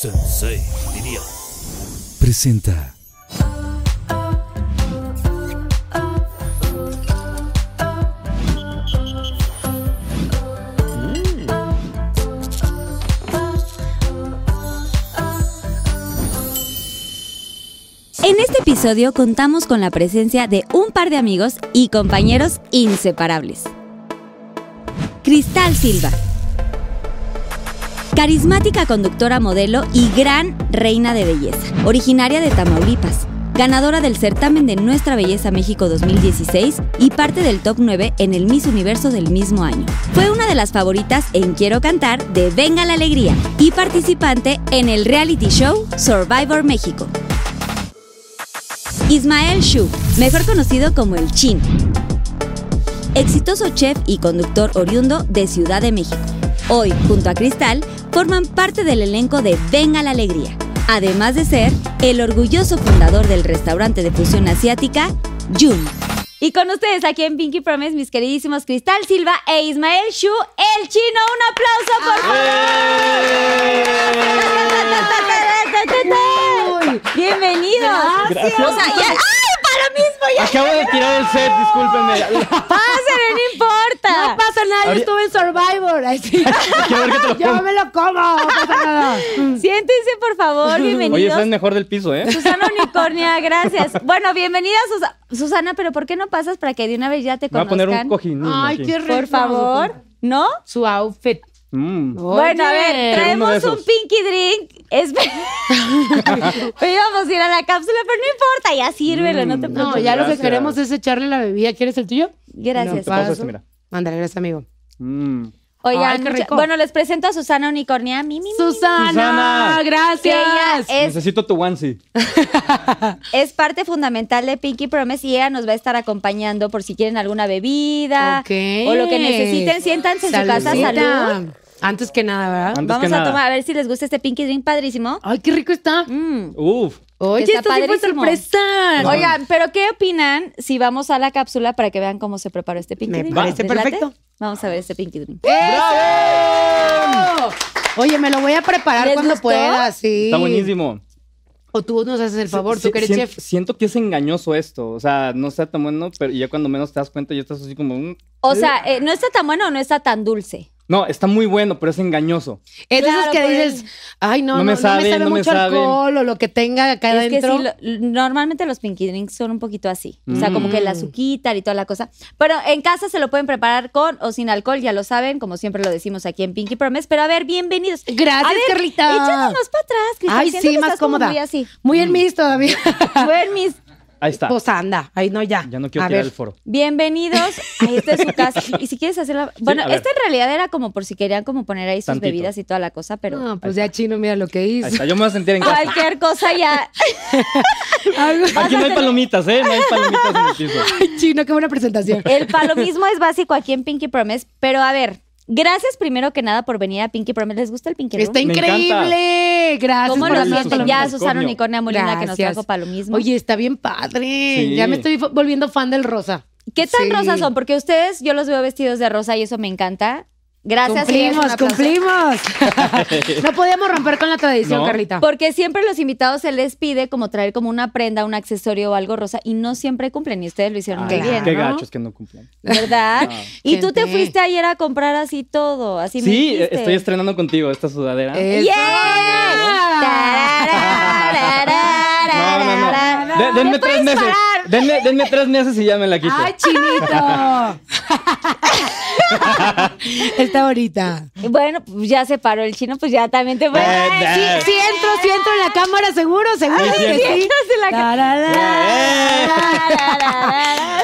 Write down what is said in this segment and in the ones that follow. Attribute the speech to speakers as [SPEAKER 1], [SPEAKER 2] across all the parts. [SPEAKER 1] Sensei, diría.
[SPEAKER 2] presenta
[SPEAKER 3] En este episodio contamos con la presencia de un par de amigos y compañeros inseparables. Cristal Silva. Carismática conductora modelo y gran reina de belleza, originaria de Tamaulipas, ganadora del certamen de Nuestra Belleza México 2016 y parte del top 9 en el Miss Universo del mismo año. Fue una de las favoritas en Quiero Cantar de Venga la Alegría y participante en el reality show Survivor México. Ismael Shu, mejor conocido como el Chin. Exitoso chef y conductor oriundo de Ciudad de México. Hoy, junto a Cristal, forman parte del elenco de Venga la Alegría, además de ser el orgulloso fundador del restaurante de fusión asiática, Jun. Y con ustedes aquí en Pinky Promise, mis queridísimos Cristal Silva e Ismael Shu, el chino. ¡Un aplauso, por favor! ¡Bienvenidos!
[SPEAKER 4] Gracias.
[SPEAKER 3] O sea, ya- ¡Ay, para mismo! ¡Ya
[SPEAKER 4] Acabo de tirar el set, discúlpenme.
[SPEAKER 3] pásenle, no importa!
[SPEAKER 5] No pasa nada, yo
[SPEAKER 4] Habría-
[SPEAKER 5] estuve en Survivor. Ay, sí.
[SPEAKER 4] Quiero ver que te lo
[SPEAKER 5] yo
[SPEAKER 4] pongo.
[SPEAKER 5] me lo como, no pasa nada.
[SPEAKER 3] Siéntense, por favor,
[SPEAKER 4] Oye,
[SPEAKER 3] bienvenidos.
[SPEAKER 4] sabes mejor del piso, ¿eh?
[SPEAKER 3] Susana Unicornia, gracias. Bueno, bienvenida, Susa- Susana, pero ¿por qué no pasas para que de una vez ya te
[SPEAKER 4] Me voy a poner un
[SPEAKER 3] conozcan?
[SPEAKER 4] cojín.
[SPEAKER 5] Ay, qué rico.
[SPEAKER 3] por favor, ¿no?
[SPEAKER 5] Su outfit.
[SPEAKER 4] Mm,
[SPEAKER 3] Bueno, a
[SPEAKER 5] Oye.
[SPEAKER 3] ver,
[SPEAKER 4] Uno de
[SPEAKER 3] traemos
[SPEAKER 4] esos.
[SPEAKER 3] un pinky drink. Es... Íbamos a ir a la cápsula, pero no importa, ya sírvelo, no
[SPEAKER 4] Mm,
[SPEAKER 3] te
[SPEAKER 5] No,
[SPEAKER 3] preocupes.
[SPEAKER 5] ya lo
[SPEAKER 4] gracias.
[SPEAKER 5] que queremos es echarle la bebida. ¿Quieres el tuyo?
[SPEAKER 3] Gracias.
[SPEAKER 5] No, paso.
[SPEAKER 4] este, mira.
[SPEAKER 5] Ándale, gracias, amigo.
[SPEAKER 4] Mm.
[SPEAKER 3] Oigan,
[SPEAKER 5] Ay, qué
[SPEAKER 3] mucha-
[SPEAKER 5] rico.
[SPEAKER 3] bueno, les presento a Susana Unicornia. Mi, mi, mi,
[SPEAKER 5] Susana,
[SPEAKER 4] Susana.
[SPEAKER 3] que ella
[SPEAKER 5] gracias.
[SPEAKER 3] es
[SPEAKER 4] Necesito tu onesie.
[SPEAKER 3] es parte fundamental de Pinky Promise y ella nos va a estar acompañando por si quieren alguna bebida
[SPEAKER 5] Ok.
[SPEAKER 3] o lo que necesiten. Siéntanse en su
[SPEAKER 5] Saludcita.
[SPEAKER 3] casa, salud.
[SPEAKER 5] Antes que nada, ¿verdad?
[SPEAKER 4] Antes
[SPEAKER 3] Vamos
[SPEAKER 4] que
[SPEAKER 3] a
[SPEAKER 4] nada.
[SPEAKER 3] tomar a ver si les gusta este Pinky Drink padrísimo.
[SPEAKER 5] Ay, qué rico está.
[SPEAKER 3] Mm.
[SPEAKER 4] Uf.
[SPEAKER 5] Oye,
[SPEAKER 3] Está
[SPEAKER 5] esto sí fue
[SPEAKER 3] padrísimo.
[SPEAKER 5] sorpresa.
[SPEAKER 3] Oigan, pero ¿qué opinan si vamos a la cápsula para que vean cómo se preparó este Pinky
[SPEAKER 5] Me
[SPEAKER 3] Drink?
[SPEAKER 5] parece
[SPEAKER 3] ¿Les late?
[SPEAKER 5] perfecto.
[SPEAKER 3] Vamos a ver este Pinky Drink.
[SPEAKER 5] ¡Bravo! Oye, me lo voy a preparar
[SPEAKER 3] ¿Les
[SPEAKER 5] cuando
[SPEAKER 3] gustó?
[SPEAKER 5] pueda, sí.
[SPEAKER 4] Está buenísimo.
[SPEAKER 5] O tú nos haces el favor, tú
[SPEAKER 4] Si-
[SPEAKER 5] que eres
[SPEAKER 4] sien-
[SPEAKER 5] chef.
[SPEAKER 4] Siento que es engañoso esto. O sea, no está tan bueno, pero ya cuando menos te das cuenta, ya estás así como. mm.
[SPEAKER 3] O sea, eh, no está tan bueno o no está tan dulce.
[SPEAKER 4] No, está muy bueno, pero es engañoso.
[SPEAKER 5] Es de
[SPEAKER 3] Claro, pues.
[SPEAKER 5] esos que
[SPEAKER 3] por
[SPEAKER 5] dices, ay, no,
[SPEAKER 4] No
[SPEAKER 5] no,
[SPEAKER 4] me
[SPEAKER 5] no me sabe,
[SPEAKER 4] sabe, no me
[SPEAKER 5] mucho
[SPEAKER 4] sabe.
[SPEAKER 5] alcohol o lo que tenga acá
[SPEAKER 3] Es que
[SPEAKER 5] adentro.
[SPEAKER 3] sí, lo- normalmente los Pinky Drinks son un poquito así. O sea, como que el
[SPEAKER 5] Mm.
[SPEAKER 3] azúcar y toda la cosa. Pero en casa se lo pueden preparar con o sin alcohol, ya lo saben, como siempre lo decimos aquí en Pinky Promise. Pero a ver, bienvenidos.
[SPEAKER 5] Gracias,
[SPEAKER 3] a ver,
[SPEAKER 5] Carlita.
[SPEAKER 3] Échanos más para atrás, Cristal.
[SPEAKER 5] Ay,
[SPEAKER 3] Siento
[SPEAKER 5] sí,
[SPEAKER 3] que
[SPEAKER 5] más
[SPEAKER 3] estás como
[SPEAKER 5] cómoda.
[SPEAKER 3] Muy así.
[SPEAKER 5] Muy
[SPEAKER 4] Mm.
[SPEAKER 5] en mis todavía.
[SPEAKER 3] Buen mis.
[SPEAKER 4] Ahí está.
[SPEAKER 5] pues anda, ahí no ya.
[SPEAKER 4] Ya no quiero
[SPEAKER 5] A
[SPEAKER 4] tirar
[SPEAKER 5] ver.
[SPEAKER 4] el foro.
[SPEAKER 3] Bienvenidos. Ahí está su casa. Y si quieres hacerla. Bueno,
[SPEAKER 4] a ver.
[SPEAKER 3] esta en realidad era como por si querían como poner ahí sus
[SPEAKER 4] Tantito.
[SPEAKER 3] bebidas y toda la cosa, pero.
[SPEAKER 5] No, pues ya chino, mira lo que
[SPEAKER 4] Ahí
[SPEAKER 5] hizo.
[SPEAKER 4] está. Yo me voy a sentir en casa.
[SPEAKER 3] Cualquier cosa ya.
[SPEAKER 5] Algo-
[SPEAKER 4] Aquí no hay palomitas, ¿eh? No hay palomitas en el piso.
[SPEAKER 5] Ay, chino, qué buena presentación.
[SPEAKER 3] El palomismo es básico aquí en Pinky Promise, pero a ver, gracias primero que nada por venir a Pinky Promise. ¿Les gusta el Pinky Room?
[SPEAKER 5] Está
[SPEAKER 4] encanta.
[SPEAKER 5] increíble. Gracias
[SPEAKER 3] ¿Cómo
[SPEAKER 5] por
[SPEAKER 3] nos
[SPEAKER 4] hacer
[SPEAKER 5] las
[SPEAKER 3] sienten? Ya
[SPEAKER 4] palomismo.
[SPEAKER 5] palomitas.
[SPEAKER 3] Susana
[SPEAKER 4] Unicornio.
[SPEAKER 3] Unicornia Molina que nos
[SPEAKER 5] Gracias.
[SPEAKER 3] trajo palomismo.
[SPEAKER 5] Oye, está bien padre.
[SPEAKER 4] Sí.
[SPEAKER 5] Ya me estoy fo- volviendo fan del rosa.
[SPEAKER 3] ¿qué tan
[SPEAKER 5] sí.
[SPEAKER 3] rosas son? Porque ustedes, yo los veo vestidos de rosa y eso me encanta. Gracias. señores, un
[SPEAKER 5] cumplimos,
[SPEAKER 3] aplauso.
[SPEAKER 5] cumplimos. no podíamos romper con la tradición,
[SPEAKER 4] No.
[SPEAKER 5] Carlita.
[SPEAKER 3] Porque siempre los invitados se les pide como traer como una prenda, un accesorio o algo rosa y no siempre cumplen y ustedes lo hicieron
[SPEAKER 4] Ay,
[SPEAKER 3] muy bien,
[SPEAKER 4] Qué
[SPEAKER 3] ¿no?
[SPEAKER 4] gachos que no cumplen.
[SPEAKER 3] ¿verdad?
[SPEAKER 4] Ah.
[SPEAKER 3] Y tú te
[SPEAKER 5] Gente.
[SPEAKER 3] fuiste ayer a comprar así todo, así me
[SPEAKER 4] Sí,
[SPEAKER 3] dijiste. Eh,
[SPEAKER 4] estoy estrenando contigo esta sudadera.
[SPEAKER 5] Eso.
[SPEAKER 3] ¡Yay! Tararara,
[SPEAKER 4] No, no, no. De-
[SPEAKER 3] tararara.
[SPEAKER 4] denme
[SPEAKER 3] ¿Me
[SPEAKER 4] tres
[SPEAKER 3] puedes
[SPEAKER 4] meses.
[SPEAKER 3] parar?
[SPEAKER 4] Denme, denme tres meses y ya me la quito.
[SPEAKER 5] ¡Ay, chinito! Está bonita.
[SPEAKER 3] Bueno, pues ya se paró el chino, pues ya también te voy a
[SPEAKER 4] Eh,
[SPEAKER 3] dar.
[SPEAKER 4] eh.
[SPEAKER 5] Sí, sí entro, sí entro en la cámara, seguro, seguro
[SPEAKER 4] Sí,
[SPEAKER 5] que
[SPEAKER 4] sí
[SPEAKER 5] sí.
[SPEAKER 3] entras en la ca-
[SPEAKER 5] Tararara.
[SPEAKER 3] Tararara.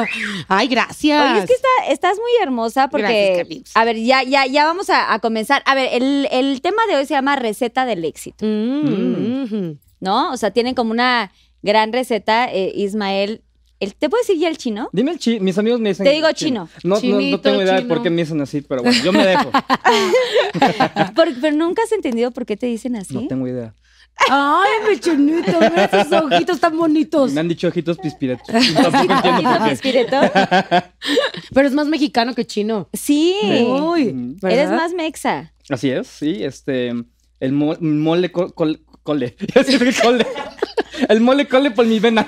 [SPEAKER 5] Listo. Ay, gracias.
[SPEAKER 3] Oye, es que está- estás muy hermosa
[SPEAKER 5] Gracias,
[SPEAKER 3] porque.
[SPEAKER 5] Carlitos.
[SPEAKER 3] a ver, ya, ya, ya vamos a, a comenzar. A ver, el, el tema de hoy se llama receta del éxito,
[SPEAKER 5] Mm, mm.
[SPEAKER 3] ¿no? O sea, tienen como una gran receta, eh, Ismael. El, ¿Te puedo decir ya el chino?
[SPEAKER 4] Dime el chino. Mis amigos me dicen.
[SPEAKER 3] Te digo chino.
[SPEAKER 4] No, no- No,
[SPEAKER 5] Chinito,
[SPEAKER 4] tengo idea de
[SPEAKER 5] chino.
[SPEAKER 4] por qué me dicen así, pero bueno, yo me dejo.
[SPEAKER 3] Por- pero nunca has entendido por qué te dicen así.
[SPEAKER 4] No tengo idea.
[SPEAKER 5] Ay, mi chonito, mira esos ojitos tan bonitos.
[SPEAKER 3] Pues
[SPEAKER 4] Me han dicho ojitos pispiretos. Y Tampoco entiendo
[SPEAKER 3] ¿Poquito
[SPEAKER 4] por qué.
[SPEAKER 3] pispireto?
[SPEAKER 5] Pero es más mexicano que chino.
[SPEAKER 3] Sí.
[SPEAKER 4] Sí.
[SPEAKER 5] Uy,
[SPEAKER 4] Mm.
[SPEAKER 5] ¿verdad?
[SPEAKER 3] Eres más mexa.
[SPEAKER 4] Así es, sí. Este. El mo- mole co- col- cole. Iba a decir cole. El mole cole por mi vena.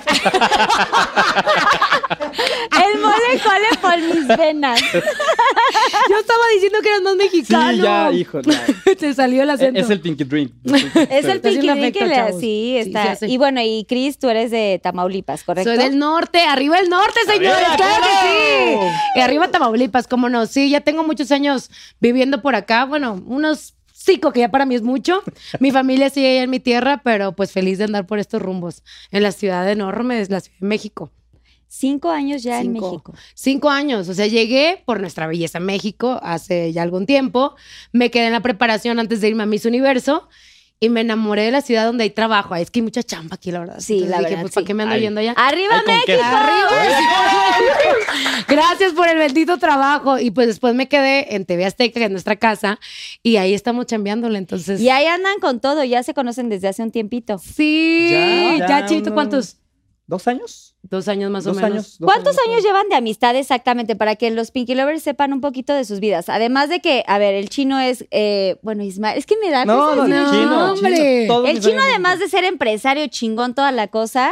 [SPEAKER 5] El mole cole por mis venas. Yo estaba diciendo que eras más
[SPEAKER 4] Sí,
[SPEAKER 5] mexicano.
[SPEAKER 4] ya, hijo. no.
[SPEAKER 5] Te salió el acento.
[SPEAKER 4] Es el pinky drink.
[SPEAKER 3] Es el
[SPEAKER 5] Está haciendo
[SPEAKER 3] piquilín que
[SPEAKER 5] efecto,
[SPEAKER 3] le
[SPEAKER 5] chavos.
[SPEAKER 3] así
[SPEAKER 5] Sí, sí
[SPEAKER 3] está.
[SPEAKER 5] hace.
[SPEAKER 3] y bueno, y Cris, tú eres de Tamaulipas, ¿correcto?
[SPEAKER 5] Soy del norte, arriba el norte, señores,
[SPEAKER 4] ¡Arriba,
[SPEAKER 5] claro que
[SPEAKER 4] claro!
[SPEAKER 5] sí. Y arriba Tamaulipas, cómo no. Sí, ya tengo muchos años viviendo por acá. Bueno, unos cinco, que ya para mí es mucho. Mi familia sigue allá en mi tierra, pero pues feliz de andar por estos rumbos en la ciudad enorme, es la Ciudad de México.
[SPEAKER 3] Cinco años ya en
[SPEAKER 5] Cinco.
[SPEAKER 3] México.
[SPEAKER 5] Cinco años, o sea, llegué por nuestra belleza México hace ya algún tiempo. Me quedé en la preparación antes de irme a Miss Universo y me enamoré de la ciudad donde hay trabajo. Ay, es que hay mucha chamba aquí, la verdad.
[SPEAKER 3] Sí, la verdad,
[SPEAKER 5] Pues,
[SPEAKER 3] sí.
[SPEAKER 5] ¿para qué me ando
[SPEAKER 4] Ay.
[SPEAKER 5] yendo allá?
[SPEAKER 3] ¡Arriba
[SPEAKER 4] Ay, con
[SPEAKER 3] México!
[SPEAKER 4] queso.
[SPEAKER 5] Gracias por el bendito trabajo. Y pues después me quedé en TV Azteca, que es nuestra casa, y ahí estamos chambeándole. Entonces,
[SPEAKER 3] Y ahí andan con todo, ya se conocen desde hace un tiempito.
[SPEAKER 5] sí,
[SPEAKER 4] Ya,
[SPEAKER 5] ya,
[SPEAKER 4] ya
[SPEAKER 5] Chito,
[SPEAKER 4] unos-
[SPEAKER 5] ¿cuántos?
[SPEAKER 4] ¿Dos años?
[SPEAKER 5] Dos años más
[SPEAKER 4] dos
[SPEAKER 5] o menos.
[SPEAKER 4] años. dos
[SPEAKER 3] ¿Cuántos años llevan de amistad exactamente para que los Pinky Lovers sepan un poquito de sus vidas? Además de que, a ver, el chino es, eh, bueno, Ismael, es que me da...
[SPEAKER 4] No,
[SPEAKER 3] risa,
[SPEAKER 4] no,
[SPEAKER 5] No,
[SPEAKER 4] el chino.
[SPEAKER 5] hombre.
[SPEAKER 4] chino, todos
[SPEAKER 3] El
[SPEAKER 4] mis
[SPEAKER 3] chino,
[SPEAKER 4] amigos.
[SPEAKER 3] además de ser empresario chingón, toda la cosa,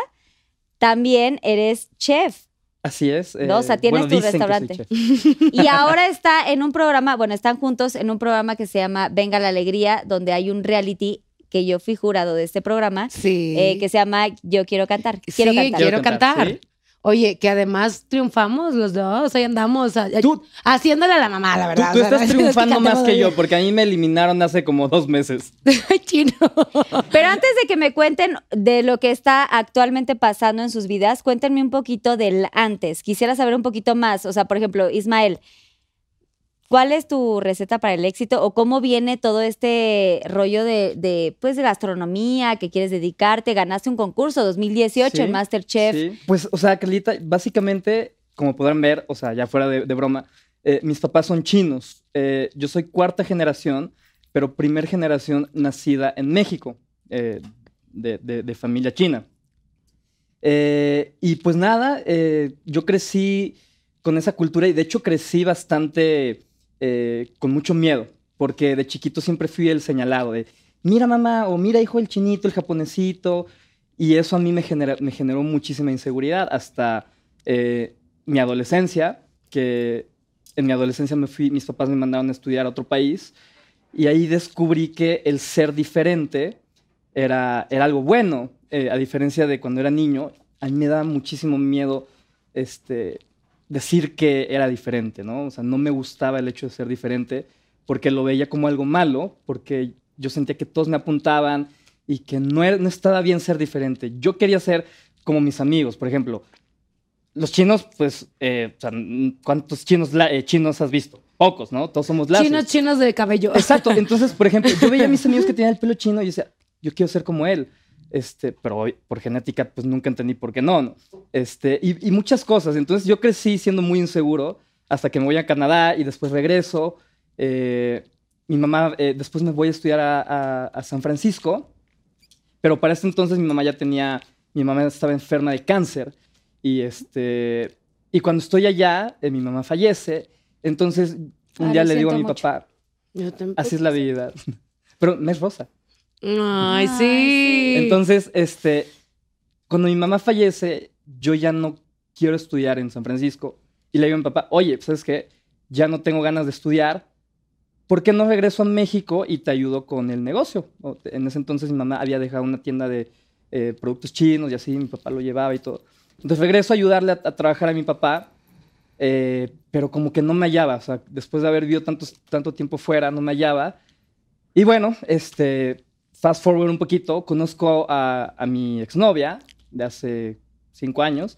[SPEAKER 3] también eres chef.
[SPEAKER 4] Así es. eh,
[SPEAKER 3] No, o sea, tienes tu
[SPEAKER 4] dicen que soy
[SPEAKER 3] restaurante.
[SPEAKER 4] chef.
[SPEAKER 3] Y ahora está en un programa, bueno, están juntos en un programa que se llama Venga la Alegría, donde hay un reality que yo fui jurado de este programa,
[SPEAKER 5] Sí.
[SPEAKER 3] eh, que se llama Yo Quiero Cantar. Quiero
[SPEAKER 5] Sí,
[SPEAKER 3] cantar.
[SPEAKER 5] Quiero cantar.
[SPEAKER 4] ¿sí?
[SPEAKER 5] Oye, que además triunfamos los dos, ahí andamos a-
[SPEAKER 4] Tú-
[SPEAKER 5] haciéndole a la mamá, la
[SPEAKER 4] Tú,
[SPEAKER 5] verdad.
[SPEAKER 4] tú
[SPEAKER 5] O sea,
[SPEAKER 4] estás
[SPEAKER 5] es que
[SPEAKER 4] triunfando
[SPEAKER 5] cantamos
[SPEAKER 4] más que
[SPEAKER 5] bien.
[SPEAKER 4] yo, porque a mí me eliminaron hace como dos meses.
[SPEAKER 5] Ay, Chino.
[SPEAKER 3] Pero antes de que me cuenten de lo que está actualmente pasando en sus vidas, cuéntenme un poquito del antes. Quisiera saber un poquito más. O sea, por ejemplo, Ismael, ¿cuál es tu receta para el éxito o cómo viene todo este rollo de, de, pues, de gastronomía que quieres dedicarte? Ganaste un concurso 2018
[SPEAKER 4] Sí,
[SPEAKER 3] en MasterChef.
[SPEAKER 4] Sí. Pues, o sea, Carlita, básicamente, como podrán ver, o sea, ya fuera de, de broma, eh, mis papás son chinos. Eh, yo soy cuarta generación, pero primer generación nacida en México, eh, de, de- de familia china. Eh, y pues nada, eh, yo crecí con esa cultura y de hecho crecí bastante eh, con mucho miedo, porque de chiquito siempre fui el señalado de, mira mamá, o mira hijo el chinito, el japonesito, y eso a mí me, genera- me generó muchísima inseguridad hasta eh, mi adolescencia, que en mi adolescencia me fui, mis papás me mandaron a estudiar a otro país y ahí descubrí que el ser diferente era, era algo bueno, eh, a diferencia de cuando era niño, a mí me daba muchísimo miedo este, decir que era diferente, ¿no? O sea, no me gustaba el hecho de ser diferente porque lo veía como algo malo, porque yo sentía que todos me apuntaban y que no, era- no estaba bien ser diferente. Yo quería ser como mis amigos, por ejemplo. Los chinos, pues, eh, o sea, n- ¿cuántos chinos, la- eh, chinos has visto? Pocos, ¿no? Todos somos lazos.
[SPEAKER 5] Chinos, chinos de cabello.
[SPEAKER 4] Exacto. Entonces, por ejemplo, yo veía a mis amigos que tenían el pelo chino y decía, yo quiero ser como él. Este, pero hoy, por genética, pues nunca entendí por qué no, ¿no? Este, y, y muchas cosas. Entonces, yo crecí siendo muy inseguro hasta que me voy a Canadá y después regreso. Eh, mi mamá, eh, después me voy a estudiar a, a- a San Francisco. Pero para ese entonces mi mamá ya tenía, mi mamá estaba enferma de cáncer. Y este, y cuando estoy allá, eh, mi mamá fallece. Entonces, un
[SPEAKER 5] Ah,
[SPEAKER 4] día
[SPEAKER 5] lo
[SPEAKER 4] le digo a mi
[SPEAKER 5] siento mucho.
[SPEAKER 4] papá,
[SPEAKER 5] Yo tampoco.
[SPEAKER 4] Así es la vida. Pero no es rosa.
[SPEAKER 5] Ay,
[SPEAKER 3] Ay,
[SPEAKER 5] sí.
[SPEAKER 3] sí.
[SPEAKER 4] Entonces, este, cuando mi mamá fallece, yo ya no quiero estudiar en San Francisco. Y le digo a mi papá, oye, pues, ¿sabes qué? Ya no tengo ganas de estudiar. ¿Por qué no regreso a México y te ayudo con el negocio? O- En ese entonces mi mamá había dejado una tienda de eh, productos chinos y así, mi papá lo llevaba y todo. Entonces regreso a ayudarle a, a trabajar a mi papá, eh, pero como que no me hallaba, o sea, después de haber vivido tantos, tanto tiempo fuera, no me hallaba. Y bueno, este, fast forward un poquito, conozco a, a mi exnovia de hace cinco años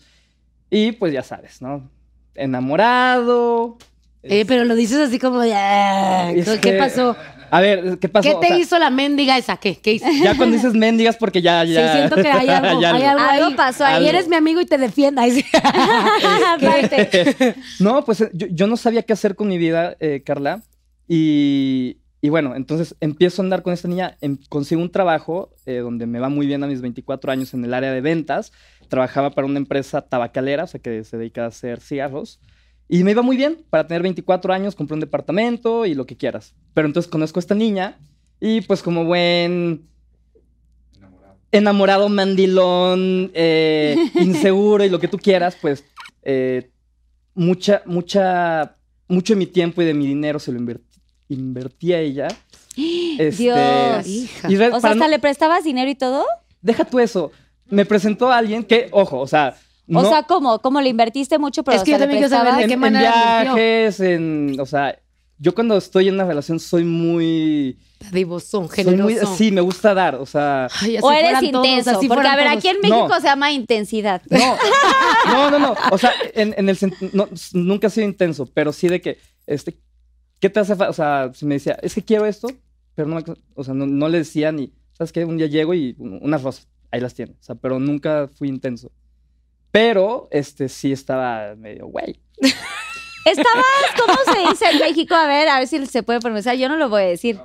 [SPEAKER 4] y pues ya sabes, ¿no? Enamorado.
[SPEAKER 5] Eh, pero lo dices así como de. "Ah",
[SPEAKER 4] Es
[SPEAKER 5] ¿Qué
[SPEAKER 4] que-
[SPEAKER 5] pasó?
[SPEAKER 4] A ver, ¿qué pasó?
[SPEAKER 5] ¿Qué
[SPEAKER 4] O
[SPEAKER 5] te
[SPEAKER 4] sea,
[SPEAKER 5] hizo la mendiga esa? ¿Qué? ¿Qué hizo?
[SPEAKER 4] Ya cuando dices mendigas porque ya, ya.
[SPEAKER 5] Sí, siento que hay algo.
[SPEAKER 4] ya
[SPEAKER 5] hay
[SPEAKER 4] algo.
[SPEAKER 5] algo,
[SPEAKER 3] Algo
[SPEAKER 5] ahí.
[SPEAKER 3] pasó
[SPEAKER 4] ahí.
[SPEAKER 5] Y eres mi amigo y te defienda. Ay, sí.
[SPEAKER 3] Aparte.
[SPEAKER 4] No, pues eh, yo, yo no sabía qué hacer con mi vida, eh, Carla. Y, y bueno, entonces empiezo a andar con esta niña, em- consigo un trabajo eh, donde me va muy bien a mis 24 años en el área de ventas. Trabajaba para una empresa tabacalera, o sea, que se dedica a hacer cigarros. Y me iba muy bien. Para tener 24 años compré un departamento y lo que quieras. Pero entonces conozco a esta niña Y pues como buen enamorado, mandilón, eh, inseguro y lo que tú quieras, pues eh, mucha, mucha, mucho de mi tiempo y de mi dinero se lo invertí, invertí a ella. Este,
[SPEAKER 1] Dios.
[SPEAKER 5] Hija.
[SPEAKER 4] y re-
[SPEAKER 1] O sea,
[SPEAKER 4] para
[SPEAKER 1] hasta
[SPEAKER 4] no-
[SPEAKER 1] le prestabas dinero y todo.
[SPEAKER 4] Deja tú eso. Me presentó a alguien que, ojo, o sea...
[SPEAKER 1] O
[SPEAKER 4] no-
[SPEAKER 1] sea, ¿cómo? ¿Cómo le invertiste mucho? Pero,
[SPEAKER 5] Es
[SPEAKER 1] o
[SPEAKER 5] que
[SPEAKER 1] sea,
[SPEAKER 5] yo
[SPEAKER 1] le
[SPEAKER 5] también quiero saber
[SPEAKER 1] prestabas-
[SPEAKER 5] de
[SPEAKER 4] en,
[SPEAKER 5] qué
[SPEAKER 4] en
[SPEAKER 5] manera lo sintió?
[SPEAKER 4] viajes, en, o sea, yo cuando estoy en una relación soy muy,
[SPEAKER 5] Dadivosón,
[SPEAKER 4] soy muy-
[SPEAKER 5] generoso.
[SPEAKER 4] sí, me gusta dar, o sea,
[SPEAKER 5] Ay, así
[SPEAKER 1] O eres
[SPEAKER 5] fueran todos,
[SPEAKER 1] intenso.
[SPEAKER 5] así
[SPEAKER 1] porque, a
[SPEAKER 5] fueran
[SPEAKER 1] ver,
[SPEAKER 5] todos.
[SPEAKER 1] aquí en México
[SPEAKER 4] No.
[SPEAKER 1] se llama intensidad.
[SPEAKER 4] no, no, no, no, o sea, en, en el sentido, nunca he sido intenso, pero sí de que, este, ¿qué te hace falta? O sea, si me decía, es que quiero esto, pero no, me, o sea, no, no le decía ni, ¿sabes qué? Un día llego y un- unas rosas, ahí las tiene, o sea, pero nunca fui intenso. Pero, este, sí estaba medio, güey,
[SPEAKER 1] Estabas, ¿cómo se dice en México? A ver, a ver si se puede pronunciar. Yo no lo voy a decir.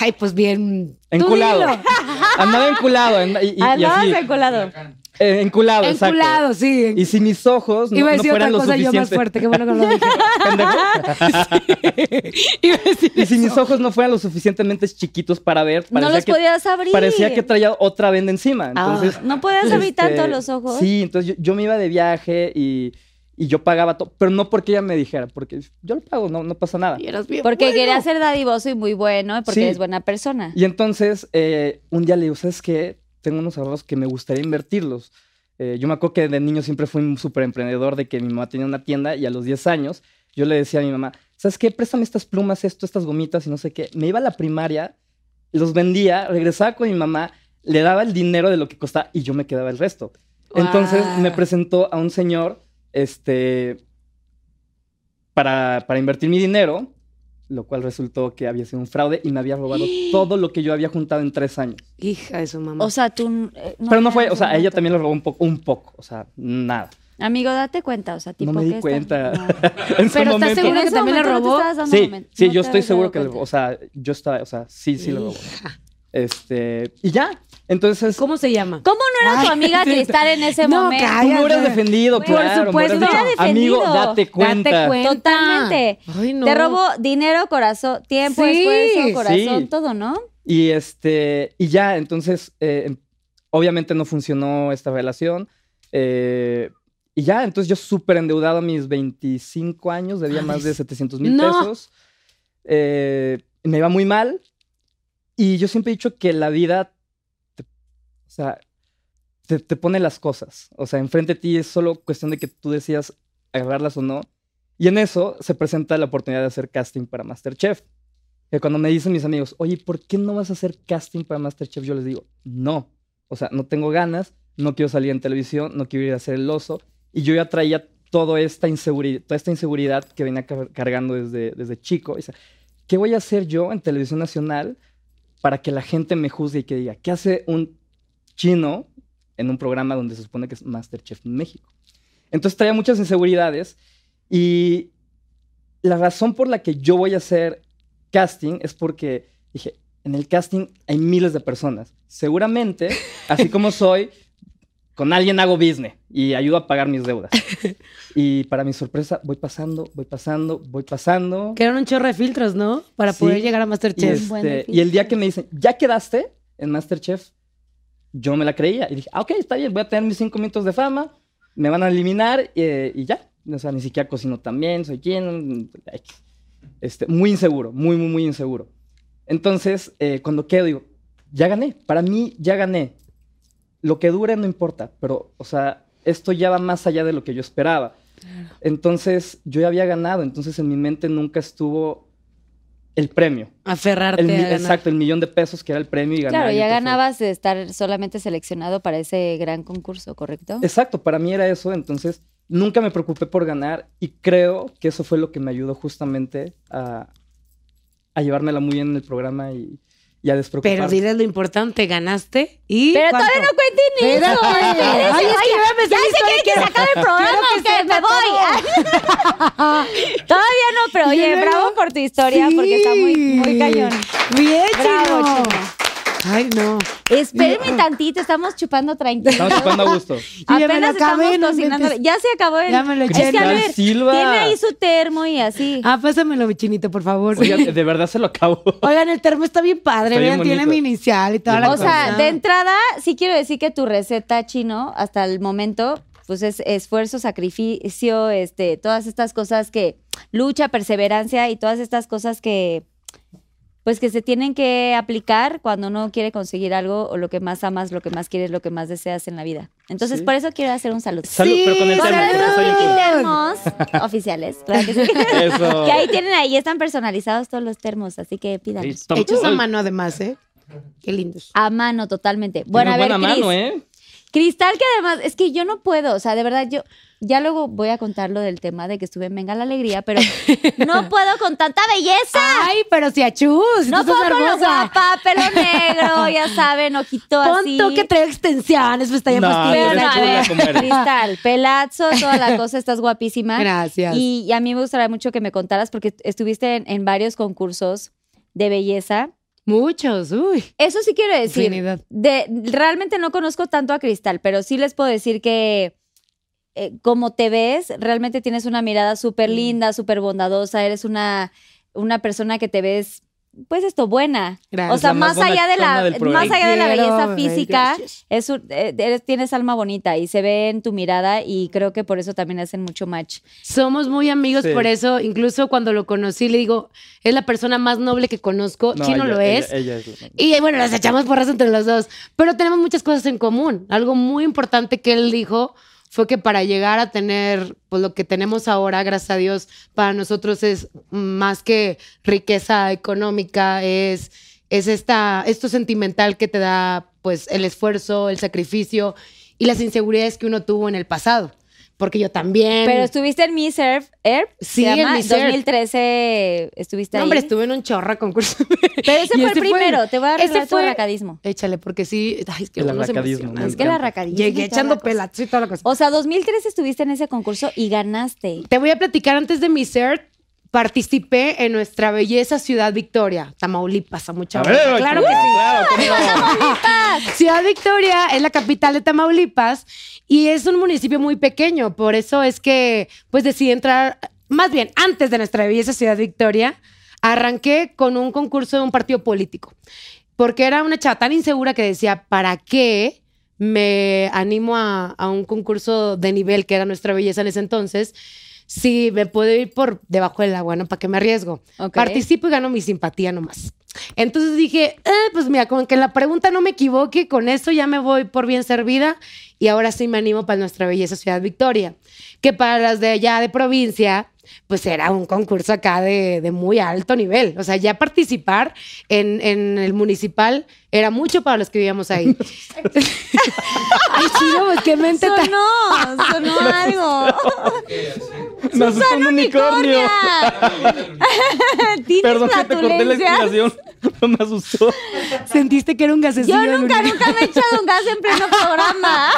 [SPEAKER 5] Ay, pues bien.
[SPEAKER 4] enculado.
[SPEAKER 5] dilo.
[SPEAKER 4] Andaba enculado. en- y- y- y
[SPEAKER 1] Andabas
[SPEAKER 4] así.
[SPEAKER 1] enculado.
[SPEAKER 4] Eh, enculado, exacto.
[SPEAKER 5] Enculado, sí.
[SPEAKER 4] Y si mis ojos no,
[SPEAKER 5] Iba a
[SPEAKER 4] no
[SPEAKER 5] decir
[SPEAKER 4] fueran
[SPEAKER 5] otra
[SPEAKER 4] lo
[SPEAKER 5] cosa yo más
[SPEAKER 4] suficiente,
[SPEAKER 5] fuerte, qué bueno que no lo dije.
[SPEAKER 4] pendejo,
[SPEAKER 5] Iba a decir
[SPEAKER 4] y si mis
[SPEAKER 5] eso.
[SPEAKER 4] ojos no fueran lo suficientemente chiquitos para ver,
[SPEAKER 1] No
[SPEAKER 4] parecía,
[SPEAKER 1] los
[SPEAKER 4] que,
[SPEAKER 1] podías abrir.
[SPEAKER 4] parecía que traía otra venda encima.
[SPEAKER 5] Ah,
[SPEAKER 4] Entonces,
[SPEAKER 1] No podías
[SPEAKER 4] este,
[SPEAKER 1] abrir tanto los ojos.
[SPEAKER 4] Sí, entonces yo, yo me iba de viaje y, y yo pagaba todo, pero no porque ella me dijera, porque yo lo pago, no, no pasa nada.
[SPEAKER 5] Y eras bien
[SPEAKER 1] Porque
[SPEAKER 5] bueno.
[SPEAKER 1] quería ser dadivoso y muy bueno, y porque
[SPEAKER 4] Sí.
[SPEAKER 1] es buena persona.
[SPEAKER 4] Y entonces eh, un día le digo, ¿sabes qué? Tengo unos ahorros que me gustaría invertirlos. Eh, yo me acuerdo que de niño siempre fui un súper emprendedor, de que mi mamá tenía una tienda y a los 10 años yo le decía a mi mamá, ¿sabes qué? Préstame estas plumas, esto, estas gomitas y no sé qué. Me iba a la primaria, los vendía, regresaba con mi mamá, le daba el dinero de lo que costaba y yo me quedaba el resto. Entonces
[SPEAKER 5] Guau.
[SPEAKER 4] me presentó a un señor este, para, para invertir mi dinero, lo cual resultó que había sido un fraude y me había robado todo lo que yo había juntado en tres años.
[SPEAKER 5] Hija de su mamá.
[SPEAKER 1] O sea, tú. eh,
[SPEAKER 4] Pero no
[SPEAKER 1] eras
[SPEAKER 4] fue, o sea, a
[SPEAKER 1] un
[SPEAKER 4] ella
[SPEAKER 1] vato.
[SPEAKER 4] también le robó un poco, un poco, o sea, nada.
[SPEAKER 1] Amigo, date cuenta, o sea, tipo.
[SPEAKER 4] no me di
[SPEAKER 1] que esta-
[SPEAKER 4] cuenta.
[SPEAKER 1] No.
[SPEAKER 4] en su
[SPEAKER 5] Pero ¿estás
[SPEAKER 4] momento.
[SPEAKER 5] seguro?
[SPEAKER 1] En
[SPEAKER 5] que
[SPEAKER 1] ese
[SPEAKER 5] también
[SPEAKER 1] momento no te
[SPEAKER 5] le robó?
[SPEAKER 1] estabas dando
[SPEAKER 4] Sí,
[SPEAKER 1] momento,
[SPEAKER 4] sí,
[SPEAKER 1] no
[SPEAKER 4] yo
[SPEAKER 1] te
[SPEAKER 4] estoy
[SPEAKER 1] habías
[SPEAKER 4] seguro
[SPEAKER 1] dado
[SPEAKER 4] que le
[SPEAKER 1] cuenta.
[SPEAKER 4] robó, o sea, yo estaba, o sea, sí, sí le robó.
[SPEAKER 5] Hija.
[SPEAKER 4] Este, y ya, entonces,
[SPEAKER 5] ¿Cómo se llama?
[SPEAKER 1] ¿Cómo no era tu amiga Cristal en ese
[SPEAKER 5] No,
[SPEAKER 1] momento?
[SPEAKER 5] cállate.
[SPEAKER 4] tú me hubieras defendido,
[SPEAKER 1] Por
[SPEAKER 4] claro. me hubieras
[SPEAKER 5] supuesto.
[SPEAKER 4] dicho,
[SPEAKER 5] Me
[SPEAKER 1] hubiera
[SPEAKER 4] Amigo,
[SPEAKER 1] defendido.
[SPEAKER 4] date cuenta.
[SPEAKER 5] cuenta.
[SPEAKER 1] Totalmente.
[SPEAKER 5] Ay, no.
[SPEAKER 1] Te robó dinero, corazón, tiempo,
[SPEAKER 5] Sí.
[SPEAKER 1] esfuerzo, corazón,
[SPEAKER 4] Sí.
[SPEAKER 1] todo, ¿no?
[SPEAKER 4] Y este, y ya, entonces, eh, em- obviamente no funcionó esta relación. eh, y ya, entonces yo súper endeudado a mis 25 años, debía
[SPEAKER 5] Ay,
[SPEAKER 4] más de 700 mil
[SPEAKER 5] no.
[SPEAKER 4] pesos. eh, me iba muy mal. Y yo siempre he dicho que la vida, te- o sea, te, te pone las cosas. O sea, enfrente de ti es solo cuestión de que tú decidas agarrarlas o no. Y en eso se presenta la oportunidad de hacer casting para Masterchef. Que cuando me dicen mis amigos, oye, ¿por qué no vas a hacer casting para Masterchef? Yo les digo, no. O sea, no tengo ganas, no quiero salir en televisión, no quiero ir a hacer el oso. Y yo ya traía toda esta inseguridad, toda esta inseguridad que venía car- cargando desde, desde chico. O sea, ¿Qué voy a hacer yo en televisión nacional para que la gente me juzgue y que diga, ¿qué hace un chino en un programa donde se supone que es Masterchef México? Entonces traía muchas inseguridades y la razón por la que yo voy a hacer casting es porque dije, en el casting hay miles de personas. Seguramente, así como soy, con alguien hago business y ayudo a pagar mis deudas. Y para mi sorpresa, voy pasando, voy pasando, voy pasando.
[SPEAKER 5] Que eran un chorro de filtros, ¿no? Para
[SPEAKER 4] Sí.
[SPEAKER 5] poder llegar a
[SPEAKER 4] Y,
[SPEAKER 5] Masterchef.
[SPEAKER 4] este,
[SPEAKER 1] buen difícil.
[SPEAKER 4] y el día que me dicen, ¿ya quedaste en Masterchef? Yo no me la creía. Y dije, ah, ok, está bien, voy a tener mis cinco minutos de fama, me van a eliminar eh, y ya. O sea, ni siquiera cocino tan bien, soy quien. Este, muy inseguro, muy, muy, muy inseguro. Entonces, eh, cuando quedo, digo, ya gané. Para mí, ya gané. Lo que dure no importa, pero, o sea, esto ya va más allá de lo que yo esperaba. Entonces, yo ya había ganado, entonces en mi mente nunca estuvo el premio.
[SPEAKER 5] Aferrarte
[SPEAKER 4] El mi-
[SPEAKER 5] a ganar.
[SPEAKER 4] exacto, el millón de pesos que era el premio y ganar.
[SPEAKER 1] Claro,
[SPEAKER 4] y
[SPEAKER 1] ya
[SPEAKER 4] entonces-
[SPEAKER 1] ganabas de estar solamente seleccionado para ese gran concurso, ¿correcto?
[SPEAKER 4] Exacto, para mí era eso, entonces nunca me preocupé por ganar y creo que eso fue lo que me ayudó justamente a, a llevármela muy bien en el programa y, y a
[SPEAKER 5] Pero
[SPEAKER 4] despreocuparme.
[SPEAKER 5] diles lo importante, ganaste y
[SPEAKER 1] Pero
[SPEAKER 5] ¿cuánto?
[SPEAKER 1] todavía no cuenten
[SPEAKER 5] Espérate.
[SPEAKER 1] eso. espérense,
[SPEAKER 5] Ay, es que
[SPEAKER 1] oigan,
[SPEAKER 5] iba a empezar la
[SPEAKER 1] ya se
[SPEAKER 5] historia
[SPEAKER 1] quiere
[SPEAKER 5] y
[SPEAKER 1] que se
[SPEAKER 5] quiero-
[SPEAKER 1] acabe el programa,
[SPEAKER 5] quiero que
[SPEAKER 1] que, me
[SPEAKER 5] sepa
[SPEAKER 1] voy. todavía no, pero
[SPEAKER 5] Y
[SPEAKER 1] oye,
[SPEAKER 5] luego-
[SPEAKER 1] bravo por tu historia, porque está muy, muy
[SPEAKER 5] Sí.
[SPEAKER 1] cañón.
[SPEAKER 5] Bien,
[SPEAKER 1] Bravo,
[SPEAKER 5] chino.
[SPEAKER 1] Chino.
[SPEAKER 5] Ay, no.
[SPEAKER 3] Espérenme tantito, estamos chupando tranquilo.
[SPEAKER 4] Estamos chupando a gusto.
[SPEAKER 5] Yo ya me lo
[SPEAKER 3] Apenas
[SPEAKER 5] acabé, no
[SPEAKER 3] estamos cocinando.
[SPEAKER 5] inventes.
[SPEAKER 3] Ya se acabó el.
[SPEAKER 5] Ya me lo
[SPEAKER 3] es
[SPEAKER 5] eché,
[SPEAKER 3] que a
[SPEAKER 5] ¿no?
[SPEAKER 3] ver,
[SPEAKER 4] Silva.
[SPEAKER 3] tiene ahí su termo y así.
[SPEAKER 5] Ah, pásamelo, mi chinito, por favor.
[SPEAKER 4] Oiga, de verdad se lo acabo.
[SPEAKER 5] Oigan, el termo está bien padre.
[SPEAKER 4] Está bien
[SPEAKER 5] Vean, tiene
[SPEAKER 4] bonito.
[SPEAKER 5] mi inicial y toda la
[SPEAKER 3] o sea,
[SPEAKER 5] cosa.
[SPEAKER 3] de entrada, sí quiero decir que tu receta chino, hasta el momento, pues es esfuerzo, sacrificio, este, todas estas cosas que. Lucha, perseverancia y todas estas cosas que. Pues que se tienen que aplicar cuando uno quiere conseguir algo o lo que más amas, lo que más quieres, lo que más deseas en la vida. Entonces,
[SPEAKER 4] Sí.
[SPEAKER 3] por eso quiero hacer un saludo.
[SPEAKER 4] Salud, pero con el
[SPEAKER 5] Sí,
[SPEAKER 3] Con
[SPEAKER 4] termo.
[SPEAKER 5] salud.
[SPEAKER 4] pero soy el que-
[SPEAKER 3] termos oficiales, claro que sí.
[SPEAKER 4] Eso.
[SPEAKER 3] Que ahí tienen, ahí están personalizados todos los termos, así que pidan.
[SPEAKER 4] Sí, toma.
[SPEAKER 5] Hechos a
[SPEAKER 4] Uy,
[SPEAKER 5] mano, además, ¿eh? Qué lindos.
[SPEAKER 3] A mano, totalmente.
[SPEAKER 4] tiene
[SPEAKER 3] Bueno, a ver,
[SPEAKER 4] buena
[SPEAKER 3] Cris.
[SPEAKER 4] mano, ¿eh?
[SPEAKER 3] Cristal, que además, es que yo no puedo, o sea, de verdad, yo ya luego voy a contar lo del tema de que estuve en Venga la Alegría, pero no puedo con tanta belleza.
[SPEAKER 5] Ay, pero si achus,
[SPEAKER 3] Ah. No
[SPEAKER 5] no
[SPEAKER 3] puedo
[SPEAKER 5] sos
[SPEAKER 3] con lo
[SPEAKER 5] hermosa.
[SPEAKER 3] guapa, pelo negro, ya saben, ojito así.
[SPEAKER 5] Ponto que trae extensiones, pestaña
[SPEAKER 4] No,
[SPEAKER 5] pastilla.
[SPEAKER 3] Pero,
[SPEAKER 4] Eres
[SPEAKER 3] a
[SPEAKER 4] chula
[SPEAKER 3] ver,
[SPEAKER 4] como eres.
[SPEAKER 3] Cristal, pelazo, toda la cosa, estás guapísima.
[SPEAKER 5] Gracias.
[SPEAKER 3] Y, y a mí me gustaría mucho que me contaras, porque estuviste en, en varios concursos de belleza.
[SPEAKER 5] Muchos, uy.
[SPEAKER 3] Eso sí quiero decir.
[SPEAKER 5] Infinidad.
[SPEAKER 3] De, realmente no conozco tanto a Cristal, pero sí les puedo decir que eh, como te ves, realmente tienes una mirada súper
[SPEAKER 5] Mm.
[SPEAKER 3] linda, súper bondadosa. Eres una, una persona que te ves, pues esto, buena.
[SPEAKER 5] Gracias.
[SPEAKER 3] O sea,
[SPEAKER 4] La más
[SPEAKER 3] más, allá de
[SPEAKER 4] bonachona del
[SPEAKER 3] la,
[SPEAKER 4] programa.
[SPEAKER 3] más allá de la
[SPEAKER 5] Quiero,
[SPEAKER 3] belleza
[SPEAKER 5] bebé,
[SPEAKER 3] física,
[SPEAKER 5] gracias.
[SPEAKER 3] es un- eh, eres- tienes alma bonita y se ve en tu mirada y creo que por eso también hacen mucho match.
[SPEAKER 5] Somos muy amigos,
[SPEAKER 4] Sí.
[SPEAKER 5] por eso, incluso cuando lo conocí, le digo, es la persona más noble que conozco.
[SPEAKER 4] No,
[SPEAKER 5] Chino
[SPEAKER 4] ella-
[SPEAKER 5] lo
[SPEAKER 4] ella-
[SPEAKER 5] es.
[SPEAKER 4] ella es la-
[SPEAKER 5] Y bueno, nos echamos porras entre los dos. Pero tenemos muchas cosas en común. Algo muy importante que él dijo fue que para llegar a tener pues, lo que tenemos ahora, gracias a Dios, para nosotros es más que riqueza económica, es, es esta, esto sentimental que te da pues el esfuerzo, el sacrificio y las inseguridades que uno tuvo en el pasado. Porque yo también.
[SPEAKER 3] Pero estuviste en Mi Surf Air,
[SPEAKER 5] Sí,
[SPEAKER 3] se
[SPEAKER 5] en
[SPEAKER 3] llama,
[SPEAKER 5] Miss Earth.
[SPEAKER 3] 2013 estuviste
[SPEAKER 5] No,
[SPEAKER 3] ahí.
[SPEAKER 5] hombre, estuve en un chorro concurso.
[SPEAKER 3] Pero ese
[SPEAKER 5] Y
[SPEAKER 3] fue el primero, te voy a
[SPEAKER 5] ese
[SPEAKER 3] arreglar tu
[SPEAKER 5] fue-
[SPEAKER 3] arracadismo.
[SPEAKER 5] Échale, porque sí. Ay, es que
[SPEAKER 4] El
[SPEAKER 5] luego se
[SPEAKER 4] arracadismo,
[SPEAKER 5] emociona.
[SPEAKER 4] me
[SPEAKER 3] Es que la
[SPEAKER 4] encanta.
[SPEAKER 3] racadismo.
[SPEAKER 5] Llegué
[SPEAKER 3] y toda
[SPEAKER 5] echando
[SPEAKER 3] la cosa.
[SPEAKER 5] pelazo y toda la cosa.
[SPEAKER 3] O sea, 2013 estuviste en ese concurso y ganaste.
[SPEAKER 5] Te voy a platicar antes de mi cert. Participé en nuestra belleza ciudad Victoria, Tamaulipas, a mucha
[SPEAKER 4] A
[SPEAKER 5] honra.
[SPEAKER 4] ver,
[SPEAKER 5] Claro que
[SPEAKER 4] chula,
[SPEAKER 5] sí.
[SPEAKER 4] claro, ¿cómo no?
[SPEAKER 5] Ciudad Victoria es la capital de Tamaulipas y es un municipio muy pequeño, por eso es que pues decidí entrar, más bien antes de nuestra belleza Ciudad Victoria, arranqué con un concurso de un partido político, porque era una chava tan insegura que decía, ¿para qué me animo a, a un concurso de nivel que era nuestra belleza en ese entonces? Si me puedo ir por debajo del agua, ¿no? ¿Para qué me arriesgo?
[SPEAKER 3] Ok.
[SPEAKER 5] Participo y gano mi simpatía nomás. Entonces dije, "Eh, pues mira, con que la pregunta no me equivoque, con eso ya me voy por bien servida y ahora sí me animo para nuestra belleza Ciudad Victoria, que para las de allá de provincia, pues era un concurso acá de, de muy alto nivel. O sea, ya participar en, en el municipal era mucho para los que vivíamos ahí. Ay, chino, pues qué mente tan...
[SPEAKER 3] Sonó, sonó algo.
[SPEAKER 4] Me asustó un unicornio.
[SPEAKER 3] ¿Tienes
[SPEAKER 4] Perdón que te corté la
[SPEAKER 3] flatulencias?
[SPEAKER 4] explicación. No me asustó.
[SPEAKER 5] Sentiste que era un gasecillo.
[SPEAKER 3] Yo
[SPEAKER 5] del
[SPEAKER 3] nunca,
[SPEAKER 5] universo.
[SPEAKER 3] nunca me he echado un gas en pleno programa.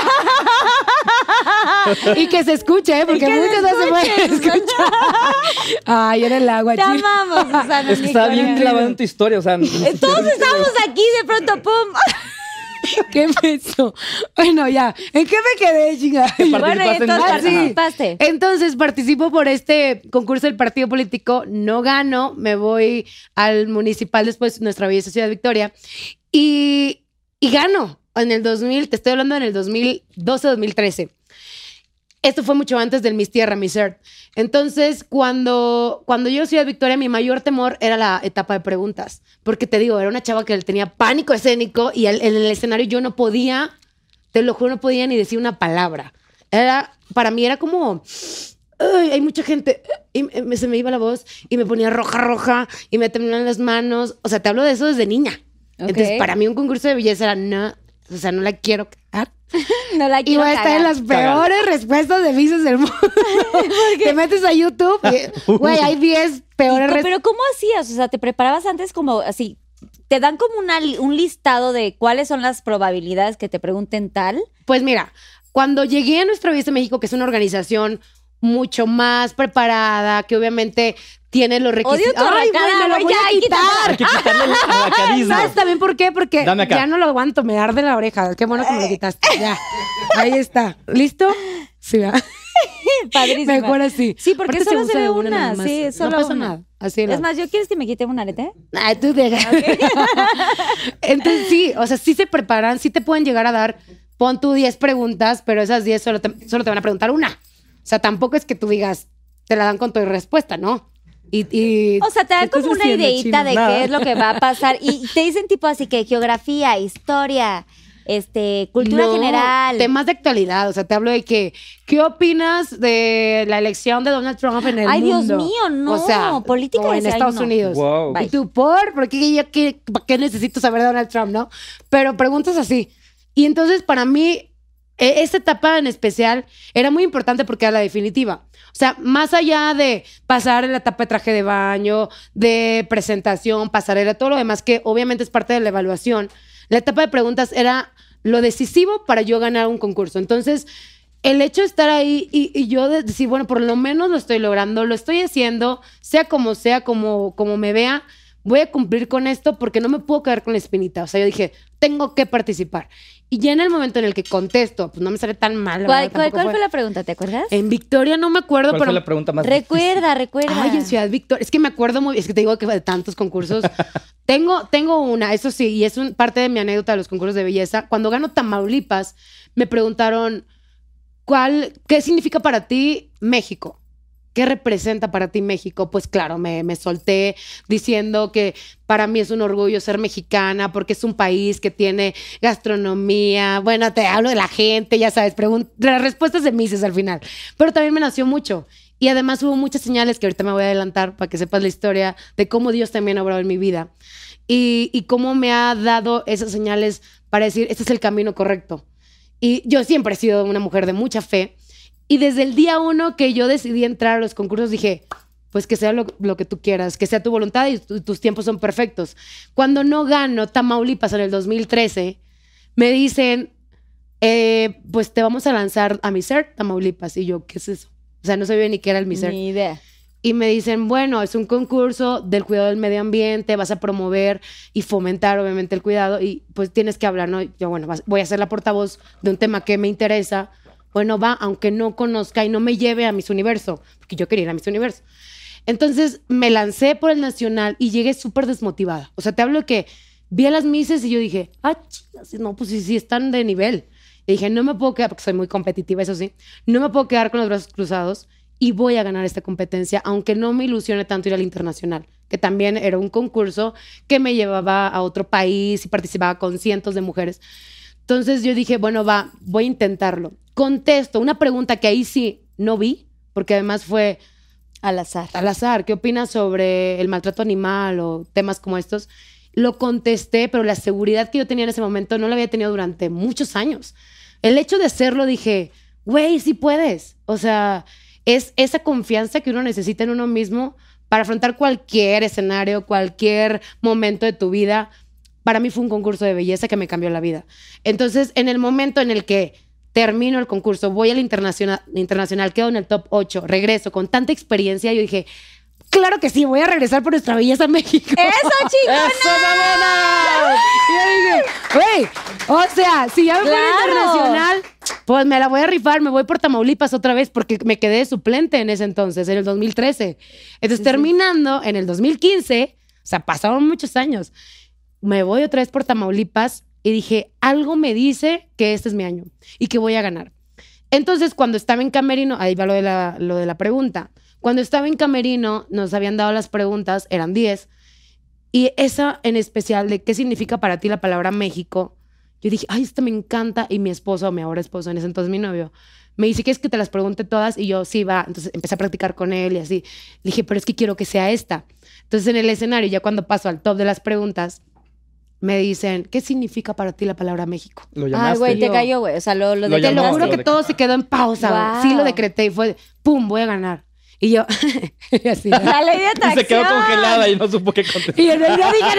[SPEAKER 5] Y que se escuche, ¿eh? porque
[SPEAKER 3] que se
[SPEAKER 5] muchos no se pueden
[SPEAKER 3] escuche,
[SPEAKER 5] escuchar. Ay, era el agua,
[SPEAKER 3] Te
[SPEAKER 5] chino.
[SPEAKER 3] amamos, Susana.
[SPEAKER 4] Es que estaba
[SPEAKER 3] Nicole.
[SPEAKER 4] bien clavada en tu historia, o sea. ni siquiera-
[SPEAKER 3] Todos estamos aquí de pronto, pum.
[SPEAKER 5] ¿Qué peso? Bueno, ya. ¿En qué me quedé, chinga?
[SPEAKER 3] Bueno, y
[SPEAKER 4] Participaste
[SPEAKER 3] entonces
[SPEAKER 4] en-
[SPEAKER 5] Ah, sí.
[SPEAKER 3] participaste.
[SPEAKER 5] Entonces participo por este concurso del partido político, no gano, me voy al municipal después, nuestra belleza Ciudad Victoria, y, y gano en el 2000, te estoy hablando en el 2012-2013. Esto fue mucho antes del Miss Tierra, Miss Earth. Entonces, cuando, cuando yo a Ciudad Victoria, mi mayor temor era la etapa de preguntas. Porque te digo, era una chava que le tenía pánico escénico y al- en el escenario yo no podía, te lo juro, no podía ni decir una palabra. Era, para mí era como, "Ay, hay mucha gente. Y me- se me iba la voz y me ponía roja, roja y me temblaban las manos. O sea, te hablo de eso desde niña.
[SPEAKER 3] Ok.
[SPEAKER 5] Entonces, para mí un concurso de belleza era, no, o sea, no la quiero Ah, cagar.
[SPEAKER 3] No la
[SPEAKER 5] Y
[SPEAKER 3] quiero
[SPEAKER 5] voy a estar en
[SPEAKER 3] cagar.
[SPEAKER 5] las peores respuestas de Mises del mundo. Te metes a YouTube y, güey, hay 10 peores
[SPEAKER 3] ¿Y co-
[SPEAKER 5] respuestas.
[SPEAKER 3] Pero ¿cómo hacías? O sea, ¿te preparabas antes como así? ¿Te dan como una li- un listado de cuáles son las probabilidades que te pregunten tal?
[SPEAKER 5] Pues mira, cuando llegué a Nuestra Belleza México, que es una organización mucho más preparada, que obviamente tiene los requisitos.
[SPEAKER 3] Odio tu
[SPEAKER 5] Ay,
[SPEAKER 3] arracada,
[SPEAKER 5] güey, me lo
[SPEAKER 3] güey,
[SPEAKER 5] voy
[SPEAKER 3] ya,
[SPEAKER 5] a
[SPEAKER 3] ahí,
[SPEAKER 5] quitar.
[SPEAKER 4] Hay que quitarle el abacadismo.
[SPEAKER 5] ¿Sabes también por qué? Porque
[SPEAKER 4] Dame acá.
[SPEAKER 5] ya no lo aguanto, me arde la oreja. Qué bueno que
[SPEAKER 3] Eh.
[SPEAKER 5] me lo quitaste. Ya. Ahí está. ¿Listo? Sí, va.
[SPEAKER 3] Padrísima.
[SPEAKER 5] Mejor así.
[SPEAKER 3] Sí, porque
[SPEAKER 5] Aparte
[SPEAKER 3] solo
[SPEAKER 5] usa
[SPEAKER 3] se ve
[SPEAKER 5] de
[SPEAKER 3] una.
[SPEAKER 5] nada más.
[SPEAKER 3] Sí, solo
[SPEAKER 5] No pasa
[SPEAKER 3] una.
[SPEAKER 5] nada. Así de
[SPEAKER 3] Es
[SPEAKER 5] lado.
[SPEAKER 3] más, ¿yo quieres que me quite un arete?
[SPEAKER 5] Ay, tú deja. Entonces, sí, o sea, sí se preparan, sí te pueden llegar a dar, pon tú 10 preguntas, pero esas 10 solo te, solo te van a preguntar una. O sea, tampoco es que tú digas, te la dan con tu respuesta, ¿no? Y, y-
[SPEAKER 3] O sea, te dan
[SPEAKER 5] ¿qué estás
[SPEAKER 3] como una
[SPEAKER 5] haciendo,
[SPEAKER 3] ideita
[SPEAKER 5] chino?
[SPEAKER 3] de
[SPEAKER 4] Nada.
[SPEAKER 3] qué es lo que va a pasar. Y te dicen tipo así que geografía, historia, este, cultura
[SPEAKER 5] No,
[SPEAKER 3] general.
[SPEAKER 5] Temas de actualidad, o sea, te hablo de que, ¿qué opinas de la elección de Donald Trump en el
[SPEAKER 3] Ay, Dios
[SPEAKER 5] mundo?
[SPEAKER 3] mío, no,
[SPEAKER 5] O sea,
[SPEAKER 3] política
[SPEAKER 5] o
[SPEAKER 3] de
[SPEAKER 5] en
[SPEAKER 3] ese, ay,
[SPEAKER 5] Estados
[SPEAKER 3] no.
[SPEAKER 5] Unidos.
[SPEAKER 4] Wow.
[SPEAKER 3] Bye.
[SPEAKER 5] ¿Y tú por? ¿Por qué, yo qué, pa' qué necesito saber de Donald Trump, no? Pero preguntas así. Y entonces, para mí, e- esta etapa en especial era muy importante porque era la definitiva. O sea, más allá de pasar en la etapa de traje de baño, de presentación, pasarela, todo lo demás que obviamente es parte de la evaluación, la etapa de preguntas era lo decisivo para yo ganar un concurso. Entonces, el hecho de estar ahí y, y yo de- decir, bueno, por lo menos lo estoy logrando, lo estoy haciendo, sea como sea, como, como me vea, voy a cumplir con esto porque no me puedo quedar con la espinita. O sea, yo dije, tengo que participar. Y ya en el momento en el que contesto, pues no me sale tan mal. la
[SPEAKER 3] ¿Cuál,
[SPEAKER 5] verdad,
[SPEAKER 3] cuál-
[SPEAKER 5] tampoco Eh,
[SPEAKER 3] cuál fue la pregunta? ¿Te acuerdas?
[SPEAKER 5] En Victoria no me acuerdo,
[SPEAKER 4] ¿Cuál
[SPEAKER 5] pero...
[SPEAKER 4] fue la pregunta más
[SPEAKER 3] Recuerda, recuerda.
[SPEAKER 5] Ay, en Ciudad Victoria. Es que me acuerdo muy Es que te digo que de tantos concursos. tengo, tengo una, eso sí, y es un- parte de mi anécdota de los concursos de belleza. Cuando gano Tamaulipas, me preguntaron, ¿cuál, ¿qué significa para ti México? ¿Qué representa para ti México? Pues claro, me, me solté diciendo que para mí es un orgullo ser mexicana porque es un país que tiene gastronomía. Bueno, te hablo de la gente, ya sabes, pregun- las respuestas de Mises al final. Pero también me nació mucho. Y además hubo muchas señales que ahorita me voy a adelantar para que sepas la historia de cómo Dios también ha obrado en mi vida y, y cómo me ha dado esas señales para decir, este es el camino correcto. Y yo siempre he sido una mujer de mucha fe. Y desde el día uno que yo decidí entrar a los concursos, dije, pues que sea lo, lo que tú quieras, que sea tu voluntad y tu- tus tiempos son perfectos. Cuando no gano Tamaulipas en el 2013, me dicen, eh, pues te vamos a lanzar a Miser Tamaulipas. Y yo, ¿qué es eso? O sea, no sabía ni qué era el Miser
[SPEAKER 3] Ni idea.
[SPEAKER 5] y me dicen, bueno, es un concurso del cuidado del medio ambiente, vas a promover y fomentar obviamente el cuidado y pues tienes que hablar, ¿no? Yo, bueno, vas- voy a ser la portavoz de un tema que me interesa. Bueno, va, aunque no conozca y no me lleve a mis universo, porque yo quería ir a mis universo. Entonces me lancé por el nacional y llegué súper desmotivada. O sea, te hablo de que vi a las mises y yo dije, ah, chicas, no, pues sí, sí están de nivel. Y dije, no me puedo quedar, porque soy muy competitiva, eso sí, no me puedo quedar con los brazos cruzados y voy a ganar esta competencia, aunque no me ilusione tanto ir al internacional, que también era un concurso que me llevaba a otro país y participaba con cientos de mujeres. Entonces yo dije, bueno, va, voy a intentarlo. Contesto una pregunta que ahí sí no vi, porque además fue,
[SPEAKER 3] Al azar.
[SPEAKER 5] al azar, ¿qué opinas sobre el maltrato animal o temas como estos? Lo contesté, pero la seguridad que yo tenía en ese momento no la había tenido durante muchos años. El hecho de hacerlo dije, güey, sí puedes. O sea, es esa confianza que uno necesita en uno mismo para afrontar cualquier escenario, cualquier momento de tu vida. Para mí fue un concurso de belleza que me cambió la vida. Entonces, en el momento en el que termino el concurso, voy al internacional, internacional quedo en el top 8, regreso con tanta experiencia, yo dije, claro que sí, voy a regresar por nuestra belleza a México.
[SPEAKER 3] ¡Eso, chicos!
[SPEAKER 4] ¡Eso, mamona!
[SPEAKER 5] Y yo dije, güey, o sea, si ya me voy
[SPEAKER 3] Claro.
[SPEAKER 5] al internacional, pues me la voy a rifar, me voy por Tamaulipas otra vez porque me quedé de suplente en ese entonces, en el 2013. Entonces, terminando en el 2015, o sea, pasaron muchos años, me voy otra vez por Tamaulipas y dije, algo me dice que este es mi año y que voy a ganar. Entonces, cuando estaba en Camerino, ahí va lo de la, lo de la pregunta. Cuando estaba en Camerino, nos habían dado las preguntas, eran 10. Y esa en especial de qué significa para ti la palabra México, yo dije, ay, esto me encanta. Y mi esposo, mi ahora esposo, en ese entonces mi novio, me dice, ¿quieres que te las pregunte todas? Y yo, sí, va. Entonces empecé a practicar con él y así. Le dije, pero es que quiero que sea esta. Entonces en el escenario, ya cuando paso al top de las preguntas, me dicen, ¿qué significa para ti la palabra México?
[SPEAKER 4] Lo
[SPEAKER 3] Ay,
[SPEAKER 4] llamaste.
[SPEAKER 3] güey, te
[SPEAKER 5] Yo.
[SPEAKER 3] cayó, güey. O sea, lo, lo,
[SPEAKER 4] Lo
[SPEAKER 5] Te
[SPEAKER 3] detectaste.
[SPEAKER 5] lo
[SPEAKER 4] llamó.
[SPEAKER 5] juro
[SPEAKER 4] Lo
[SPEAKER 5] que todo se quedó en pausa. güey. Sí
[SPEAKER 3] Wow.
[SPEAKER 5] lo decreté y fue, ¡pum! Voy a ganar. Y yo, y así.
[SPEAKER 3] La ley de
[SPEAKER 4] y
[SPEAKER 3] atracción.
[SPEAKER 4] se quedó congelada y no supo qué contestar.
[SPEAKER 5] Y yo no, no dije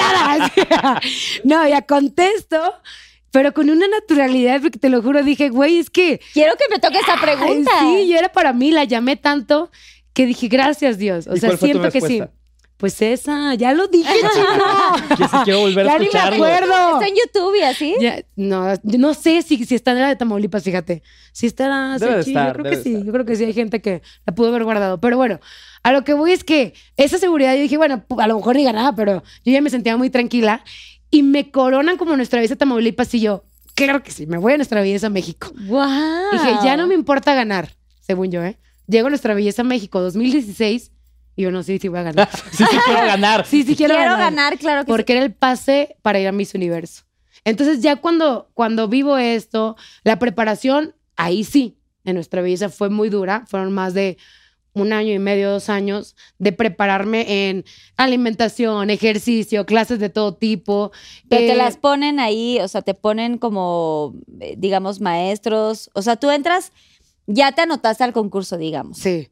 [SPEAKER 5] nada. No, ya contesto, pero con una naturalidad, porque te lo juro, dije, güey, es que
[SPEAKER 3] Quiero que me toque esa pregunta.
[SPEAKER 5] Ay, sí, yo era para mí, la llamé tanto que dije, gracias Dios. O
[SPEAKER 4] ¿Y
[SPEAKER 5] sea,
[SPEAKER 4] cuál fue tu
[SPEAKER 5] siento que sí.
[SPEAKER 4] respuesta?
[SPEAKER 5] Pues esa, ya lo dije, chico.
[SPEAKER 4] Yo sí quiero volver a
[SPEAKER 5] ya ni me
[SPEAKER 4] escucharlo.
[SPEAKER 5] acuerdo.
[SPEAKER 3] Está en YouTube y así.
[SPEAKER 5] Ya, no, no sé si, si está en la de Tamaulipas, fíjate. Si estará
[SPEAKER 4] Debe de
[SPEAKER 5] sí,
[SPEAKER 4] estar,
[SPEAKER 5] yo creo
[SPEAKER 4] debe
[SPEAKER 5] que
[SPEAKER 4] de
[SPEAKER 5] sí,
[SPEAKER 4] estar.
[SPEAKER 5] yo creo que sí hay gente que la pudo haber guardado. Pero bueno, a lo que voy es que esa seguridad, yo dije, bueno, pu- a lo mejor ni ganaba, pero yo ya me sentía muy tranquila. Y me coronan como nuestra belleza Tamaulipas y yo, claro que sí, me voy a nuestra belleza México.
[SPEAKER 3] Wow.
[SPEAKER 5] Dije, ya
[SPEAKER 3] Ah.
[SPEAKER 5] no me importa ganar, según yo, ¿eh? Llego a nuestra belleza México 2016 y yo no sé si voy a ganar.
[SPEAKER 4] Sí, sí quiero ganar.
[SPEAKER 5] sí, sí
[SPEAKER 3] Quiero,
[SPEAKER 5] quiero,
[SPEAKER 3] ganar. claro que
[SPEAKER 5] porque era el pase para ir a Miss Universo. Entonces ya cuando, cuando vivo esto, la preparación, ahí sí, en nuestra belleza fue muy dura, fueron más de un año y medio, dos años de prepararme en alimentación, ejercicio, clases de todo tipo.
[SPEAKER 3] sí. Pero
[SPEAKER 5] Eh,
[SPEAKER 3] te las ponen ahí, o sea, te ponen como, eh, digamos, maestros. O sea, tú entras, ya te anotaste al concurso, digamos.
[SPEAKER 5] Sí.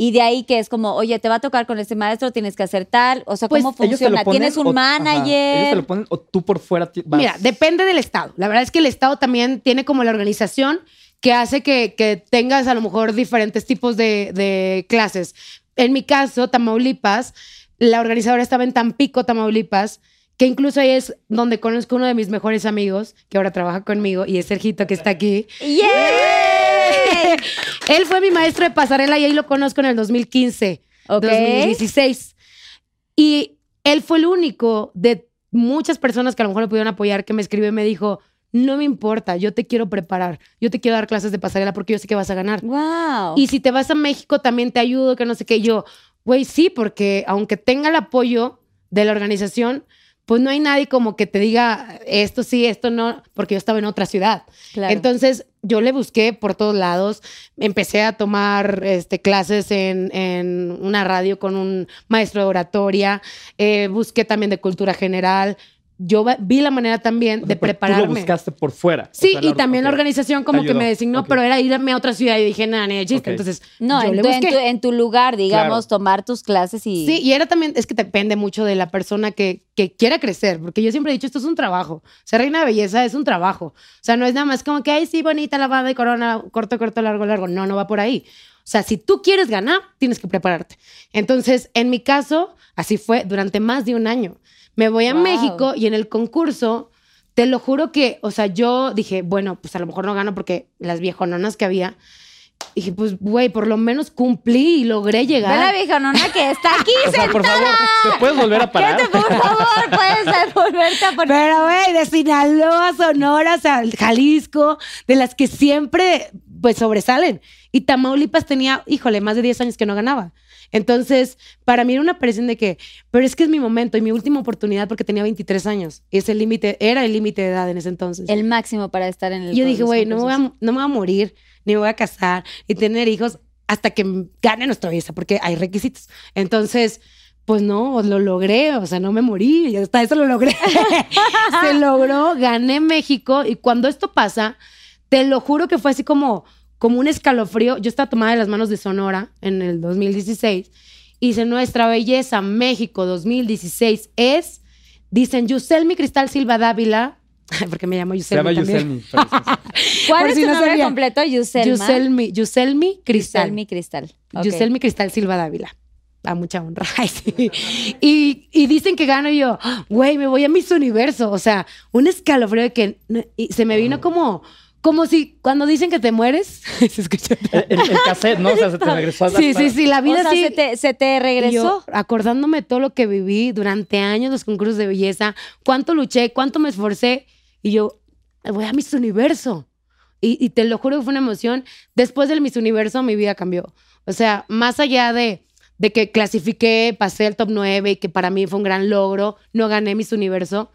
[SPEAKER 3] Y de ahí que es como, oye, te va a tocar con este maestro, tienes que hacer tal. O sea,
[SPEAKER 5] Pues,
[SPEAKER 3] ¿cómo
[SPEAKER 4] Ellos te lo
[SPEAKER 3] funciona?
[SPEAKER 4] ponen
[SPEAKER 3] ¿Tienes un
[SPEAKER 4] o- ajá, ellos te
[SPEAKER 3] manager?
[SPEAKER 4] lo ponen o tú por fuera ti- vas.
[SPEAKER 5] Mira, depende del estado. La verdad es que el estado también tiene como la organización que hace que, que tengas a lo mejor diferentes tipos de, de clases. En mi caso, Tamaulipas, la organizadora estaba en Tampico, Tamaulipas, que incluso ahí es donde conozco uno de mis mejores amigos, que ahora trabaja conmigo, y es Sergito, que está aquí.
[SPEAKER 3] ¡Yay!
[SPEAKER 5] Él fue mi maestro de pasarela y ahí lo conozco en el 2015,
[SPEAKER 3] Ok.
[SPEAKER 5] 2016. Y él fue el único de muchas personas que a lo mejor me pudieron apoyar que me escribió y me dijo, no me importa, yo te quiero preparar, yo te quiero dar clases de pasarela porque yo sé que vas a ganar.
[SPEAKER 3] ¡Wow!
[SPEAKER 5] Y si te vas a México también te ayudo, que no sé qué. Y Yo, güey, sí, porque aunque tenga el apoyo de la organización, pues no hay nadie como que te diga esto sí, esto no, porque yo estaba en otra ciudad.
[SPEAKER 3] claro.
[SPEAKER 5] Entonces yo le busqué por todos lados, empecé a tomar este, clases en, en una radio con un maestro de oratoria, eh, busqué también de cultura general, yo va- vi la manera también
[SPEAKER 4] O sea,
[SPEAKER 5] de
[SPEAKER 4] pero
[SPEAKER 5] prepararme.
[SPEAKER 4] Tú lo buscaste por fuera.
[SPEAKER 5] Sí,
[SPEAKER 4] O sea, la-
[SPEAKER 5] y también la
[SPEAKER 4] ok.
[SPEAKER 5] organización como
[SPEAKER 4] Te
[SPEAKER 5] que me
[SPEAKER 4] ayudó.
[SPEAKER 5] designó,
[SPEAKER 4] Ok.
[SPEAKER 5] pero era irme a otra ciudad y dije, nada, ni de chiste.
[SPEAKER 4] Ok.
[SPEAKER 5] Entonces,
[SPEAKER 3] No,
[SPEAKER 5] yo
[SPEAKER 3] en
[SPEAKER 5] le
[SPEAKER 3] tu, en
[SPEAKER 5] busqué.
[SPEAKER 3] tu- en tu lugar, digamos, tomar tus clases y.
[SPEAKER 5] Sí, y era también, es que depende mucho de la persona que, que quiera crecer, porque yo siempre he dicho, esto es un trabajo. O sea, reina de belleza es un trabajo. O sea, no es nada más como que, ay, sí, bonita, lavada de corona, corto, corto, largo, largo. No, no va por ahí. O sea, si tú quieres ganar, tienes que prepararte. Entonces, en mi caso, así fue durante más de un año. Me voy a
[SPEAKER 3] Wow.
[SPEAKER 5] México y en el concurso, te lo juro que, o sea, yo dije, bueno, pues a lo mejor no gano porque las viejononas que había, dije, pues, güey, por lo menos cumplí y logré
[SPEAKER 3] Ve la
[SPEAKER 5] llegar.
[SPEAKER 3] vieja nona que está aquí
[SPEAKER 4] O sea, Ah, por favor, ¿te puedes volver a parar?
[SPEAKER 3] Por favor, puedes volverte a poner.
[SPEAKER 5] Pero, güey, de Sinaloa, Sonora, Sal- Jalisco, de las que siempre, pues, sobresalen. Y Tamaulipas tenía, híjole, más de 10 años que no ganaba. Entonces, para mí era una presión de que, pero es que es mi momento y mi última oportunidad porque tenía 23 años. Y ese límite, era el límite de edad en ese entonces.
[SPEAKER 3] El máximo para estar en el.
[SPEAKER 5] Y yo dije,
[SPEAKER 3] los
[SPEAKER 5] güey, no, me voy a-
[SPEAKER 3] concursos.
[SPEAKER 5] no me voy a morir, ni me voy a casar, ni tener hijos hasta que gane nuestra belleza, porque hay requisitos. Entonces, pues no, lo logré, o sea, no me morí, y hasta eso lo logré. Se logró, gané México, y cuando esto pasa, te lo juro que fue así como, como un escalofrío. Yo estaba tomada de las manos de Sonora en el 2016. Hice Nuestra Belleza México 2016 es, dicen Yuselmi Cristal Silva Dávila, porque me llamo
[SPEAKER 4] Se llama
[SPEAKER 5] Yuselmi también.
[SPEAKER 4] Yuselmi. perdón.
[SPEAKER 3] ¿Cuál
[SPEAKER 5] por
[SPEAKER 3] es
[SPEAKER 5] si
[SPEAKER 3] tu
[SPEAKER 5] no
[SPEAKER 3] nombre
[SPEAKER 5] sabía.
[SPEAKER 3] completo? Yuselma.
[SPEAKER 5] Yuselmi, Yuselmi Cristal.
[SPEAKER 3] Yuselmi Cristal. Ok.
[SPEAKER 5] Yuselmi Cristal Silva Dávila. A mucha honra. Ay, sí. y, y dicen que gano y yo, ¡ah! güey, me voy a Miss Universo. O sea, un escalofrío de que no- y se me vino como, como si cuando dicen que te mueres, se escucha.
[SPEAKER 4] El, el- el cassette, ¿no? O sea, se te regresó a la
[SPEAKER 5] Sí, sí, sí, la vida
[SPEAKER 3] O sea,
[SPEAKER 5] sí.
[SPEAKER 3] se, te, se te
[SPEAKER 5] Y yo,
[SPEAKER 3] regresó.
[SPEAKER 5] acordándome todo lo que viví durante años, los concursos de belleza, cuánto luché, cuánto me esforcé. Y yo, voy a Miss Universo. Y, y te lo juro que fue una emoción. Después del Miss Universo, mi vida cambió. O sea, más allá de, de que clasifiqué, pasé el top 9 y que para mí fue un gran logro, no gané Miss Universo,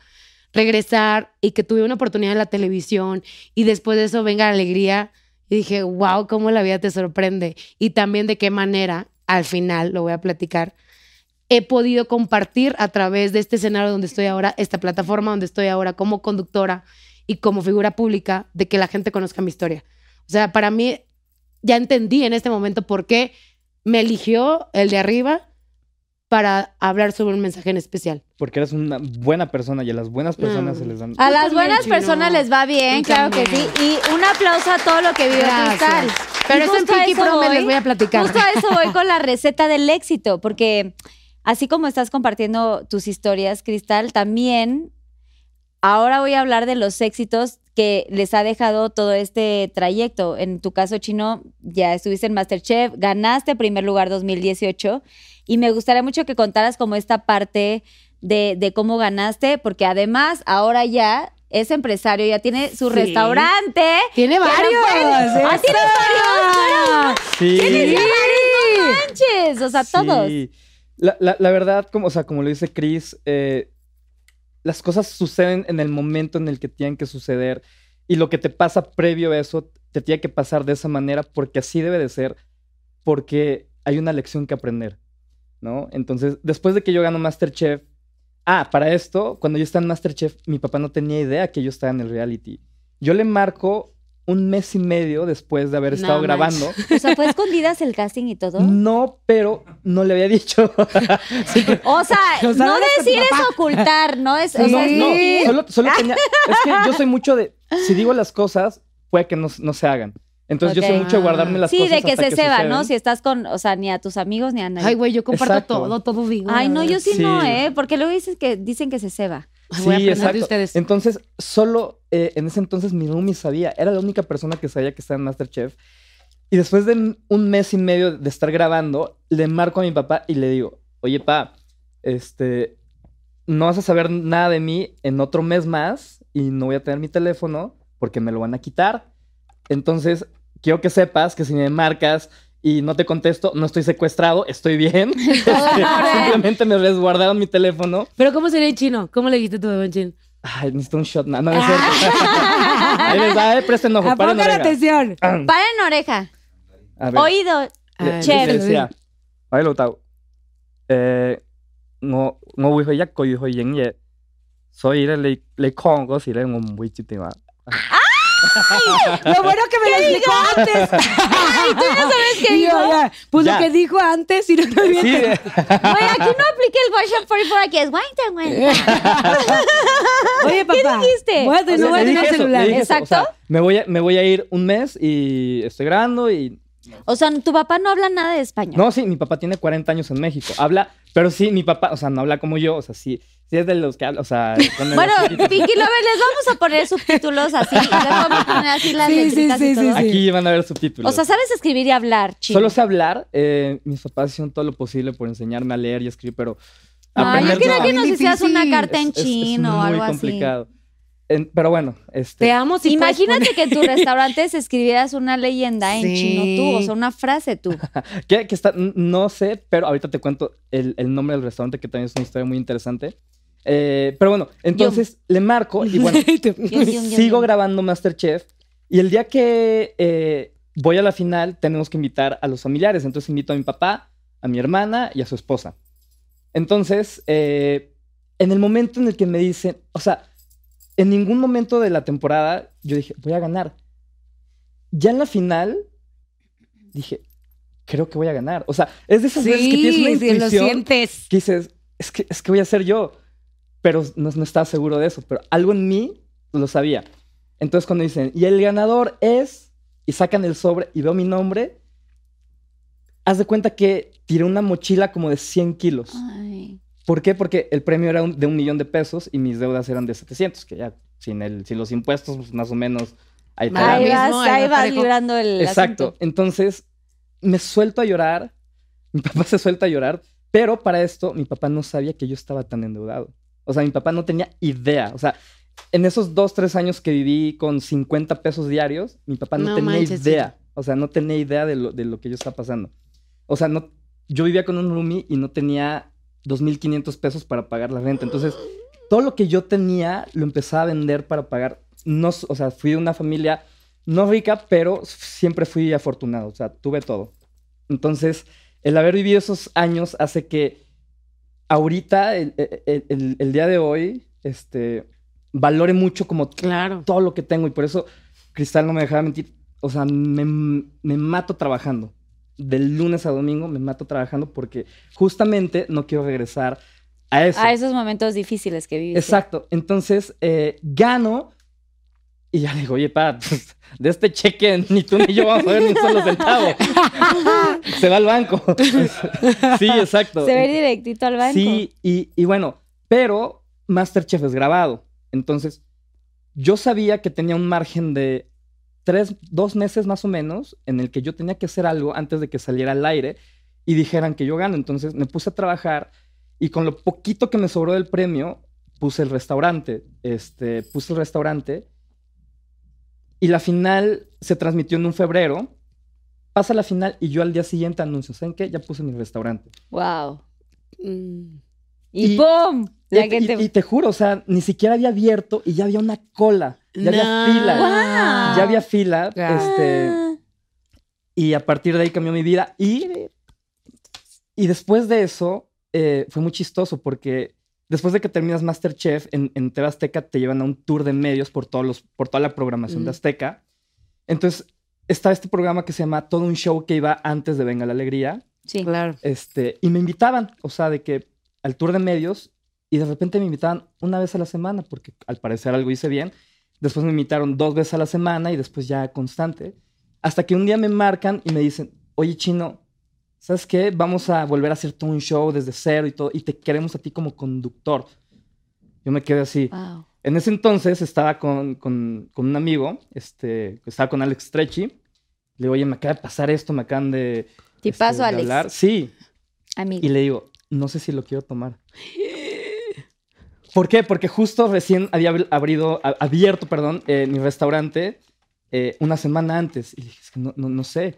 [SPEAKER 5] regresar y que tuve una oportunidad en la televisión y después de eso venga la alegría. Y dije, wow, cómo la vida te sorprende. Y también de qué manera, al final, lo voy a platicar, he podido compartir a través de este escenario donde estoy ahora, esta plataforma donde estoy ahora como conductora y como figura pública, de que la gente conozca mi historia. O sea, para mí, ya entendí en este momento por qué me eligió el de arriba para hablar sobre un mensaje en especial.
[SPEAKER 4] Porque eres una buena persona y a las buenas personas
[SPEAKER 5] No.
[SPEAKER 4] se les dan.
[SPEAKER 3] A las
[SPEAKER 5] también,
[SPEAKER 3] buenas
[SPEAKER 5] Chino.
[SPEAKER 3] personas les va bien,
[SPEAKER 5] Tú
[SPEAKER 3] claro que
[SPEAKER 5] también.
[SPEAKER 3] sí. Y un aplauso a todo lo que vive Cristal.
[SPEAKER 5] Gracias. Pero eso en
[SPEAKER 3] justo a
[SPEAKER 5] Pinky
[SPEAKER 3] eso
[SPEAKER 5] Promise
[SPEAKER 3] voy.
[SPEAKER 5] les voy a platicar.
[SPEAKER 3] Justo a eso voy con la receta del éxito, porque así como estás compartiendo tus historias, Cristal, también ahora voy a hablar de los éxitos que les ha dejado todo este trayecto. En tu caso, Chino, ya estuviste en Masterchef, ganaste primer lugar 2018 y me gustaría mucho que contaras como esta parte de, de cómo ganaste, porque además ahora ya es empresario, ya tiene su
[SPEAKER 5] Sí.
[SPEAKER 3] restaurante.
[SPEAKER 5] Tiene varios.
[SPEAKER 3] Ah, tiene varios.
[SPEAKER 4] Sí.
[SPEAKER 3] ¡Tienes varios! ¡No manches! O sea, todos.
[SPEAKER 4] Sí. La, la- la verdad, como, o sea, como lo dice Chris, eh, las cosas suceden en el momento en el que tienen que suceder. Y lo que te pasa previo a eso, te tiene que pasar de esa manera porque así debe de ser, porque hay una lección que aprender, ¿no? Entonces, después de que yo gano Masterchef, ah, para esto, cuando yo estaba en Masterchef, mi papá no tenía idea que yo estaba en el reality. Yo le marco un mes y medio después de haber
[SPEAKER 5] No
[SPEAKER 4] estado
[SPEAKER 5] manches.
[SPEAKER 4] grabando.
[SPEAKER 3] O sea, fue escondidas el casting y todo.
[SPEAKER 5] Mm.
[SPEAKER 4] No, pero no le había dicho.
[SPEAKER 3] O sea,
[SPEAKER 5] O sea,
[SPEAKER 3] no
[SPEAKER 5] hablas con tu
[SPEAKER 3] decir es
[SPEAKER 5] papá.
[SPEAKER 3] ocultar, ¿no? Es, Pues, o
[SPEAKER 5] Sí.
[SPEAKER 3] sea, es Ah.
[SPEAKER 4] No,
[SPEAKER 3] mentir.
[SPEAKER 4] solo, solo tenía. Es que yo soy mucho de. Si digo las cosas, puede que no, no se hagan. Entonces yo soy
[SPEAKER 5] Ok.
[SPEAKER 4] mucho de guardarme las
[SPEAKER 3] Sí,
[SPEAKER 4] cosas.
[SPEAKER 3] de que
[SPEAKER 4] hasta
[SPEAKER 3] se ceba, ¿no?
[SPEAKER 4] suceden.
[SPEAKER 3] Si estás con, o sea, ni a tus amigos ni a nadie.
[SPEAKER 5] Ay,
[SPEAKER 3] Ay,
[SPEAKER 5] güey, yo comparto
[SPEAKER 4] Exacto.
[SPEAKER 5] todo, todo digo. la
[SPEAKER 3] no, yo
[SPEAKER 5] verdad.
[SPEAKER 3] sí, no,
[SPEAKER 4] Sí.
[SPEAKER 3] ¿eh? Porque luego dices que, dicen que se ceba.
[SPEAKER 5] Ay, voy a
[SPEAKER 4] Sí,
[SPEAKER 5] aprender de
[SPEAKER 4] exacto.
[SPEAKER 5] ustedes.
[SPEAKER 4] Entonces, solo eh, en ese entonces mi roomie sabía. Era la única persona que sabía que estaba en Masterchef. Y después de un mes y medio de estar grabando, le marco a mi papá y le digo, oye, pa, este, no vas a saber nada de mí en otro mes más y no voy a tener mi teléfono porque me lo van a quitar. Entonces, quiero que sepas que si me marcas y no te contesto, no estoy secuestrado, estoy bien. Simplemente me resguardaron mi teléfono.
[SPEAKER 5] Pero ¿cómo sería en chino? ¿Cómo le dijiste tu bebé en chino?
[SPEAKER 4] Ay, necesito un shot. No, no es cierto. Ahí les va, eh, presten ojo, paren
[SPEAKER 5] Pongan
[SPEAKER 4] oreja.
[SPEAKER 5] Ah. atención.
[SPEAKER 3] Paren oreja.
[SPEAKER 4] A ver,
[SPEAKER 3] Oído.
[SPEAKER 5] Ah,
[SPEAKER 4] le-
[SPEAKER 3] chef.
[SPEAKER 4] le decía, a ver, Lautaro, eh, 我-我會去一個月去影嘢，所以呢，你-你call我嗰時呢，我唔會接電話。
[SPEAKER 5] Lo bueno que me lo explicó antes.
[SPEAKER 3] Ay, tú no sabes qué
[SPEAKER 5] Y yo,
[SPEAKER 3] digo.
[SPEAKER 5] ya, pues
[SPEAKER 4] Ya.
[SPEAKER 5] lo que dijo antes y no me había
[SPEAKER 4] Sí,
[SPEAKER 5] enterado.
[SPEAKER 4] eh,
[SPEAKER 3] Güey, aquí no apliqué el Workshop 44, aquí es guaita, güey.
[SPEAKER 5] Oye, papá.
[SPEAKER 3] dijiste?
[SPEAKER 5] Voy a tener,
[SPEAKER 3] O sea,
[SPEAKER 5] voy a
[SPEAKER 4] le
[SPEAKER 5] tener
[SPEAKER 4] dije eso,
[SPEAKER 5] celular.
[SPEAKER 4] le dije eso, o sea,
[SPEAKER 3] Exacto.
[SPEAKER 4] me voy a- me voy a ir un mes y estoy grabando y
[SPEAKER 3] O sea, tu papá no habla nada de español.
[SPEAKER 4] No, sí, mi papá tiene 40 años en México. Habla, pero sí, mi papá, o sea, no habla como yo, o sea, sí, sí es de los que habla, o sea, con el-
[SPEAKER 3] Bueno, Pinky Lover, les vamos a poner subtítulos así. Les vamos a poner así las
[SPEAKER 5] Sí, sí,
[SPEAKER 3] letritas
[SPEAKER 5] sí,
[SPEAKER 3] y
[SPEAKER 5] sí,
[SPEAKER 3] todo.
[SPEAKER 5] sí.
[SPEAKER 4] aquí van a ver subtítulos.
[SPEAKER 3] O sea, sabes escribir y hablar, chido.
[SPEAKER 4] Solo sé hablar, eh, mis papás hicieron todo lo posible por enseñarme a leer y escribir, pero
[SPEAKER 3] Ay, yo
[SPEAKER 4] aprender
[SPEAKER 3] quiero
[SPEAKER 4] no,
[SPEAKER 3] que
[SPEAKER 5] no,
[SPEAKER 3] nos
[SPEAKER 5] Bien
[SPEAKER 3] hicieras una
[SPEAKER 5] difícil.
[SPEAKER 3] carta en
[SPEAKER 4] es- es- es
[SPEAKER 3] chino o algo
[SPEAKER 4] muy complicado. En- pero bueno, este,
[SPEAKER 5] Te amo pues.
[SPEAKER 3] así.
[SPEAKER 5] si puedes
[SPEAKER 3] Imagínate
[SPEAKER 5] poner-
[SPEAKER 3] que en tu restaurante se escribieras una leyenda en
[SPEAKER 5] Sí.
[SPEAKER 3] chino tú, o sea, una frase tú.
[SPEAKER 4] que, que está, n- no sé, pero ahorita te cuento el, el nombre del restaurante, que también es una historia muy interesante. Eh, pero bueno, entonces le marco y bueno,
[SPEAKER 3] Yum, yum, yum,
[SPEAKER 4] sigo
[SPEAKER 3] yum.
[SPEAKER 4] grabando Masterchef y el día que eh, voy a la final tenemos que invitar a los familiares. Entonces invito a mi papá, a mi hermana y a su esposa. Entonces, eh, en el momento en el que me dicen, o sea, en ningún momento de la temporada yo dije, voy a ganar. Ya en la final dije, creo que voy a ganar. O sea, es de esas veces que tienes una
[SPEAKER 5] Sí, sí, lo
[SPEAKER 4] intuición
[SPEAKER 5] sientes.
[SPEAKER 4] que dices, es que, es que voy a ser yo. Pero no, no estaba seguro de eso, pero algo en mí lo sabía. Entonces cuando dicen, y el ganador es, y sacan el sobre y veo mi nombre, haz de cuenta que tiré una mochila como de 100 kilos.
[SPEAKER 3] Ay.
[SPEAKER 4] ¿Por qué? Porque el premio era un- de un millón de pesos y mis deudas eran de 700, que ya sin, el, sin los impuestos, pues, más o menos, ahí te
[SPEAKER 5] Ahora
[SPEAKER 3] Ahí
[SPEAKER 4] dan.
[SPEAKER 5] mismo,
[SPEAKER 3] vas,
[SPEAKER 5] ahí
[SPEAKER 3] ahí
[SPEAKER 5] va
[SPEAKER 3] vas
[SPEAKER 5] parejo.
[SPEAKER 3] librando el
[SPEAKER 4] Exacto.
[SPEAKER 3] asunto.
[SPEAKER 4] Entonces, me suelto a llorar. Mi papá se suelta a llorar. Pero para esto, mi papá no sabía que yo estaba tan endeudado. O sea, mi papá no tenía idea. O sea, en esos dos, tres años que viví con 50 pesos diarios, mi papá no,
[SPEAKER 5] No
[SPEAKER 4] tenía
[SPEAKER 5] manches,
[SPEAKER 4] idea. O sea, no tenía idea de lo, de lo que yo estaba pasando. O sea, no, yo vivía con un roomie y no tenía 2.500 pesos para pagar la renta. Entonces, todo lo que yo tenía lo empezaba a vender para pagar. No, s- o sea, fui de una familia no rica, pero siempre fui afortunado. O sea, tuve todo. Entonces, el haber vivido esos años hace que ahorita, el, e, el- el- el día de hoy, este, valore mucho como
[SPEAKER 5] Claro.
[SPEAKER 4] todo lo que tengo. Y por eso, Cristal no me dejaba mentir. O sea, me, me mato trabajando. Del lunes a domingo me mato trabajando porque justamente no quiero regresar a eso.
[SPEAKER 3] A esos momentos difíciles que vives.
[SPEAKER 4] Exacto. Entonces, eh, gano Y ya le digo, oye, pa, pues, de este cheque ni tú ni yo vamos a ver ni un solo centavo. Se va al banco. sí, exacto.
[SPEAKER 3] Se ve directito al banco.
[SPEAKER 4] Sí, y, y bueno, pero Masterchef es grabado. Entonces, yo sabía que tenía un margen de tres, dos meses más o menos en el que yo tenía que hacer algo antes de que saliera al aire y dijeran que yo gano. Entonces, me puse a trabajar y con lo poquito que me sobró del premio, puse el restaurante. Este, puse el restaurante. Y la final se transmitió en un febrero. Pasa la final y yo al día siguiente anuncio, ¿saben qué? Ya puse mi restaurante.
[SPEAKER 3] Wow.
[SPEAKER 5] Mm.
[SPEAKER 3] Y,
[SPEAKER 4] Y-
[SPEAKER 3] ¡pum! La
[SPEAKER 4] y,
[SPEAKER 3] gente.
[SPEAKER 4] y- y te juro, o sea, ni siquiera había abierto y ya había una cola. Ya
[SPEAKER 5] No.
[SPEAKER 4] había fila.
[SPEAKER 3] Guau.
[SPEAKER 4] Ya había fila.
[SPEAKER 5] Guau.
[SPEAKER 4] Este,
[SPEAKER 3] Ah,
[SPEAKER 4] y a partir de ahí cambió mi vida. Y, y después de eso, eh, fue muy chistoso porque después de que terminas Masterchef, en, en TV Azteca te llevan a un tour de medios por, todos los, por toda la programación
[SPEAKER 5] Mm.
[SPEAKER 4] de Azteca. Entonces, está este programa que se llama Todo un Show que iba antes de Venga la Alegría.
[SPEAKER 3] sí.
[SPEAKER 5] Claro.
[SPEAKER 4] Este, y me invitaban, o sea, de que al tour de medios, y de repente me invitaban una vez a la semana, porque al parecer algo hice bien. Después me invitaron dos veces a la semana y después ya constante. Hasta que un día me marcan y me dicen, oye chino, ¿sabes qué? Vamos a volver a hacer todo un show desde cero y todo, y te queremos a ti como conductor. Yo me quedé así.
[SPEAKER 3] Wow.
[SPEAKER 4] En ese entonces estaba con, con- con un amigo, este, estaba con Alex Trechi. Le digo, oye, me acaba de pasar esto, me acaban de...
[SPEAKER 3] Tipazo,
[SPEAKER 4] este, de
[SPEAKER 3] Alex.
[SPEAKER 4] hablar". Sí,
[SPEAKER 3] Amigo.
[SPEAKER 4] y le digo, no sé si lo quiero tomar. ¿Por qué? Porque justo recién había abri- abrido, a- abierto, perdón, eh, mi restaurante eh, una semana antes. Y dije, es que no, no, no sé.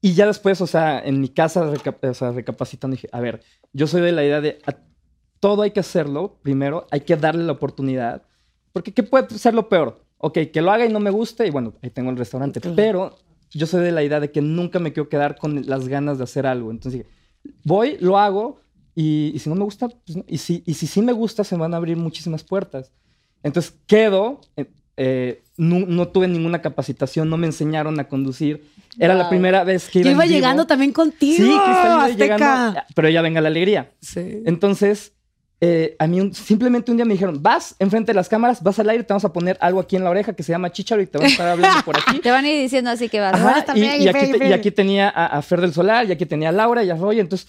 [SPEAKER 4] Y ya después, o sea, en mi casa, recap- o sea, recapacitando, dije, a ver, yo soy de la idea de a todo hay que hacerlo primero, hay que darle la oportunidad. Porque ¿qué puede ser lo peor? Ok, que lo haga y no me guste y bueno, ahí tengo el restaurante.
[SPEAKER 5] Claro.
[SPEAKER 4] Pero yo soy de la idea de que nunca me quiero quedar con las ganas de hacer algo. Entonces dije, voy, lo hago y, y si no me gusta, pues no. y, si, y si sí me gusta, se me van a abrir muchísimas puertas. Entonces quedo, eh, eh, no, no tuve ninguna capacitación, no me enseñaron a conducir. Era la
[SPEAKER 3] Wow.
[SPEAKER 4] primera vez que iba
[SPEAKER 5] Yo iba
[SPEAKER 4] en vivo.
[SPEAKER 5] llegando también contigo.
[SPEAKER 4] Sí, Cristalina iba
[SPEAKER 5] Azteca.
[SPEAKER 4] llegando, pero ya venga la alegría.
[SPEAKER 5] Sí.
[SPEAKER 4] Entonces, eh, a mí un- simplemente un día me dijeron, vas enfrente de las cámaras, vas al aire, te vamos a poner algo aquí en la oreja que se llama chicharo y te vamos a estar hablando por aquí.
[SPEAKER 3] Te van a ir diciendo así que vas.
[SPEAKER 4] Ajá,
[SPEAKER 5] está
[SPEAKER 4] y,
[SPEAKER 5] bien,
[SPEAKER 4] y
[SPEAKER 5] y
[SPEAKER 4] aquí
[SPEAKER 5] bien,
[SPEAKER 4] te- y
[SPEAKER 5] bien.
[SPEAKER 4] aquí tenía a, a Fer del Solar, y aquí tenía a Laura y a Roy, entonces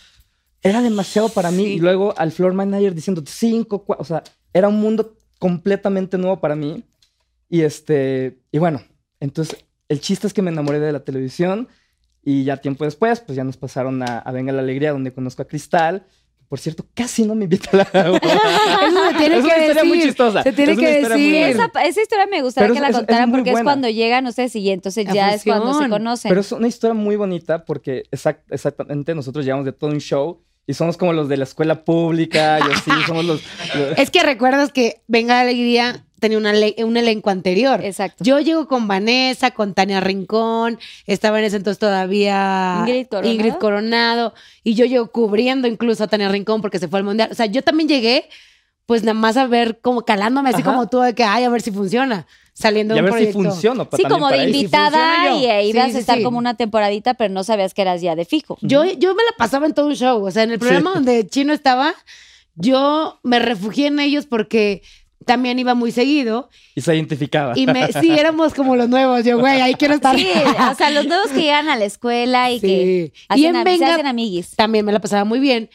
[SPEAKER 4] era demasiado para mí.
[SPEAKER 5] Sí.
[SPEAKER 4] Y luego al floor manager diciendo cinco, cua- o sea, era un mundo completamente nuevo para mí. Y este, y bueno, entonces el chiste es que me enamoré de la televisión y ya tiempo después, pues ya nos pasaron a, a Venga la Alegría, donde conozco a Cristal. Por cierto, casi no me invita a la
[SPEAKER 5] Eso se tiene
[SPEAKER 4] Es una
[SPEAKER 5] que
[SPEAKER 4] historia
[SPEAKER 5] decir.
[SPEAKER 4] muy chistosa.
[SPEAKER 5] Se tiene
[SPEAKER 4] Es una
[SPEAKER 5] que
[SPEAKER 4] historia muy
[SPEAKER 5] decir.
[SPEAKER 4] buena.
[SPEAKER 3] Esa, esa historia me gustaría
[SPEAKER 4] Pero
[SPEAKER 3] que
[SPEAKER 4] es-
[SPEAKER 3] la
[SPEAKER 4] es- es
[SPEAKER 3] contaran
[SPEAKER 4] muy
[SPEAKER 3] porque es
[SPEAKER 4] buena.
[SPEAKER 3] cuando llegan ustedes y entonces
[SPEAKER 5] La
[SPEAKER 3] ya es cuando se
[SPEAKER 5] fusión.
[SPEAKER 3] conocen.
[SPEAKER 4] Pero es una historia muy bonita porque exact- exactamente nosotros llevamos de todo un show y somos como los de la escuela pública y así, somos los... los-
[SPEAKER 5] Es que recuerdas que Venga la Alegría tenía una le- un elenco anterior.
[SPEAKER 3] Exacto.
[SPEAKER 5] Yo llego con Vanessa, con Tania Rincón, estaba en ese entonces todavía
[SPEAKER 3] Ingrid Coronado.
[SPEAKER 5] Ingrid Coronado, y yo llego cubriendo incluso a Tania Rincón porque se fue al Mundial. O sea, yo también llegué pues nada más a ver como calándome así
[SPEAKER 4] Ajá.
[SPEAKER 5] como tú de que, ay, a ver si funciona, saliendo
[SPEAKER 4] y a
[SPEAKER 5] de un
[SPEAKER 4] ver si
[SPEAKER 5] proyecto.
[SPEAKER 4] funciona. pa-
[SPEAKER 3] Sí,
[SPEAKER 4] también
[SPEAKER 3] como
[SPEAKER 4] para
[SPEAKER 3] de
[SPEAKER 4] ahí.
[SPEAKER 3] invitada
[SPEAKER 5] funciona
[SPEAKER 3] y
[SPEAKER 5] yo.
[SPEAKER 3] eh, ibas
[SPEAKER 5] Sí,
[SPEAKER 3] a
[SPEAKER 5] sí,
[SPEAKER 3] estar
[SPEAKER 5] sí.
[SPEAKER 3] como una temporadita, pero no sabías que eras ya de fijo.
[SPEAKER 5] Yo, yo me la pasaba en todo un show. O sea, en el programa donde Chino estaba, yo me refugié en ellos porque también iba muy seguido.
[SPEAKER 4] Y se identificaba.
[SPEAKER 5] Y me, sí, éramos como los nuevos. Yo, güey, ahí quiero estar.
[SPEAKER 3] Sí, o sea, los nuevos que llegan a la escuela y
[SPEAKER 5] Sí.
[SPEAKER 3] que hacen,
[SPEAKER 5] Y en
[SPEAKER 3] am- se
[SPEAKER 5] Venga-
[SPEAKER 3] hacen amiguis.
[SPEAKER 5] También me la pasaba muy bien.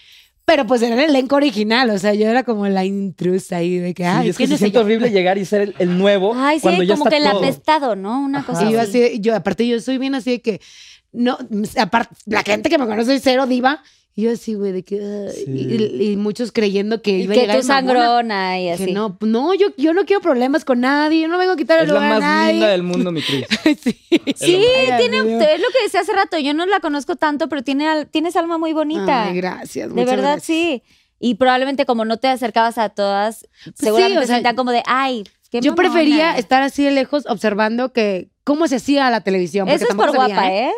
[SPEAKER 5] Pero pues era el elenco original. O sea, yo era como la intrusa ahí de que,
[SPEAKER 4] Sí,
[SPEAKER 5] ay,
[SPEAKER 4] es que
[SPEAKER 5] ¿quién
[SPEAKER 4] se
[SPEAKER 5] es ella?
[SPEAKER 4] siente horrible llegar y ser el, el nuevo
[SPEAKER 3] Ay,
[SPEAKER 4] cuando
[SPEAKER 3] sí,
[SPEAKER 4] ya
[SPEAKER 3] como
[SPEAKER 4] está
[SPEAKER 3] que el
[SPEAKER 4] todo.
[SPEAKER 3] apestado, ¿no? Una cosa
[SPEAKER 5] Y yo
[SPEAKER 3] así.
[SPEAKER 5] así, yo, aparte, yo soy bien así de que, no, aparte, la gente que me conoce es cero diva. Y yo así, güey, de que, ay,
[SPEAKER 4] Sí.
[SPEAKER 5] y, y muchos creyendo que
[SPEAKER 3] Y
[SPEAKER 5] iba a
[SPEAKER 3] que
[SPEAKER 5] llegar
[SPEAKER 3] tú
[SPEAKER 5] de mamona.
[SPEAKER 3] sangrona y
[SPEAKER 5] Dije,
[SPEAKER 3] así.
[SPEAKER 5] no, pues, no, yo, yo no quiero problemas con nadie, yo no vengo a quitar el
[SPEAKER 4] Es la
[SPEAKER 5] lugar a
[SPEAKER 4] más
[SPEAKER 5] nadie.
[SPEAKER 4] linda del mundo, mi Cris.
[SPEAKER 5] sí.
[SPEAKER 3] Sí,
[SPEAKER 5] Ay,
[SPEAKER 3] tiene,
[SPEAKER 5] Dios.
[SPEAKER 3] es lo que decía hace rato, yo no la conozco tanto, pero tiene, al- tienes alma muy bonita.
[SPEAKER 5] Ay, gracias.
[SPEAKER 3] De
[SPEAKER 5] Pues muchas
[SPEAKER 3] verdad,
[SPEAKER 5] gracias.
[SPEAKER 3] sí. Y probablemente como no te acercabas a todas,
[SPEAKER 5] Pues sí,
[SPEAKER 3] seguramente
[SPEAKER 5] o sea,
[SPEAKER 3] sentían como de, ay, qué
[SPEAKER 5] Yo
[SPEAKER 3] mamona".
[SPEAKER 5] prefería este estar así de lejos observando que cómo se hacía la televisión.
[SPEAKER 3] Eso es por guapa, ¿eh?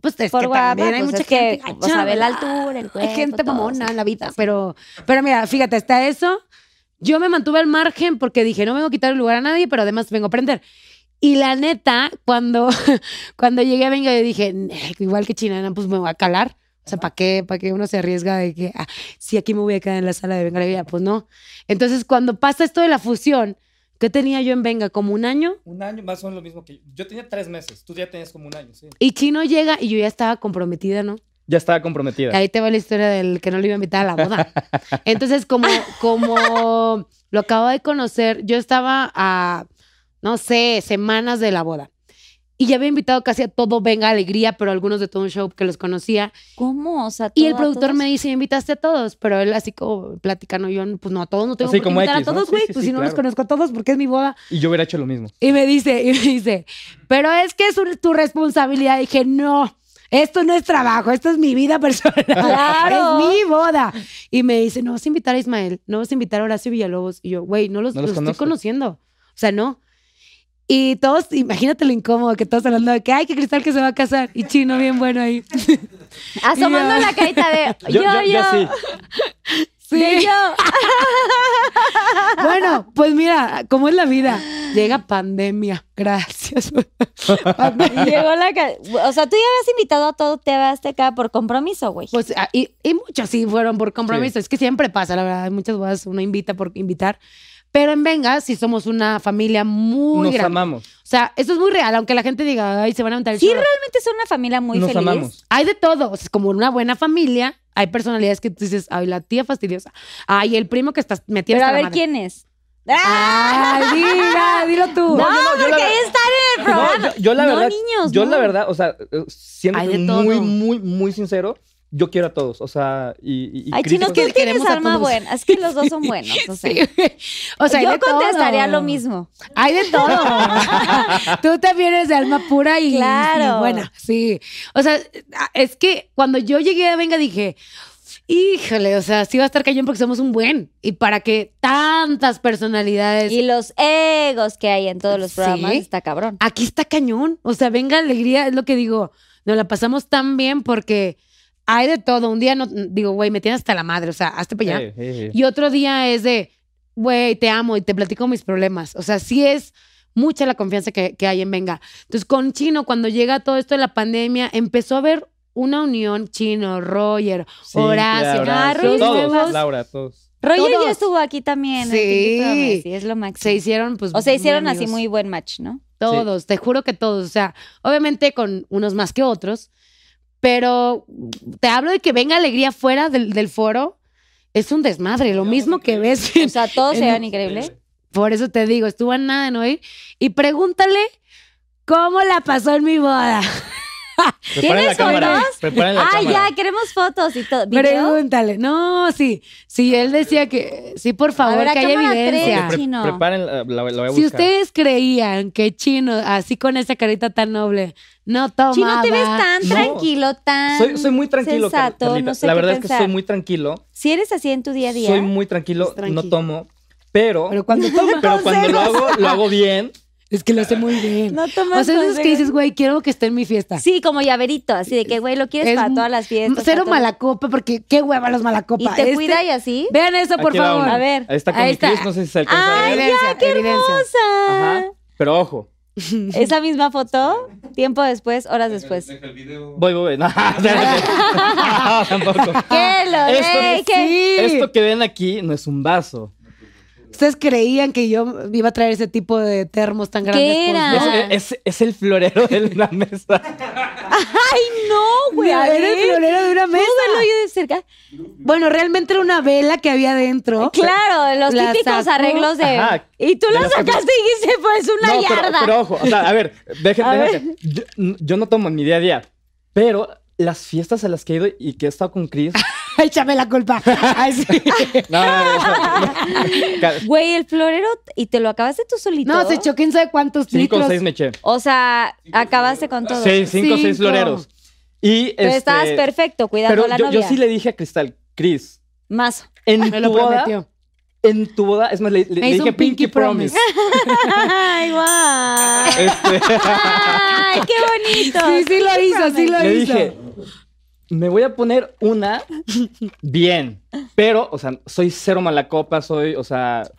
[SPEAKER 5] Pues es
[SPEAKER 3] por
[SPEAKER 5] que
[SPEAKER 3] guapa,
[SPEAKER 5] también hay
[SPEAKER 3] pues,
[SPEAKER 5] mucha
[SPEAKER 3] es que,
[SPEAKER 5] gente gacha,
[SPEAKER 3] o sea, ve la
[SPEAKER 5] ¿verdad?
[SPEAKER 3] altura, el cuerpo,
[SPEAKER 5] Hay gente
[SPEAKER 3] todo,
[SPEAKER 5] mamona
[SPEAKER 3] sí,
[SPEAKER 5] en la vida, pues.
[SPEAKER 3] sí, sí.
[SPEAKER 5] pero, pero mira, fíjate, hasta eso, yo me mantuve al margen porque dije, no vengo a quitar el lugar a nadie, pero además vengo a aprender. Y la neta, cuando, cuando llegué a Venga, yo dije, "Nee, igual que Chinana, pues me voy a calar. O sea, ¿para qué? ¿Para qué uno se arriesga de que, ah, sí, aquí me voy a quedar en la sala de Venga la Vida? Pues no. Entonces, cuando pasa esto de la fusión, ¿Qué tenía yo en Venga? ¿Como un año?
[SPEAKER 6] Un año más o menos lo mismo que yo. Yo tenía tres meses, tú ya tenías como un año, sí.
[SPEAKER 5] Y Chino llega y yo ya estaba comprometida, ¿no?
[SPEAKER 4] Ya estaba comprometida.
[SPEAKER 5] Ahí te va la historia del que no le iba a invitar a la boda. Entonces, como, como lo acabo de conocer, yo estaba a, no sé, semanas de la boda. Y ya había invitado casi a todo Venga Alegría, pero algunos de todo un show que los conocía.
[SPEAKER 3] ¿Cómo? O sea,
[SPEAKER 5] Y
[SPEAKER 3] todo
[SPEAKER 5] el
[SPEAKER 3] a
[SPEAKER 5] productor
[SPEAKER 3] todos.
[SPEAKER 5] me dice, ¿invitaste a todos? Pero él así como platicando, yo, pues no, a todos no tengo
[SPEAKER 4] Así
[SPEAKER 5] por qué
[SPEAKER 4] como
[SPEAKER 5] invitar
[SPEAKER 4] X,
[SPEAKER 5] a
[SPEAKER 4] ¿no?
[SPEAKER 5] todos,
[SPEAKER 4] Sí,
[SPEAKER 5] güey.
[SPEAKER 4] sí,
[SPEAKER 5] pues
[SPEAKER 4] sí,
[SPEAKER 5] si no los
[SPEAKER 4] claro.
[SPEAKER 5] conozco a todos, porque es mi boda.
[SPEAKER 4] Y yo hubiera hecho lo mismo.
[SPEAKER 5] Y me dice, y me dice, pero es que es un- tu responsabilidad. Y dije, no, esto no es trabajo, esto es mi vida personal.
[SPEAKER 3] Claro.
[SPEAKER 5] Es mi boda. Y me dice, no vas a invitar a Ismael, no vas a invitar a Horacio Villalobos. Y yo, güey, no los,
[SPEAKER 4] No los
[SPEAKER 5] los estoy
[SPEAKER 4] conozco.
[SPEAKER 5] conociendo. O sea, no. Y todos, imagínate lo incómodo que todos hablando de que, ay, que Cristal que se va a casar. Y Chino bien bueno ahí.
[SPEAKER 3] Asomando
[SPEAKER 5] Yo.
[SPEAKER 3] la carita de yo, yo,
[SPEAKER 4] sí.
[SPEAKER 3] de yo.
[SPEAKER 5] Bueno, pues mira, ¿cómo es la vida? Llega pandemia. Gracias.
[SPEAKER 3] Y llegó la ca- O sea, tú ya habías invitado a todo TV Azteca por compromiso, güey.
[SPEAKER 5] Pues, ah, y, y muchos sí fueron por compromiso. Es que siempre pasa, la verdad. Hay muchas bodas, uno invita por invitar. Pero en Venga, sí somos una familia muy
[SPEAKER 4] Nos
[SPEAKER 5] grande.
[SPEAKER 4] amamos.
[SPEAKER 5] O sea, eso es muy real, aunque la gente diga, ay, se van a aventar el
[SPEAKER 3] Sí,
[SPEAKER 5] churro".
[SPEAKER 3] realmente son una familia muy
[SPEAKER 4] nos
[SPEAKER 3] feliz.
[SPEAKER 4] amamos.
[SPEAKER 5] Hay de todo. O sea, es como una buena familia. Hay personalidades que tú dices, ay, la tía fastidiosa. Ay, el primo que estás metido
[SPEAKER 3] Pero a
[SPEAKER 5] hasta la
[SPEAKER 3] ver
[SPEAKER 5] madre".
[SPEAKER 3] quién es. ¡Ah!
[SPEAKER 5] Ay, diga, dilo
[SPEAKER 3] No,
[SPEAKER 4] yo
[SPEAKER 5] tú.
[SPEAKER 4] no, yo la
[SPEAKER 3] porque
[SPEAKER 4] ver-
[SPEAKER 3] ahí están en el
[SPEAKER 4] No,
[SPEAKER 3] programa.
[SPEAKER 4] yo, yo la
[SPEAKER 3] No,
[SPEAKER 4] verdad,
[SPEAKER 3] niños,
[SPEAKER 4] yo
[SPEAKER 3] no.
[SPEAKER 4] la verdad, o sea, eh, siendo
[SPEAKER 5] Hay de
[SPEAKER 4] muy,
[SPEAKER 5] todo.
[SPEAKER 4] muy, muy sincero, yo quiero a todos, o sea, y, y- y
[SPEAKER 3] Ay, chinos, ¿quién
[SPEAKER 4] críticos-
[SPEAKER 3] tienes
[SPEAKER 5] queremos a
[SPEAKER 3] arma
[SPEAKER 5] todos.
[SPEAKER 3] buena? Es que los dos son buenos. O sea,
[SPEAKER 5] Sí. O sea, hay
[SPEAKER 3] yo
[SPEAKER 5] de todo.
[SPEAKER 3] contestaría lo mismo.
[SPEAKER 5] Hay de todo. Tú también eres de alma pura y,
[SPEAKER 3] Claro.
[SPEAKER 5] y buena. Sí. O sea, ah, es que cuando yo llegué a Venga dije, híjole, o sea, sí va a estar cañón porque somos un buen. Y para que tantas personalidades.
[SPEAKER 3] Y los egos que hay en todos los
[SPEAKER 5] Sí.
[SPEAKER 3] programas está cabrón.
[SPEAKER 5] Aquí está cañón. O sea, Venga Alegría es lo que digo. Nos la pasamos tan bien porque hay de todo. Un día no digo, güey, me tienes hasta la madre. O sea, hazte para allá.
[SPEAKER 4] Eh, eh, eh.
[SPEAKER 5] Y otro día es de, güey, te amo y te platico mis problemas. O sea, sí es mucha la confianza que, que hay en Venga. Entonces, con Chino, cuando llega todo esto de la pandemia, empezó a haber una unión Chino, Roger,
[SPEAKER 4] Sí,
[SPEAKER 5] Horacio,
[SPEAKER 4] Laura,
[SPEAKER 3] ah, Ruiz
[SPEAKER 4] todos,
[SPEAKER 3] Huevos.
[SPEAKER 4] Laura, todos.
[SPEAKER 3] Roger
[SPEAKER 5] Todos.
[SPEAKER 3] ya estuvo aquí también.
[SPEAKER 5] Sí.
[SPEAKER 3] Sí. Sí, es lo máximo.
[SPEAKER 5] se hicieron pues...
[SPEAKER 3] o se hicieron
[SPEAKER 5] muy
[SPEAKER 3] así
[SPEAKER 5] amigos.
[SPEAKER 3] muy buen match, ¿no?
[SPEAKER 5] Todos, te juro que todos. O sea, obviamente con unos más que otros, pero te hablo de que venga alegría fuera del, del foro. Es un desmadre, lo mismo que ves en,
[SPEAKER 3] O sea, todos
[SPEAKER 5] En
[SPEAKER 3] se
[SPEAKER 5] el-
[SPEAKER 3] vean increíbles.
[SPEAKER 5] Por eso te digo, estuvo a nada de no ir. Y pregúntale cómo la pasó en mi boda.
[SPEAKER 4] Preparen la
[SPEAKER 3] ¿Tienes
[SPEAKER 4] cámara.
[SPEAKER 3] fotos?
[SPEAKER 4] Preparen la
[SPEAKER 3] Ay,
[SPEAKER 4] cámara.
[SPEAKER 3] ya, queremos fotos y todo. ¿Video?
[SPEAKER 5] Pregúntale. No, sí. Sí, él decía que. Sí, por
[SPEAKER 3] A
[SPEAKER 5] favor,
[SPEAKER 3] ver, a
[SPEAKER 5] que haya
[SPEAKER 3] cámara tres.
[SPEAKER 5] evidencia.
[SPEAKER 3] Pre- Chino.
[SPEAKER 4] Preparen, la, la- la voy a
[SPEAKER 5] Si
[SPEAKER 4] buscar.
[SPEAKER 5] ustedes creían que Chino, así con esa carita tan noble, no tomaba.
[SPEAKER 3] Chino, te ves tan
[SPEAKER 4] No.
[SPEAKER 3] tranquilo, tan.
[SPEAKER 4] soy, soy muy tranquilo, Car-
[SPEAKER 3] sensato,
[SPEAKER 4] Carlita.
[SPEAKER 3] no sé
[SPEAKER 4] La
[SPEAKER 3] qué
[SPEAKER 4] verdad es que
[SPEAKER 3] pensar.
[SPEAKER 4] soy muy tranquilo.
[SPEAKER 3] Si eres así en tu día a día. ¿eh? Pues
[SPEAKER 4] Soy muy tranquilo,
[SPEAKER 5] Es tranqui.
[SPEAKER 4] no tomo, pero,
[SPEAKER 5] Pero cuando toma.
[SPEAKER 4] pero cuando lo hago, lo hago bien.
[SPEAKER 5] Es que lo hace muy bien.
[SPEAKER 3] No tomas
[SPEAKER 5] o sea, es que
[SPEAKER 3] consejos.
[SPEAKER 5] dices, güey, quiero que esté en mi fiesta.
[SPEAKER 3] Sí, como llaverito, así de que, güey, lo quieres
[SPEAKER 5] Es
[SPEAKER 3] para todas las fiestas.
[SPEAKER 5] Cero
[SPEAKER 3] para todo-
[SPEAKER 5] malacopa, porque qué hueva los malacopa.
[SPEAKER 3] Y te
[SPEAKER 5] Este-
[SPEAKER 3] cuida y así.
[SPEAKER 5] Vean eso, por
[SPEAKER 4] Aquí va
[SPEAKER 5] favor.
[SPEAKER 4] uno.
[SPEAKER 3] A ver,
[SPEAKER 4] Ahí está con
[SPEAKER 5] ahí
[SPEAKER 4] mi
[SPEAKER 5] está.
[SPEAKER 4] Cris, no sé si se alcanza a
[SPEAKER 3] Ay,
[SPEAKER 4] ver.
[SPEAKER 5] Evidencia, evidencia.
[SPEAKER 3] O sea,
[SPEAKER 4] Ajá. Pero ojo,
[SPEAKER 3] Esa misma foto, tiempo después, horas después.
[SPEAKER 6] Deja el video.
[SPEAKER 4] voy, voy, voy. No, no, tampoco.
[SPEAKER 3] ¿Qué lo
[SPEAKER 4] Ah, Esto-
[SPEAKER 3] de- que-
[SPEAKER 5] Sí.
[SPEAKER 4] Esto que ven aquí no es un vaso.
[SPEAKER 5] Ustedes creían que yo iba a traer ese tipo de termos tan grandes.
[SPEAKER 3] ¿Qué
[SPEAKER 5] Pues,
[SPEAKER 3] era?
[SPEAKER 5] no.
[SPEAKER 4] Es, es- es el florero de una mesa.
[SPEAKER 3] Ay, no, güey. a
[SPEAKER 5] Era el
[SPEAKER 3] ver.
[SPEAKER 5] florero de una mesa.
[SPEAKER 3] ¿Puedo verlo yo de cerca?
[SPEAKER 5] Bueno, realmente era una vela que había dentro.
[SPEAKER 3] Claro, los
[SPEAKER 5] La
[SPEAKER 3] típicos
[SPEAKER 5] sacó.
[SPEAKER 3] arreglos de.
[SPEAKER 4] Ajá.
[SPEAKER 3] Y tú
[SPEAKER 4] De
[SPEAKER 3] lo
[SPEAKER 4] las que-
[SPEAKER 3] sacaste y dijiste, pues una
[SPEAKER 4] no, pero,
[SPEAKER 3] yarda.
[SPEAKER 4] pero ojo, o sea, a ver, déjenme,
[SPEAKER 3] A ver.
[SPEAKER 4] déjenme. Yo, yo no tomo en mi día a día, pero las fiestas a las que he ido y que he estado con Chris.
[SPEAKER 5] Échame la culpa. Ay, sí.
[SPEAKER 4] No, no, no, no, no. Ca-
[SPEAKER 3] Güey, el florero, y te lo acabaste tú solito.
[SPEAKER 5] No, se echó quién sabe cuántos
[SPEAKER 4] Cinco o
[SPEAKER 5] litros.
[SPEAKER 4] seis me eché.
[SPEAKER 3] O sea, acabaste con todo.
[SPEAKER 4] Seis, cinco o seis
[SPEAKER 5] Cinco.
[SPEAKER 4] floreros. Y
[SPEAKER 3] Pero
[SPEAKER 4] este,
[SPEAKER 3] estabas perfecto cuidando
[SPEAKER 4] Pero
[SPEAKER 3] a la
[SPEAKER 4] yo, yo
[SPEAKER 3] novia.
[SPEAKER 4] sí le dije a Cristal, Chris,
[SPEAKER 3] Mazo.
[SPEAKER 4] en
[SPEAKER 5] Me
[SPEAKER 4] tu
[SPEAKER 5] lo
[SPEAKER 4] boda,
[SPEAKER 5] prometió.
[SPEAKER 4] en tu boda, es más, le, le-
[SPEAKER 5] Me
[SPEAKER 4] le
[SPEAKER 5] hizo
[SPEAKER 4] dije
[SPEAKER 5] un pinky
[SPEAKER 4] Pinky Promise.
[SPEAKER 3] Ay, guau.
[SPEAKER 4] Este,
[SPEAKER 3] Ay, qué bonito.
[SPEAKER 5] Sí, sí lo hizo, sí lo
[SPEAKER 4] le
[SPEAKER 5] hizo.
[SPEAKER 4] dije, me voy a poner una bien, pero, o sea, soy cero mala copa, soy, o sea,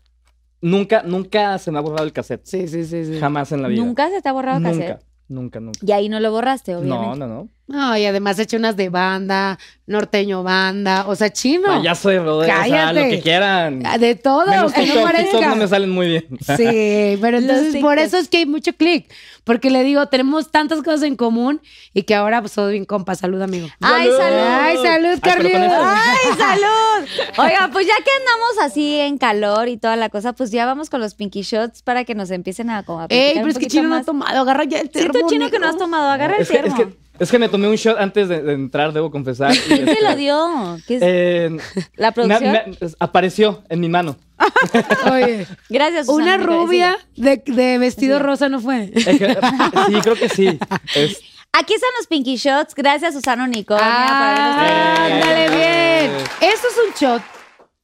[SPEAKER 4] nunca, nunca se me ha borrado el cassette.
[SPEAKER 5] Sí, sí, sí, sí.
[SPEAKER 4] Jamás en la vida.
[SPEAKER 3] Nunca se te ha borrado
[SPEAKER 4] Nunca.
[SPEAKER 3] cassette.
[SPEAKER 4] Nunca, nunca.
[SPEAKER 3] Y ahí no lo borraste,
[SPEAKER 4] No,
[SPEAKER 3] obviamente.
[SPEAKER 4] no, no.
[SPEAKER 5] No, y además he hecho unas de banda, norteño banda, o sea, chino.
[SPEAKER 4] Payaso de rodeo, o sea, lo
[SPEAKER 5] Cállate.
[SPEAKER 4] que quieran.
[SPEAKER 3] Ah,
[SPEAKER 5] De todo,
[SPEAKER 4] Menos
[SPEAKER 5] aunque no
[SPEAKER 4] TikTok, TikTok
[SPEAKER 5] parezca.
[SPEAKER 4] no me salen muy bien.
[SPEAKER 5] Sí, pero entonces por
[SPEAKER 3] TikToks.
[SPEAKER 5] eso es que hay mucho clic. Porque le digo, tenemos tantas cosas en común y que ahora pues todo bien compa. Salud, amigo.
[SPEAKER 3] ¡Ay, salud! Ah,
[SPEAKER 5] Ay, salud,
[SPEAKER 4] Ah, pero con
[SPEAKER 5] Carlitos.
[SPEAKER 4] esto-
[SPEAKER 3] ¡Ay, salud! Oiga, pues ya que andamos así en calor y toda la cosa, pues ya vamos con los pinky shots para que nos empiecen a como a platicar
[SPEAKER 5] Ey, pero
[SPEAKER 3] un
[SPEAKER 5] es que
[SPEAKER 3] poquito
[SPEAKER 5] Chino no ha
[SPEAKER 3] más.
[SPEAKER 5] tomado, agarra ya el
[SPEAKER 3] Sí,
[SPEAKER 5] termo.
[SPEAKER 3] tú chino que no
[SPEAKER 5] negro.
[SPEAKER 3] has tomado, agarra el
[SPEAKER 4] Es que, es
[SPEAKER 3] termo.
[SPEAKER 4] que- es que me tomé un shot antes de, de entrar, debo confesar. y
[SPEAKER 3] ¿Quién te
[SPEAKER 4] este,
[SPEAKER 3] lo dio? ¿Qué es?
[SPEAKER 4] eh,
[SPEAKER 3] ¿La producción?
[SPEAKER 4] me- me- apareció en mi mano.
[SPEAKER 5] Oye,
[SPEAKER 3] Gracias, Susana,
[SPEAKER 5] una
[SPEAKER 3] me parece
[SPEAKER 5] rubia de, de vestido rosa no fue.
[SPEAKER 4] Es que- sí, creo que sí. Es-
[SPEAKER 3] bien. Aquí están los pinky shots. Gracias, Susana Unicornia. por habernos-
[SPEAKER 5] Ah, ándale bien. Eso es un shot.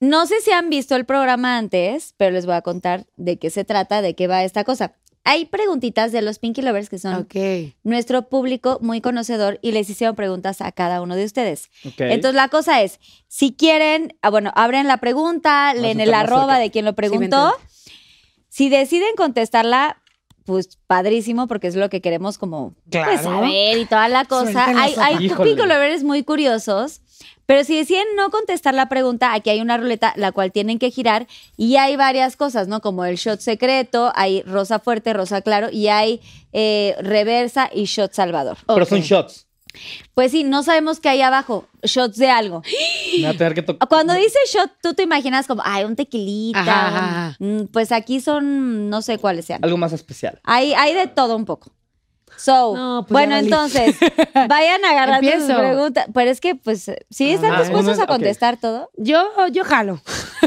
[SPEAKER 3] No sé si han visto el programa antes, pero les voy a contar de qué se trata, de qué va esta cosa. Hay preguntitas de los Pinky Lovers que son
[SPEAKER 5] Ok.
[SPEAKER 3] nuestro público muy conocedor y les hicieron preguntas a cada uno de ustedes.
[SPEAKER 4] ok.
[SPEAKER 3] Entonces la cosa es, si quieren, ah, bueno, abren la pregunta, leen
[SPEAKER 4] a
[SPEAKER 3] el
[SPEAKER 4] estar más
[SPEAKER 3] arroba
[SPEAKER 4] cerca.
[SPEAKER 3] de quien lo preguntó. si deciden contestarla, pues padrísimo, porque es lo que queremos como pues,
[SPEAKER 5] Claro.
[SPEAKER 3] saber y toda la cosa.
[SPEAKER 5] Suelten la
[SPEAKER 3] Hay,
[SPEAKER 5] sopa.
[SPEAKER 3] hay
[SPEAKER 4] Híjole.
[SPEAKER 3] pico lovers muy curiosos. Pero si deciden no contestar la pregunta, aquí hay una ruleta la cual tienen que girar y hay varias cosas, ¿no? Como el shot secreto, hay rosa fuerte, rosa claro y hay eh, reversa y shot salvador.
[SPEAKER 4] Pero
[SPEAKER 5] Ok.
[SPEAKER 4] son shots.
[SPEAKER 3] Pues sí, no sabemos qué hay abajo, shots de algo.
[SPEAKER 4] Me voy a tener que tocar.
[SPEAKER 3] Cuando dice shot, tú te imaginas como, ay, un tequilita.
[SPEAKER 5] Ajá,
[SPEAKER 3] un-
[SPEAKER 5] ajá.
[SPEAKER 3] Mm, Pues aquí son, no sé cuáles sean.
[SPEAKER 4] Algo más especial.
[SPEAKER 3] Hay, hay de todo un poco. So,
[SPEAKER 5] No, pues ya
[SPEAKER 3] bueno,
[SPEAKER 5] valí.
[SPEAKER 3] entonces, vayan agarrando sus
[SPEAKER 5] Empiezo.
[SPEAKER 3] preguntas. Pero es que, pues, ¿sí están
[SPEAKER 4] Ah,
[SPEAKER 3] dispuestos
[SPEAKER 4] uno-
[SPEAKER 3] a contestar todo?
[SPEAKER 5] Yo, yo jalo.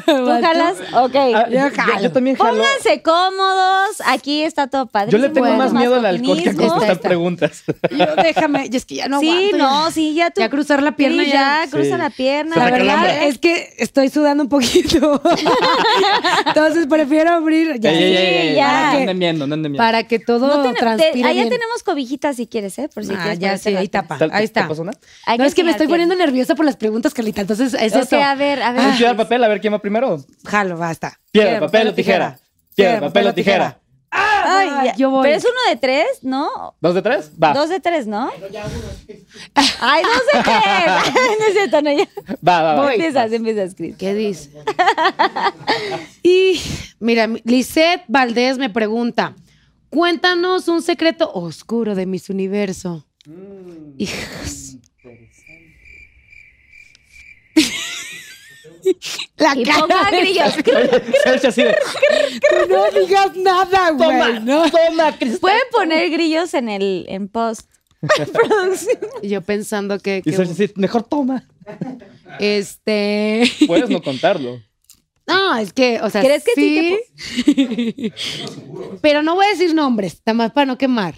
[SPEAKER 3] ¿Tú jalas? Ok.
[SPEAKER 4] Ah,
[SPEAKER 5] yo
[SPEAKER 4] yo,
[SPEAKER 5] jalo.
[SPEAKER 4] yo también jalo.
[SPEAKER 3] Pónganse cómodos. Aquí está todo padre.
[SPEAKER 4] Yo le tengo
[SPEAKER 5] Bueno,
[SPEAKER 4] más miedo al alcohol que a
[SPEAKER 5] feminismo.
[SPEAKER 4] contestar
[SPEAKER 5] Está, está.
[SPEAKER 4] preguntas.
[SPEAKER 5] Yo déjame, y es que ya no
[SPEAKER 3] sí,
[SPEAKER 5] aguanto.
[SPEAKER 3] no, sí, ya tú.
[SPEAKER 5] Ya cruzar la pierna
[SPEAKER 3] Sí,
[SPEAKER 5] ya.
[SPEAKER 3] ya, cruza
[SPEAKER 4] Sí.
[SPEAKER 3] la pierna.
[SPEAKER 4] Se
[SPEAKER 5] La
[SPEAKER 4] te cae el
[SPEAKER 5] verdad
[SPEAKER 4] hambre.
[SPEAKER 5] es que estoy sudando un poquito. Entonces prefiero abrir ya.
[SPEAKER 4] Ey, ey, ey, ey,
[SPEAKER 3] ya.
[SPEAKER 4] No anden viendo, no anden viendo.
[SPEAKER 5] Para que todo
[SPEAKER 3] No ten- te-
[SPEAKER 5] transpire
[SPEAKER 3] allá
[SPEAKER 5] bien.
[SPEAKER 3] tenemos cobijitas si quieres, ¿eh? Por si
[SPEAKER 5] Ah,
[SPEAKER 3] quieres
[SPEAKER 5] ya
[SPEAKER 3] ponerte
[SPEAKER 5] sí, ahí
[SPEAKER 3] la-
[SPEAKER 5] tapa.
[SPEAKER 4] ¿Te-
[SPEAKER 5] Ahí
[SPEAKER 4] te
[SPEAKER 5] está.
[SPEAKER 4] pasó una?
[SPEAKER 3] Hay
[SPEAKER 5] No, es que me
[SPEAKER 3] girar
[SPEAKER 5] estoy
[SPEAKER 3] pierna.
[SPEAKER 5] poniendo nerviosa por las preguntas, Carlita. Entonces es
[SPEAKER 3] Ok,
[SPEAKER 5] eso.
[SPEAKER 3] a ver, a ver.
[SPEAKER 4] Hay que Ah, dar papel, a ver quién va primero.
[SPEAKER 5] Jalo, basta.
[SPEAKER 4] Piedra, papel o tijera. Piedra, papel o tijera.
[SPEAKER 3] Ay,
[SPEAKER 5] Ay,
[SPEAKER 3] ya.
[SPEAKER 5] yo voy.
[SPEAKER 3] Pero es uno de tres, ¿no?
[SPEAKER 4] ¿Dos de tres? Va.
[SPEAKER 3] Dos de tres, ¿no? Ay, dos de tres. no es cierto, no, ya.
[SPEAKER 4] Va, va, va.
[SPEAKER 3] Empiezas, empiezas, Cris.
[SPEAKER 5] ¿Qué dice? y mira, Lisette Valdés me pregunta: Cuéntanos un secreto oscuro de mis universo.
[SPEAKER 3] Mm.
[SPEAKER 5] Hijas. La
[SPEAKER 3] Y
[SPEAKER 5] cara
[SPEAKER 3] ponga
[SPEAKER 5] de-
[SPEAKER 3] grillos.
[SPEAKER 4] Sergio así de,
[SPEAKER 5] Tú no digas nada, güey. ¿no?
[SPEAKER 4] toma, Cris.
[SPEAKER 3] Pueden poner grillos en el en post. Producción.
[SPEAKER 5] Yo pensando que.
[SPEAKER 4] Y "Ah".
[SPEAKER 5] que-
[SPEAKER 4] Sergio así, mejor toma.
[SPEAKER 5] este.
[SPEAKER 4] Puedes no contarlo.
[SPEAKER 5] No, es que, o sea,
[SPEAKER 3] ¿Crees que sí
[SPEAKER 5] Pero no voy a decir nombres, nada más para no quemar.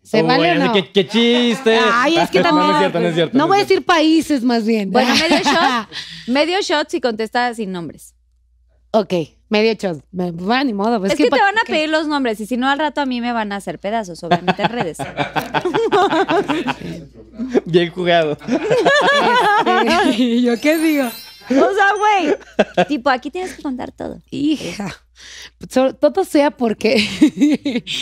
[SPEAKER 5] ¿Se
[SPEAKER 4] Uy,
[SPEAKER 5] vale o
[SPEAKER 4] Oh, así
[SPEAKER 5] no?
[SPEAKER 4] que- Qué chiste.
[SPEAKER 5] Ay, es que
[SPEAKER 4] No,
[SPEAKER 5] también.
[SPEAKER 4] No, es cierto, no es cierto.
[SPEAKER 5] No
[SPEAKER 4] es
[SPEAKER 5] voy a
[SPEAKER 4] cierto.
[SPEAKER 5] decir países, más bien.
[SPEAKER 3] Bueno, medio shot. Medio shot si contesta sin nombres.
[SPEAKER 5] ok, medio shot. Me- Bueno, ni modo. pues
[SPEAKER 3] es que,
[SPEAKER 5] pa-
[SPEAKER 3] te van a pedir los nombres y si no al rato a mí me van a hacer pedazos, obviamente en redes.
[SPEAKER 4] Bien jugado.
[SPEAKER 5] Este, ¿Yo qué digo?
[SPEAKER 3] O sea, güey. Tipo, aquí tienes que contar todo.
[SPEAKER 5] Hija. So- Todo sea porque.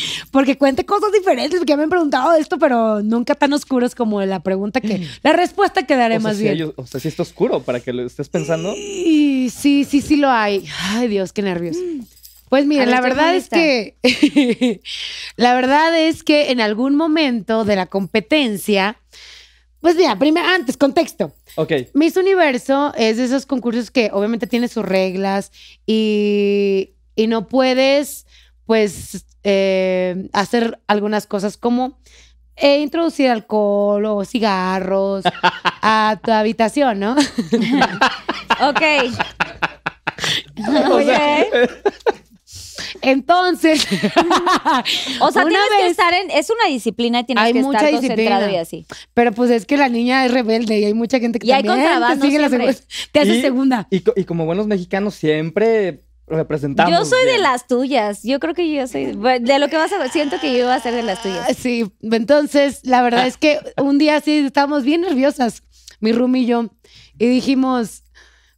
[SPEAKER 5] porque cuente cosas diferentes, porque ya me han preguntado esto, pero nunca tan oscuros como la pregunta que. La respuesta que daré
[SPEAKER 4] O sea,
[SPEAKER 5] más
[SPEAKER 4] si
[SPEAKER 5] bien.
[SPEAKER 4] ellos- o sea, si está oscuro para que lo estés pensando.
[SPEAKER 5] Y sí, sí, sí lo hay. Ay, Dios, qué nervios. Pues
[SPEAKER 3] A
[SPEAKER 5] mira,
[SPEAKER 3] ver,
[SPEAKER 5] la
[SPEAKER 3] estoy
[SPEAKER 5] verdad
[SPEAKER 3] muy
[SPEAKER 5] es que la verdad es que en algún momento de la competencia, pues mira, primero antes contexto.
[SPEAKER 4] Ok.
[SPEAKER 5] Miss Universo es de esos concursos que obviamente tiene sus reglas y, y no puedes, pues, eh, hacer algunas cosas como eh, introducir alcohol o cigarros a tu habitación, ¿no?
[SPEAKER 3] Ok.
[SPEAKER 4] O sea,
[SPEAKER 3] Oye.
[SPEAKER 5] Entonces,
[SPEAKER 3] O sea,
[SPEAKER 5] una
[SPEAKER 3] tienes que
[SPEAKER 5] vez-
[SPEAKER 3] estar en. Es una disciplina y tienes
[SPEAKER 5] Hay
[SPEAKER 3] que
[SPEAKER 5] mucha
[SPEAKER 3] estar
[SPEAKER 5] disciplina.
[SPEAKER 3] concentrado y así.
[SPEAKER 5] pero pues es que la niña es rebelde y hay mucha gente que
[SPEAKER 3] Y hay
[SPEAKER 5] también
[SPEAKER 3] contrabando
[SPEAKER 5] te sigue la
[SPEAKER 3] siempre.
[SPEAKER 5] segunda- te hace
[SPEAKER 4] y-
[SPEAKER 5] segunda.
[SPEAKER 4] Y, co- y como buenos mexicanos siempre representamos.
[SPEAKER 3] Yo soy de
[SPEAKER 4] bien.
[SPEAKER 3] las tuyas. Yo creo que yo soy. De lo que vas a. Siento que yo voy a ser de las tuyas.
[SPEAKER 5] Ah, Sí, entonces la verdad es que un día sí estábamos bien nerviosas, mi Rumi y yo, y dijimos,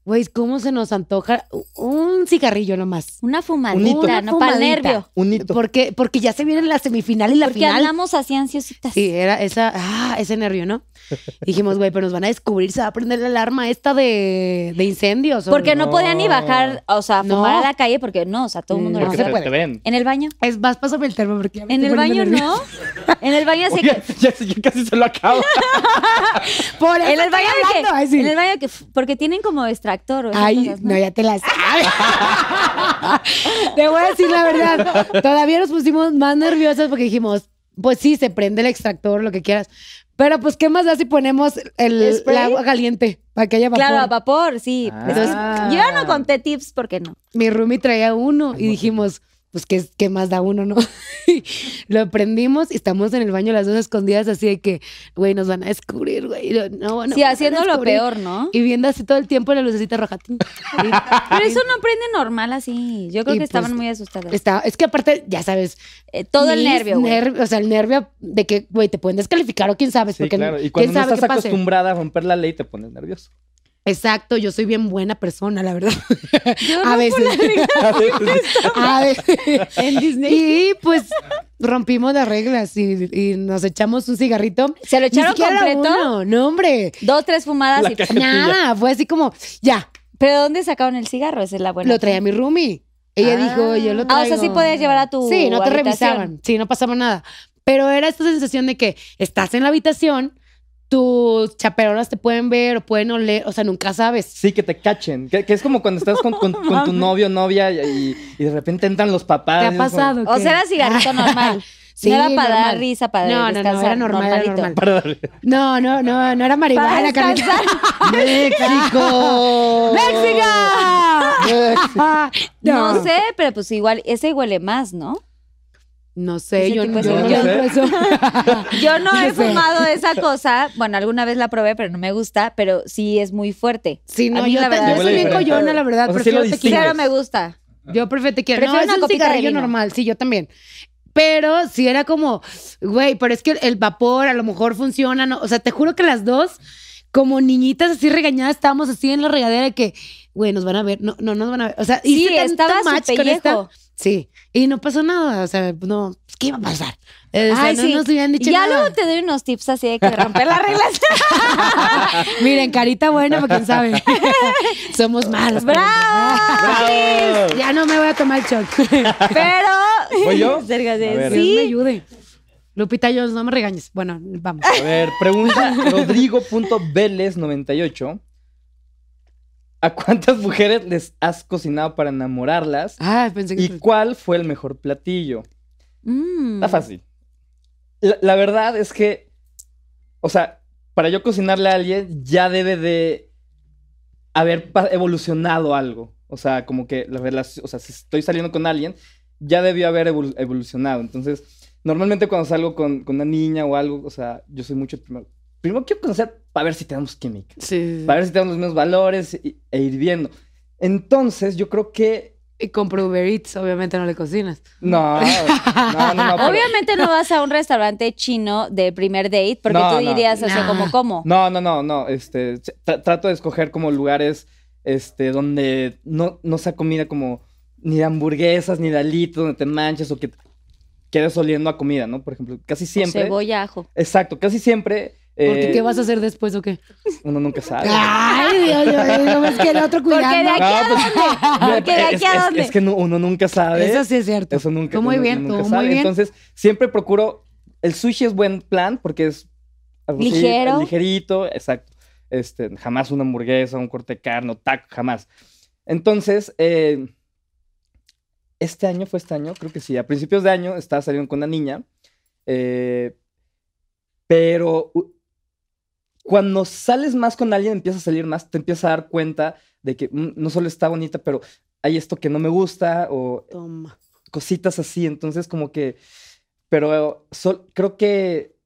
[SPEAKER 5] Güey, ¿cómo se nos antoja un cigarrillo nomás?
[SPEAKER 3] Una
[SPEAKER 4] hito.
[SPEAKER 3] fumadita, no para el
[SPEAKER 5] fumadita.
[SPEAKER 3] nervio.
[SPEAKER 4] Un hito.
[SPEAKER 5] Porque, porque ya se viene la semifinal y la
[SPEAKER 3] Porque
[SPEAKER 5] final.
[SPEAKER 3] andamos así ansiositas.
[SPEAKER 5] Sí, era esa, ah, ese nervio, ¿no? Dijimos, güey, pero nos van a descubrir, se va a prender la alarma esta de, de incendios. o-
[SPEAKER 3] Porque no,
[SPEAKER 6] No.
[SPEAKER 3] podían ni bajar, o sea,
[SPEAKER 5] No.
[SPEAKER 3] fumar a la calle porque no, o sea, todo el mundo
[SPEAKER 5] No
[SPEAKER 3] lo
[SPEAKER 6] Porque
[SPEAKER 5] se
[SPEAKER 3] hace.
[SPEAKER 6] te,
[SPEAKER 5] puede.
[SPEAKER 6] te ven.
[SPEAKER 3] ¿En el baño?
[SPEAKER 5] Es más, pásame el termo porque ya me
[SPEAKER 3] En el
[SPEAKER 5] estoy poniendo
[SPEAKER 3] baño no.
[SPEAKER 5] nerviosa.
[SPEAKER 3] En el baño así que.
[SPEAKER 6] Oye, ya, ya casi se lo acaba.
[SPEAKER 5] Por eso
[SPEAKER 3] En el baño
[SPEAKER 5] estoy
[SPEAKER 3] de
[SPEAKER 5] hablando, ay, sí.
[SPEAKER 3] que. En el baño que. Porque tienen como extractor. o esas
[SPEAKER 5] Ay,
[SPEAKER 3] cosas, ¿no?
[SPEAKER 5] no, ya te las. te voy a decir la verdad. Todavía nos pusimos más nerviosas porque dijimos, pues sí, se prende el extractor, lo que quieras. Pero pues, ¿qué más da si ponemos el,
[SPEAKER 3] ¿El spray?
[SPEAKER 5] el agua caliente para que haya vapor?
[SPEAKER 3] Claro, a vapor, sí.
[SPEAKER 6] Ah.
[SPEAKER 3] Es que yo ya no conté tips porque no.
[SPEAKER 5] Mi roomie traía uno y dijimos, pues, ¿qué, qué más da uno, no? lo prendimos y estamos en el baño las dos escondidas así de que, güey, nos van a descubrir, güey. No, No, nos
[SPEAKER 3] sí,
[SPEAKER 5] van a
[SPEAKER 3] haciendo lo
[SPEAKER 5] descubrir.
[SPEAKER 3] peor, ¿no?
[SPEAKER 5] Y viendo así todo el tiempo la lucecita roja. Tin, tin,
[SPEAKER 3] Pero
[SPEAKER 5] tin.
[SPEAKER 3] eso no prende normal así. Yo creo
[SPEAKER 5] Y
[SPEAKER 3] que estaban
[SPEAKER 5] pues,
[SPEAKER 3] muy asustadas.
[SPEAKER 5] Está, es que aparte, ya sabes,
[SPEAKER 3] Eh, todo el
[SPEAKER 5] mis
[SPEAKER 3] nervio, güey.
[SPEAKER 5] nerv- o sea, el nervio de que, güey, te pueden descalificar o quién sabe.
[SPEAKER 4] Sí,
[SPEAKER 5] porque
[SPEAKER 4] claro. Y
[SPEAKER 5] quién
[SPEAKER 4] cuando no
[SPEAKER 5] sabe
[SPEAKER 4] estás
[SPEAKER 5] qué pase.
[SPEAKER 4] acostumbrada a romper la ley, te pones nervioso.
[SPEAKER 5] Exacto, yo soy bien buena persona, la verdad.
[SPEAKER 3] Yo
[SPEAKER 5] a
[SPEAKER 3] no
[SPEAKER 5] veces.
[SPEAKER 4] Ah,
[SPEAKER 5] a veces.
[SPEAKER 3] en Disney.
[SPEAKER 5] Y pues rompimos las reglas y, y nos echamos un cigarrito.
[SPEAKER 3] ¿Se lo
[SPEAKER 5] Ni
[SPEAKER 3] echaron
[SPEAKER 5] siquiera
[SPEAKER 3] completo?
[SPEAKER 5] uno, no, hombre.
[SPEAKER 3] Dos, tres fumadas y.
[SPEAKER 5] Nada, fue así como, ya,
[SPEAKER 3] ¿Pero dónde sacaron el cigarro? Esa es la buena.
[SPEAKER 5] lo traía mi roomie. Ella
[SPEAKER 3] Ah.
[SPEAKER 5] dijo, yo lo traigo.
[SPEAKER 3] Ah, o sea, sí podías llevar a tu
[SPEAKER 5] Sí, no te
[SPEAKER 3] habitación.
[SPEAKER 5] revisaban, sí, no pasaba nada. Pero era esta sensación de que estás en la habitación, tus chaperonas te pueden ver o pueden oler, o sea, nunca sabes.
[SPEAKER 4] Sí, que te cachen. Que, que es como cuando estás con, con- con tu novio, novia y, y de repente entran los papás.
[SPEAKER 5] ¿Te
[SPEAKER 4] y
[SPEAKER 5] ha
[SPEAKER 4] es como-
[SPEAKER 5] pasado?
[SPEAKER 3] O
[SPEAKER 5] qué?
[SPEAKER 3] sea, era cigarrito normal.
[SPEAKER 5] Sí,
[SPEAKER 3] no era para dar
[SPEAKER 5] normal.
[SPEAKER 3] risa, para
[SPEAKER 5] No, no, no,
[SPEAKER 3] descansar.
[SPEAKER 5] era normal, era
[SPEAKER 3] normalito.
[SPEAKER 5] normal.
[SPEAKER 4] Para darle-
[SPEAKER 5] No, no, no, no
[SPEAKER 3] Para
[SPEAKER 5] era marihuana, Carlita.
[SPEAKER 3] descansar.
[SPEAKER 4] ¡México!
[SPEAKER 3] No. sé, pero pues igual, ese huele más, ¿no?
[SPEAKER 5] No sé,
[SPEAKER 3] Ese
[SPEAKER 5] yo,
[SPEAKER 3] tipo
[SPEAKER 5] no-
[SPEAKER 3] de
[SPEAKER 5] yo no
[SPEAKER 4] cosas.
[SPEAKER 5] le entro a eso.
[SPEAKER 3] Yo no he
[SPEAKER 5] Yo sé.
[SPEAKER 3] fumado esa cosa. Bueno, alguna vez la probé, pero no me gusta, pero sí es muy fuerte.
[SPEAKER 5] Sí,
[SPEAKER 3] A
[SPEAKER 5] no,
[SPEAKER 3] mí
[SPEAKER 5] yo,
[SPEAKER 3] la
[SPEAKER 5] te-
[SPEAKER 3] verdad-
[SPEAKER 5] yo soy bien
[SPEAKER 4] Huele
[SPEAKER 5] coyona,
[SPEAKER 4] diferente.
[SPEAKER 5] la verdad.
[SPEAKER 4] O sea, sí
[SPEAKER 5] prefiero
[SPEAKER 4] lo
[SPEAKER 5] tequila.
[SPEAKER 3] Claro,
[SPEAKER 4] distingues.
[SPEAKER 3] me gusta.
[SPEAKER 5] Yo prefiero te quiero. No,
[SPEAKER 3] Ah. Prefiero
[SPEAKER 5] es
[SPEAKER 3] una
[SPEAKER 5] un
[SPEAKER 3] copita de
[SPEAKER 5] cigarrillo
[SPEAKER 3] vino.
[SPEAKER 5] normal, sí, yo también. Pero si era como, güey, pero es que el vapor a lo mejor funciona, ¿no? O sea, te juro que las dos, como niñitas así regañadas, estábamos así en la regadera de que, güey, nos van a ver, no, no nos van a ver. O sea,
[SPEAKER 3] Sí,
[SPEAKER 5] hice tanto
[SPEAKER 3] estaba su
[SPEAKER 5] match con
[SPEAKER 3] pellejo.
[SPEAKER 5] esta. Sí, y no pasó nada, o sea, no, pues, ¿qué iba a pasar? Eh, o sea,
[SPEAKER 3] Ay,
[SPEAKER 5] no
[SPEAKER 3] sí.
[SPEAKER 5] nos habían dicho
[SPEAKER 3] ya
[SPEAKER 5] nada.
[SPEAKER 3] luego te doy unos tips así de que romper las reglas.
[SPEAKER 5] Miren, carita buena, para quién sabe. Somos malos. pero-
[SPEAKER 3] ¡Bravo!
[SPEAKER 4] ¡Bravo!
[SPEAKER 5] Ya no me voy a tomar el shot.
[SPEAKER 3] Pero.
[SPEAKER 4] ¿Voy yo?
[SPEAKER 3] Cerca de-
[SPEAKER 4] A ver.
[SPEAKER 5] Pues, Dios
[SPEAKER 3] Sí.
[SPEAKER 5] me ayude. Lupita Jones, no me regañes. Bueno, vamos.
[SPEAKER 4] A ver, pregunta Rodrigo.Vélez98. ¿A cuántas mujeres les has cocinado para enamorarlas?
[SPEAKER 5] Ah, pensé que.
[SPEAKER 4] ¿Y cuál fue el mejor platillo?
[SPEAKER 3] Mm.
[SPEAKER 4] Está fácil. La, la verdad es que, o sea, para yo cocinarle a alguien ya debe de haber pa- evolucionado algo. O sea, como que la relación, o sea, si estoy saliendo con alguien, ya debió haber evol- evolucionado. Entonces, normalmente cuando salgo con, con una niña o algo, o sea, yo soy mucho primero. Primero quiero conocer para ver si tenemos química,
[SPEAKER 5] Sí.
[SPEAKER 4] para ver si tenemos los mismos valores y- e ir viendo. Entonces, yo creo que...
[SPEAKER 5] Y compro Uber Eats, obviamente no le cocinas.
[SPEAKER 4] No, no, no, no. pero-
[SPEAKER 3] Obviamente no vas a un restaurante chino del primer date porque
[SPEAKER 4] No,
[SPEAKER 3] tú
[SPEAKER 4] no.
[SPEAKER 3] dirías, o sea,
[SPEAKER 5] No.
[SPEAKER 3] como cómo.
[SPEAKER 4] No, no, no, no. Este, tra- trato de escoger como lugares este, donde no, no sea comida como ni de hamburguesas, ni de alitos, donde te manches o que quedes oliendo a comida, ¿no? Por ejemplo, casi siempre.
[SPEAKER 3] Cebolla, ajo.
[SPEAKER 4] Exacto, casi siempre.
[SPEAKER 5] Porque
[SPEAKER 4] eh,
[SPEAKER 5] ¿qué vas Ah, a hacer después o qué?
[SPEAKER 4] Uno nunca sabe.
[SPEAKER 5] Ay, Dios, Dios, no es que el otro
[SPEAKER 3] Porque de
[SPEAKER 5] cuidando.
[SPEAKER 3] aquí a
[SPEAKER 4] No, pues,
[SPEAKER 3] dónde. Porque de
[SPEAKER 4] es-
[SPEAKER 3] aquí a
[SPEAKER 4] es-
[SPEAKER 3] dónde.
[SPEAKER 4] Es que no- uno nunca sabe.
[SPEAKER 5] Eso sí es cierto.
[SPEAKER 4] Eso nunca.
[SPEAKER 5] Tú muy
[SPEAKER 4] uno-
[SPEAKER 5] bien,
[SPEAKER 4] uno nunca
[SPEAKER 5] tú muy bien.
[SPEAKER 4] Entonces, siempre procuro. El sushi es buen plan porque es algo así,
[SPEAKER 3] Ligero.
[SPEAKER 4] ligerito, exacto. Este, jamás una hamburguesa, un corte de carne, o taco, jamás. Entonces, eh, este año fue este año, creo que sí. A principios de año estaba saliendo con una niña. eh, pero u- cuando sales más con alguien, empiezas a salir más, te empiezas a dar cuenta de que mm, no solo está bonita, pero hay esto que no me gusta o
[SPEAKER 5] Toma.
[SPEAKER 4] cositas así. Entonces, como que. Pero sol- creo que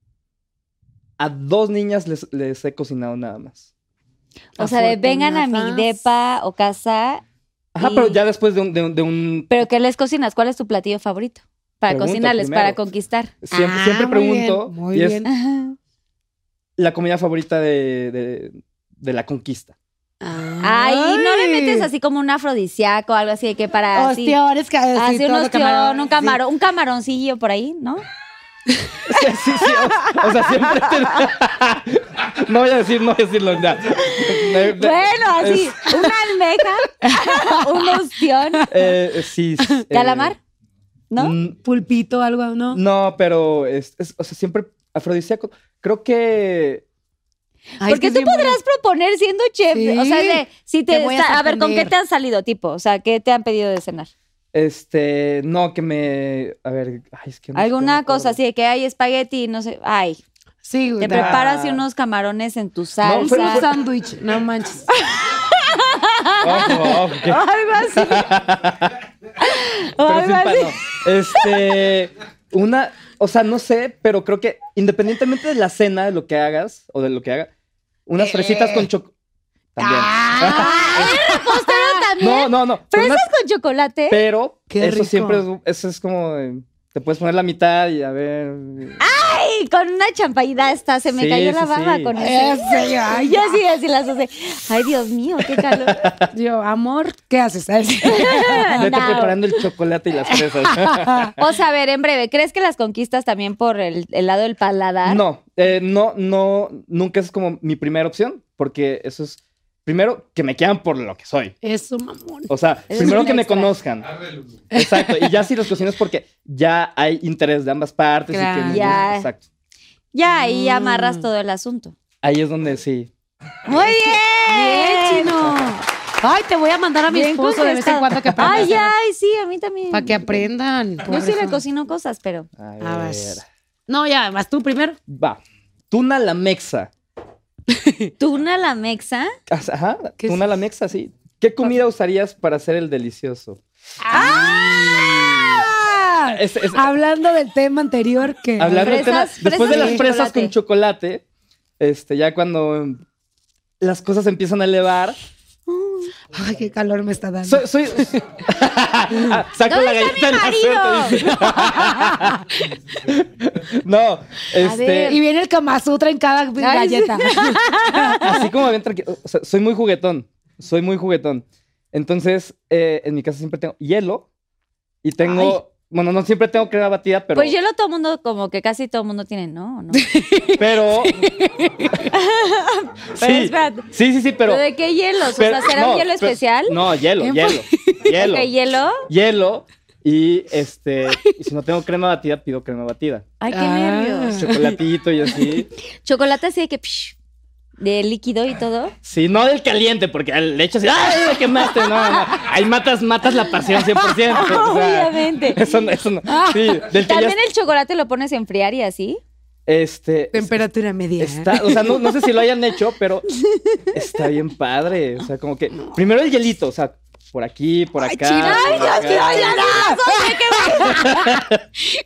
[SPEAKER 4] a dos niñas les, les he cocinado nada más.
[SPEAKER 3] O sea, de vengan a mi
[SPEAKER 5] Afortunadas.
[SPEAKER 3] depa o casa,
[SPEAKER 4] Ajá,
[SPEAKER 3] Y-
[SPEAKER 4] pero ya después de un. De un, de un-
[SPEAKER 3] pero ¿qué les cocinas? ¿Cuál es tu platillo favorito? Para
[SPEAKER 4] Pregunta
[SPEAKER 3] cocinarles,
[SPEAKER 4] primero.
[SPEAKER 3] para conquistar.
[SPEAKER 4] siempre,
[SPEAKER 5] Ah,
[SPEAKER 4] siempre
[SPEAKER 5] muy bien,
[SPEAKER 4] pregunto.
[SPEAKER 5] muy
[SPEAKER 4] y es
[SPEAKER 5] bien.
[SPEAKER 3] Ajá.
[SPEAKER 4] la comida favorita de, de, de la conquista.
[SPEAKER 3] Ay, no le metes así como un afrodisíaco, algo así de que para así,
[SPEAKER 5] Ostiones, cabecitos,
[SPEAKER 3] así un ostión,
[SPEAKER 5] camarones,
[SPEAKER 3] un
[SPEAKER 5] sí.
[SPEAKER 3] camarón, un camaroncillo por ahí, ¿no?
[SPEAKER 4] Sí, sí, sí, o, o sea, siempre. te- no voy a decir, no voy a decirlo. Ya. Me- me-
[SPEAKER 3] Bueno, así,
[SPEAKER 4] es-
[SPEAKER 3] una almeja, un ostión,
[SPEAKER 4] eh, sí. eh,
[SPEAKER 3] calamar, ¿no?
[SPEAKER 4] mm,
[SPEAKER 5] Pulpito, algo, ¿no?
[SPEAKER 4] No, pero es, es- o sea, siempre afrodisíaco. Creo que.
[SPEAKER 3] Porque
[SPEAKER 5] Ay, es que
[SPEAKER 3] tú
[SPEAKER 5] es bien
[SPEAKER 3] podrás proponer siendo chef,
[SPEAKER 5] Sí,
[SPEAKER 3] o sea, de, si te,
[SPEAKER 5] te voy a
[SPEAKER 3] a, ver, ¿con qué
[SPEAKER 5] sorprender.
[SPEAKER 3] te han salido, tipo? O sea, ¿qué te han pedido de cenar?
[SPEAKER 4] Este. No, que me. A ver. Ay, es que no- no me
[SPEAKER 3] Alguna
[SPEAKER 4] acuerdo.
[SPEAKER 3] cosa así de que hay espagueti, y no sé, ay,
[SPEAKER 5] bueno. Sí,
[SPEAKER 3] te
[SPEAKER 5] güey.
[SPEAKER 3] preparas y unos camarones en tu salsa.
[SPEAKER 5] Un
[SPEAKER 4] fue- fue-
[SPEAKER 5] sándwich, no manches.
[SPEAKER 4] Ojo, ojo, que-
[SPEAKER 3] algo así. o
[SPEAKER 4] pero
[SPEAKER 3] algo
[SPEAKER 4] sin
[SPEAKER 3] así.
[SPEAKER 4] palo. Este. Una. O sea, no sé, pero creo que independientemente de la cena, de lo que hagas, o de lo que haga,
[SPEAKER 3] Eh.
[SPEAKER 4] unas fresitas con choco. También.
[SPEAKER 3] Ah,
[SPEAKER 4] No, no, no. pero
[SPEAKER 3] ¿Fresas
[SPEAKER 4] unas-
[SPEAKER 3] con chocolate?
[SPEAKER 4] Pero
[SPEAKER 5] Qué
[SPEAKER 4] eso
[SPEAKER 5] rico.
[SPEAKER 4] siempre es, eso es como de, te puedes poner la mitad y a ver.
[SPEAKER 3] Ay, con una champaída esta, se me
[SPEAKER 4] Sí,
[SPEAKER 3] cayó
[SPEAKER 4] sí,
[SPEAKER 3] la baba
[SPEAKER 4] sí.
[SPEAKER 3] con eso.
[SPEAKER 5] Ese, yo, ay,
[SPEAKER 3] Y así, así las hace. Ay, Dios mío, qué calor.
[SPEAKER 5] yo, amor, ¿qué haces? Ay, sí.
[SPEAKER 4] Vete
[SPEAKER 3] Ah, No.
[SPEAKER 4] preparando el chocolate y las fresas.
[SPEAKER 3] O sea, a ver, en breve, ¿crees que las conquistas también por el, el lado del
[SPEAKER 5] ¿Ah?
[SPEAKER 3] paladar?
[SPEAKER 4] no, eh, no, no, nunca es como mi primera opción, porque eso es primero que me quieran por lo que soy.
[SPEAKER 5] Eso, mamón.
[SPEAKER 4] O sea,
[SPEAKER 3] es
[SPEAKER 4] primero
[SPEAKER 3] un
[SPEAKER 4] que me
[SPEAKER 3] extra.
[SPEAKER 4] conozcan. Exacto. Y ya si los cocinas porque ya hay interés de ambas partes. y que
[SPEAKER 5] Claro.
[SPEAKER 4] me-
[SPEAKER 3] Ya.
[SPEAKER 4] Exacto.
[SPEAKER 3] Ya ahí amarras
[SPEAKER 5] Mm.
[SPEAKER 3] todo el asunto.
[SPEAKER 4] Ahí es donde sí.
[SPEAKER 3] Muy bien.
[SPEAKER 5] Bien, chino. Ay, te voy a mandar a mi
[SPEAKER 3] Bien
[SPEAKER 5] esposo de vez en
[SPEAKER 3] contestado.
[SPEAKER 5] cuando que aprenda.
[SPEAKER 3] Ay, ay, sí, a mí también.
[SPEAKER 5] Para que aprendan.
[SPEAKER 3] Yo sí le
[SPEAKER 5] pobrecito.
[SPEAKER 3] cocino cosas, pero.
[SPEAKER 4] A ver.
[SPEAKER 5] Ah, vas. No, ya, vas tú primero.
[SPEAKER 4] Va. Tuna la mexa.
[SPEAKER 3] Tuna la mexa.
[SPEAKER 4] Ajá.
[SPEAKER 5] ¿Qué es
[SPEAKER 4] Tuna la mexa, sí. ¿Qué comida usarías para hacer el delicioso?
[SPEAKER 5] ¡Ah!
[SPEAKER 4] Es- es-
[SPEAKER 5] Hablando del tema anterior que...
[SPEAKER 4] Hablando del tema,
[SPEAKER 3] Fresas,
[SPEAKER 4] después
[SPEAKER 3] fresas
[SPEAKER 4] de
[SPEAKER 3] con
[SPEAKER 4] las fresas
[SPEAKER 3] chocolate.
[SPEAKER 4] con chocolate, este, ya cuando mm, las cosas se empiezan a elevar,
[SPEAKER 5] Ay, qué calor me está
[SPEAKER 4] soy,
[SPEAKER 5] dando.
[SPEAKER 4] soy- Ah, saco la
[SPEAKER 3] ¿Dónde
[SPEAKER 4] galleta
[SPEAKER 3] está
[SPEAKER 4] de la
[SPEAKER 3] mi
[SPEAKER 4] suerte, dice. no,
[SPEAKER 5] y
[SPEAKER 4] este,
[SPEAKER 5] viene el Kama Sutra en cada galleta.
[SPEAKER 4] así como bien tranquilo, o sea, soy muy juguetón, soy muy juguetón. Entonces, eh, en mi casa siempre tengo hielo y tengo, bueno, no siempre tengo crema batida, pero,
[SPEAKER 3] Pues hielo todo mundo, como que casi todo mundo tiene, ¿no? ¿No?
[SPEAKER 4] pero, sí,
[SPEAKER 3] espérate.
[SPEAKER 4] sí, sí, sí, pero,
[SPEAKER 3] ¿Pero de qué hielos?
[SPEAKER 4] pero-
[SPEAKER 3] o sea, ¿será
[SPEAKER 4] no,
[SPEAKER 3] un hielo
[SPEAKER 4] pero-
[SPEAKER 3] especial?
[SPEAKER 4] No, hielo,
[SPEAKER 5] ¿En
[SPEAKER 4] hielo, hielo.
[SPEAKER 3] Ok, hielo.
[SPEAKER 4] hielo y este y si no tengo crema batida pido crema batida
[SPEAKER 3] Ay, qué
[SPEAKER 5] Ah.
[SPEAKER 3] nervios.
[SPEAKER 4] chocolatito y así
[SPEAKER 3] Chocolate así de que psh, de líquido y todo.
[SPEAKER 4] sí no del caliente porque al- le echas y ay me quemaste no, no ahí matas matas la pasión 100% o sea,
[SPEAKER 3] Obviamente. Ah,
[SPEAKER 4] eso no, eso no sí del que ya
[SPEAKER 3] También el chocolate lo pones a enfriar y así.
[SPEAKER 4] este
[SPEAKER 5] Temperatura media. ¿eh?
[SPEAKER 4] está o sea no, no sé si lo hayan hecho pero está bien padre o sea como que primero el hielito o sea por aquí por acá por acá.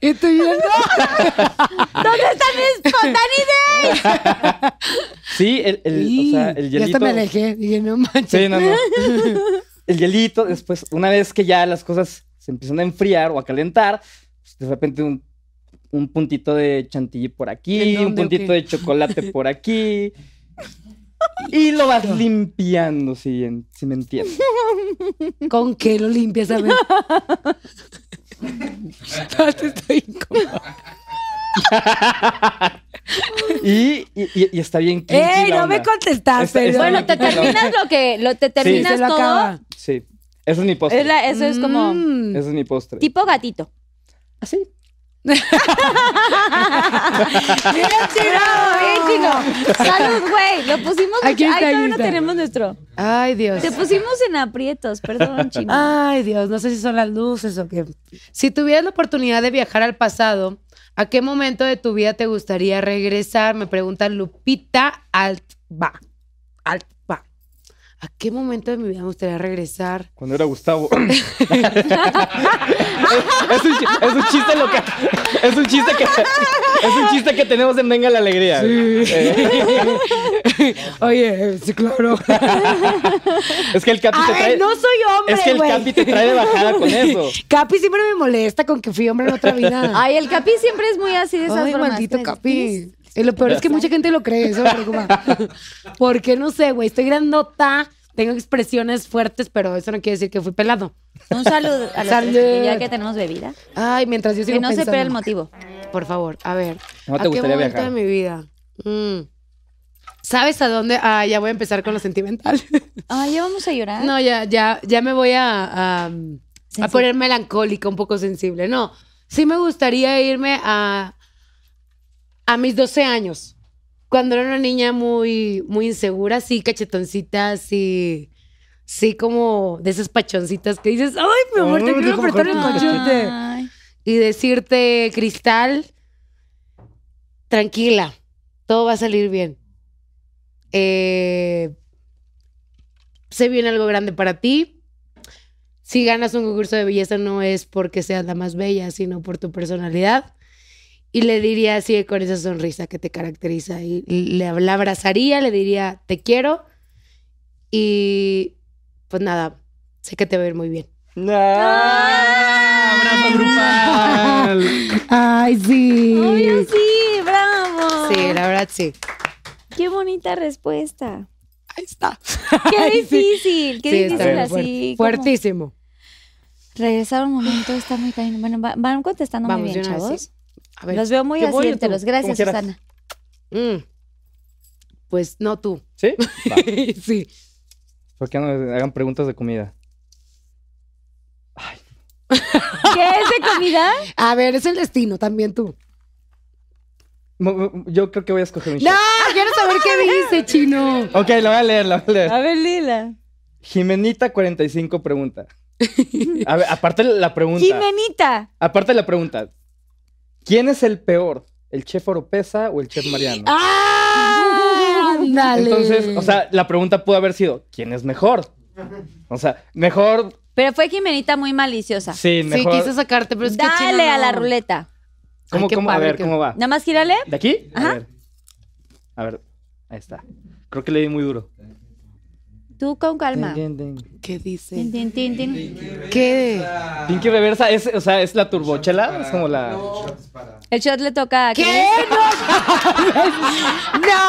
[SPEAKER 5] Y tú y yo, no.
[SPEAKER 3] ¿Dónde están mis spontaneidades?
[SPEAKER 4] sí el, el- o sea el
[SPEAKER 5] Ya
[SPEAKER 4] hielito
[SPEAKER 5] hasta me alejé. Dije, no manches.
[SPEAKER 4] Sí, no, no. El hielito, después, una vez que ya las cosas se empiezan a enfriar o a calentar, pues, de repente un, un puntito de chantilly por aquí,
[SPEAKER 5] ¿En dónde,
[SPEAKER 4] un puntito
[SPEAKER 5] o qué?
[SPEAKER 4] de chocolate por aquí. Y lo vas limpiando, si, en- si me entiendes.
[SPEAKER 5] ¿Con qué lo limpias? A ver. Te estoy incómoda.
[SPEAKER 4] Y, y- y- y está bien kinky
[SPEAKER 5] ¡Ey,
[SPEAKER 4] la
[SPEAKER 5] Eh, no me
[SPEAKER 4] onda. Está-
[SPEAKER 5] contestaste!
[SPEAKER 4] está-
[SPEAKER 5] ¿no?
[SPEAKER 3] Bueno, te terminas lo que lo te terminas
[SPEAKER 5] Se lo
[SPEAKER 3] todo.
[SPEAKER 5] acaba.
[SPEAKER 4] Sí, eso es mi postre.
[SPEAKER 3] Es la- eso es como
[SPEAKER 5] Mm.
[SPEAKER 4] Eso es mi postre. Ah,
[SPEAKER 3] tipo gatito.
[SPEAKER 4] Así.
[SPEAKER 3] Bien
[SPEAKER 4] ¿eh,
[SPEAKER 3] chino, bien chino. Salud, güey. Lo pusimos.
[SPEAKER 5] Aquí
[SPEAKER 3] mucho-
[SPEAKER 5] está,
[SPEAKER 3] Ay, todavía
[SPEAKER 5] aquí
[SPEAKER 3] no
[SPEAKER 5] está.
[SPEAKER 3] tenemos nuestro.
[SPEAKER 5] Ay, Dios.
[SPEAKER 3] Te pusimos en aprietos, perdón, chino.
[SPEAKER 5] Ay, Dios, no sé si son las luces o qué. Si tuvieras la oportunidad de viajar al pasado, ¿a qué momento de tu vida te gustaría regresar? Me pregunta Lupita Altba. Altba. ¿A qué momento de mi vida me gustaría regresar?
[SPEAKER 4] Cuando era Gustavo. es, es un, chi- es un chiste lo que- Es un chiste que. Es un chiste que tenemos en Venga la Alegría. Eh,
[SPEAKER 5] Oye, sí, claro.
[SPEAKER 4] es que el Capi
[SPEAKER 5] A
[SPEAKER 4] te trae.
[SPEAKER 5] ver, no soy hombre,
[SPEAKER 4] es que el
[SPEAKER 5] güey.
[SPEAKER 4] Capi te trae de bajada con eso.
[SPEAKER 5] Capi siempre me molesta con que fui hombre en otra vida.
[SPEAKER 3] Ay, el Capi siempre es muy así de esas
[SPEAKER 5] Ay,
[SPEAKER 3] bromas.
[SPEAKER 5] maldito
[SPEAKER 3] ¿Tienes-
[SPEAKER 5] Capi. Y lo peor es que mucha gente lo cree, eso me preocupa. Porque no sé, güey, estoy grandota, Tengo expresiones fuertes, pero eso no quiere decir que fui pelado.
[SPEAKER 3] Un saludo a los
[SPEAKER 5] Salud.
[SPEAKER 3] tres, ya que tenemos bebida.
[SPEAKER 5] Ay, mientras yo sigo
[SPEAKER 3] Que no se
[SPEAKER 5] pensando.
[SPEAKER 3] pierda el motivo.
[SPEAKER 5] Por favor, a ver.
[SPEAKER 4] ¿Cómo te
[SPEAKER 5] ¿A qué
[SPEAKER 4] gustaría
[SPEAKER 5] momento
[SPEAKER 4] viajar?
[SPEAKER 5] de mi vida? Mm. ¿Sabes a dónde? Ah, ya voy a empezar con lo sentimental.
[SPEAKER 3] Ay, ya vamos a llorar.
[SPEAKER 5] no, ya, ya, ya me voy a, a- a
[SPEAKER 3] Sensible.
[SPEAKER 5] poner melancólica, un poco sensible. No, sí me gustaría irme a, a mis 12 años. Cuando era una niña muy, muy insegura, así cachetoncita, así, sí como de esas pachoncitas que dices, ay, mi amor, te
[SPEAKER 4] Ay,
[SPEAKER 5] quiero
[SPEAKER 4] déjame
[SPEAKER 5] apretar el
[SPEAKER 4] agarrar tu
[SPEAKER 5] cachete
[SPEAKER 3] Ay.
[SPEAKER 5] y decirte, Cristal, tranquila, todo va a salir bien. Eh, se viene algo grande para ti. Si ganas un concurso de belleza no es porque seas la más bella, sino por tu personalidad. Y le diría así con esa sonrisa que te caracteriza. Y le, la abrazaría, le diría, te quiero. Y pues nada, sé que te va a ir muy bien.
[SPEAKER 4] ¡Abrazo grupal!
[SPEAKER 5] Ay, sí.
[SPEAKER 3] Obvio sí, bravo.
[SPEAKER 5] Sí, la verdad sí.
[SPEAKER 3] Qué bonita respuesta.
[SPEAKER 5] Ahí está.
[SPEAKER 3] Qué
[SPEAKER 5] Ay, sí.
[SPEAKER 3] difícil, qué
[SPEAKER 5] Sí,
[SPEAKER 3] difícil
[SPEAKER 5] está bien
[SPEAKER 3] así. como-
[SPEAKER 5] Fuertísimo.
[SPEAKER 3] Regresar un momento está muy cañón. Bueno, va- van contestando muy
[SPEAKER 5] Vamos,
[SPEAKER 3] bien,
[SPEAKER 5] de una vez,
[SPEAKER 3] chavos.
[SPEAKER 5] sí. A ver.
[SPEAKER 3] Los veo muy
[SPEAKER 4] Yo voy,
[SPEAKER 3] acierteros.
[SPEAKER 4] tú,
[SPEAKER 3] Gracias,
[SPEAKER 4] como quieras.
[SPEAKER 3] Susana.
[SPEAKER 5] Mm. Pues no tú.
[SPEAKER 4] ¿Sí? Va.
[SPEAKER 5] sí.
[SPEAKER 4] ¿Por qué no me hagan preguntas de comida?
[SPEAKER 3] ¿Qué es de comida?
[SPEAKER 5] A ver, es el destino, también tú.
[SPEAKER 4] Mo- mo- Yo creo que voy a escoger un
[SPEAKER 5] No,
[SPEAKER 4] chef.
[SPEAKER 5] quiero saber qué dice, chino.
[SPEAKER 4] Ok, lo voy a leer, lo voy a leer.
[SPEAKER 3] ver, Lila.
[SPEAKER 4] Jimenita45 pregunta. A ver, aparte la pregunta.
[SPEAKER 3] Jimenita.
[SPEAKER 4] Aparte la pregunta. ¿Quién es el peor? ¿El chef Oropesa o el chef Mariano?
[SPEAKER 5] ¡Ah! Ándale.
[SPEAKER 4] Entonces, o sea, la pregunta pudo haber sido, ¿quién es mejor? O sea, mejor,
[SPEAKER 3] Pero fue Jimenita muy maliciosa.
[SPEAKER 4] sí,
[SPEAKER 5] Sí,
[SPEAKER 4] mejor.
[SPEAKER 5] quise sacarte, pero es que.
[SPEAKER 3] Dale
[SPEAKER 5] chino, no.
[SPEAKER 3] a la ruleta.
[SPEAKER 4] ¿Cómo,
[SPEAKER 5] Ay, qué
[SPEAKER 4] cómo? a
[SPEAKER 5] padre
[SPEAKER 4] ver,
[SPEAKER 5] que-
[SPEAKER 4] ¿cómo va?
[SPEAKER 3] Nada más gírale.
[SPEAKER 4] ¿De aquí?
[SPEAKER 3] Ajá.
[SPEAKER 4] A ver. A ver, ahí está. Creo que le di muy duro.
[SPEAKER 3] Tú con calma.
[SPEAKER 4] Tin, tin, tin.
[SPEAKER 5] ¿Qué dice?
[SPEAKER 3] Tin, tin, tin, tin.
[SPEAKER 5] ¿Qué?
[SPEAKER 4] Pinky Reversa es, o sea, es la turbochela, es como la...
[SPEAKER 3] El shot le toca a
[SPEAKER 5] ¿Qué?
[SPEAKER 3] Chris.
[SPEAKER 5] No. no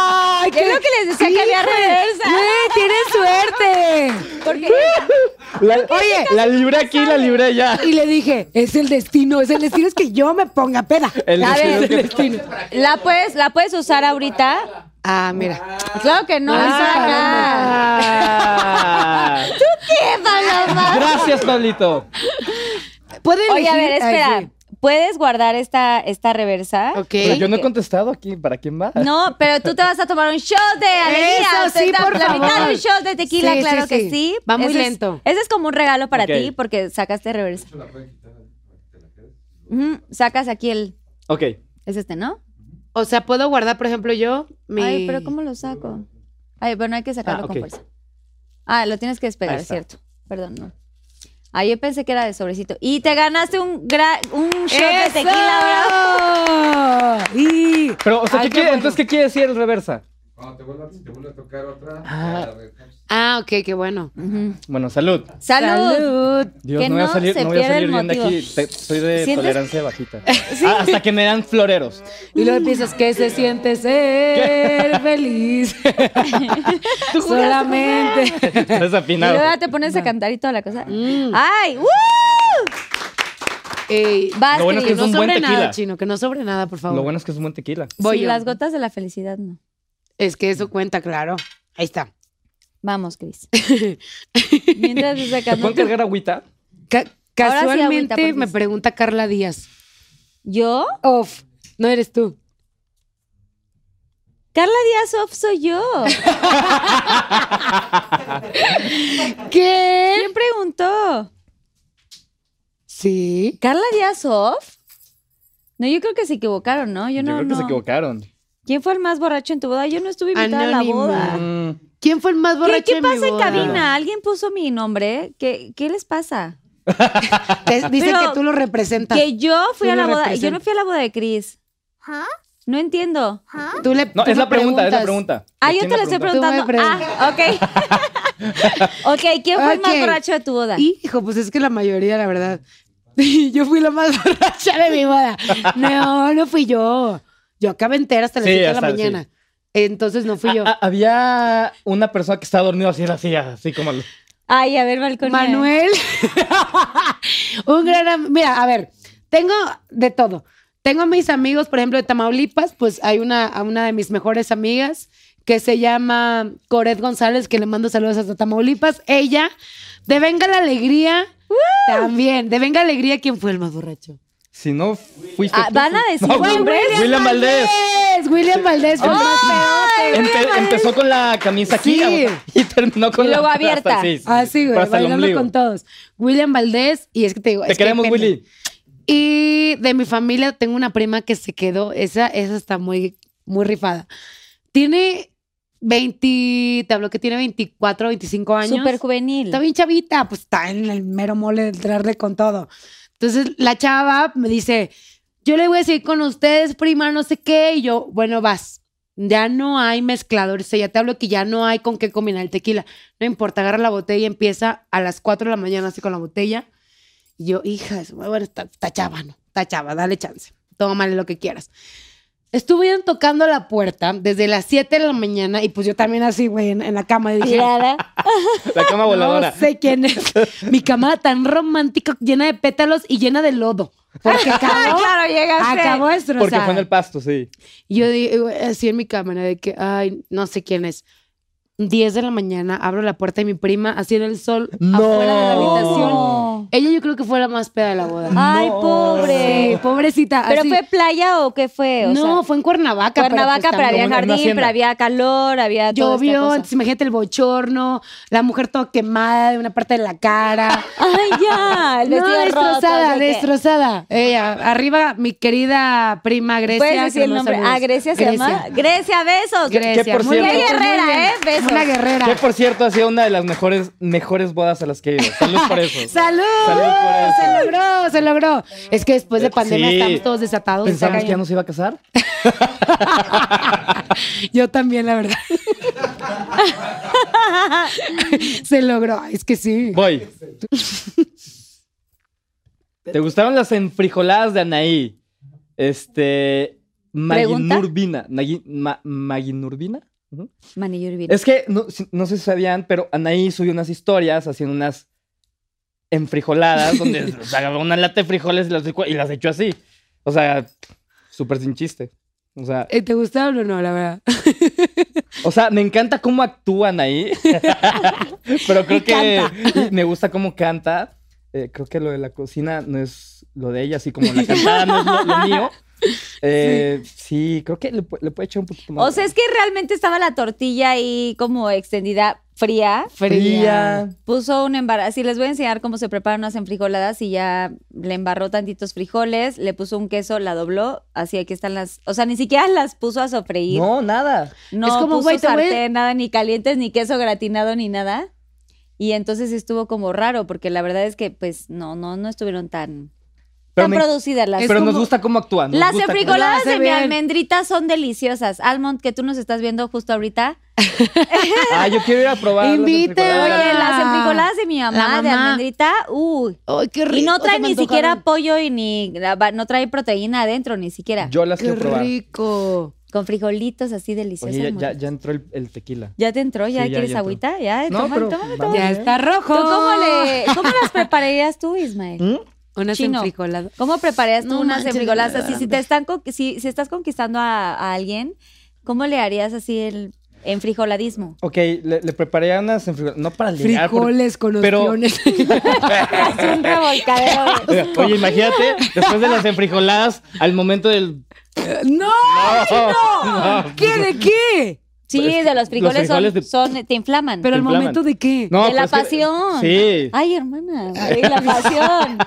[SPEAKER 3] Es lo que les decía que había reversa.
[SPEAKER 5] Güey, tienes suerte.
[SPEAKER 3] Porque
[SPEAKER 4] La,
[SPEAKER 5] Oye.
[SPEAKER 4] la libré aquí, la libré allá.
[SPEAKER 5] Y le dije, es el destino, es el destino, es que yo me ponga peda.
[SPEAKER 4] El
[SPEAKER 3] A
[SPEAKER 4] destino
[SPEAKER 3] ver.
[SPEAKER 4] que-
[SPEAKER 3] la puedes, la puedes usar ahorita.
[SPEAKER 5] Ah, mira.
[SPEAKER 3] Claro que
[SPEAKER 5] Ah,
[SPEAKER 3] no, Susana.
[SPEAKER 4] Ah.
[SPEAKER 3] ¿Qué, Paloma?
[SPEAKER 4] Gracias, Pablito.
[SPEAKER 5] ¿Puede
[SPEAKER 3] Oye, a ver,
[SPEAKER 5] elegir? Ay,
[SPEAKER 3] espera.
[SPEAKER 5] sí.
[SPEAKER 3] ¿Puedes guardar esta, esta reversa?
[SPEAKER 5] Ok.
[SPEAKER 4] Pero yo no he contestado aquí, ¿para quién va?
[SPEAKER 3] No, pero tú te vas a tomar un shot de alegría.
[SPEAKER 5] Eso
[SPEAKER 3] o sea,
[SPEAKER 5] sí,
[SPEAKER 3] la-
[SPEAKER 5] por
[SPEAKER 3] la mitad
[SPEAKER 5] favor.
[SPEAKER 3] de un shot de tequila,
[SPEAKER 5] Sí, sí,
[SPEAKER 3] claro que
[SPEAKER 5] sí.
[SPEAKER 3] sí.
[SPEAKER 5] Va muy
[SPEAKER 3] Ese es-
[SPEAKER 5] lento.
[SPEAKER 3] ese es como un regalo para
[SPEAKER 4] Ok.
[SPEAKER 3] ti porque sacaste reversa. Ujú, sacas aquí el...
[SPEAKER 4] Ok.
[SPEAKER 3] Es este, ¿no?
[SPEAKER 5] O sea, puedo guardar, por ejemplo, yo mi.
[SPEAKER 3] Ay, pero ¿cómo lo saco? Ay, bueno, hay que sacarlo
[SPEAKER 4] Ah,
[SPEAKER 3] con
[SPEAKER 4] ok.
[SPEAKER 3] fuerza. Ah, lo tienes que despegar,
[SPEAKER 4] Ahí
[SPEAKER 3] es
[SPEAKER 4] está.
[SPEAKER 3] cierto. Perdón, no. Ah, yo pensé que era de sobrecito. Y te ganaste un, gra- un shot de
[SPEAKER 5] ¡Eso!
[SPEAKER 3] tequila, ¿verdad?
[SPEAKER 5] Y-
[SPEAKER 4] Pero, o sea,
[SPEAKER 5] Ay,
[SPEAKER 4] ¿qué
[SPEAKER 5] qué
[SPEAKER 4] quiere-
[SPEAKER 5] bueno.
[SPEAKER 4] entonces, ¿qué quiere decir el reversa?
[SPEAKER 7] Cuando te vuelva, si te vuelve a tocar otra,
[SPEAKER 4] Ah.
[SPEAKER 7] ya la dejamos.
[SPEAKER 5] Ah, ok, qué bueno.
[SPEAKER 4] Bueno, salud.
[SPEAKER 3] ¡Salud!
[SPEAKER 4] Dios,
[SPEAKER 3] Que
[SPEAKER 4] no voy a
[SPEAKER 3] no
[SPEAKER 4] salir,
[SPEAKER 3] se
[SPEAKER 4] no voy a
[SPEAKER 3] pierda
[SPEAKER 4] salir
[SPEAKER 3] el
[SPEAKER 4] bien de
[SPEAKER 3] motivo.
[SPEAKER 4] aquí. Te- soy de
[SPEAKER 3] ¿Sientes?
[SPEAKER 4] tolerancia bajita. Ah, hasta que me dan floreros.
[SPEAKER 5] Y luego piensas que se siente ser feliz. Solamente.
[SPEAKER 3] Y luego
[SPEAKER 4] Desafinado.
[SPEAKER 3] ya te pones a cantar y toda la cosa.
[SPEAKER 5] Mm.
[SPEAKER 3] ¡Ay! ¡Woo!
[SPEAKER 5] Ey,
[SPEAKER 3] Vas,
[SPEAKER 4] Lo bueno es
[SPEAKER 3] Cris.
[SPEAKER 4] es
[SPEAKER 5] que no
[SPEAKER 4] un buen
[SPEAKER 5] sobre nada,
[SPEAKER 4] tequila.
[SPEAKER 5] chino, que no sobre nada, por favor.
[SPEAKER 4] Lo bueno es que es un buen tequila.
[SPEAKER 5] Voy
[SPEAKER 3] Sí,
[SPEAKER 5] yo.
[SPEAKER 3] las gotas de la felicidad no.
[SPEAKER 5] Es que eso cuenta, claro. Ahí está.
[SPEAKER 3] Vamos, Cris. Mientras te
[SPEAKER 4] ¿Te
[SPEAKER 3] sacando.
[SPEAKER 4] pueden cargar agüita?
[SPEAKER 5] Ca-
[SPEAKER 3] Ahora sí, agüita,
[SPEAKER 5] casualmente
[SPEAKER 3] porque
[SPEAKER 5] me
[SPEAKER 3] sí.
[SPEAKER 5] pregunta Carla Díaz.
[SPEAKER 3] ¿Yo?
[SPEAKER 5] Off. No eres tú.
[SPEAKER 3] Carla Díaz Off soy yo.
[SPEAKER 5] ¿Qué?
[SPEAKER 3] ¿Quién preguntó?
[SPEAKER 5] Sí.
[SPEAKER 3] ¿Carla Díaz Off? No, yo creo que se equivocaron, ¿no? Yo,
[SPEAKER 4] Yo
[SPEAKER 3] no.
[SPEAKER 4] creo que
[SPEAKER 3] no.
[SPEAKER 4] se equivocaron.
[SPEAKER 3] ¿Quién fue el más borracho en tu boda? Yo no estuve invitada
[SPEAKER 5] Anónima.
[SPEAKER 3] a la boda.
[SPEAKER 4] Mm,
[SPEAKER 5] ¿Quién fue el más
[SPEAKER 3] ¿Qué,
[SPEAKER 5] borracho
[SPEAKER 3] qué
[SPEAKER 5] de mi
[SPEAKER 3] pasa en
[SPEAKER 5] boda?
[SPEAKER 3] cabina? ¿Alguien puso mi nombre? ¿Qué, qué les pasa?
[SPEAKER 5] Te- dicen
[SPEAKER 3] Pero-
[SPEAKER 5] que tú lo representas.
[SPEAKER 3] Que yo fui
[SPEAKER 5] Tú
[SPEAKER 3] a la
[SPEAKER 5] lo
[SPEAKER 3] boda. Yo
[SPEAKER 5] representas.
[SPEAKER 3] no fui a la boda de Cris. No entiendo.
[SPEAKER 5] Tú le,
[SPEAKER 4] No,
[SPEAKER 5] tú
[SPEAKER 4] es
[SPEAKER 5] le
[SPEAKER 4] la pregunta, es la
[SPEAKER 5] preguntas.
[SPEAKER 4] pregunta.
[SPEAKER 3] Ah,
[SPEAKER 4] ¿De
[SPEAKER 3] yo
[SPEAKER 4] quién
[SPEAKER 3] te lo
[SPEAKER 4] la
[SPEAKER 3] estoy
[SPEAKER 4] pregunta?
[SPEAKER 3] preguntando.
[SPEAKER 5] Tú me
[SPEAKER 3] Ah, ok. ok, ¿quién fue el más
[SPEAKER 5] Ok.
[SPEAKER 3] borracho de tu boda?
[SPEAKER 5] Hijo, pues es que la mayoría, la verdad. Yo fui la más borracha de mi boda. No, no fui yo. Yo acabé entera hasta las
[SPEAKER 4] Sí,
[SPEAKER 5] 7 de la
[SPEAKER 4] hasta-
[SPEAKER 5] mañana. Entonces no fui yo.
[SPEAKER 4] Ah, ah, había una persona que estaba dormida así en la silla, así como... al-
[SPEAKER 3] Ay, a ver, balcón.
[SPEAKER 5] Manuel. un gran. am- Mira, a ver, tengo de todo. Tengo mis amigos, por ejemplo, de Tamaulipas, pues hay una, a una de mis mejores amigas que se llama Coret González, que le mando saludos hasta Tamaulipas. Ella, de Venga la Alegría, también. De Venga Alegría, ¿quién fue el más borracho?
[SPEAKER 4] Si no fuiste
[SPEAKER 3] Ah,
[SPEAKER 4] tú,
[SPEAKER 3] van a
[SPEAKER 4] fu-
[SPEAKER 3] decir
[SPEAKER 4] No,
[SPEAKER 3] nombres.
[SPEAKER 4] William, William Valdés.
[SPEAKER 5] Valdés, William Valdés fue el más pedote.
[SPEAKER 4] Empe- empezó con la camisa aquí
[SPEAKER 5] Sí.
[SPEAKER 4] ah, y terminó con
[SPEAKER 3] Y
[SPEAKER 4] la
[SPEAKER 3] luego
[SPEAKER 4] hasta-
[SPEAKER 3] abierta.
[SPEAKER 4] sí, sí,
[SPEAKER 5] Ah, sí, güey,
[SPEAKER 4] hasta el
[SPEAKER 5] bailando
[SPEAKER 4] ombligo.
[SPEAKER 5] con todos. William Valdés, y es que te digo.
[SPEAKER 4] Te
[SPEAKER 5] es que
[SPEAKER 4] queremos,
[SPEAKER 5] depende.
[SPEAKER 4] Willy.
[SPEAKER 5] Y de mi familia tengo una prima que se quedó, esa, esa está muy, muy rifada. Tiene 20, te hablo que tiene 24, 25 años.
[SPEAKER 3] Súper juvenil.
[SPEAKER 5] Está bien chavita, pues está en el mero mole de entrarle con todo. Entonces la chava me dice, yo le voy a decir con ustedes, prima, no sé qué, y yo, bueno, vas. Ya no hay mezcladores, o sea, ya te hablo que ya no hay con qué combinar el tequila. No importa, agarra la botella y empieza a las 4 de la mañana así con la botella. Y yo, hija, es bueno, está, está chava, ¿no? Está chava, dale chance. Tómale lo que quieras. Estuvieron tocando la puerta desde las 7 de la mañana y pues yo también así, güey, en, en la cama. y dije,
[SPEAKER 3] Tirada.
[SPEAKER 4] La cama voladora.
[SPEAKER 5] no sé quién es. Mi cama tan romántica, llena de pétalos y llena de lodo. Porque acabó, acabó de destrozada.
[SPEAKER 4] Porque fue en el pasto, sí.
[SPEAKER 5] Y Yo digo, así en mi cámara, de que, ay, no sé quién es. 10 de la mañana, abro la puerta de mi prima, así en el sol, afuera de la habitación.
[SPEAKER 3] No.
[SPEAKER 5] Ella yo creo que fue la más peda de la boda.
[SPEAKER 3] Ay,
[SPEAKER 4] No.
[SPEAKER 3] pobre.
[SPEAKER 5] Sí, Ah, pobrecita.
[SPEAKER 3] ¿Pero
[SPEAKER 5] así.
[SPEAKER 3] fue playa o qué fue? O
[SPEAKER 5] no,
[SPEAKER 3] sea,
[SPEAKER 5] fue en Cuernavaca. pero
[SPEAKER 3] Cuernavaca,
[SPEAKER 5] pues
[SPEAKER 3] pero había
[SPEAKER 4] como en una
[SPEAKER 3] jardín,
[SPEAKER 4] hacienda.
[SPEAKER 3] pero había calor, había todo.
[SPEAKER 5] Llovió, entonces imagínate el bochorno, la mujer toda quemada de una parte de la cara.
[SPEAKER 3] Ay, ya. El
[SPEAKER 5] No,
[SPEAKER 3] vestido roto,
[SPEAKER 5] destrozada,
[SPEAKER 3] así que-
[SPEAKER 5] destrozada. Ella, arriba, mi querida prima Grecia.
[SPEAKER 3] ¿Puedes decir
[SPEAKER 5] que
[SPEAKER 3] el
[SPEAKER 5] no
[SPEAKER 3] nombre?
[SPEAKER 5] sabemos.
[SPEAKER 3] Ah, Grecia se llama. Grecia, besos.
[SPEAKER 5] Grecia.
[SPEAKER 4] Que por
[SPEAKER 5] Muy
[SPEAKER 4] cierto-
[SPEAKER 5] bien,
[SPEAKER 4] Qué
[SPEAKER 3] guerrera,
[SPEAKER 5] muy bien.
[SPEAKER 3] ¿eh? Besos.
[SPEAKER 5] Una guerrera.
[SPEAKER 4] Que por cierto ha sido una de las mejores, mejores bodas a las que he ido. Salud por eso.
[SPEAKER 5] ¡Salud!
[SPEAKER 4] Salud por eso. Eh,
[SPEAKER 5] Se logró, se logró. Es que después de pandemia
[SPEAKER 4] Sí.
[SPEAKER 5] estamos todos desatados.
[SPEAKER 4] Pensamos
[SPEAKER 5] Está
[SPEAKER 4] que ya
[SPEAKER 5] cañón.
[SPEAKER 4] no se iba a casar.
[SPEAKER 5] Yo también, la verdad. se logró. Es que sí.
[SPEAKER 4] Voy. ¿Te gustaron las enfrijoladas de Anaí? Este.
[SPEAKER 3] ¿Pregunta?
[SPEAKER 4] Maginurbina. Nagui- ma- Maginurbina. Ujú.
[SPEAKER 3] Manillo Urbina.
[SPEAKER 4] Es que no, si- no sé si sabían, pero Anaí subió unas historias haciendo unas enfrijoladas donde se agarró una lata de frijoles y las, licuó- y las echó así. O sea, súper sin chiste. O sea,
[SPEAKER 5] Eh, ¿Te gustaron o no, la verdad?
[SPEAKER 4] o sea, me encanta cómo actúan ahí. pero creo que y me gusta cómo canta. Eh, creo que lo de la cocina no es lo de ella, así como la cantada no es lo, lo mío. Eh, sí. creo que le, pu- le puede echar un poquito más.
[SPEAKER 3] O sea, es que realmente estaba la tortilla ahí como extendida fría.
[SPEAKER 4] fría.
[SPEAKER 3] Puso un embarazo. Sí, les voy a enseñar cómo se preparan unas enfrijoladas y ya le embarró tantitos frijoles, le puso un queso, la dobló. Así aquí están las. O sea, ni siquiera las puso a sofreír. No,
[SPEAKER 4] No, nada.
[SPEAKER 5] Es como,
[SPEAKER 3] puso
[SPEAKER 5] güey, te voy a-
[SPEAKER 3] sartén, nada, ni calientes, ni queso gratinado, ni nada. Y entonces sí estuvo como raro, porque la verdad es que, pues, no, no, no estuvieron tan,
[SPEAKER 4] Pero
[SPEAKER 3] tan
[SPEAKER 4] me-
[SPEAKER 3] producidas las
[SPEAKER 4] Pero nos gusta cómo actúan. nos
[SPEAKER 3] Las
[SPEAKER 4] gusta cómo-
[SPEAKER 3] enfrijoladas
[SPEAKER 5] Lo hace
[SPEAKER 3] de mi
[SPEAKER 5] bien.
[SPEAKER 3] almendrita son deliciosas. Almond, que tú nos estás viendo justo ahorita.
[SPEAKER 4] Ah, yo quiero ir a probar. las
[SPEAKER 5] Invítame.
[SPEAKER 4] enfrijoladas.
[SPEAKER 3] Oye, eh, las enfrijoladas de mi mamá,
[SPEAKER 5] Ah. La mamá.
[SPEAKER 3] de almendrita, uy.
[SPEAKER 5] Ay, qué rico.
[SPEAKER 3] Y no trae
[SPEAKER 5] se me
[SPEAKER 3] ni siquiera
[SPEAKER 5] antojaron.
[SPEAKER 3] pollo y ni no trae proteína adentro, ni siquiera.
[SPEAKER 4] Yo las quiero
[SPEAKER 5] Qué
[SPEAKER 4] probar.
[SPEAKER 5] rico.
[SPEAKER 3] Con frijolitos así deliciosos.
[SPEAKER 4] Oye, ya- ya,
[SPEAKER 3] amor.
[SPEAKER 4] ya entró el, el tequila.
[SPEAKER 3] ¿Ya te entró, ya
[SPEAKER 4] Sí, ya-
[SPEAKER 3] quieres
[SPEAKER 4] ya entró.
[SPEAKER 3] agüita, ya,
[SPEAKER 4] No,
[SPEAKER 3] toma,
[SPEAKER 4] pero-
[SPEAKER 3] toma,
[SPEAKER 4] va.
[SPEAKER 3] toma.
[SPEAKER 5] Ya está rojo.
[SPEAKER 3] ¿Tú cómo, le, cómo las prepararías tú, Ismael?
[SPEAKER 4] ¿Mm?
[SPEAKER 5] Unas
[SPEAKER 3] Chino.
[SPEAKER 4] Ah,
[SPEAKER 5] enfrijoladas.
[SPEAKER 3] ¿Cómo preparas tú
[SPEAKER 5] No
[SPEAKER 3] unas
[SPEAKER 5] manches,
[SPEAKER 3] enfrijoladas
[SPEAKER 5] me da
[SPEAKER 3] así? Si te están con- si, si estás conquistando a, a alguien, ¿cómo le harías así el enfrijoladismo?
[SPEAKER 4] Ok, le, le preparé unas enfrijoladas. No para ligar. porque-
[SPEAKER 5] Frijoles con
[SPEAKER 4] pero-
[SPEAKER 5] opciones.
[SPEAKER 3] Es un revolcadero.
[SPEAKER 4] Oye, Oye, imagínate, después de las enfrijoladas, al momento del.
[SPEAKER 5] ¡No! ay,
[SPEAKER 4] No.
[SPEAKER 5] no! ¿Qué de qué?
[SPEAKER 3] Sí,
[SPEAKER 4] Es que
[SPEAKER 3] de los frijoles,
[SPEAKER 4] los frijoles
[SPEAKER 3] son,
[SPEAKER 4] de-
[SPEAKER 3] son- te inflaman.
[SPEAKER 5] ¿Pero al
[SPEAKER 4] inflaman.
[SPEAKER 5] momento de qué?
[SPEAKER 4] No,
[SPEAKER 3] de la
[SPEAKER 4] pues es que-
[SPEAKER 3] pasión. Ay, hermana, de la pasión.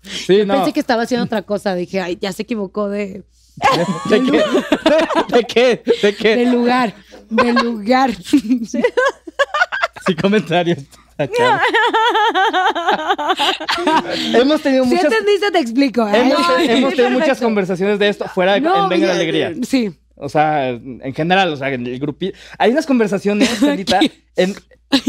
[SPEAKER 4] Sí, sí, no.
[SPEAKER 5] Pensé que estaba haciendo otra cosa. Dije, ay, ya se equivocó de,
[SPEAKER 4] ¿De qué? ¿De qué? ¿De qué?
[SPEAKER 5] de lugar. De lugar.
[SPEAKER 4] Sí, comentarios. Ah, chale. Hemos tenido
[SPEAKER 5] Si
[SPEAKER 4] muchas.
[SPEAKER 5] entendiste, te explico. ¿eh?
[SPEAKER 4] Hemos,
[SPEAKER 5] No,
[SPEAKER 4] hemos tenido muchas
[SPEAKER 5] perfecto.
[SPEAKER 4] conversaciones de esto fuera de, en Venga la
[SPEAKER 5] ya-
[SPEAKER 4] Alegría.
[SPEAKER 5] Sí.
[SPEAKER 4] O sea, en general, o sea, en el grupito. Hay unas conversaciones ahorita. En,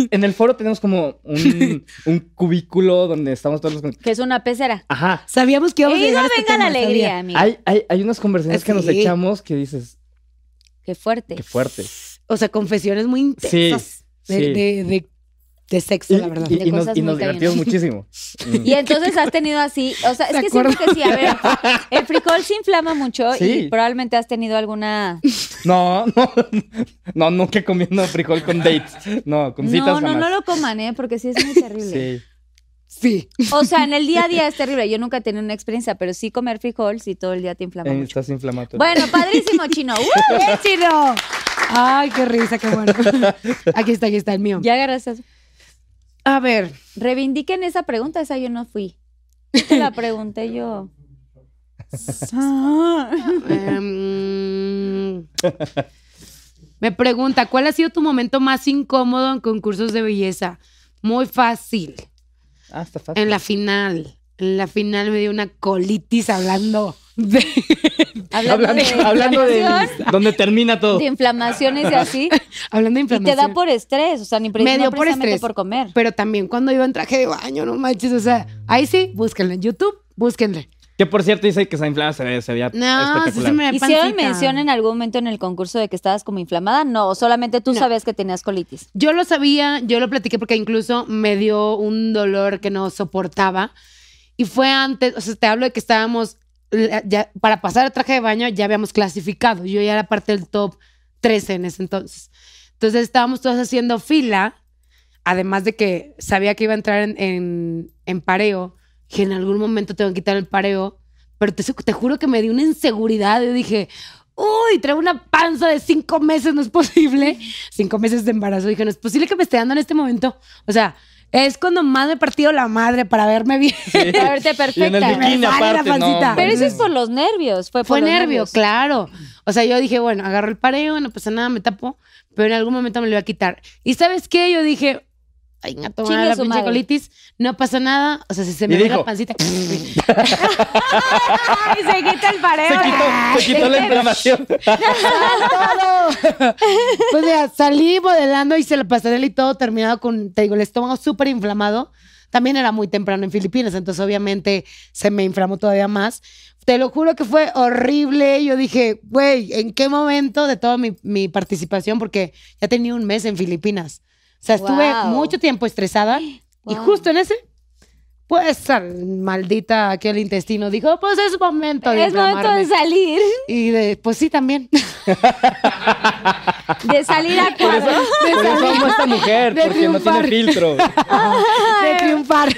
[SPEAKER 4] en el foro tenemos como un, un cubículo donde estamos todos los.
[SPEAKER 3] Que es una pecera.
[SPEAKER 4] Ajá.
[SPEAKER 5] Sabíamos que
[SPEAKER 3] Y no
[SPEAKER 5] íbamos a llegar
[SPEAKER 3] venga
[SPEAKER 5] a este tema,
[SPEAKER 3] la alegría,
[SPEAKER 5] sabía.
[SPEAKER 3] amiga.
[SPEAKER 4] Hay, hay, hay unas conversaciones que nos
[SPEAKER 5] Sí.
[SPEAKER 4] echamos que dices.
[SPEAKER 3] Qué fuerte.
[SPEAKER 4] Qué fuerte.
[SPEAKER 5] O sea, confesiones muy intensas
[SPEAKER 4] Sí,
[SPEAKER 5] de,
[SPEAKER 4] sí.
[SPEAKER 5] de- de- de sexo, la verdad.
[SPEAKER 4] Y,
[SPEAKER 3] De
[SPEAKER 4] y nos,
[SPEAKER 3] cosas
[SPEAKER 4] y
[SPEAKER 3] muy
[SPEAKER 4] nos divertimos muchísimo. Mm.
[SPEAKER 3] Y entonces has tenido así, o sea, es
[SPEAKER 5] De
[SPEAKER 3] que siento
[SPEAKER 5] acuerdo.
[SPEAKER 3] que sí, a ver, el frijol se inflama mucho
[SPEAKER 4] Sí.
[SPEAKER 3] y probablemente has tenido alguna...
[SPEAKER 4] No, no, no, nunca comiendo frijol con dates. No, con citas
[SPEAKER 3] No, no,
[SPEAKER 4] jamás.
[SPEAKER 3] no lo coman, ¿eh? Porque sí es muy terrible.
[SPEAKER 4] Sí.
[SPEAKER 5] Sí.
[SPEAKER 3] O sea, en el día a día es terrible. Yo nunca he tenido una experiencia, pero sí comer frijol, sí todo el día te inflama
[SPEAKER 4] Eh,
[SPEAKER 3] mucho.
[SPEAKER 4] estás inflamatorio.
[SPEAKER 3] Bueno, padrísimo, chino. ¡Uh!
[SPEAKER 5] ¡Bien, chino! Ay, qué risa, qué bueno. Aquí está, aquí está el mío.
[SPEAKER 3] Ya agarraste. eso.
[SPEAKER 5] A ver,
[SPEAKER 3] Reivindiquen esa pregunta, esa yo no fui. Te la pregunté yo.
[SPEAKER 5] em, me pregunta, ¿cuál ha sido tu momento más incómodo en concursos de belleza? Muy fácil.
[SPEAKER 4] Ah, está fácil.
[SPEAKER 5] En la final. En la final me dio una colitis hablando de
[SPEAKER 3] Hablando,
[SPEAKER 4] Hablando,
[SPEAKER 3] de,
[SPEAKER 4] hablando de
[SPEAKER 3] inflamación,
[SPEAKER 4] donde termina todo.
[SPEAKER 3] de inflamaciones y así.
[SPEAKER 5] hablando de
[SPEAKER 3] Y te
[SPEAKER 5] inflamación.
[SPEAKER 3] da por estrés, o sea, ni pre-
[SPEAKER 5] Me
[SPEAKER 3] no
[SPEAKER 5] dio por
[SPEAKER 3] precisamente
[SPEAKER 5] estrés.
[SPEAKER 3] por comer.
[SPEAKER 5] Pero también cuando iba en traje de baño, no manches, o sea, ahí sí, búsquenla en YouTube, búsquenla.
[SPEAKER 4] Que por cierto dice que esa inflada se ve, se veía
[SPEAKER 5] No, sí
[SPEAKER 4] espectacular.
[SPEAKER 5] se me
[SPEAKER 3] ¿Hicieron
[SPEAKER 5] pancita.
[SPEAKER 3] mención en algún momento en el concurso de que estabas como inflamada? No, solamente tú
[SPEAKER 5] No.
[SPEAKER 3] sabías que tenías colitis.
[SPEAKER 5] Yo lo sabía, yo lo platiqué porque incluso me dio un dolor que no soportaba. Y fue antes, o sea, te hablo de que estábamos, la- ya, para pasar al traje de baño ya habíamos clasificado. Yo ya era parte del top 13 en ese entonces. Entonces estábamos todos haciendo fila, además de que sabía que iba a entrar en, en, en pareo, que en algún momento tengo que quitar el pareo, pero te, te juro que me dio una inseguridad. Yo dije, uy, traigo una panza de cinco meses, no es posible. Cinco meses de embarazo. Dije, no es posible que me esté dando en este momento. O sea, es cuando más me he partido la madre para verme bien.
[SPEAKER 3] Para verte
[SPEAKER 4] Y en el
[SPEAKER 3] perfecta.
[SPEAKER 4] bikini
[SPEAKER 5] Me sale la
[SPEAKER 4] aparte, no.
[SPEAKER 5] pancita.
[SPEAKER 3] Pero eso es por los nervios. Fue, por
[SPEAKER 5] Fue
[SPEAKER 3] los
[SPEAKER 5] nervio,
[SPEAKER 3] nervios.
[SPEAKER 5] claro. O sea, yo dije, bueno, agarro el pareo, no pasa nada, me tapo, pero en algún momento me lo voy a quitar. ¿Y sabes qué? Yo dije, ay, a tomar
[SPEAKER 3] Chingue
[SPEAKER 5] la
[SPEAKER 3] su
[SPEAKER 5] pinche
[SPEAKER 3] madre.
[SPEAKER 5] colitis, no pasa nada. O sea, si se me
[SPEAKER 4] Y
[SPEAKER 5] ve
[SPEAKER 4] dijo,
[SPEAKER 5] la pancita. y se quita el pareo.
[SPEAKER 4] Se quitó, se quitó la inflamación.
[SPEAKER 5] Pues ya, salí modelando y se la pasarela y todo terminado con, te digo, el estómago súper inflamado. También era muy temprano en Filipinas, entonces obviamente se me inflamó todavía más. Te lo juro que fue horrible. Yo dije, güey, ¿en qué momento de toda mi, mi participación? Porque ya tenía un mes en Filipinas. O sea, estuve
[SPEAKER 3] Wow.
[SPEAKER 5] mucho tiempo estresada y
[SPEAKER 3] Wow.
[SPEAKER 5] justo en ese, pues, al- maldita, aquí el intestino dijo, pues es momento de
[SPEAKER 3] Es momento de
[SPEAKER 5] inflamarme".
[SPEAKER 3] salir,
[SPEAKER 5] Y de, pues sí, también.
[SPEAKER 3] de salir a cuadro.
[SPEAKER 4] Por eso amo a esta mujer,
[SPEAKER 5] De
[SPEAKER 4] porque no
[SPEAKER 5] triunfar.
[SPEAKER 4] tiene filtro.
[SPEAKER 5] de triunfar.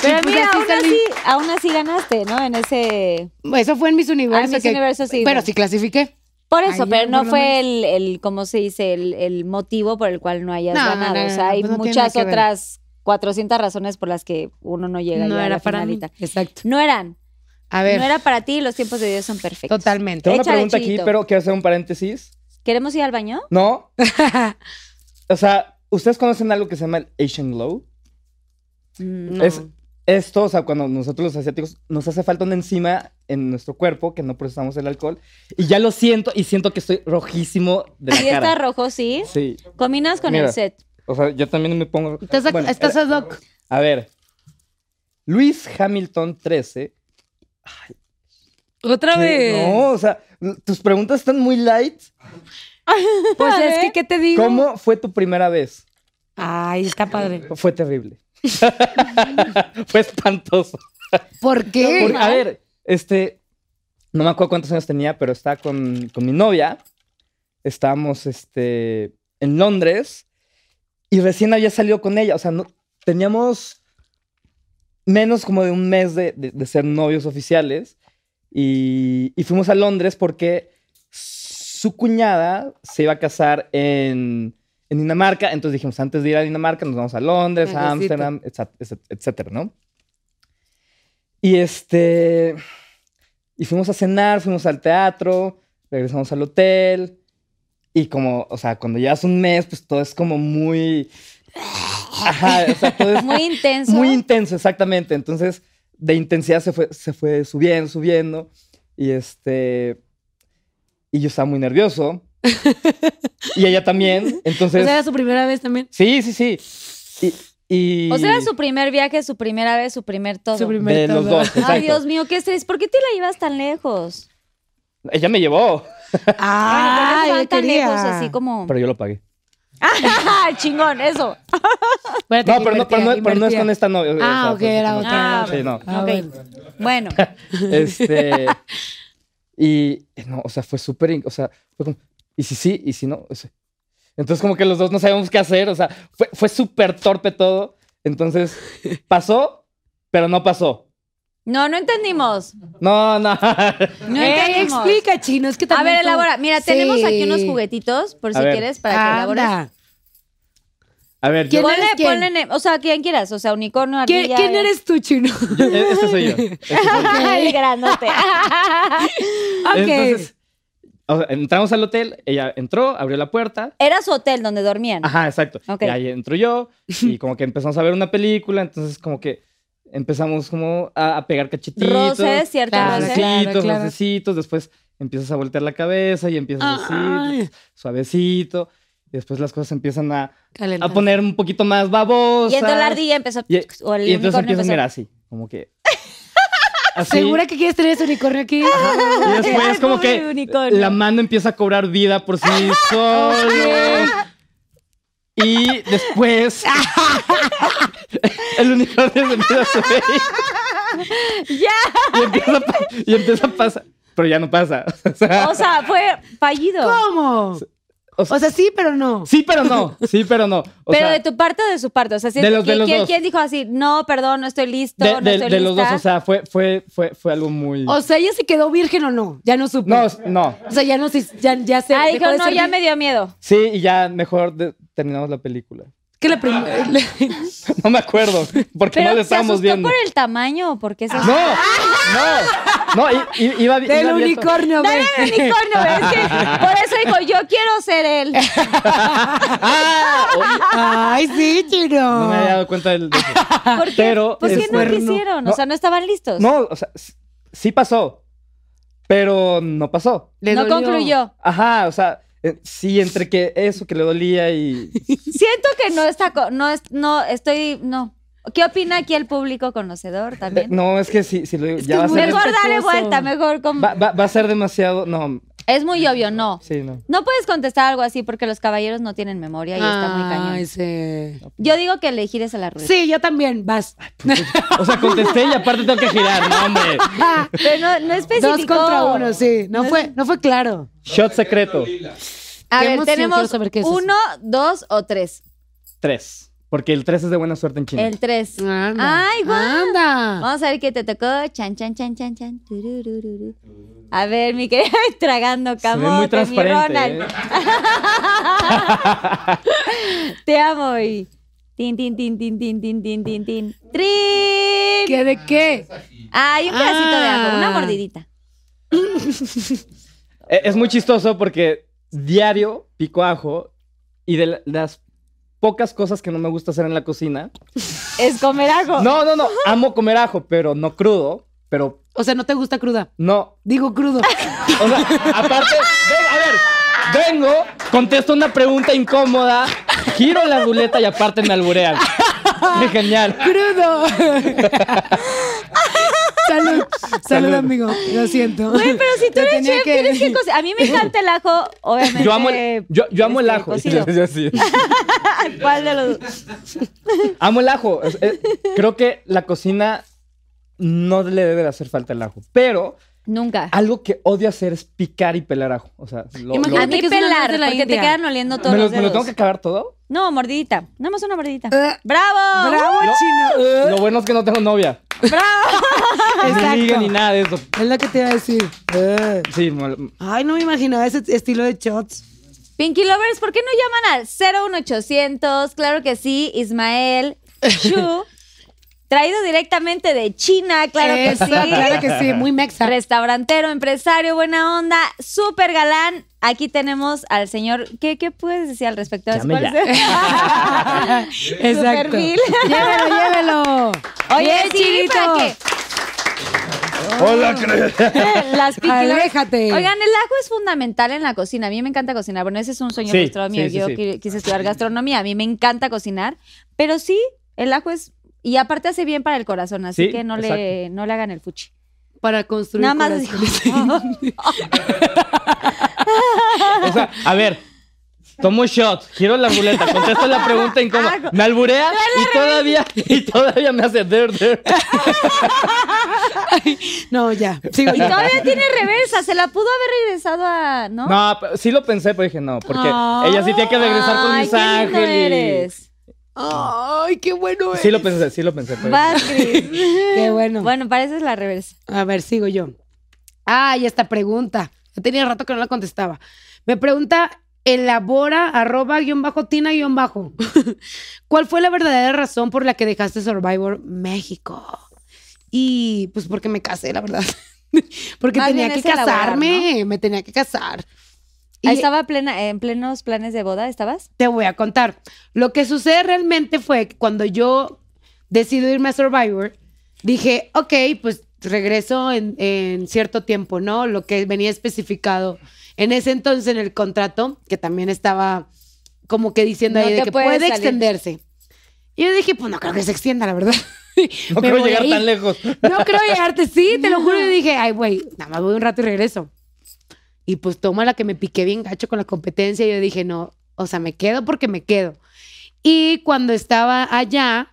[SPEAKER 3] Pero
[SPEAKER 5] Y pues
[SPEAKER 3] mira,
[SPEAKER 5] así
[SPEAKER 3] aún
[SPEAKER 5] salí.
[SPEAKER 3] así, aún así ganaste, ¿no? En ese...
[SPEAKER 5] Eso fue en Miss Universo.
[SPEAKER 3] Ah, en Miss
[SPEAKER 5] que-
[SPEAKER 3] Universo sí,
[SPEAKER 5] Pero
[SPEAKER 3] bueno.
[SPEAKER 5] sí clasifiqué.
[SPEAKER 3] Por eso,
[SPEAKER 5] Ahí
[SPEAKER 3] pero
[SPEAKER 5] ya,
[SPEAKER 3] no
[SPEAKER 5] por lo
[SPEAKER 3] fue
[SPEAKER 5] menos.
[SPEAKER 3] el, el, ¿cómo se dice? El, el motivo por el cual no hayas
[SPEAKER 5] No,
[SPEAKER 3] ganado.
[SPEAKER 5] no,
[SPEAKER 3] o
[SPEAKER 5] no,
[SPEAKER 3] sea, hay
[SPEAKER 5] pues no tiene
[SPEAKER 3] muchas
[SPEAKER 5] nada que ver.
[SPEAKER 3] otras 400 razones por las que uno no llega ya
[SPEAKER 5] no
[SPEAKER 3] a
[SPEAKER 5] era
[SPEAKER 3] la
[SPEAKER 5] para
[SPEAKER 3] final y
[SPEAKER 5] mí.
[SPEAKER 3] tal.
[SPEAKER 5] Exacto.
[SPEAKER 3] No eran.
[SPEAKER 5] A ver,
[SPEAKER 3] No era para ti y los tiempos de Dios son perfectos.
[SPEAKER 5] totalmente.
[SPEAKER 4] Tengo una
[SPEAKER 3] Échale,
[SPEAKER 4] pregunta aquí,
[SPEAKER 3] Chinito.
[SPEAKER 4] pero quiero hacer un paréntesis.
[SPEAKER 3] ¿Queremos ir al baño?
[SPEAKER 4] ¿No? O sea, ¿ustedes conocen algo que se llama el Asian Glow? Mm,
[SPEAKER 3] Mm,
[SPEAKER 5] No.
[SPEAKER 4] Es esto, o sea, cuando nosotros los asiáticos nos hace falta una enzima en nuestro cuerpo que no procesamos el alcohol y ya lo siento y siento que estoy rojísimo de la
[SPEAKER 3] Y está
[SPEAKER 4] cara.
[SPEAKER 3] rojo, sí.
[SPEAKER 4] Sí,
[SPEAKER 3] Combinas con
[SPEAKER 4] Mira.
[SPEAKER 3] el set.
[SPEAKER 4] o sea, yo también me pongo.
[SPEAKER 5] Estás, a,
[SPEAKER 4] Bueno, eh,
[SPEAKER 5] estás a doc.
[SPEAKER 4] A ver. Luis Hamilton 13.
[SPEAKER 5] Otra
[SPEAKER 4] No, o sea, l- tus preguntas están muy light.
[SPEAKER 5] Pues
[SPEAKER 3] A
[SPEAKER 5] es
[SPEAKER 3] ver.
[SPEAKER 5] que, ¿qué te digo?
[SPEAKER 4] ¿Cómo fue tu primera vez?
[SPEAKER 5] Ay, está padre.
[SPEAKER 4] Fue terrible. fue espantoso.
[SPEAKER 5] ¿Por qué?
[SPEAKER 3] Ah,
[SPEAKER 4] Porque, a ver, este, no me acuerdo cuántos años tenía, pero estaba con, con mi novia. Estábamos este, en Londres y recién había salido con ella. O sea, no, teníamos menos como de un mes de, de- de ser novios oficiales. Y, y fuimos a Londres porque su cuñada se iba a casar en, en Dinamarca. Entonces dijimos, antes de ir a Dinamarca, nos vamos a Londres, a
[SPEAKER 5] Viajecito.
[SPEAKER 4] Ámsterdam, etsa- etsa- etcétera, ¿no? Y este. Y fuimos a cenar, fuimos al teatro, regresamos al hotel. Y como, o sea, cuando llevas un mes, pues todo es como muy. Ajá, o sea, todo es
[SPEAKER 3] Pues Muy intenso.
[SPEAKER 4] muy intenso, exactamente. Entonces, de intensidad se fue, se fue subiendo, subiendo. Y este. Y yo estaba muy nervioso. y ella también.
[SPEAKER 5] O
[SPEAKER 3] pues
[SPEAKER 4] Entonces.
[SPEAKER 5] sea, era su primera vez también.
[SPEAKER 4] sí, sí, sí. Y. y
[SPEAKER 3] O sea, era su primer viaje, su primera vez, su primer todo.
[SPEAKER 5] Su
[SPEAKER 4] de
[SPEAKER 5] primer-
[SPEAKER 4] los dos, exacto.
[SPEAKER 3] Ay, Dios mío, qué estrés. ¿Por qué te la llevas tan lejos?
[SPEAKER 4] Ella me llevó.
[SPEAKER 3] Ah,
[SPEAKER 5] Ay,
[SPEAKER 3] no
[SPEAKER 5] yo
[SPEAKER 3] están tan
[SPEAKER 5] quería.
[SPEAKER 3] lejos, así como.
[SPEAKER 4] Pero yo lo pagué.
[SPEAKER 3] chingón, eso.
[SPEAKER 5] Espérate,
[SPEAKER 4] No,
[SPEAKER 5] que
[SPEAKER 4] pero no, pero no, pero
[SPEAKER 5] invertía,
[SPEAKER 4] no es
[SPEAKER 5] invertía.
[SPEAKER 4] con esta novia. o
[SPEAKER 5] Ah,
[SPEAKER 4] sea, pues,
[SPEAKER 5] ok, era
[SPEAKER 4] con-
[SPEAKER 5] otra.
[SPEAKER 3] Ah,
[SPEAKER 4] Sí, no.
[SPEAKER 5] Ah,
[SPEAKER 3] ok.
[SPEAKER 5] bueno.
[SPEAKER 3] Bueno,
[SPEAKER 4] Este. y no, o sea, fue súper. in- O sea, fue como. Y si sí, y si no. O sea, entonces, como que los dos no sabíamos qué hacer. O sea, fue, fue súper torpe todo. Entonces, pasó, pero no pasó.
[SPEAKER 3] no, no entendimos.
[SPEAKER 4] No, no.
[SPEAKER 3] No
[SPEAKER 5] Ey,
[SPEAKER 3] entendimos.
[SPEAKER 5] explica, chino. Es que
[SPEAKER 3] A
[SPEAKER 5] Eh, también
[SPEAKER 3] ver,
[SPEAKER 5] tú-
[SPEAKER 3] elabora. Mira,
[SPEAKER 5] Sí.
[SPEAKER 3] tenemos aquí unos juguetitos, por
[SPEAKER 4] A
[SPEAKER 3] si
[SPEAKER 4] ver.
[SPEAKER 3] quieres, para que elabores.
[SPEAKER 5] Anda.
[SPEAKER 4] A ver, yo,
[SPEAKER 5] ¿Quién
[SPEAKER 3] Ponle,
[SPEAKER 5] eres quién?
[SPEAKER 3] ponle, ne- o sea, quien quieras, o sea, unicornio,
[SPEAKER 5] ¿Qui-
[SPEAKER 3] ardilla.
[SPEAKER 5] ¿Quién eres tú, chino?
[SPEAKER 4] yo- e- este soy yo. Este soy yo.
[SPEAKER 3] Ay, grandote.
[SPEAKER 5] Ok.
[SPEAKER 4] Entonces, o sea, entramos al hotel, ella entró, abrió la puerta.
[SPEAKER 3] Era su hotel donde dormían.
[SPEAKER 4] Ajá, exacto.
[SPEAKER 3] Ok.
[SPEAKER 4] Y ahí entro yo y como que empezamos a ver una película, entonces como que empezamos como a, a pegar cachetitos.
[SPEAKER 3] Roces, cierto.
[SPEAKER 5] Claro,
[SPEAKER 3] roce.
[SPEAKER 4] Rocecitos,
[SPEAKER 5] claro, claro.
[SPEAKER 4] rocecitos, después empiezas a voltear la cabeza y empiezas así,
[SPEAKER 5] Ay.
[SPEAKER 4] suavecito, y después las cosas empiezan a, a
[SPEAKER 5] Calentar.
[SPEAKER 4] poner un poquito más babosas.
[SPEAKER 3] Y entonces la ardilla empezó.
[SPEAKER 4] Y,
[SPEAKER 3] o el
[SPEAKER 4] y entonces
[SPEAKER 3] unicornio
[SPEAKER 4] empiezas,
[SPEAKER 3] empezó.
[SPEAKER 4] mira, así, como que... así,
[SPEAKER 5] ¿Segura que quieres tener ese unicornio aquí?
[SPEAKER 4] Y después
[SPEAKER 3] Ay,
[SPEAKER 4] como
[SPEAKER 3] pobre
[SPEAKER 4] que
[SPEAKER 3] unicornio.
[SPEAKER 4] la mano empieza a cobrar vida por sí solo. Y después el unicornio se empieza a subir. Y empieza, a pa- y empieza a pasar. Pero ya no pasa. O sea,
[SPEAKER 3] O sea, fue fallido.
[SPEAKER 5] ¿Cómo?
[SPEAKER 4] o sea,
[SPEAKER 5] O sea, sí, pero no.
[SPEAKER 4] sí, pero no. Sí, pero no. O
[SPEAKER 3] Pero
[SPEAKER 4] sea,
[SPEAKER 3] de tu parte o de su parte. O sea, si-
[SPEAKER 4] De los- de
[SPEAKER 3] ¿quién,
[SPEAKER 4] los
[SPEAKER 3] quién-
[SPEAKER 4] dos.
[SPEAKER 3] quién dijo así? No, perdón, no estoy listo.
[SPEAKER 4] de-
[SPEAKER 3] no
[SPEAKER 4] de-
[SPEAKER 3] estoy
[SPEAKER 4] de los dos,
[SPEAKER 3] lista"?
[SPEAKER 4] o sea, fue, fue, fue, fue algo muy.
[SPEAKER 5] O sea, ¿ella se quedó virgen o no? Ya no supe.
[SPEAKER 4] No, no.
[SPEAKER 5] O sea, ya no se... Ya, ya se
[SPEAKER 3] Ah,
[SPEAKER 5] dejó
[SPEAKER 3] dijo,
[SPEAKER 5] de
[SPEAKER 3] no,
[SPEAKER 5] ser
[SPEAKER 3] ya
[SPEAKER 5] vir-
[SPEAKER 3] me dio miedo.
[SPEAKER 4] Sí, y ya mejor de- terminamos la película.
[SPEAKER 5] Que la prim-
[SPEAKER 4] No me acuerdo. Porque
[SPEAKER 3] Pero
[SPEAKER 4] no la
[SPEAKER 3] se
[SPEAKER 4] estábamos
[SPEAKER 3] asustó
[SPEAKER 4] viendo.
[SPEAKER 3] por el tamaño o por qué se
[SPEAKER 4] No, no, no, i- i- iba, bien.
[SPEAKER 5] Del unicornio,
[SPEAKER 3] Dale
[SPEAKER 5] ve.
[SPEAKER 3] el unicornio, es que por eso dijo, yo quiero ser él.
[SPEAKER 5] Ay, sí, chino.
[SPEAKER 4] No me había dado cuenta del. de eso.
[SPEAKER 3] ¿Por qué,
[SPEAKER 4] Pero
[SPEAKER 3] ¿Por
[SPEAKER 4] el
[SPEAKER 3] qué no
[SPEAKER 4] cuerno-
[SPEAKER 3] quisieron? O
[SPEAKER 4] no.
[SPEAKER 3] sea, no estaban listos.
[SPEAKER 4] No, o sea, s- sí pasó, pero no pasó.
[SPEAKER 5] Le
[SPEAKER 3] No
[SPEAKER 5] dolió.
[SPEAKER 3] concluyó.
[SPEAKER 4] Ajá, o sea, eh, sí, entre que eso que le dolía y.
[SPEAKER 3] Siento que no está, co- no, es- no, estoy, no. ¿Qué opina aquí el público conocedor también?
[SPEAKER 4] No, es que sí, sí lo digo. Ya va a
[SPEAKER 5] es muy
[SPEAKER 4] ser.
[SPEAKER 3] mejor dale
[SPEAKER 5] respetuoso.
[SPEAKER 3] vuelta, mejor como...
[SPEAKER 4] Va, va- va a ser demasiado. No,
[SPEAKER 3] Es muy obvio, no.
[SPEAKER 4] sí, no.
[SPEAKER 3] No puedes contestar algo así porque los caballeros no tienen memoria y está muy
[SPEAKER 5] Ay,
[SPEAKER 3] cañón.
[SPEAKER 5] sí.
[SPEAKER 3] Yo digo que le gires a la rueda.
[SPEAKER 5] Sí, yo también. Vas.
[SPEAKER 4] O sea, contesté y aparte tengo que girar, no, hombre.
[SPEAKER 3] Pero no, no especificó.
[SPEAKER 5] Dos contra uno, sí. No fue, no fue claro.
[SPEAKER 4] Shot secreto:
[SPEAKER 3] A
[SPEAKER 5] Qué
[SPEAKER 3] ver,
[SPEAKER 5] emoción, quiero
[SPEAKER 3] tenemos
[SPEAKER 5] saber qué es eso.
[SPEAKER 3] uno, dos o tres.
[SPEAKER 4] tres. Porque el tres es de buena suerte en China.
[SPEAKER 3] El tres.
[SPEAKER 5] Anda.
[SPEAKER 3] Ay, guau.
[SPEAKER 5] Anda.
[SPEAKER 3] Vamos a ver qué te tocó. Chan, chan, chan, chan, chan. Tururururu. A ver, mi querida, tragando
[SPEAKER 4] Se ve
[SPEAKER 3] camote,
[SPEAKER 4] muy
[SPEAKER 3] mi
[SPEAKER 4] transparente.
[SPEAKER 3] Ronald.
[SPEAKER 4] ¿eh?
[SPEAKER 3] Te amo y... Tin, tin, tin, tin, tin, tin, tin, tin, tin. ¡Trin!
[SPEAKER 5] ¿Qué de qué?
[SPEAKER 3] Ay, un pedacito de ajo, una
[SPEAKER 5] Ah.
[SPEAKER 3] mordidita.
[SPEAKER 4] Eh, Es muy chistoso porque diario pico ajo y de la- las pocas cosas que no me gusta hacer en la cocina.
[SPEAKER 3] Es comer
[SPEAKER 5] Ah.
[SPEAKER 3] ajo.
[SPEAKER 4] No, no, no. Amo comer ajo, pero no crudo. Pero
[SPEAKER 5] O sea, no te gusta cruda.
[SPEAKER 4] no.
[SPEAKER 5] Digo crudo.
[SPEAKER 4] O sea, aparte, ven, a ver. Vengo, contesto una pregunta incómoda, giro la ruleta y aparte me alburean. Qué genial.
[SPEAKER 5] ¡Crudo! Salud. Salud,
[SPEAKER 4] Salud.
[SPEAKER 5] amigo. Lo siento.
[SPEAKER 3] Güey, pero si tú
[SPEAKER 5] Lo
[SPEAKER 3] eres
[SPEAKER 5] tenía
[SPEAKER 3] chef,
[SPEAKER 5] que
[SPEAKER 3] tienes que
[SPEAKER 5] decir.
[SPEAKER 3] cocinar. A mí me encanta el ajo, obviamente.
[SPEAKER 4] Yo amo el, yo, yo amo el
[SPEAKER 3] este,
[SPEAKER 4] ajo.
[SPEAKER 3] cocido.
[SPEAKER 4] Yo así.
[SPEAKER 3] ¿Cuál de los dos?
[SPEAKER 4] Amo el ajo. Es- es- creo que la cocina no le debe de hacer falta el ajo. Pero
[SPEAKER 3] Nunca.
[SPEAKER 4] Algo que odio hacer es picar y pelar ajo. O sea, lo, lo-
[SPEAKER 3] A
[SPEAKER 5] Imagínate
[SPEAKER 3] mí
[SPEAKER 5] que es una más
[SPEAKER 3] pelar,
[SPEAKER 5] de la
[SPEAKER 3] porque te
[SPEAKER 5] India.
[SPEAKER 3] quedan oliendo todos
[SPEAKER 4] ¿Me, lo,
[SPEAKER 3] los
[SPEAKER 4] me lo
[SPEAKER 3] dedos.
[SPEAKER 4] tengo que acabar todo?
[SPEAKER 3] No, mordidita. Nada más una mordidita.
[SPEAKER 5] Ah.
[SPEAKER 3] Eh, ¡Bravo!
[SPEAKER 5] ¡Bravo, chino!
[SPEAKER 4] Lo bueno es que no tengo novia.
[SPEAKER 3] ¡Bravo!
[SPEAKER 4] Ni liga
[SPEAKER 5] Exacto.
[SPEAKER 4] ni nada de eso.
[SPEAKER 5] Es lo que te iba a decir. Eh.
[SPEAKER 4] Sí, me lo-
[SPEAKER 5] Ay, no me imaginaba ese estilo de shots.
[SPEAKER 3] Pinky Lovers, ¿por qué no llaman al 01800? Claro que sí, Ismael Chu, traído directamente de China, claro que
[SPEAKER 5] Eso,
[SPEAKER 3] sí.
[SPEAKER 5] Claro que sí, muy mexa.
[SPEAKER 3] Restaurantero, empresario, buena onda, súper galán. Aquí tenemos al señor. ¿Qué, qué puedes decir al respecto?
[SPEAKER 4] Llame
[SPEAKER 3] ¿Cuál
[SPEAKER 4] ya.
[SPEAKER 3] es el-
[SPEAKER 5] Exacto.
[SPEAKER 3] perfil.
[SPEAKER 5] Llévelo, llévelo.
[SPEAKER 3] Oye,
[SPEAKER 5] Bien,
[SPEAKER 3] sí, ¿para qué?
[SPEAKER 2] Hola,
[SPEAKER 4] Oh.
[SPEAKER 2] cre-
[SPEAKER 3] Las Pinky Lovers.
[SPEAKER 5] Aléjate.
[SPEAKER 3] Oigan, el ajo es fundamental en la cocina. A mí me encanta cocinar. Bueno, ese es un sueño
[SPEAKER 4] Sí,
[SPEAKER 3] frustrado mío.
[SPEAKER 4] sí, sí,
[SPEAKER 3] Yo
[SPEAKER 4] sí.
[SPEAKER 3] qui- quise estudiar gastronomía. A mí me encanta cocinar. Pero sí, el ajo es. Y aparte hace bien para el corazón, así
[SPEAKER 4] Sí,
[SPEAKER 3] que no le, no le hagan el fuchi.
[SPEAKER 5] Para construir.
[SPEAKER 3] Nada más
[SPEAKER 5] corazones.
[SPEAKER 3] dijo,
[SPEAKER 8] sea, a ver. Tomo un shot, giro la ruleta, contesto la pregunta incómoda, me alburea y todavía, y todavía me hace der, der.
[SPEAKER 5] No, ya. Sigo
[SPEAKER 3] Y
[SPEAKER 5] yo.
[SPEAKER 3] todavía tiene reversa, se la pudo haber regresado a, ¿no?
[SPEAKER 8] No, pero sí lo pensé, pero dije no, porque ella sí tiene que regresar con
[SPEAKER 3] Ay,
[SPEAKER 8] Luis
[SPEAKER 3] qué lindo
[SPEAKER 8] Ángel. y-
[SPEAKER 3] eres.
[SPEAKER 5] Ay, qué bueno es.
[SPEAKER 8] Sí lo pensé, sí lo pensé. pero-
[SPEAKER 3] Vas, Cris.
[SPEAKER 5] Qué bueno.
[SPEAKER 3] Bueno, pareces la reversa.
[SPEAKER 5] A ver, sigo yo. Ay, esta pregunta. Ya tenía rato que no la contestaba. Me pregunta elabora arroba guión bajo tina guión bajo. ¿Cuál fue la verdadera razón por la que dejaste Survivor México? Y pues porque me casé, la verdad. porque
[SPEAKER 3] Más
[SPEAKER 5] tenía
[SPEAKER 3] bien
[SPEAKER 5] que
[SPEAKER 3] es elaborar,
[SPEAKER 5] casarme, me tenía que casar. Y
[SPEAKER 3] Ahí estaba plena, en plenos planes de boda, ¿estabas?
[SPEAKER 5] te voy a contar. Lo que sucede realmente fue que cuando yo decido irme a Survivor, dije, ok, pues regreso en, en cierto tiempo, ¿no? Lo que venía especificado en ese entonces en el contrato, que también estaba como que diciendo
[SPEAKER 3] No
[SPEAKER 5] ahí de
[SPEAKER 3] te
[SPEAKER 5] que
[SPEAKER 3] puedes
[SPEAKER 5] puede
[SPEAKER 3] salir.
[SPEAKER 5] extenderse. Y yo dije, pues no creo que se extienda, la verdad.
[SPEAKER 8] No
[SPEAKER 5] Me
[SPEAKER 8] creo
[SPEAKER 5] voy a
[SPEAKER 8] llegar
[SPEAKER 5] ir.
[SPEAKER 8] tan lejos.
[SPEAKER 5] No creo llegarte, sí, te lo juro. Yo dije, ay, güey, nada más voy un rato y regreso. Y pues toma la que me piqué bien gacho con la competencia. Yo dije, no, o sea, me quedo porque me quedo. Y cuando estaba allá,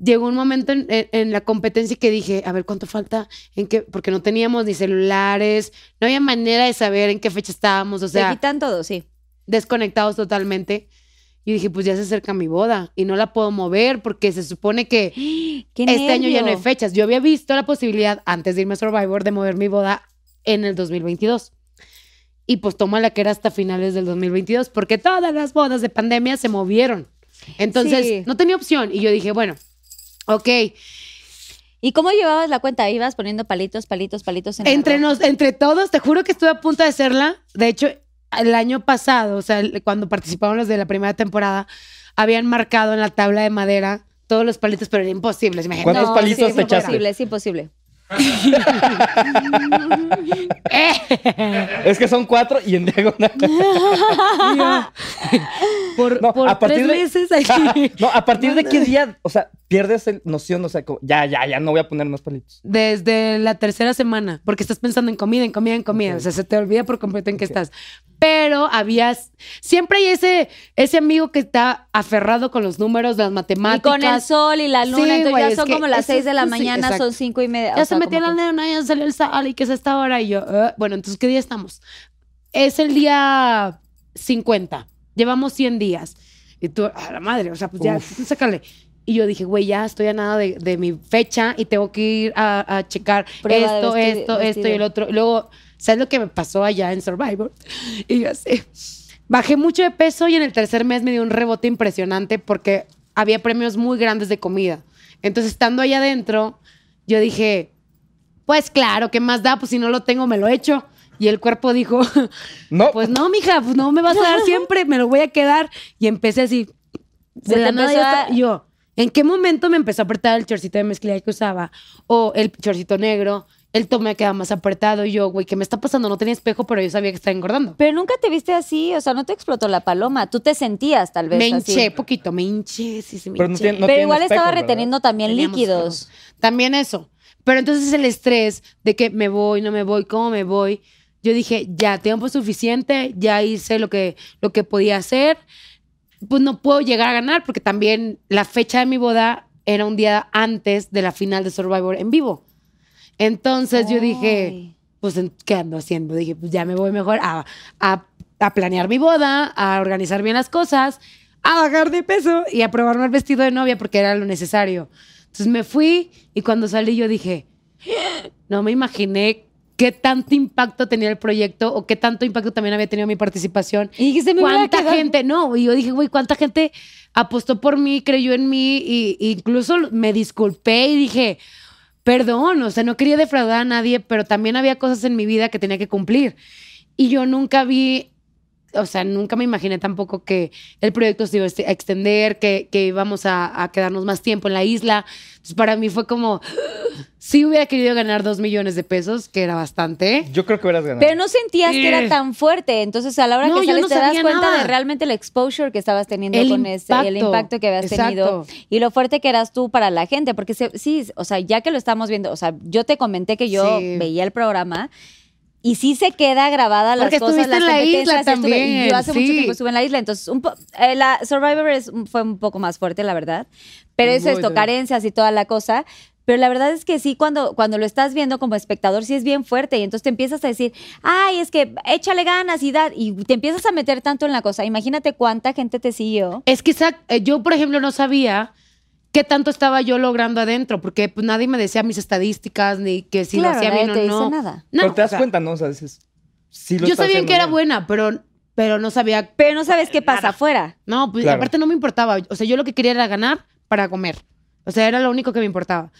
[SPEAKER 5] llegó un momento en, en- en la competencia que dije, a ver, ¿cuánto falta? ¿En qué? Porque no teníamos ni celulares, no había manera de saber en qué fecha estábamos, o sea
[SPEAKER 3] Se quitan todo, sí.
[SPEAKER 5] desconectados totalmente. Y dije, pues ya se acerca mi boda y no la puedo mover porque se supone que
[SPEAKER 3] Qué
[SPEAKER 5] este año ya no hay
[SPEAKER 3] nervio.
[SPEAKER 5] fechas. Yo había visto la posibilidad antes de irme a Survivor de mover mi boda en el 2022. Y pues toma la que era hasta finales del 2022 porque todas las bodas de pandemia se movieron. Entonces
[SPEAKER 3] Sí.
[SPEAKER 5] no tenía opción y yo dije, bueno, ok,
[SPEAKER 3] ¿Y cómo llevabas la cuenta? ¿Ibas poniendo palitos, palitos, palitos en la
[SPEAKER 5] entre,
[SPEAKER 3] ropa?
[SPEAKER 5] nos, entre todos, te juro que estuve a punto de hacerla. De hecho, el año pasado, o sea, el- cuando participaron los de la primera temporada, habían marcado en la tabla de madera todos los palitos, pero era imposible. imagínate.
[SPEAKER 8] ¿Cuántos
[SPEAKER 3] No,
[SPEAKER 8] palitos
[SPEAKER 3] sí, es
[SPEAKER 8] te echaste?
[SPEAKER 3] imposible, es imposible.
[SPEAKER 5] Eh.
[SPEAKER 8] Es que son cuatro y en diagonal.
[SPEAKER 5] Por,
[SPEAKER 8] No,
[SPEAKER 5] por
[SPEAKER 8] a partir
[SPEAKER 5] tres
[SPEAKER 8] de-
[SPEAKER 5] meses aquí.
[SPEAKER 8] No, ¿a partir de qué día? O sea, pierdes el noción, o sea, como, ya, ya, ya no voy a poner más palitos.
[SPEAKER 5] Desde la tercera semana, porque estás pensando en comida, en comida, en comida. O sea, se te olvida por completo en qué estás. Pero habías. Siempre hay ese, ese amigo que está aferrado con los números, las
[SPEAKER 3] Y con el
[SPEAKER 5] matemáticas.
[SPEAKER 3] sol y la luna,
[SPEAKER 5] Sí,
[SPEAKER 3] entonces
[SPEAKER 5] güey,
[SPEAKER 3] ya
[SPEAKER 5] es
[SPEAKER 3] son
[SPEAKER 5] que
[SPEAKER 3] como las
[SPEAKER 5] eso
[SPEAKER 3] 6 de la
[SPEAKER 5] es- sí,
[SPEAKER 3] mañana,
[SPEAKER 5] exacto.
[SPEAKER 3] son 5 y media.
[SPEAKER 5] ya
[SPEAKER 3] o
[SPEAKER 5] se
[SPEAKER 3] sea,
[SPEAKER 5] metió
[SPEAKER 3] como
[SPEAKER 5] la
[SPEAKER 3] que-
[SPEAKER 5] neona, ya salió el sol y que es esta hora. Y yo, "Ah, bueno, entonces, ¿qué día estamos? Es el día 50. Llevamos 100 días. Y tú, a la madre, o sea, pues ya, sácale. Y yo dije, güey, ya estoy a nada de, de mi fecha y tengo que ir a, a checar
[SPEAKER 3] Prueba de
[SPEAKER 5] esto,
[SPEAKER 3] vesti-
[SPEAKER 5] esto, esto y
[SPEAKER 3] vestido.
[SPEAKER 5] el otro. Y luego, ¿sabes lo que me pasó allá en Survivor? Y yo así, bajé mucho de peso y en el tercer mes me dio un rebote impresionante porque había premios muy grandes de comida. Entonces, estando allá adentro, yo dije, pues claro, ¿qué más da? Pues si no lo tengo, me lo echo. Y el cuerpo dijo,
[SPEAKER 8] No,
[SPEAKER 5] pues no, mija, pues no me vas a dar siempre, me lo voy a quedar. Y empecé así, de
[SPEAKER 3] Se
[SPEAKER 5] la
[SPEAKER 3] te
[SPEAKER 5] nada yo,
[SPEAKER 3] empezó a-
[SPEAKER 5] estaba- yo, ¿en qué momento me empezó a apretar el chorcito de mezclilla que usaba? O el chorcito negro, el top me queda más apretado. Y yo, güey, ¿qué me está pasando? No tenía espejo, pero yo sabía que estaba engordando.
[SPEAKER 3] Pero nunca te viste así, o sea, no te explotó la paloma. Tú te sentías tal vez
[SPEAKER 5] Me
[SPEAKER 3] así.
[SPEAKER 5] hinché poquito, me hinché, sí, sí, me
[SPEAKER 8] Pero no
[SPEAKER 5] hinché.
[SPEAKER 8] tiene- no
[SPEAKER 3] Pero
[SPEAKER 8] tienen
[SPEAKER 3] igual estaba
[SPEAKER 8] espejo, ¿verdad?
[SPEAKER 3] reteniendo también
[SPEAKER 5] Teníamos
[SPEAKER 3] líquidos.
[SPEAKER 5] pedos. También eso. Pero entonces el estrés de que me voy, no me voy, cómo me voy. Yo dije, ya, tiempo suficiente, ya hice lo que, lo que podía hacer. Pues no puedo llegar a ganar porque también la fecha de mi boda era un día antes de la final de Survivor en vivo. Entonces yo dije,
[SPEAKER 3] Ay.
[SPEAKER 5] pues, ¿en- ¿qué ando haciendo? Dije, pues ya me voy mejor a, a- a planear mi boda, a organizar bien las cosas, a bajar de peso y a probarme el vestido de novia porque era lo necesario. Entonces me fui y cuando salí yo dije, no me imaginé qué tanto impacto tenía el proyecto o qué tanto impacto también había tenido mi participación
[SPEAKER 3] Y dijiste, me hubiera
[SPEAKER 5] ¿Cuánta
[SPEAKER 3] quedado-
[SPEAKER 5] gente? No, y yo dije, güey, ¿cuánta gente apostó por mí, creyó en mí? Y, y incluso me disculpé y dije, perdón, o sea, no quería defraudar a nadie, pero también había cosas en mi vida que tenía que cumplir. Y yo nunca vi, o sea, nunca me imaginé tampoco que el proyecto se iba a este- a extender, que, que íbamos a, a quedarnos más tiempo en la isla. Entonces, para mí fue como, sí hubiera querido ganar dos millones de pesos, que era bastante.
[SPEAKER 4] pues,
[SPEAKER 8] yo creo que hubieras ganado.
[SPEAKER 3] Pero no sentías que era tan fuerte. Entonces, a la hora
[SPEAKER 5] No,
[SPEAKER 3] que
[SPEAKER 5] yo
[SPEAKER 3] sales,
[SPEAKER 5] no
[SPEAKER 3] te das
[SPEAKER 5] sabía
[SPEAKER 3] cuenta
[SPEAKER 5] nada.
[SPEAKER 3] de realmente el exposure que estabas teniendo
[SPEAKER 5] El
[SPEAKER 3] con ese, el
[SPEAKER 5] impacto.
[SPEAKER 3] impacto que habías tenido
[SPEAKER 5] Exacto.
[SPEAKER 3] y lo fuerte que eras tú para la gente. Porque se- sí, o sea, ya que lo estamos viendo, o sea, yo te comenté que yo
[SPEAKER 5] Sí.
[SPEAKER 3] veía el programa. y sí se queda grabada las
[SPEAKER 5] Porque
[SPEAKER 3] cosas,
[SPEAKER 5] estuviste
[SPEAKER 3] las
[SPEAKER 5] en la
[SPEAKER 3] competencias,
[SPEAKER 5] isla
[SPEAKER 3] estuve-
[SPEAKER 5] también,
[SPEAKER 3] y yo hace mucho
[SPEAKER 5] sí.
[SPEAKER 3] tiempo estuve en la isla, entonces un po- eh, la Survivor es- fue un poco más fuerte, la verdad. Pero eso
[SPEAKER 9] Muy
[SPEAKER 3] es
[SPEAKER 9] fuerte.
[SPEAKER 3] carencias y toda la cosa. Pero la verdad es que sí, cuando, cuando lo estás viendo como espectador, sí es bien fuerte. Y entonces te empiezas a decir, ay, es que échale ganas y da. Y te empiezas a meter tanto en la cosa. Imagínate cuánta gente te siguió.
[SPEAKER 5] Es que esa- eh, yo, por ejemplo, no sabía qué tanto estaba yo logrando adentro, porque pues, nadie me decía mis estadísticas, ni que si
[SPEAKER 3] Claro,
[SPEAKER 5] lo hacía
[SPEAKER 3] nadie
[SPEAKER 5] bien
[SPEAKER 3] te
[SPEAKER 5] o
[SPEAKER 3] dice
[SPEAKER 5] no.
[SPEAKER 3] nada.
[SPEAKER 5] No,
[SPEAKER 9] pero te
[SPEAKER 5] o
[SPEAKER 9] das
[SPEAKER 5] sea,
[SPEAKER 9] cuenta, ¿no? O sea, dices, sí lo
[SPEAKER 5] yo
[SPEAKER 9] está
[SPEAKER 5] sabía
[SPEAKER 9] haciendo
[SPEAKER 5] que era
[SPEAKER 9] bien.
[SPEAKER 5] buena, pero, pero no sabía.
[SPEAKER 3] Pero no sabes qué pasa afuera.
[SPEAKER 5] No, pues
[SPEAKER 9] Claro.
[SPEAKER 5] aparte no me importaba. O sea, yo lo que quería era ganar para comer. O sea, era lo único que me importaba.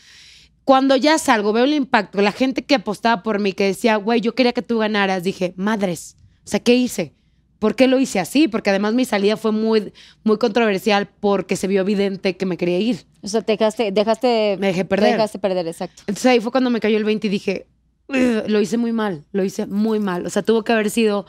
[SPEAKER 5] Cuando ya salgo, veo el impacto, la gente que apostaba por mí, que decía, güey, yo quería que tú ganaras, dije, madres, o sea, ¿qué hice? ¿Por qué lo hice así? Porque además mi salida fue muy, muy controversial porque se vio evidente que me quería ir.
[SPEAKER 3] O sea, te dejaste, dejaste,
[SPEAKER 5] Me dejé
[SPEAKER 3] te
[SPEAKER 5] perder.
[SPEAKER 3] dejaste perder, exacto.
[SPEAKER 5] Entonces ahí fue cuando me cayó el 20 y dije, "Ugh, lo hice muy mal, lo hice muy mal. O sea, tuvo que haber sido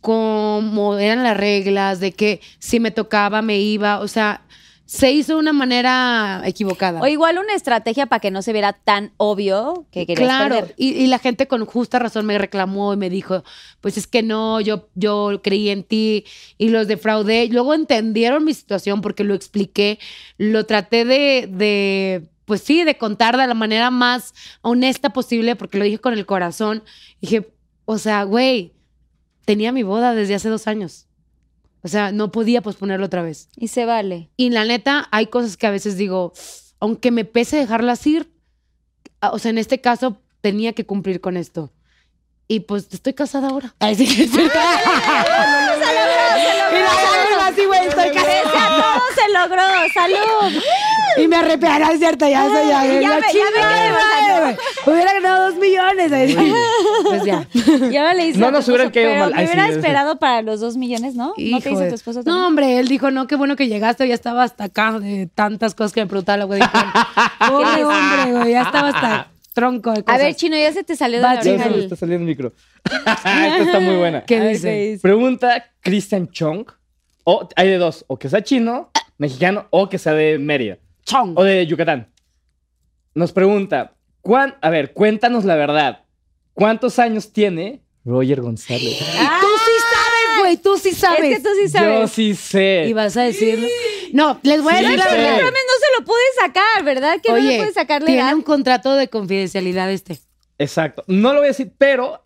[SPEAKER 5] como eran las reglas, de que si me tocaba me iba. O sea, se hizo de una manera equivocada.
[SPEAKER 3] O igual una estrategia para que no se viera tan obvio que querías
[SPEAKER 5] claro,
[SPEAKER 3] perder.
[SPEAKER 5] y, y la gente con justa razón me reclamó y me dijo, pues es que no, yo, yo creí en ti y los defraudé. Luego entendieron mi situación porque lo expliqué, lo traté de, de, pues sí, de contar de la manera más honesta posible porque lo dije con el corazón. Dije, o sea, güey, tenía mi boda desde hace dos años. O sea, no podía posponerlo otra vez.
[SPEAKER 3] Y se vale.
[SPEAKER 5] Y la neta, hay cosas que a veces digo, aunque me pese dejarlas ir, a- o sea, en este caso tenía que cumplir con esto. Y pues estoy casada ahora. Ay, Ah, sí, que es verdad. Y la lágrima así, güey, estoy casada.
[SPEAKER 3] ¡Todo se logró! ¡Salud!
[SPEAKER 5] Y me arrepiará, es cierto, ya soy
[SPEAKER 3] ya
[SPEAKER 5] ya. la
[SPEAKER 3] me- ya me quedé
[SPEAKER 5] chingada,
[SPEAKER 3] mal.
[SPEAKER 5] güey. Hubiera ganado dos millones. güey. Pues ya.
[SPEAKER 3] Y ahora le dice
[SPEAKER 4] No
[SPEAKER 3] a tu
[SPEAKER 4] nos hubieran
[SPEAKER 3] esposo,
[SPEAKER 4] caído
[SPEAKER 3] pero
[SPEAKER 4] mal.
[SPEAKER 3] Me
[SPEAKER 4] Ay, sí,
[SPEAKER 3] hubiera
[SPEAKER 4] sí.
[SPEAKER 3] esperado para los dos millones, ¿no? ¿No te
[SPEAKER 5] Hijo
[SPEAKER 3] dice
[SPEAKER 5] de-
[SPEAKER 3] tu esposo también?
[SPEAKER 5] No, hombre, él dijo, no, qué bueno que llegaste, ya estaba hasta acá de tantas cosas que me preguntaba la güey. Dije, Pobre hombre, güey, ya estaba hasta tronco de
[SPEAKER 3] A
[SPEAKER 5] cosas.
[SPEAKER 3] ver, Chino, ya se te salió de
[SPEAKER 5] Va,
[SPEAKER 3] la
[SPEAKER 4] Ya
[SPEAKER 3] oreja.
[SPEAKER 4] se me
[SPEAKER 3] el-
[SPEAKER 4] está saliendo el micro. Esta está muy buena.
[SPEAKER 5] ¿Qué
[SPEAKER 3] A ver,
[SPEAKER 5] dice?
[SPEAKER 4] Pregunta Christian Chong. O, hay de dos, o que sea chino, mexicano, o que sea de Mérida,
[SPEAKER 5] Chong.
[SPEAKER 4] o de Yucatán. Nos pregunta, ¿cuán, a ver, cuéntanos la verdad. ¿Cuántos años tiene Roger González?
[SPEAKER 5] Tú sí sabes, güey, tú Ah, sí
[SPEAKER 3] Ah, Es
[SPEAKER 5] sabes.
[SPEAKER 3] que tú sí
[SPEAKER 4] Yo
[SPEAKER 3] sabes.
[SPEAKER 4] sí sé.
[SPEAKER 5] Y vas a decirlo. No, les voy a
[SPEAKER 4] Sí,
[SPEAKER 5] decir la
[SPEAKER 4] sí.
[SPEAKER 5] verdad.
[SPEAKER 3] Pero no se lo pude sacar, ¿verdad? Que no
[SPEAKER 5] Oye,
[SPEAKER 3] le pude sacar la edad.
[SPEAKER 5] tiene un contrato de confidencialidad este.
[SPEAKER 4] Exacto. No lo voy a decir, pero.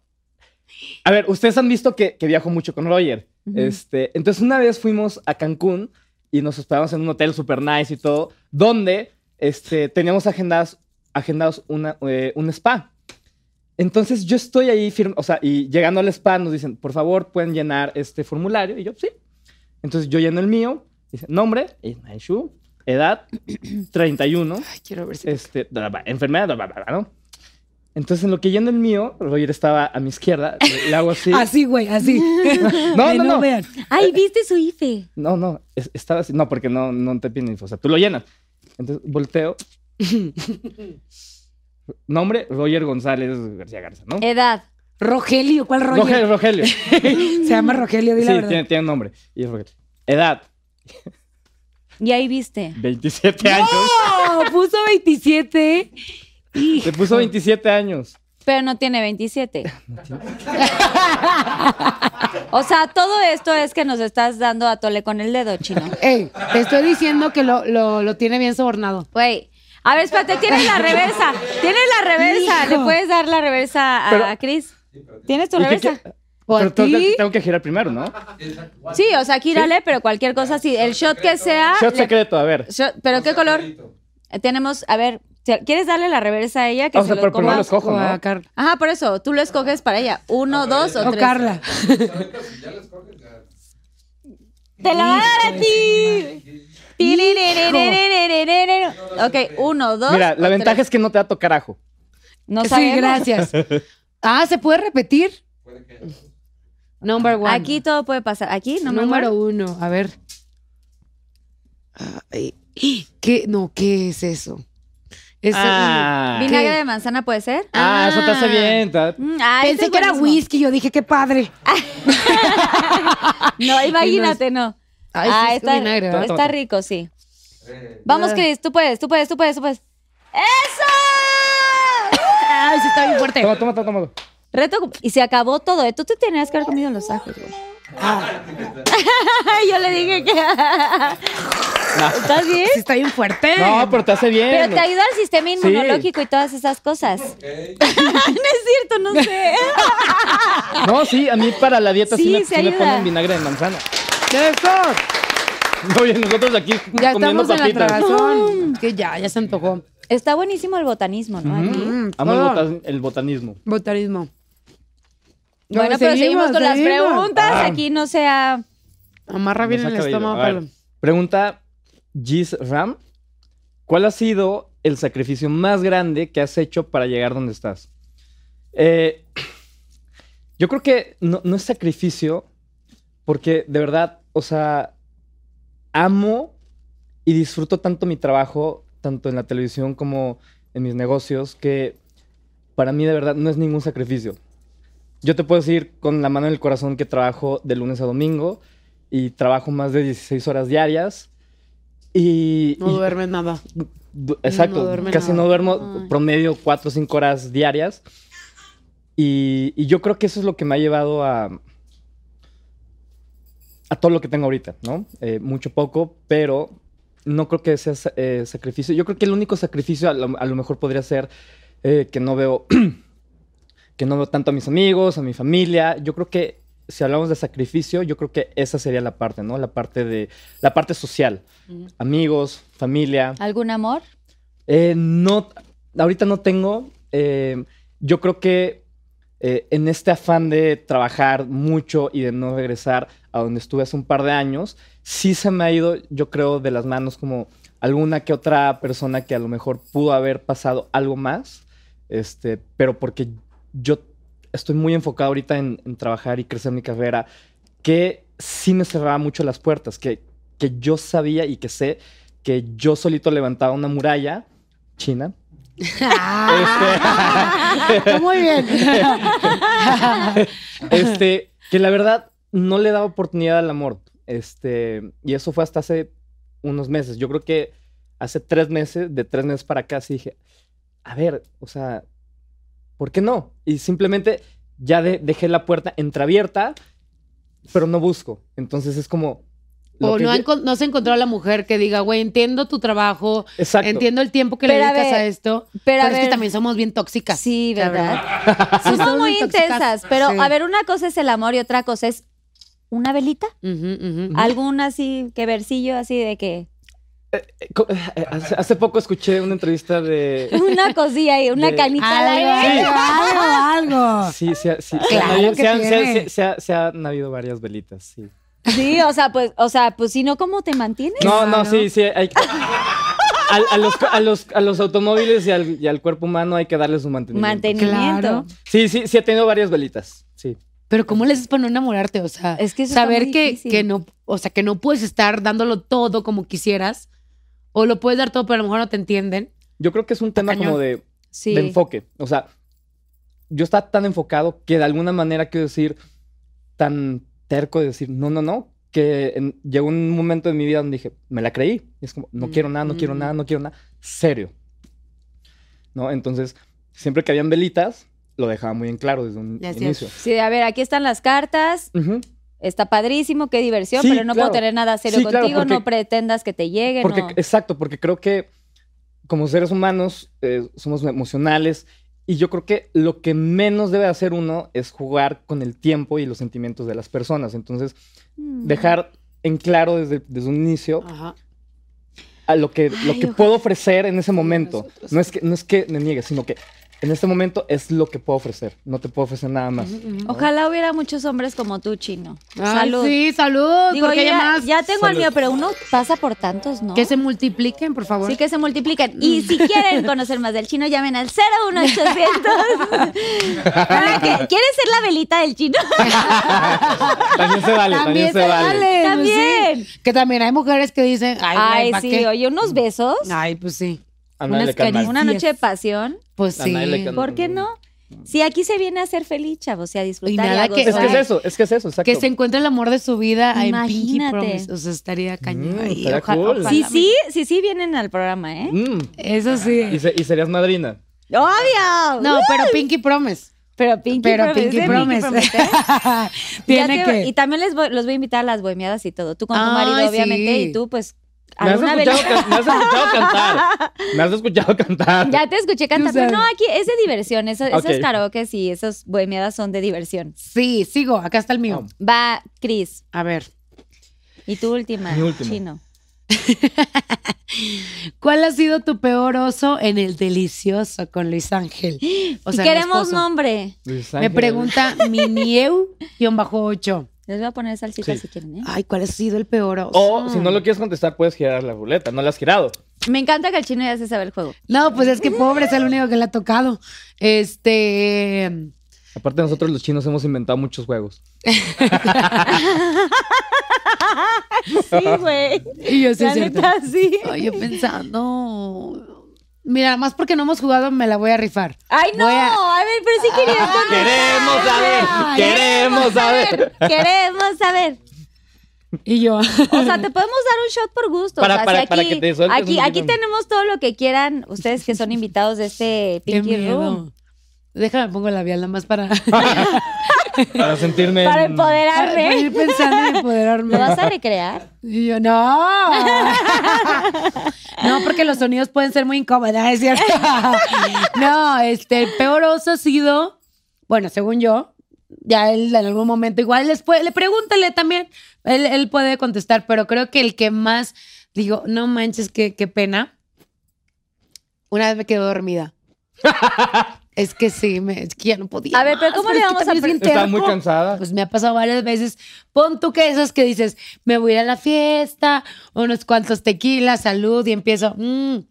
[SPEAKER 4] A ver, ustedes han visto que, que viajo mucho con Roger. este, entonces, una vez fuimos a Cancún y nos hospedamos en un hotel super nice y todo, donde este, teníamos agendadas, agendados una, eh, un spa. Entonces, yo estoy ahí firme, o sea, y llegando al spa nos dicen, por favor, pueden llenar este formulario. Y yo, sí. Entonces, yo lleno el mío, dice nombre, Ismael Shu, edad, 31
[SPEAKER 5] Ay, quiero ver si.
[SPEAKER 4] este, bla, bla, enfermedad, bla, bla, bla, ¿no? Entonces, en lo que yendo el mío, Roger estaba a mi izquierda, le, le hago así.
[SPEAKER 5] Así, güey, así.
[SPEAKER 4] No,
[SPEAKER 5] Que
[SPEAKER 4] no, no.
[SPEAKER 5] vean.
[SPEAKER 3] Ay, ¿viste su E. IFE?
[SPEAKER 4] No, no, es- estaba así. No, porque no, no te piden info. O sea, tú lo llenas. Entonces, volteo. Nombre, Roger González García Garza, ¿no?
[SPEAKER 3] Edad.
[SPEAKER 5] Rogelio, ¿cuál
[SPEAKER 4] Rogelio,
[SPEAKER 5] Roger?
[SPEAKER 4] Rogelio.
[SPEAKER 5] Se llama Rogelio, di la
[SPEAKER 4] sí,
[SPEAKER 5] verdad.
[SPEAKER 4] tiene, tiene nombre. Y es Rogelio. Edad,
[SPEAKER 3] Y ahí viste.
[SPEAKER 4] 27 años.
[SPEAKER 5] ¡Oh! Puso 27.
[SPEAKER 4] Te puso 27 años.
[SPEAKER 3] Pero no tiene 27. o sea, todo esto es que nos estás dando a tole con el dedo, chino.
[SPEAKER 5] Ey, te estoy diciendo que lo, lo, lo tiene bien sobornado.
[SPEAKER 3] Güey. A ver, espérate, tienes la reversa. Tienes la reversa. ¿Le
[SPEAKER 5] Hijo.
[SPEAKER 3] puedes dar la reversa a
[SPEAKER 4] Pero-
[SPEAKER 3] Cris? ¿Tienes tu
[SPEAKER 4] ¿Y qué
[SPEAKER 3] reversa?
[SPEAKER 4] quie-
[SPEAKER 5] ¿O a
[SPEAKER 4] Pero tengo que,
[SPEAKER 5] ti?
[SPEAKER 4] tengo que girar primero, ¿no?
[SPEAKER 3] Sí, o sea, quírale, pero cualquier cosa, sí. El shot que sea.
[SPEAKER 4] Shot
[SPEAKER 3] le-
[SPEAKER 4] secreto, a ver.
[SPEAKER 3] shot- ¿Pero qué color? Eh, Tenemos, a ver, si- ¿quieres darle la reversa a ella? Que
[SPEAKER 4] O
[SPEAKER 3] se
[SPEAKER 4] sea,
[SPEAKER 3] lo
[SPEAKER 4] pero primero
[SPEAKER 3] coma?
[SPEAKER 4] los cojo,
[SPEAKER 5] O a
[SPEAKER 4] ¿no?
[SPEAKER 5] Carla.
[SPEAKER 3] Ajá, por eso. Tú lo escoges para ella. Uno, dos o
[SPEAKER 5] O
[SPEAKER 3] tres.
[SPEAKER 5] Carla.
[SPEAKER 3] Te la va a dar a ti. Tiririririririririririr. Ok, uno, dos.
[SPEAKER 4] Mira, la
[SPEAKER 3] o
[SPEAKER 4] ventaja
[SPEAKER 3] tres.
[SPEAKER 4] es que no te va a tocar ajo.
[SPEAKER 3] No
[SPEAKER 5] sí,
[SPEAKER 3] sabemos.
[SPEAKER 5] gracias. Ah, ¿se puede repetir? Number one.
[SPEAKER 3] Aquí todo puede pasar. Aquí, no me
[SPEAKER 5] Número
[SPEAKER 3] muero.
[SPEAKER 5] uno, a ver. Ay, ¿Qué? No, ¿qué es eso? Es eh,
[SPEAKER 4] Ah.
[SPEAKER 3] Vinagre de manzana puede ser.
[SPEAKER 4] Ah, eso te hace bien. ta-
[SPEAKER 3] Mm, ah, ese
[SPEAKER 5] Pensé
[SPEAKER 3] es
[SPEAKER 5] que era
[SPEAKER 3] buenísimo.
[SPEAKER 5] whisky, yo dije, qué padre.
[SPEAKER 3] No, imagínate, no.
[SPEAKER 5] Ay, sí,
[SPEAKER 3] ah,
[SPEAKER 5] es
[SPEAKER 3] está,
[SPEAKER 5] vinagre, ¿verdad?
[SPEAKER 3] está rico, sí. Vamos, Cris, tú puedes, tú puedes, tú puedes, tú puedes. ¡Eso!
[SPEAKER 5] Pues, Ay, sí, está bien fuerte. ¿Eh?
[SPEAKER 4] Toma, toma, toma, toma.
[SPEAKER 3] Reto cum- y se acabó todo. ¿eh? Tú te tenías que haber comido los ajos, güey. Yo le dije que. ¿Estás bien?
[SPEAKER 5] Sí, está bien fuerte.
[SPEAKER 4] No, pero te hace bien.
[SPEAKER 3] Pero te ayuda al sistema inmunológico y todas esas cosas. no es cierto, no sé.
[SPEAKER 4] No, sí, a mí para la dieta sí,
[SPEAKER 3] Sí,
[SPEAKER 4] me,
[SPEAKER 3] sí
[SPEAKER 4] sí me
[SPEAKER 3] ayuda.
[SPEAKER 4] ponen vinagre de manzana. Oye, nosotros aquí
[SPEAKER 5] Ya
[SPEAKER 4] comiendo
[SPEAKER 5] estamos en la
[SPEAKER 4] papitas.
[SPEAKER 5] tragazón. Que ya, ya se antojó.
[SPEAKER 3] Está buenísimo el botanismo, ¿no? Aquí.
[SPEAKER 5] Mm,
[SPEAKER 4] Amo el,
[SPEAKER 5] todo.
[SPEAKER 4] botan- el botanismo.
[SPEAKER 5] Botarismo.
[SPEAKER 3] Bueno, pero seguimos con las preguntas. Aquí no sea.
[SPEAKER 5] Amarra bien
[SPEAKER 4] No
[SPEAKER 5] el
[SPEAKER 4] se ha caído.
[SPEAKER 5] estómago,
[SPEAKER 4] A ver,
[SPEAKER 5] Pablo.
[SPEAKER 4] Pregunta Giz Ram. ¿Cuál ha sido el sacrificio más grande que has hecho para llegar donde estás? Eh, yo creo que no, no es sacrificio porque de verdad, o sea, amo y disfruto tanto mi trabajo, tanto en la televisión como en mis negocios, que para mí de verdad no es ningún sacrificio. Yo te puedo decir con la mano en el corazón que trabajo de lunes a domingo y trabajo más de 16 horas diarias. Y,
[SPEAKER 5] No
[SPEAKER 4] y-
[SPEAKER 5] duermes nada.
[SPEAKER 4] Du- Exacto,
[SPEAKER 5] duerme
[SPEAKER 4] casi
[SPEAKER 5] nada.
[SPEAKER 4] no duermo
[SPEAKER 3] Ay.
[SPEAKER 4] promedio 4 o 5 horas diarias. Y, y yo creo que eso es lo que me ha llevado a, a todo lo que tengo ahorita, ¿no? Eh, mucho poco, pero no creo que sea sa- eh, sacrificio. Yo creo que el único sacrificio a lo, a lo mejor podría ser eh, que no veo que no veo tanto a mis amigos, a mi familia. Yo creo que si hablamos de sacrificio, yo creo que esa sería la parte, ¿no? La parte de la parte social, amigos, familia.
[SPEAKER 3] ¿Algún amor?
[SPEAKER 4] Eh, no, ahorita no tengo. eh, yo creo que eh, en este afán de trabajar mucho y de no regresar a donde estuve hace un par de años, sí se me ha ido, yo creo, de las manos como alguna que otra persona que a lo mejor pudo haber pasado algo más, este, pero porque yo estoy muy enfocado ahorita en, en trabajar y crecer mi carrera, que sí me cerraba mucho las puertas, que, que yo sabía y que sé que yo solito levantaba una muralla china.
[SPEAKER 5] Está muy bien.
[SPEAKER 4] Este, que la verdad no le daba oportunidad al amor. Este, y eso fue hasta hace unos meses. Yo creo que hace tres meses, de tres meses para acá, sí dije, a ver, o sea, ¿por qué no? Y simplemente ya de- dejé la puerta entreabierta, pero no busco. Entonces es como... lo
[SPEAKER 5] O
[SPEAKER 4] que yo-
[SPEAKER 5] no, ha encon- no se encontró a la mujer que diga, güey, entiendo tu trabajo,
[SPEAKER 4] Exacto.
[SPEAKER 5] entiendo el tiempo que le
[SPEAKER 3] Pero a
[SPEAKER 5] dedicas a,
[SPEAKER 3] ver,
[SPEAKER 5] esto,
[SPEAKER 3] Pero,
[SPEAKER 5] pero,
[SPEAKER 3] a
[SPEAKER 5] es
[SPEAKER 3] ver.
[SPEAKER 5] que también somos bien tóxicas.
[SPEAKER 3] Sí,
[SPEAKER 5] la
[SPEAKER 3] ¿verdad? Sí,
[SPEAKER 5] Somos
[SPEAKER 3] son muy
[SPEAKER 5] intoxicadas.
[SPEAKER 3] intensas. Pero,
[SPEAKER 5] Sí.
[SPEAKER 3] a ver, una cosa es el amor y otra cosa es una velita.
[SPEAKER 5] Ujú, ujú.
[SPEAKER 3] Algún así, que versillo así de que.
[SPEAKER 4] Co- eh, Hace, hace poco escuché una entrevista de...
[SPEAKER 3] Una cosilla y una
[SPEAKER 4] De-
[SPEAKER 3] canita al
[SPEAKER 5] Algo,
[SPEAKER 3] aire.
[SPEAKER 5] algo, algo.
[SPEAKER 4] Sí, sí, sí. sí,
[SPEAKER 5] Claro
[SPEAKER 4] han habido-
[SPEAKER 5] que
[SPEAKER 4] se han- se han-
[SPEAKER 5] tiene.
[SPEAKER 4] se- se ha- se han habido varias velitas, sí.
[SPEAKER 3] Sí, o sea, pues, o sea, pues si no, ¿cómo te mantienes?
[SPEAKER 4] No,
[SPEAKER 5] raro.
[SPEAKER 4] no, sí, sí. hay- al- a, los, a, los, a los automóviles y al, y al cuerpo humano hay que darle su mantenimiento.
[SPEAKER 3] Mantenimiento.
[SPEAKER 5] Claro.
[SPEAKER 4] Sí, sí, sí, he tenido varias velitas. Sí.
[SPEAKER 5] Pero ¿cómo le haces para no enamorarte? O sea,
[SPEAKER 3] Es que eso está
[SPEAKER 5] saber
[SPEAKER 3] muy
[SPEAKER 5] que,
[SPEAKER 3] difícil.
[SPEAKER 5] que no, o sea, que no puedes estar dándolo todo como quisieras, o lo puedes dar todo, pero a lo mejor no te entienden.
[SPEAKER 4] Yo creo que es un tema
[SPEAKER 5] Cañón.
[SPEAKER 4] como de,
[SPEAKER 3] Sí.
[SPEAKER 4] de enfoque. O sea, yo estaba tan enfocado que de alguna manera quiero decir, tan terco de decir, no, no, no, que en- llegó un momento de mi vida donde dije, me la creí. Y es como, no quiero nada, no quiero
[SPEAKER 5] Mm.
[SPEAKER 4] nada, no quiero nada. Serio. ¿No? Entonces, siempre que habían velitas, lo dejaba muy en claro desde un
[SPEAKER 5] Ya hacías-
[SPEAKER 4] inicio.
[SPEAKER 3] Sí, a ver, aquí están las cartas.
[SPEAKER 4] Ujú.
[SPEAKER 3] Está padrísimo, qué diversión,
[SPEAKER 4] Sí,
[SPEAKER 3] pero no
[SPEAKER 4] claro.
[SPEAKER 3] puedo tener nada serio
[SPEAKER 4] Sí, claro,
[SPEAKER 3] contigo, no
[SPEAKER 4] porque-
[SPEAKER 3] pretendas que te llegue,
[SPEAKER 4] Porque, eh,
[SPEAKER 3] no.
[SPEAKER 4] Exacto, porque creo que como seres humanos eh, somos emocionales y yo creo que lo que menos debe hacer uno es jugar con el tiempo y los sentimientos de las personas. Entonces,
[SPEAKER 3] Mm.
[SPEAKER 4] dejar en claro desde, desde un inicio
[SPEAKER 5] Ajá.
[SPEAKER 4] a lo que, lo
[SPEAKER 3] Ay,
[SPEAKER 4] que
[SPEAKER 3] ojalá.
[SPEAKER 4] puedo ofrecer en ese momento. No es, que, no es que me niegue, sino que en este momento es lo que puedo ofrecer. No te puedo ofrecer nada más.
[SPEAKER 3] Ojalá hubiera muchos hombres como tú, chino.
[SPEAKER 5] Ay,
[SPEAKER 3] Salud.
[SPEAKER 5] Sí, salud.
[SPEAKER 3] Digo,
[SPEAKER 5] porque hay
[SPEAKER 3] ya,
[SPEAKER 5] más
[SPEAKER 3] ya tengo al
[SPEAKER 4] Salud.
[SPEAKER 3] mío, pero uno pasa por tantos, ¿no?
[SPEAKER 5] que se multipliquen, por favor.
[SPEAKER 3] Sí, que se multiplican. Y si quieren conocer más del chino, llamen al 01800. Ahora que- ¿Quieres ser la velita del chino?
[SPEAKER 4] También se vale, también, se, vale.
[SPEAKER 5] pues
[SPEAKER 3] También.
[SPEAKER 5] sí. Que también hay mujeres que dicen, ay,
[SPEAKER 3] Ay,
[SPEAKER 5] güey, ¿pa'
[SPEAKER 3] sí,
[SPEAKER 5] qué?
[SPEAKER 3] oye, unos besos,
[SPEAKER 5] Ay, pues sí.
[SPEAKER 4] A nadie le
[SPEAKER 5] Unas
[SPEAKER 4] cae mal.
[SPEAKER 5] caricias.
[SPEAKER 3] una noche de pasión.
[SPEAKER 5] Pues
[SPEAKER 4] A
[SPEAKER 5] sí.
[SPEAKER 4] nadie le
[SPEAKER 3] ¿Por qué no? Si aquí se viene a ser feliz, chavos, y a disfrutar.
[SPEAKER 5] Y
[SPEAKER 3] Y
[SPEAKER 5] nada
[SPEAKER 3] a
[SPEAKER 5] que-
[SPEAKER 4] Es que es
[SPEAKER 3] gozar.
[SPEAKER 4] eso, es que es eso, exacto.
[SPEAKER 5] Que se encuentre el amor de su vida en Pinky
[SPEAKER 3] Imagínate.
[SPEAKER 5] Promise. O sea, estaría cañón.
[SPEAKER 4] Mm,
[SPEAKER 5] Ay,
[SPEAKER 4] estaría
[SPEAKER 5] ojalá-
[SPEAKER 4] cool.
[SPEAKER 5] ojalá.
[SPEAKER 3] Sí, sí, sí, sí vienen al programa, ¿eh?
[SPEAKER 4] Mm,
[SPEAKER 5] Eso sí.
[SPEAKER 4] y se- y serías madrina.
[SPEAKER 3] ¡Obvio!
[SPEAKER 5] No, pero Pinky Promise.
[SPEAKER 3] Pero Pinky
[SPEAKER 5] Pero
[SPEAKER 3] Promise.
[SPEAKER 5] Pinky
[SPEAKER 3] ¿eh?
[SPEAKER 5] Promise.
[SPEAKER 3] ¿eh? Ya
[SPEAKER 5] Tiene
[SPEAKER 3] te-
[SPEAKER 5] que.
[SPEAKER 3] Y también les voy- los voy a invitar a las bohemiadas y todo. Tú con tu
[SPEAKER 5] Ay,
[SPEAKER 3] marido, obviamente,
[SPEAKER 5] sí.
[SPEAKER 3] y tú, pues,
[SPEAKER 4] Me has,
[SPEAKER 3] alguna vez.
[SPEAKER 4] escuchado, can- me has escuchado cantar. Me has escuchado cantar.
[SPEAKER 3] Ya te escuché cantar,
[SPEAKER 5] Tú
[SPEAKER 3] pero no,
[SPEAKER 5] sabes.
[SPEAKER 3] aquí es de diversión. Eso, Esos
[SPEAKER 4] Ok.
[SPEAKER 3] karaokes y esas bohemiadas son de diversión.
[SPEAKER 5] Sí, sigo. Acá está el mío.
[SPEAKER 3] Va, Cris,
[SPEAKER 5] A ver.
[SPEAKER 3] y tu última,
[SPEAKER 4] Mi último.
[SPEAKER 3] chino.
[SPEAKER 5] ¿Cuál ha sido tu peor oso en el delicioso con Luis Ángel? O sea,
[SPEAKER 3] y
[SPEAKER 5] mi
[SPEAKER 3] queremos
[SPEAKER 5] esposo.
[SPEAKER 3] nombre.
[SPEAKER 4] Luis
[SPEAKER 5] Me
[SPEAKER 4] Ángel.
[SPEAKER 5] pregunta Minieu-8.
[SPEAKER 3] Les voy a poner salsita
[SPEAKER 4] Sí.
[SPEAKER 3] si quieren, ¿eh?
[SPEAKER 5] Ay, ¿cuál ha sido el peor oso?
[SPEAKER 4] O si no lo quieres contestar, puedes girar la ruleta. No la has girado.
[SPEAKER 3] Me encanta que el chino ya se sabe el juego.
[SPEAKER 5] No, pues es que pobre es el único que le ha tocado. Este.
[SPEAKER 4] Aparte, nosotros los chinos hemos inventado muchos juegos.
[SPEAKER 3] Sí, güey.
[SPEAKER 5] Y yo sí,
[SPEAKER 3] La
[SPEAKER 5] es cierto.
[SPEAKER 3] neta, sí.
[SPEAKER 5] Ay, yo pensando. Mira, más porque no hemos jugado, me la voy a rifar.
[SPEAKER 3] Ay, no,
[SPEAKER 5] Voy
[SPEAKER 3] a... ver, pero sí quería poner.
[SPEAKER 4] Ah, ¡Queremos saber! ¡Queremos saber!
[SPEAKER 3] Queremos saber.
[SPEAKER 5] Y yo.
[SPEAKER 3] O sea, te podemos dar un shot por gusto.
[SPEAKER 4] Para-
[SPEAKER 3] o sea,
[SPEAKER 4] para-
[SPEAKER 3] si aquí,
[SPEAKER 4] para que te sueltes
[SPEAKER 3] aquí,
[SPEAKER 4] un
[SPEAKER 3] aquí
[SPEAKER 4] poquito.
[SPEAKER 3] tenemos todo lo que quieran ustedes que son invitados de este
[SPEAKER 5] Qué
[SPEAKER 3] Pinky Room.
[SPEAKER 5] miedo. Déjame pongo la vial nada más para,
[SPEAKER 4] Para sentirme.
[SPEAKER 3] Para
[SPEAKER 4] en-
[SPEAKER 5] para
[SPEAKER 3] empoderarme.
[SPEAKER 5] ir pensando en empoderarme.
[SPEAKER 3] ¿Lo vas a recrear?
[SPEAKER 5] Y yo, no. No, porque los sonidos pueden ser muy incómodos, es cierto. No, este, el peor oso ha sido, bueno, según yo, ya él en algún momento, igual después, le pregúntale también, él, él puede contestar, pero creo que el que más, digo, no manches, qué, qué pena. Una vez me quedé dormida. Es que sí, me, es que ya no podía.
[SPEAKER 3] A ver, pero
[SPEAKER 5] más,
[SPEAKER 3] ¿cómo
[SPEAKER 5] Ah, es
[SPEAKER 3] le
[SPEAKER 5] que
[SPEAKER 3] vamos a
[SPEAKER 5] también es bien
[SPEAKER 4] Estaba muy
[SPEAKER 5] terco.
[SPEAKER 4] cansada.
[SPEAKER 5] Pues me ha pasado varias veces. Pon tú que esas que dices, me voy a ir a la fiesta, unos cuantos tequilas, salud, y empiezo, "Mm,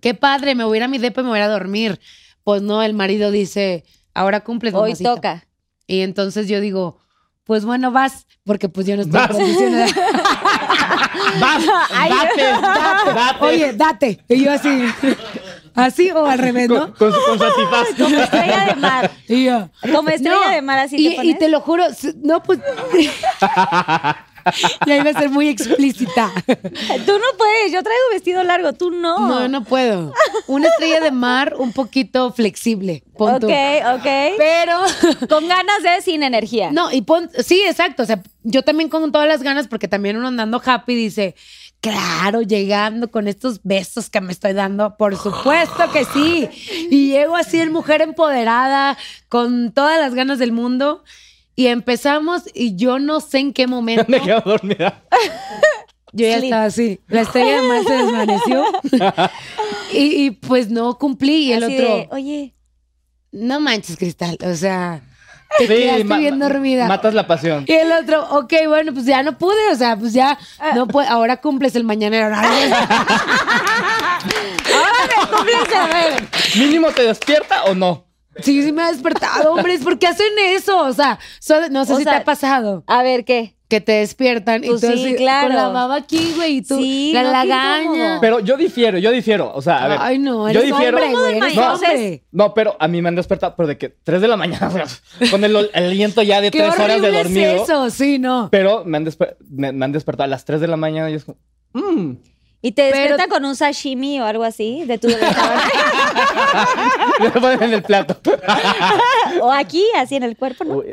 [SPEAKER 5] qué padre, me voy a ir a mi depa y me voy a ir a dormir. Pues no, el marido dice, ahora cumples,
[SPEAKER 3] Hoy
[SPEAKER 5] mamacita".
[SPEAKER 3] toca.
[SPEAKER 5] Y entonces yo digo, pues bueno, vas, porque pues yo no estoy en
[SPEAKER 4] Vas.
[SPEAKER 5] condiciones.
[SPEAKER 4] ¡Vas! ¡Date! ¡Date! date.
[SPEAKER 5] Oye, date. Y yo así, así o al revés,
[SPEAKER 4] con,
[SPEAKER 5] ¿no?
[SPEAKER 4] con, con satisfaz.
[SPEAKER 3] Como estrella de mar.
[SPEAKER 5] Y yo,
[SPEAKER 3] Como estrella
[SPEAKER 5] No,
[SPEAKER 3] de mar, así
[SPEAKER 5] y,
[SPEAKER 3] te
[SPEAKER 5] y
[SPEAKER 3] pones.
[SPEAKER 5] te lo juro, s- no, pues. ya iba a ser muy explícita.
[SPEAKER 3] Tú no puedes, yo traigo vestido largo, tú no.
[SPEAKER 5] No, no puedo. Una estrella de mar un poquito flexible. Pon tú.
[SPEAKER 3] Ok, ok.
[SPEAKER 5] Pero.
[SPEAKER 3] Con ganas de sin energía.
[SPEAKER 5] No, y pon. Sí, exacto. O sea, yo también con todas las ganas, porque también uno andando happy dice. Claro, llegando con estos besos que me estoy dando, por supuesto que sí. Y llego así en mujer empoderada, con todas las ganas del mundo. Y empezamos y yo no sé en qué momento.
[SPEAKER 4] Me quedo dormida.
[SPEAKER 5] Yo ya
[SPEAKER 3] Sleep.
[SPEAKER 5] estaba así. La estrella de mar se desvaneció. y, y, pues no cumplí. Y el
[SPEAKER 3] Así
[SPEAKER 5] otro,
[SPEAKER 3] de, oye,
[SPEAKER 5] no manches, Cristal. O sea,
[SPEAKER 4] Te
[SPEAKER 5] quedaste bien dormida.
[SPEAKER 4] Matas la pasión.
[SPEAKER 5] y el otro, ok, bueno, pues ya no pude. O sea, pues ya
[SPEAKER 3] Ah.
[SPEAKER 5] no pude. Ahora cumples el mañanero. ¿no?
[SPEAKER 3] ahora me cumples a ver.
[SPEAKER 4] ¿Mínimo te despierta o no?
[SPEAKER 5] sí, sí me ha despertado, hombres. ¿Por qué hacen eso? O sea, solo- no sé
[SPEAKER 3] O
[SPEAKER 5] si
[SPEAKER 3] sea,
[SPEAKER 5] te ha pasado.
[SPEAKER 3] A ver, ¿qué?
[SPEAKER 5] Que te despiertan y
[SPEAKER 3] Pues
[SPEAKER 5] tú
[SPEAKER 3] sí,
[SPEAKER 5] así,
[SPEAKER 3] claro.
[SPEAKER 5] con la baba aquí, güey, y tú
[SPEAKER 3] Sí,
[SPEAKER 5] la
[SPEAKER 3] no, qué
[SPEAKER 5] lagaña.
[SPEAKER 3] incómodo.
[SPEAKER 4] Pero yo difiero, yo difiero. O sea, a ver.
[SPEAKER 5] Ay, no,
[SPEAKER 4] yo
[SPEAKER 5] eres
[SPEAKER 4] difiero.
[SPEAKER 5] hombre, güey, eres
[SPEAKER 3] No.
[SPEAKER 5] hombre.
[SPEAKER 4] No, pero a mí me han despertado, pero de que 3 de la mañana, con el, ol- el aliento ya de
[SPEAKER 5] Qué
[SPEAKER 4] 3 horas de
[SPEAKER 5] horrible
[SPEAKER 4] dormido.
[SPEAKER 5] es eso, sí, no.
[SPEAKER 4] Pero me han, desper- me, me han despertado a las 3 de la mañana y es como, mmm,
[SPEAKER 3] ¿Y te
[SPEAKER 5] Pero-
[SPEAKER 3] despierta con un sashimi o algo así de tu restaurante?
[SPEAKER 4] me lo ponen en el plato.
[SPEAKER 3] o aquí, así en el cuerpo, ¿no?
[SPEAKER 4] Uy, eh,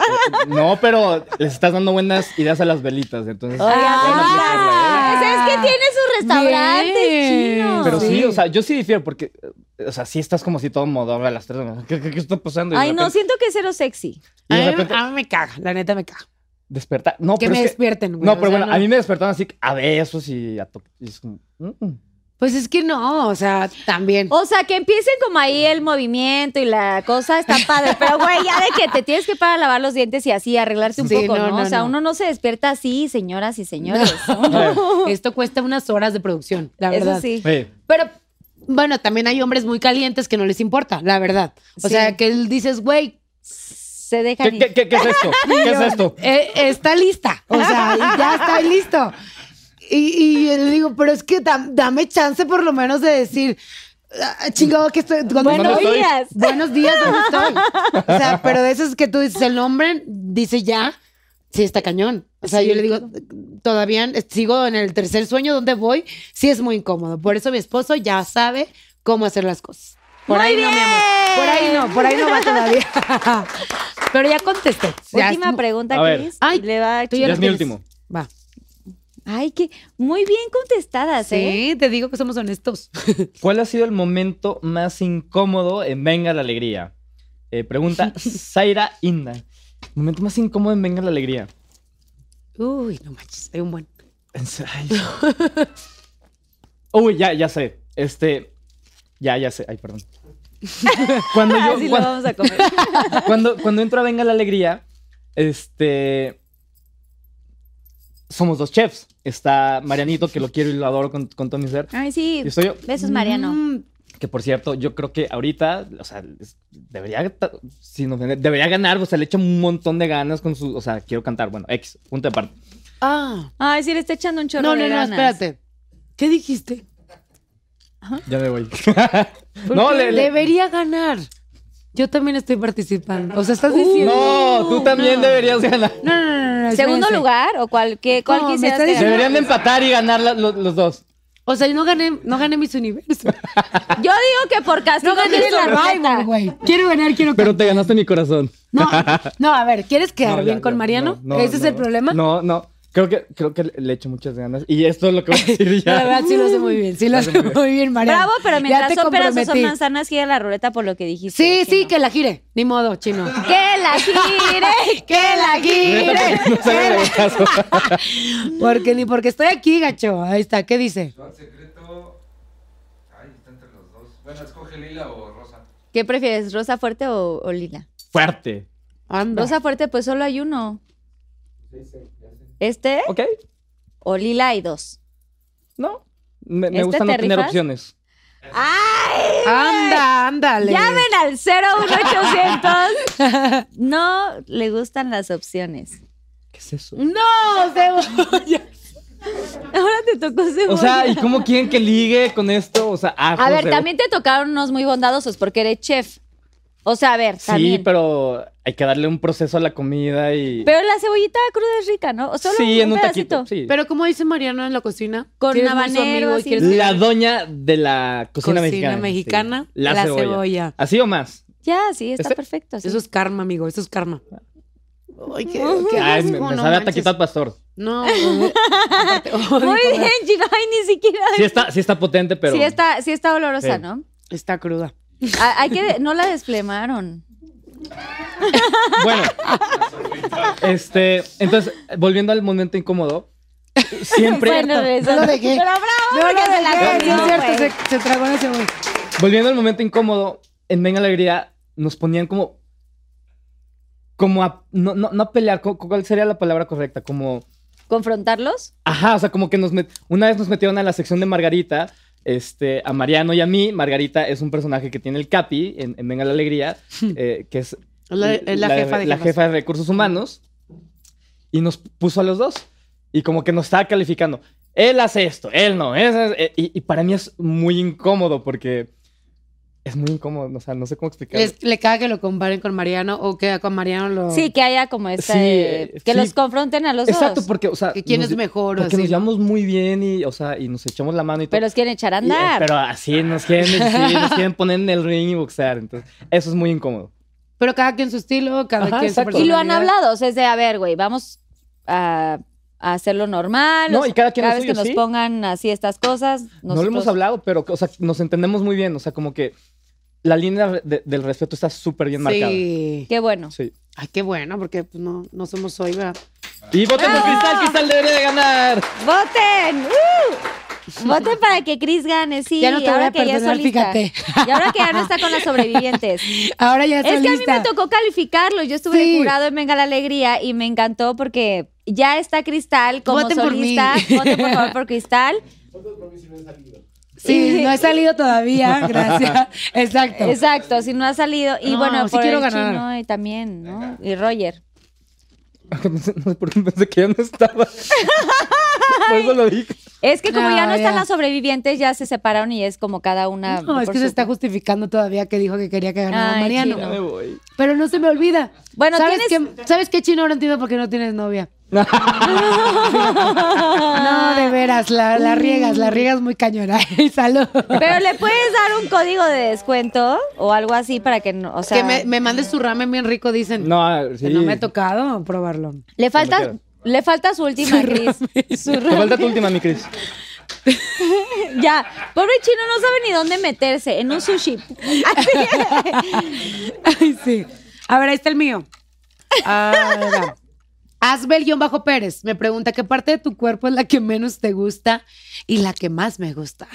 [SPEAKER 4] no, pero les estás dando buenas ideas a las velitas, entonces.
[SPEAKER 3] Oigan,
[SPEAKER 5] Ah,
[SPEAKER 4] hay que aplicarla, ¿eh?
[SPEAKER 5] pues
[SPEAKER 3] ¿sabes que tiene sus restaurantes
[SPEAKER 5] Bien.
[SPEAKER 3] chinos?
[SPEAKER 4] Pero sí.
[SPEAKER 5] Sí.
[SPEAKER 4] o sea, yo sí difiero porque, eh, o sea, sí estás como si todo modo a las 3 de la mañana. ¿Qué, qué- qué está pasando? Y de
[SPEAKER 3] Ay, no,
[SPEAKER 4] repente-
[SPEAKER 3] siento que es cero sexy.
[SPEAKER 4] y
[SPEAKER 5] A
[SPEAKER 4] de
[SPEAKER 5] mí,
[SPEAKER 4] repente
[SPEAKER 5] a mí me caga, la neta me caga.
[SPEAKER 4] despertar. No,
[SPEAKER 5] que
[SPEAKER 4] pero
[SPEAKER 5] me
[SPEAKER 4] es
[SPEAKER 5] despierten, güey,
[SPEAKER 4] No,
[SPEAKER 5] o
[SPEAKER 4] pero
[SPEAKER 5] sea,
[SPEAKER 4] bueno,
[SPEAKER 5] no.
[SPEAKER 4] a mí me despertaron así a besos y a to- y es como, mm, mm.
[SPEAKER 5] Pues es que no, o sea, también.
[SPEAKER 3] O sea, que empiecen como ahí el movimiento y la cosa está padre. Pero, güey, ya de que te tienes que parar a lavar los dientes y así arreglarte un
[SPEAKER 5] Sí,
[SPEAKER 3] poco,
[SPEAKER 5] no,
[SPEAKER 3] ¿no?
[SPEAKER 5] no,
[SPEAKER 3] O sea,
[SPEAKER 5] no.
[SPEAKER 3] uno no se despierta así, señoras y señores.
[SPEAKER 5] Esto cuesta unas horas de producción, la verdad.
[SPEAKER 3] Oh. Eso sí.
[SPEAKER 4] Eh,
[SPEAKER 5] Pero bueno, también hay hombres muy calientes que no les importa, la verdad.
[SPEAKER 3] Sí.
[SPEAKER 5] O sea, que dices, güey,
[SPEAKER 3] Se dejan
[SPEAKER 4] ¿qué,
[SPEAKER 3] ir.
[SPEAKER 4] qué- qué- qué es esto? ¿Qué es esto?
[SPEAKER 5] eh, está lista. O sea, y ya está listo. Y, y yo le digo, pero es que dam- dame chance por lo menos de decir, "Ah, chingado que estoy.
[SPEAKER 3] Buenos
[SPEAKER 4] estoy?
[SPEAKER 3] días.
[SPEAKER 5] Buenos días, ¿dónde estoy? O sea, pero de esos que tú dices el nombre, dice ya, sí está cañón. O sea, yo le digo, todavía sigo en el tercer sueño, ¿dónde voy? Sí es muy incómodo. Por eso mi esposo ya sabe cómo hacer las cosas. Por
[SPEAKER 3] Muy
[SPEAKER 5] ahí no, mi amor.
[SPEAKER 3] bien.
[SPEAKER 5] Por ahí no, por ahí no va todavía. Pero ya contesté. Ya
[SPEAKER 3] Última
[SPEAKER 5] estuvo-
[SPEAKER 3] pregunta,
[SPEAKER 4] A ver.
[SPEAKER 3] Cris.
[SPEAKER 5] Ay,
[SPEAKER 3] Le va a
[SPEAKER 5] tú ya
[SPEAKER 3] chingar.
[SPEAKER 4] Ya es mi
[SPEAKER 5] tienes.
[SPEAKER 4] último.
[SPEAKER 5] Va.
[SPEAKER 3] Ay, que muy bien contestadas, ¿eh?
[SPEAKER 5] Sí, te digo que somos honestos.
[SPEAKER 4] ¿Cuál ha sido el momento más incómodo en Venga la Alegría? Eh, pregunta Zaira Inda. Momento más incómodo en Venga la Alegría.
[SPEAKER 5] Uy, no manches, hay un buen.
[SPEAKER 4] En se- ay. Uy, ya, ya sé. Este. Ya, ya sé. Ay, perdón. Cuando
[SPEAKER 3] Así
[SPEAKER 4] yo.
[SPEAKER 3] Ah, lo
[SPEAKER 4] cuando-
[SPEAKER 3] vamos a comer.
[SPEAKER 4] cuando, cuando entro a Venga la Alegría, este. Somos dos chefs. Está Marianito, que lo quiero y lo adoro con, con todo mi ser.
[SPEAKER 3] Ay, sí.
[SPEAKER 4] Y estoy yo,
[SPEAKER 3] Besos, Mariano.
[SPEAKER 5] Mm,
[SPEAKER 4] que por cierto, yo creo que ahorita, o sea, es- debería, ta- sin ofender, debería ganar, o sea, le echa un montón de ganas con su, o sea, quiero cantar, bueno, X, punto de parte.
[SPEAKER 5] Ah.
[SPEAKER 3] Ay, sí, le está echando un chorro
[SPEAKER 5] No,
[SPEAKER 3] de
[SPEAKER 5] no, no,
[SPEAKER 3] ganas.
[SPEAKER 5] espérate. ¿Qué dijiste?
[SPEAKER 4] Ya me voy.
[SPEAKER 5] ¿Por
[SPEAKER 4] no,
[SPEAKER 5] qué?
[SPEAKER 4] le, le-
[SPEAKER 5] Debería ganar. Yo también estoy participando. O sea, estás diciendo.
[SPEAKER 4] Uh. no, tú también deberías ganar.
[SPEAKER 5] No, no, no, no, no,
[SPEAKER 3] ¿Segundo
[SPEAKER 5] espérense.
[SPEAKER 3] lugar o cuál, qué, cuál
[SPEAKER 5] No, me
[SPEAKER 3] quisieras
[SPEAKER 5] está
[SPEAKER 3] que ganara?
[SPEAKER 4] Deberían de empatar y ganar la- lo- los dos.
[SPEAKER 5] O sea, yo no gané, no gané mis universos.
[SPEAKER 3] Yo digo que por castigo
[SPEAKER 5] No gané
[SPEAKER 3] tienes
[SPEAKER 5] la
[SPEAKER 3] ruleta.
[SPEAKER 5] rival, güey. Quiero ganar, quiero
[SPEAKER 4] Pero
[SPEAKER 5] ganar.
[SPEAKER 4] te ganaste mi corazón.
[SPEAKER 5] No, no, a ver, ¿quieres quedar
[SPEAKER 4] No, ya,
[SPEAKER 5] bien con
[SPEAKER 4] no,
[SPEAKER 5] Mariano?
[SPEAKER 4] no, no,
[SPEAKER 5] ¿Ese es
[SPEAKER 4] no.
[SPEAKER 5] el problema?
[SPEAKER 4] No, no. Creo que, creo que le echo muchas ganas. Y esto es lo que voy a decir
[SPEAKER 5] No, la
[SPEAKER 4] ya.
[SPEAKER 5] verdad sí lo hace muy bien, sí lo hace muy bien, Mariano.
[SPEAKER 3] Bravo, pero
[SPEAKER 5] Ya
[SPEAKER 3] mientras
[SPEAKER 5] te
[SPEAKER 3] son peras o son
[SPEAKER 5] comprometí.
[SPEAKER 3] manzanas, gira la ruleta por lo que dijiste.
[SPEAKER 5] Sí, sí,
[SPEAKER 3] chino.
[SPEAKER 5] que la gire. Ni modo, chino.
[SPEAKER 3] ¡Que la gire!
[SPEAKER 5] ¡Que la gire!
[SPEAKER 4] No sabe de caso.
[SPEAKER 5] Porque ni porque estoy aquí, gacho. Ahí está, ¿qué dice?
[SPEAKER 10] Yo al secreto. Ay, está entre los dos. Bueno, escoge lila o rosa.
[SPEAKER 3] ¿Qué prefieres, rosa fuerte o, o lila?
[SPEAKER 4] Fuerte.
[SPEAKER 5] Anda.
[SPEAKER 3] Rosa fuerte, pues solo hay uno.
[SPEAKER 10] Sí, sí, ya sé.
[SPEAKER 3] ¿Este
[SPEAKER 4] ¿Ok?
[SPEAKER 3] o lila hay dos?
[SPEAKER 4] No. Me, me
[SPEAKER 3] ¿Este
[SPEAKER 4] gusta no
[SPEAKER 3] te
[SPEAKER 4] tener
[SPEAKER 3] rifas?
[SPEAKER 4] opciones.
[SPEAKER 3] ¡Ay!
[SPEAKER 5] Anda, ándale.
[SPEAKER 3] Llamen al 01800. No le gustan las opciones.
[SPEAKER 4] ¿Qué es eso?
[SPEAKER 5] No, cebolla.
[SPEAKER 3] Ahora te tocó cebolla.
[SPEAKER 4] O sea, ¿y cómo quieren que ligue con esto? O sea, ah, ajo,
[SPEAKER 3] a ver,
[SPEAKER 4] cebolla.
[SPEAKER 3] también te tocaron unos muy bondadosos porque eres chef. O sea, a ver,
[SPEAKER 4] Sí,
[SPEAKER 3] también.
[SPEAKER 4] pero hay que darle un proceso a la comida y.
[SPEAKER 3] Pero la cebollita cruda es rica, ¿no? O solo
[SPEAKER 4] sí,
[SPEAKER 3] un,
[SPEAKER 4] en un
[SPEAKER 3] pedacito.
[SPEAKER 4] taquito. Sí.
[SPEAKER 5] Pero como dice Mariano en la cocina,
[SPEAKER 3] Con
[SPEAKER 5] si eres muy su
[SPEAKER 3] habanero,
[SPEAKER 5] amigo y
[SPEAKER 3] así.
[SPEAKER 5] quieres-
[SPEAKER 4] La doña de la cocina,
[SPEAKER 5] Cocina
[SPEAKER 4] mexicana. sí.
[SPEAKER 5] mexicana, la cebolla.
[SPEAKER 4] ¿Así o más?
[SPEAKER 3] Ya, sí, está
[SPEAKER 4] ¿Este?
[SPEAKER 3] perfecto. sí.
[SPEAKER 5] Eso es karma, amigo, eso es karma. Ay, qué, qué
[SPEAKER 4] Ay, me,
[SPEAKER 5] asco,
[SPEAKER 4] me
[SPEAKER 5] no
[SPEAKER 4] sabe a
[SPEAKER 5] manches.
[SPEAKER 4] taquito al pastor.
[SPEAKER 5] No, güey. Aparte, odio
[SPEAKER 3] Muy
[SPEAKER 5] comer.
[SPEAKER 3] bien, Gino. Ay, ni siquiera.
[SPEAKER 4] Sí está, sí está potente, pero. Eh.
[SPEAKER 3] Sí está, sí está olorosa,
[SPEAKER 4] Sí.
[SPEAKER 3] ¿no?
[SPEAKER 5] Está cruda.
[SPEAKER 3] A- Hay que, no la desplemaron.
[SPEAKER 4] Bueno. este. Entonces, volviendo al momento incómodo. Siempre.
[SPEAKER 3] Bueno, eso-
[SPEAKER 5] No lo dejé.
[SPEAKER 3] Pero bravo, porque se la
[SPEAKER 5] Sí,
[SPEAKER 3] comió,
[SPEAKER 5] es
[SPEAKER 3] güey.
[SPEAKER 5] cierto, se, se tragó la cebolla.
[SPEAKER 4] Volviendo al momento incómodo, en Venga Alegría nos ponían como. Como a. No, no, no a pelear. co- ¿Cuál sería la palabra correcta? Como.
[SPEAKER 3] ¿Confrontarlos?
[SPEAKER 4] Ajá, o sea, como que nos met- una vez nos metieron a la sección de Margarita, este, a Mariano y a mí. Margarita es un personaje que tiene el Capi en, en Venga la Alegría, eh, que es
[SPEAKER 5] La- es la jefa de
[SPEAKER 4] la
[SPEAKER 5] jefas.
[SPEAKER 4] jefa de recursos humanos, y nos puso a los dos. Y como que nos estaba calificando. Él hace esto, él no. él hace- eh, y, y para mí es muy incómodo porque es muy incómodo. O sea, no sé cómo explicarlo.
[SPEAKER 5] Es- le caga que lo comparen con Mariano o que con Mariano lo.
[SPEAKER 3] Sí, que haya como esta
[SPEAKER 4] Sí,
[SPEAKER 3] de-
[SPEAKER 4] eh,
[SPEAKER 3] que
[SPEAKER 4] Ah. sí.
[SPEAKER 3] los confronten a los
[SPEAKER 4] Exacto,
[SPEAKER 3] dos.
[SPEAKER 4] porque, o sea.
[SPEAKER 5] que quién
[SPEAKER 4] nos-
[SPEAKER 5] es mejor o
[SPEAKER 4] Porque
[SPEAKER 5] así.
[SPEAKER 4] nos llevamos muy bien y, o sea, y nos echamos la mano y todo.
[SPEAKER 3] Pero los quieren echar a
[SPEAKER 4] Y, eh,
[SPEAKER 3] andar.
[SPEAKER 4] Pero así nos quieren, sí, nos quieren poner en el ring y boxear. Entonces, eso es muy incómodo.
[SPEAKER 5] Pero cada quien su estilo, cada
[SPEAKER 4] Ajá,
[SPEAKER 5] quien su
[SPEAKER 4] exacto.
[SPEAKER 3] y lo han
[SPEAKER 5] personalidad.
[SPEAKER 3] hablado, o sea, es de, a ver, güey, vamos a, a hacerlo normal.
[SPEAKER 5] Ah,
[SPEAKER 4] No,
[SPEAKER 3] o sea,
[SPEAKER 4] y cada quien lo
[SPEAKER 3] vez
[SPEAKER 4] suyo,
[SPEAKER 3] que nos
[SPEAKER 4] sí.
[SPEAKER 3] pongan así estas cosas,
[SPEAKER 4] No lo
[SPEAKER 3] nosotros-
[SPEAKER 4] hemos hablado, pero, o sea, nos entendemos muy bien. O sea, como que la línea de- del respeto está súper bien marcada.
[SPEAKER 5] Sí.
[SPEAKER 3] Qué bueno.
[SPEAKER 4] Sí.
[SPEAKER 5] Ay, qué bueno, porque pues, no, no somos hoy, ¿verdad?
[SPEAKER 4] Y voten por
[SPEAKER 3] ¡Bravo!
[SPEAKER 4] Cristal, Cristal debería de ganar.
[SPEAKER 3] ¡Voten! ¡Uh! Voten para que Chris gane, sí.
[SPEAKER 5] Ya no te voy
[SPEAKER 3] ahora
[SPEAKER 5] a
[SPEAKER 3] que ya es
[SPEAKER 5] perdonar,
[SPEAKER 3] solista.
[SPEAKER 5] fíjate.
[SPEAKER 3] Y ahora que ya no está con las sobrevivientes.
[SPEAKER 5] Ahora ya
[SPEAKER 3] Es
[SPEAKER 5] estoy
[SPEAKER 3] que a mí
[SPEAKER 5] lista.
[SPEAKER 3] me tocó calificarlo. Yo estuve
[SPEAKER 5] Sí.
[SPEAKER 3] de jurado en Venga la Alegría y me encantó porque ya está Cristal como
[SPEAKER 5] Voten por mí.
[SPEAKER 3] solista. Voten por favor por Cristal.
[SPEAKER 5] Sí, no he salido todavía, gracias. Exacto.
[SPEAKER 3] Exacto, si no ha salido. Y
[SPEAKER 5] No,
[SPEAKER 3] bueno,
[SPEAKER 5] sí
[SPEAKER 3] por
[SPEAKER 5] quiero
[SPEAKER 3] el
[SPEAKER 5] ganar.
[SPEAKER 3] chino y también, ¿no? Y Roger.
[SPEAKER 4] No sé por qué pensé que ya no estaba. Por eso lo dije.
[SPEAKER 3] Es que como
[SPEAKER 5] No,
[SPEAKER 3] ya no están
[SPEAKER 5] ya.
[SPEAKER 3] las sobrevivientes, ya se separaron y es como cada una.
[SPEAKER 5] No, es
[SPEAKER 3] por
[SPEAKER 5] que se
[SPEAKER 3] su-
[SPEAKER 5] está justificando todavía que dijo que quería que ganara
[SPEAKER 3] Ay,
[SPEAKER 5] Mariano.
[SPEAKER 3] Chino.
[SPEAKER 4] Me voy.
[SPEAKER 5] Pero no se me olvida.
[SPEAKER 3] Bueno,
[SPEAKER 5] ¿Sabes,
[SPEAKER 3] tienes-
[SPEAKER 5] qué, ¿sabes qué chino ahora entiendo por qué no tienes novia?
[SPEAKER 4] ah,
[SPEAKER 5] No, de veras, la, la riegas, la riegas muy cañona. Ay, Salud.
[SPEAKER 3] Pero le puedes dar un código de descuento o algo así para que no, o sea,
[SPEAKER 5] que me, me mandes su ramen bien rico, dicen.
[SPEAKER 8] No, ah, sí.
[SPEAKER 5] Que No me ha tocado probarlo.
[SPEAKER 3] le falta
[SPEAKER 8] cuando
[SPEAKER 3] le falta su última Cris. Su
[SPEAKER 8] Te falta tu
[SPEAKER 3] ramen.
[SPEAKER 8] última, mi Cris.
[SPEAKER 3] Ya, pobre chino no sabe ni dónde meterse en un sushi.
[SPEAKER 5] Ay, sí. A ver, ahí está el mío. Ah, bajo pérez me pregunta qué parte de tu cuerpo es la que menos te gusta y la que más me gusta.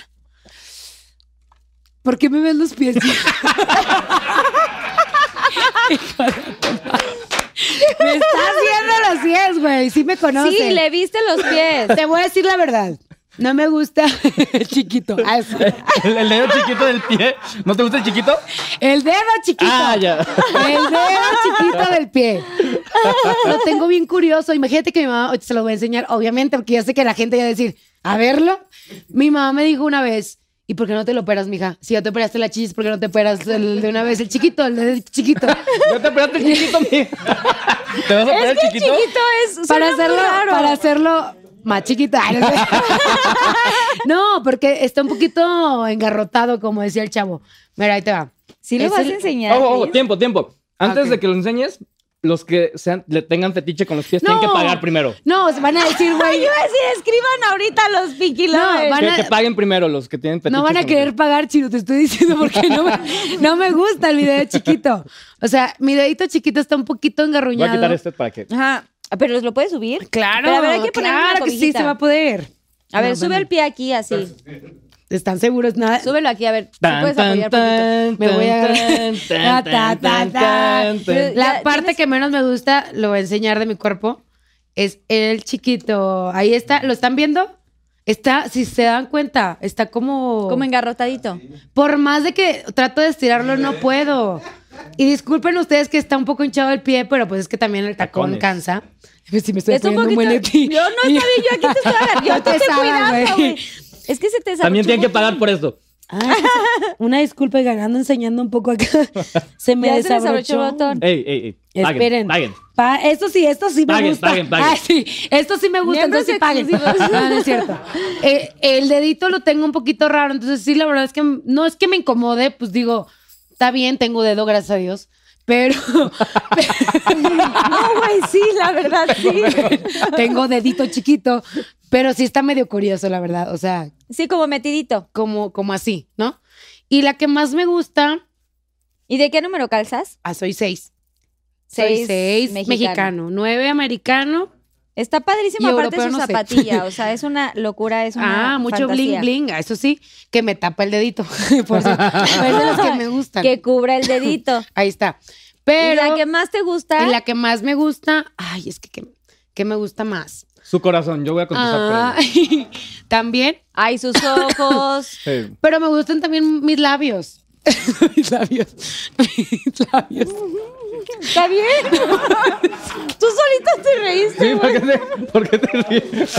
[SPEAKER 5] ¿Por qué me ves los pies? Hijo de tu madre. me estás viendo los pies, güey. Sí me conoces.
[SPEAKER 3] Sí, le viste los pies.
[SPEAKER 5] Te voy a decir la verdad. No me gusta el chiquito. Ah, eso.
[SPEAKER 8] El, el dedo chiquito del pie. ¿No te gusta el chiquito?
[SPEAKER 5] El dedo chiquito.
[SPEAKER 8] Ah, ya.
[SPEAKER 5] El dedo chiquito del pie. Lo tengo bien curioso. Imagínate que mi mamá, ahorita se lo voy a enseñar, obviamente, porque ya sé que la gente va a decir, a verlo. Mi mamá me dijo una vez, ¿y por qué no te lo operas, mija? Si ya te operaste la chichis, ¿por qué no te operas el de una vez el chiquito, el dedo chiquito?
[SPEAKER 8] No te operaste el chiquito, mía. ¿Te vas a operar el
[SPEAKER 3] Es que
[SPEAKER 8] chiquito?
[SPEAKER 3] chiquito es
[SPEAKER 5] para
[SPEAKER 3] suena muy
[SPEAKER 5] hacerlo,
[SPEAKER 3] raro.
[SPEAKER 5] para hacerlo más chiquita. Ay, no sé. No, porque está un poquito engarrotado, como decía el chavo. Mira, ahí te va.
[SPEAKER 3] Sí lo
[SPEAKER 5] Es
[SPEAKER 3] vas
[SPEAKER 5] el-
[SPEAKER 3] a enseñar.
[SPEAKER 8] Ojo, ojo,
[SPEAKER 3] Cris?
[SPEAKER 8] tiempo, tiempo. Antes
[SPEAKER 5] Ok.
[SPEAKER 8] de que lo enseñes, los que sean, le tengan fetiche con los pies Pues tienen que pagar primero.
[SPEAKER 5] No, se van a decir,
[SPEAKER 3] Ay,
[SPEAKER 5] güey.
[SPEAKER 3] yo iba a decir, escriban ahorita los Pinky
[SPEAKER 5] No,
[SPEAKER 3] Lovers.
[SPEAKER 5] van
[SPEAKER 8] Que,
[SPEAKER 5] a-
[SPEAKER 8] que paguen primero los que tienen fetiche.
[SPEAKER 5] No van a querer pagar, Chino, te estoy diciendo porque no me, no me gusta el video chiquito. O sea, mi dedito chiquito está un poquito
[SPEAKER 8] Voy
[SPEAKER 5] engarruñado.
[SPEAKER 8] a quitar este para que.
[SPEAKER 5] Ajá.
[SPEAKER 3] Ah, Pero lo puedes subir.
[SPEAKER 5] Claro,
[SPEAKER 3] Pero a ver, hay que poner
[SPEAKER 5] claro
[SPEAKER 3] una
[SPEAKER 5] que sí,
[SPEAKER 3] cobijita.
[SPEAKER 5] se va a poder.
[SPEAKER 3] A ver,
[SPEAKER 5] No,
[SPEAKER 3] sube
[SPEAKER 5] bueno.
[SPEAKER 3] el pie aquí así.
[SPEAKER 5] ¿Están seguros? Nada.
[SPEAKER 3] Súbelo aquí, a ver. si
[SPEAKER 8] Tan,
[SPEAKER 3] puedes
[SPEAKER 8] tan,
[SPEAKER 3] apoyar poquito.
[SPEAKER 8] tan,
[SPEAKER 5] Me voy a
[SPEAKER 8] tan,
[SPEAKER 5] Ta,
[SPEAKER 8] tan,
[SPEAKER 5] ta,
[SPEAKER 8] tan,
[SPEAKER 5] ta,
[SPEAKER 8] tan,
[SPEAKER 5] ta.
[SPEAKER 8] tan, tan.
[SPEAKER 5] La
[SPEAKER 3] Ya,
[SPEAKER 5] parte
[SPEAKER 3] tienes-
[SPEAKER 5] que menos me gusta, lo voy a enseñar de mi cuerpo, es el chiquito. Ahí está, ¿lo están viendo? Está, si se dan cuenta, está como...
[SPEAKER 3] Como engarrotadito.
[SPEAKER 5] Por más de que trato de estirarlo, no puedo. Y disculpen ustedes que está un poco hinchado el pie, pero pues es que también el tacón
[SPEAKER 8] Tacones.
[SPEAKER 5] cansa. Pues, Si me estoy
[SPEAKER 3] es un
[SPEAKER 5] poniendo
[SPEAKER 3] poquito.
[SPEAKER 5] muy leti.
[SPEAKER 3] Yo no estoy, yo aquí te estoy agarrando. Yo
[SPEAKER 5] No
[SPEAKER 3] te estoy
[SPEAKER 5] sabas,
[SPEAKER 3] cuidando,
[SPEAKER 5] güey.
[SPEAKER 3] güey. Es que se te sale
[SPEAKER 8] También
[SPEAKER 3] un
[SPEAKER 8] tienen que
[SPEAKER 3] chupito.
[SPEAKER 8] pagar por esto.
[SPEAKER 5] Ay, una disculpa, y ando enseñando un poco acá. Se me
[SPEAKER 3] Ya se desabrochó el
[SPEAKER 5] desabrochó.
[SPEAKER 3] botón.
[SPEAKER 8] Ey, ey, ey. Paguen,
[SPEAKER 5] Esperen.
[SPEAKER 8] Paguen.
[SPEAKER 5] Pa- esto sí, esto sí me
[SPEAKER 8] Paguen,
[SPEAKER 5] gusta.
[SPEAKER 8] paguen, paguen.
[SPEAKER 5] Ah, sí, esto sí me gusta,
[SPEAKER 3] Miembros
[SPEAKER 5] entonces sí paguen.
[SPEAKER 3] exclusivos.
[SPEAKER 5] No, no es cierto. Eh, el dedito lo tengo un poquito raro, entonces sí, la verdad es que m- no es que me incomode, pues digo, está bien, tengo dedo, gracias a Dios. Pero
[SPEAKER 3] No, güey, sí, la verdad, sí.
[SPEAKER 5] tengo dedito chiquito, pero sí está medio curioso, la verdad. O sea,
[SPEAKER 3] Sí, como metidito.
[SPEAKER 5] como, como así, ¿no? Y la que más me gusta,
[SPEAKER 3] ¿Y de qué número calzas?
[SPEAKER 5] ah, soy seis. soy seis mexicano. nueve americano.
[SPEAKER 3] Está padrísimo,
[SPEAKER 5] Y
[SPEAKER 3] aparte su
[SPEAKER 5] europeo no sé.
[SPEAKER 3] zapatilla. O sea, es una locura, es una.
[SPEAKER 5] ah, mucho
[SPEAKER 3] fantasía.
[SPEAKER 5] bling bling. Ah, Eso sí, que me tapa el dedito. Por eso, es de los que me gustan.
[SPEAKER 3] Que cubra el dedito.
[SPEAKER 5] Ahí está.
[SPEAKER 3] Y
[SPEAKER 5] Pero
[SPEAKER 3] la que más te gusta.
[SPEAKER 5] y la que más me gusta, ay, es que, que, que me gusta más.
[SPEAKER 8] Su corazón, yo voy a contestar
[SPEAKER 5] Ah.
[SPEAKER 8] por él.
[SPEAKER 5] Ay, también,
[SPEAKER 3] Ay, sus ojos.
[SPEAKER 8] Sí.
[SPEAKER 5] pero me gustan también mis labios. mis labios. mis labios.
[SPEAKER 3] ¿Está bien? Tú solita te reíste,
[SPEAKER 8] Sí, ¿por qué
[SPEAKER 3] güey.
[SPEAKER 8] te, por qué te ríes?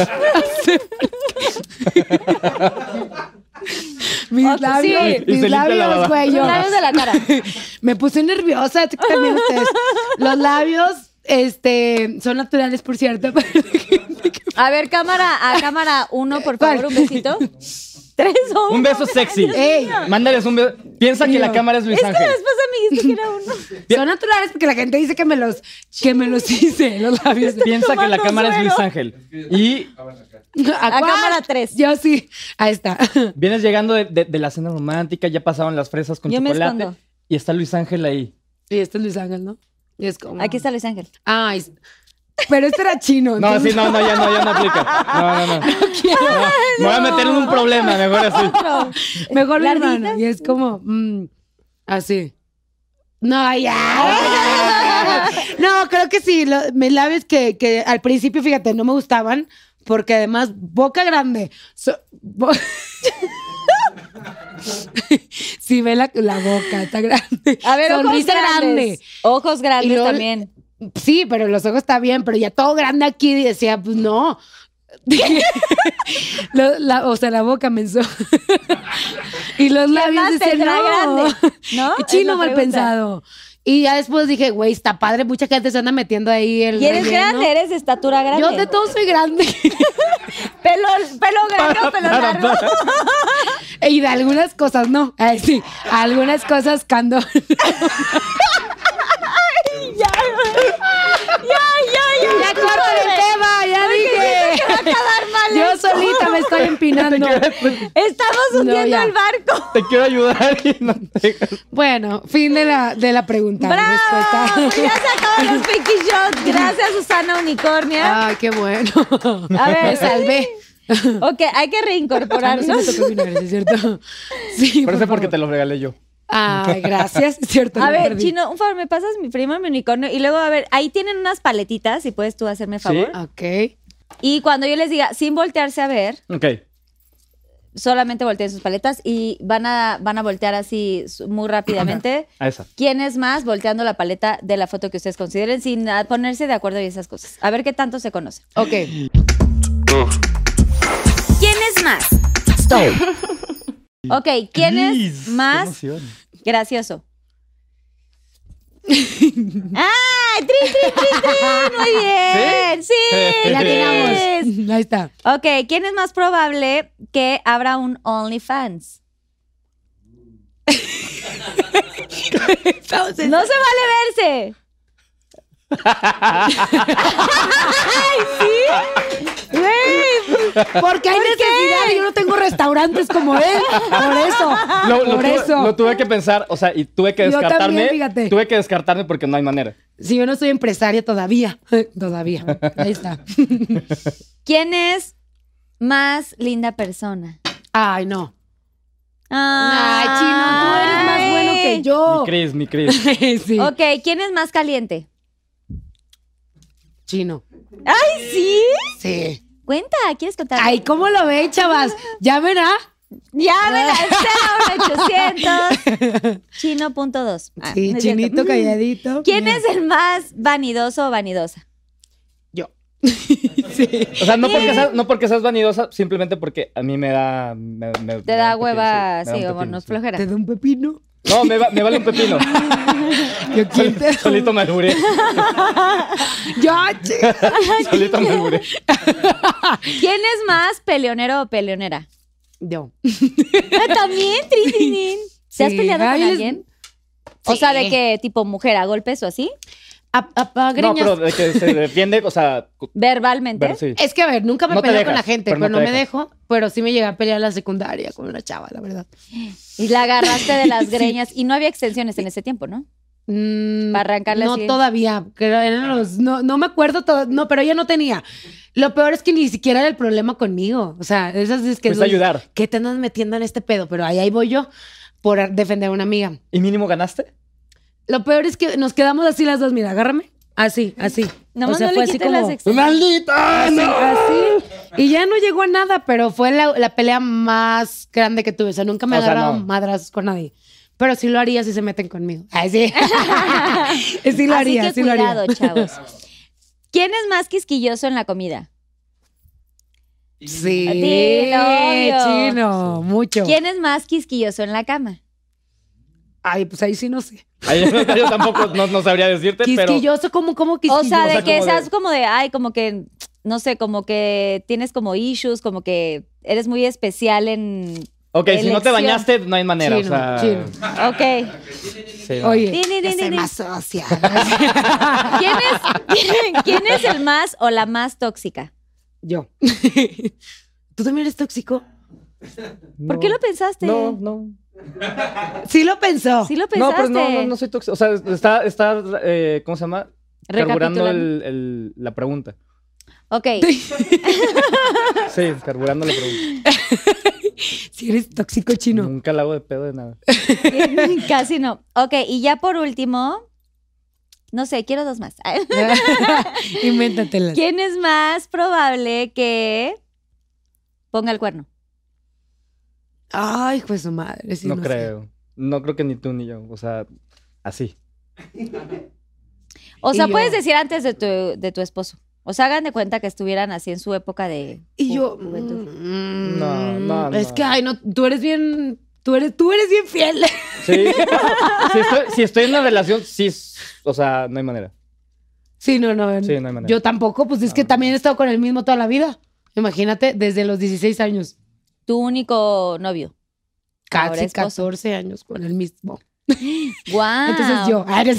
[SPEAKER 5] Mis
[SPEAKER 3] Ah, sí.
[SPEAKER 5] labios.
[SPEAKER 3] Y
[SPEAKER 8] se
[SPEAKER 5] Mis
[SPEAKER 8] limpia la
[SPEAKER 5] labios,
[SPEAKER 8] baba.
[SPEAKER 5] güey.
[SPEAKER 3] Los
[SPEAKER 5] yo-
[SPEAKER 3] labios de la cara.
[SPEAKER 5] Me puse nerviosa también ustedes. Los labios, este, son naturales, por cierto.
[SPEAKER 3] A ver, cámara, a cámara uno, por favor, un besito. Tres
[SPEAKER 5] Oh,
[SPEAKER 3] o
[SPEAKER 8] Un
[SPEAKER 3] uno,
[SPEAKER 8] beso
[SPEAKER 3] güey.
[SPEAKER 8] sexy.
[SPEAKER 5] Ey,
[SPEAKER 8] Mándales un beso. Piensa que la cámara es Luis
[SPEAKER 3] Es que
[SPEAKER 8] Ángel.
[SPEAKER 3] la vez pasada me dijiste que era uno.
[SPEAKER 5] son naturales porque la gente dice que me los, que me los hice, los labios.
[SPEAKER 8] Piensa que la
[SPEAKER 3] tomando
[SPEAKER 8] cámara es Luis
[SPEAKER 3] suero.
[SPEAKER 8] Ángel. Y
[SPEAKER 5] ¿A,
[SPEAKER 3] A
[SPEAKER 5] cuál?
[SPEAKER 3] cámara tres.
[SPEAKER 5] Yo sí. Ahí está.
[SPEAKER 8] vienes llegando de, de- de la cena romántica, ya pasaron las fresas con
[SPEAKER 3] Yo me
[SPEAKER 8] chocolate.
[SPEAKER 3] escondo.
[SPEAKER 8] y está Luis Ángel ahí.
[SPEAKER 5] Y este es Luis Ángel, ¿no? Y es como.
[SPEAKER 3] Aquí está Luis Ángel.
[SPEAKER 5] Ay. Pero este era chino.
[SPEAKER 8] No,
[SPEAKER 5] entonces-
[SPEAKER 8] sí, no, no, ya no, ya no aplica. No, no, no. No, Me voy a meter en un problema, mejor así.
[SPEAKER 3] Otro.
[SPEAKER 5] Mejor mi
[SPEAKER 3] ¿Larguitas?
[SPEAKER 5] hermano. Y es como. mm, así. No, ya. No, creo que sí. lo- mis labios que, que al principio, fíjate, no me gustaban. Porque además, boca grande. So- bo- sí, ve la, la boca, está grande.
[SPEAKER 3] A ver,
[SPEAKER 5] Sonrisa
[SPEAKER 3] ojos grandes.
[SPEAKER 5] grande.
[SPEAKER 3] Ojos
[SPEAKER 5] Y
[SPEAKER 3] grandes
[SPEAKER 5] luego-
[SPEAKER 3] también.
[SPEAKER 5] Sí, pero los ojos está bien, pero ya todo grande aquí y decía, pues no. Lo- la- o sea, la boca menzó. y los labios
[SPEAKER 3] más
[SPEAKER 5] decían,
[SPEAKER 3] tendrá
[SPEAKER 5] no.
[SPEAKER 3] grande? ¿No?
[SPEAKER 5] Chino
[SPEAKER 3] Es la
[SPEAKER 5] mal
[SPEAKER 3] pregunta.
[SPEAKER 5] pensado. Y ya después dije, güey, está padre, mucha gente se anda metiendo ahí el
[SPEAKER 3] Y eres
[SPEAKER 5] relleno.
[SPEAKER 3] grande, eres de estatura grande.
[SPEAKER 5] Yo de todo soy grande.
[SPEAKER 3] Pelo, pelo grande o pelo largo.
[SPEAKER 5] y de algunas cosas no. Ay, sí, algunas cosas cuando...
[SPEAKER 3] Ya, ya, ya.
[SPEAKER 5] ya corta el tema, ya
[SPEAKER 3] Porque siento que
[SPEAKER 5] dije.
[SPEAKER 3] va a acabar mal
[SPEAKER 5] Yo
[SPEAKER 3] esto.
[SPEAKER 5] solita me estoy empinando.
[SPEAKER 3] Estamos
[SPEAKER 5] No,
[SPEAKER 3] hundiendo
[SPEAKER 5] ya.
[SPEAKER 3] el barco.
[SPEAKER 8] Te quiero ayudar y no te
[SPEAKER 5] Bueno, fin de la, de la pregunta.
[SPEAKER 3] ¡Bravo! Pues
[SPEAKER 5] respuesta.
[SPEAKER 3] Ya se acaban los Pinky Shots. Gracias, Susana Unicornia.
[SPEAKER 5] Ay, qué bueno.
[SPEAKER 3] A ver.
[SPEAKER 5] me salvé.
[SPEAKER 3] Ok, hay que
[SPEAKER 5] Ah, no, sí me
[SPEAKER 3] reincorporarnos.
[SPEAKER 5] tocó finales, es cierto. Sí, por
[SPEAKER 8] Parece porque
[SPEAKER 5] favor.
[SPEAKER 8] te lo regalé yo.
[SPEAKER 5] Ay, gracias, es cierto.
[SPEAKER 3] A
[SPEAKER 5] lo
[SPEAKER 3] ver,
[SPEAKER 5] perdí.
[SPEAKER 3] Chino, un favor, ¿me pasas mi prima, mi unicornio? Y luego, a ver, ahí tienen unas paletitas, si puedes tú hacerme favor.
[SPEAKER 5] Ah. Ok.
[SPEAKER 3] Y cuando yo les diga, sin voltearse a ver,
[SPEAKER 8] Ok.
[SPEAKER 3] solamente volteen sus paletas y van a, van a voltear así su- muy rápidamente.
[SPEAKER 8] A esa.
[SPEAKER 3] ¿Quién es más volteando la paleta de la foto que ustedes consideren sin ah, ponerse de acuerdo y esas cosas? A ver qué tanto se conocen.
[SPEAKER 5] Ok.
[SPEAKER 1] ¿Quién es más?
[SPEAKER 3] Ok, ¿quién es
[SPEAKER 8] Cris,
[SPEAKER 3] más
[SPEAKER 8] qué emoción.
[SPEAKER 3] Gracioso. ¡Ah! ¡Tri, tri, tri, tri! ¡Muy bien! ¡Sí!
[SPEAKER 5] La tiramos. Ahí está.
[SPEAKER 3] Ok, ¿quién es más probable que abra un OnlyFans? ¡No se vale verse! ¡Ay, sí! ¡Güey!
[SPEAKER 5] Porque hay necesidad y yo no tengo restaurantes como él. Por eso.
[SPEAKER 8] Lo, lo
[SPEAKER 5] por
[SPEAKER 8] tuve,
[SPEAKER 5] eso.
[SPEAKER 8] lo tuve que pensar, o sea, y tuve que
[SPEAKER 5] Yo
[SPEAKER 8] descartarme.
[SPEAKER 5] también, fíjate.
[SPEAKER 8] tuve que descartarme porque no hay manera.
[SPEAKER 5] Si yo no soy empresaria todavía. Todavía. Ahí está.
[SPEAKER 3] ¿Quién es más linda persona?
[SPEAKER 5] Ay, no.
[SPEAKER 3] ¡Ay,
[SPEAKER 5] Ay, Chino, tú eres más bueno que yo.
[SPEAKER 8] Mi Cris, mi Cris.
[SPEAKER 5] Sí.
[SPEAKER 3] Ok, ¿quién es más caliente?
[SPEAKER 5] Chino.
[SPEAKER 3] ¡Ay, sí!
[SPEAKER 5] Sí.
[SPEAKER 3] Cuenta, ¿quieres contar?
[SPEAKER 5] Ay, ¿cómo lo ven, chavas? Ya verá.
[SPEAKER 3] Llamen Ah. al 0800 chino.2. Ah,
[SPEAKER 5] Sí,
[SPEAKER 3] no es cierto. Mm.
[SPEAKER 5] chinito calladito.
[SPEAKER 3] ¿Quién es el más vanidoso o vanidosa?
[SPEAKER 5] Yo.
[SPEAKER 8] O sea, no porque, seas, no porque seas vanidosa, simplemente porque a mí me da. me- me-
[SPEAKER 3] Te
[SPEAKER 8] me
[SPEAKER 3] da
[SPEAKER 8] un pepino,
[SPEAKER 3] hueva,
[SPEAKER 8] me da un
[SPEAKER 3] sí, o
[SPEAKER 8] pepino,
[SPEAKER 3] nos
[SPEAKER 8] sí.
[SPEAKER 3] flojera.
[SPEAKER 5] Te da un pepino.
[SPEAKER 8] No, me, va- me vale un pepino.
[SPEAKER 5] Yo, ¿quién te da
[SPEAKER 8] Solito me alburé.
[SPEAKER 5] un- Yo, chi-
[SPEAKER 8] Solito me alburé.
[SPEAKER 3] ¿Quién es más peleonero o peleonera?
[SPEAKER 5] Yo.
[SPEAKER 3] Ah, También, Tritinin. ¿Se has
[SPEAKER 5] Sí.
[SPEAKER 3] peleado
[SPEAKER 5] Ay,
[SPEAKER 3] con
[SPEAKER 5] les-
[SPEAKER 3] alguien? O sea, ¿de qué tipo mujer? ¿A golpes o así?
[SPEAKER 5] A, a- a
[SPEAKER 8] No,
[SPEAKER 5] greñas.
[SPEAKER 8] pero de que se defiende, o sea. cu-
[SPEAKER 3] ¿Verbalmente?
[SPEAKER 8] pero sí.
[SPEAKER 5] Es que, a ver, nunca me
[SPEAKER 8] No te
[SPEAKER 5] peleo con la
[SPEAKER 8] dejas,
[SPEAKER 5] gente,
[SPEAKER 8] pero
[SPEAKER 5] pero,
[SPEAKER 8] no
[SPEAKER 5] no,
[SPEAKER 8] te
[SPEAKER 5] me
[SPEAKER 8] dejas.
[SPEAKER 5] dejo. Pero sí me llegué a pelear en la secundaria con una chava, la verdad.
[SPEAKER 3] Y la agarraste de las greñas. Y no había extensiones en ese tiempo, ¿no?
[SPEAKER 5] Mm,
[SPEAKER 3] Para arrancarle
[SPEAKER 5] No
[SPEAKER 3] así.
[SPEAKER 5] todavía, creo, eran los- no, no me acuerdo todo, no, pero ella no tenía. Lo peor es que ni siquiera era el problema conmigo. O sea, esas es que
[SPEAKER 8] Fuiste a ayudar.
[SPEAKER 5] ¿Qué te andas metiendo en este pedo? Pero ahí, ahí voy yo por a- defender a una amiga.
[SPEAKER 8] ¿Y mínimo ganaste?
[SPEAKER 5] Lo peor es que nos quedamos así las dos, mira, agárrame. Así, así.
[SPEAKER 3] Nomás
[SPEAKER 5] O sea,
[SPEAKER 3] no le
[SPEAKER 5] fue así
[SPEAKER 3] quites las
[SPEAKER 5] como- "Pues,
[SPEAKER 3] extensiones. Ah,
[SPEAKER 5] Así, así. Y ya no llegó a nada, pero fue la, la pelea más grande que tuve. O sea, nunca me he
[SPEAKER 8] O sea,
[SPEAKER 5] agarrado
[SPEAKER 8] no.
[SPEAKER 5] madrazos con nadie. Pero sí lo haría si se meten conmigo. Ay, sí. sí lo haría,
[SPEAKER 3] Así que
[SPEAKER 5] sí lo haría.
[SPEAKER 3] cuidado, chavos. ¿Quién es más quisquilloso en la comida?
[SPEAKER 5] Sí,
[SPEAKER 3] Dilo, obvio.
[SPEAKER 5] chino, mucho.
[SPEAKER 3] ¿Quién es más quisquilloso en la cama?
[SPEAKER 5] Ay, pues ahí sí no sé.
[SPEAKER 8] Ay, yo tampoco no, no sabría decirte, pero.
[SPEAKER 5] Quisquilloso, ¿cómo, cómo
[SPEAKER 3] O
[SPEAKER 5] quisquilloso?
[SPEAKER 3] sea, de que
[SPEAKER 8] como de-
[SPEAKER 3] seas como de, ay, como que, no sé, como que tienes como issues, como que eres muy especial en...
[SPEAKER 8] Ok, si no te
[SPEAKER 3] elección.
[SPEAKER 8] bañaste, no hay manera.
[SPEAKER 5] Chino,
[SPEAKER 8] o sea,
[SPEAKER 5] chino.
[SPEAKER 3] Ok.
[SPEAKER 8] sí, no.
[SPEAKER 5] Oye,
[SPEAKER 3] Din, din,
[SPEAKER 5] ya
[SPEAKER 3] din,
[SPEAKER 5] se
[SPEAKER 3] din.
[SPEAKER 5] me asocia.
[SPEAKER 3] ¿Quién es, quién, quién es el más o la más tóxica?
[SPEAKER 5] Yo. ¿Tú también eres tóxico?
[SPEAKER 3] ¿Por qué lo pensaste?
[SPEAKER 8] No, no.
[SPEAKER 5] Sí lo pensó.
[SPEAKER 3] Sí lo
[SPEAKER 8] No,
[SPEAKER 3] pensaste.
[SPEAKER 8] pero no, no, no soy tóxico. O sea, está, está eh, ¿cómo se llama? Carburando
[SPEAKER 3] Recapitulando.
[SPEAKER 8] el, el- la pregunta.
[SPEAKER 3] Ok.
[SPEAKER 8] Sí, carburando la pregunta.
[SPEAKER 5] Si eres tóxico chino.
[SPEAKER 8] Nunca la hago de pedo de nada.
[SPEAKER 3] Casi no. Ok, y ya por último, no sé, quiero dos más.
[SPEAKER 5] Invéntatelas.
[SPEAKER 3] ¿Quién es más probable que ponga el cuerno?
[SPEAKER 5] Ay, pues su madre. sí,
[SPEAKER 8] no,
[SPEAKER 5] sé.
[SPEAKER 8] creo. No creo que ni tú ni yo. O sea, así.
[SPEAKER 3] O sea,
[SPEAKER 5] Y yo-
[SPEAKER 3] puedes decir antes de tu, de tu esposo. O sea, hagan de cuenta que estuvieran así en su época de
[SPEAKER 5] Y
[SPEAKER 3] ju-
[SPEAKER 5] yo.
[SPEAKER 3] juventud.
[SPEAKER 5] mm,
[SPEAKER 8] No, no,
[SPEAKER 5] Es
[SPEAKER 8] no.
[SPEAKER 5] que, ay, no, tú eres bien. Tú eres, tú eres bien fiel.
[SPEAKER 4] Sí. si, estoy, si estoy en una relación, sí. es- O sea, no hay manera.
[SPEAKER 5] Sí, no, no.
[SPEAKER 4] Sí, no hay manera.
[SPEAKER 5] Yo tampoco, pues es que también he estado con el mismo toda la vida. Imagínate, desde los 16 años.
[SPEAKER 3] Tu único novio. Ahora
[SPEAKER 5] Casi
[SPEAKER 3] esposo.
[SPEAKER 5] 14 años con el mismo.
[SPEAKER 3] Guau.
[SPEAKER 5] Entonces yo. Ah, eres-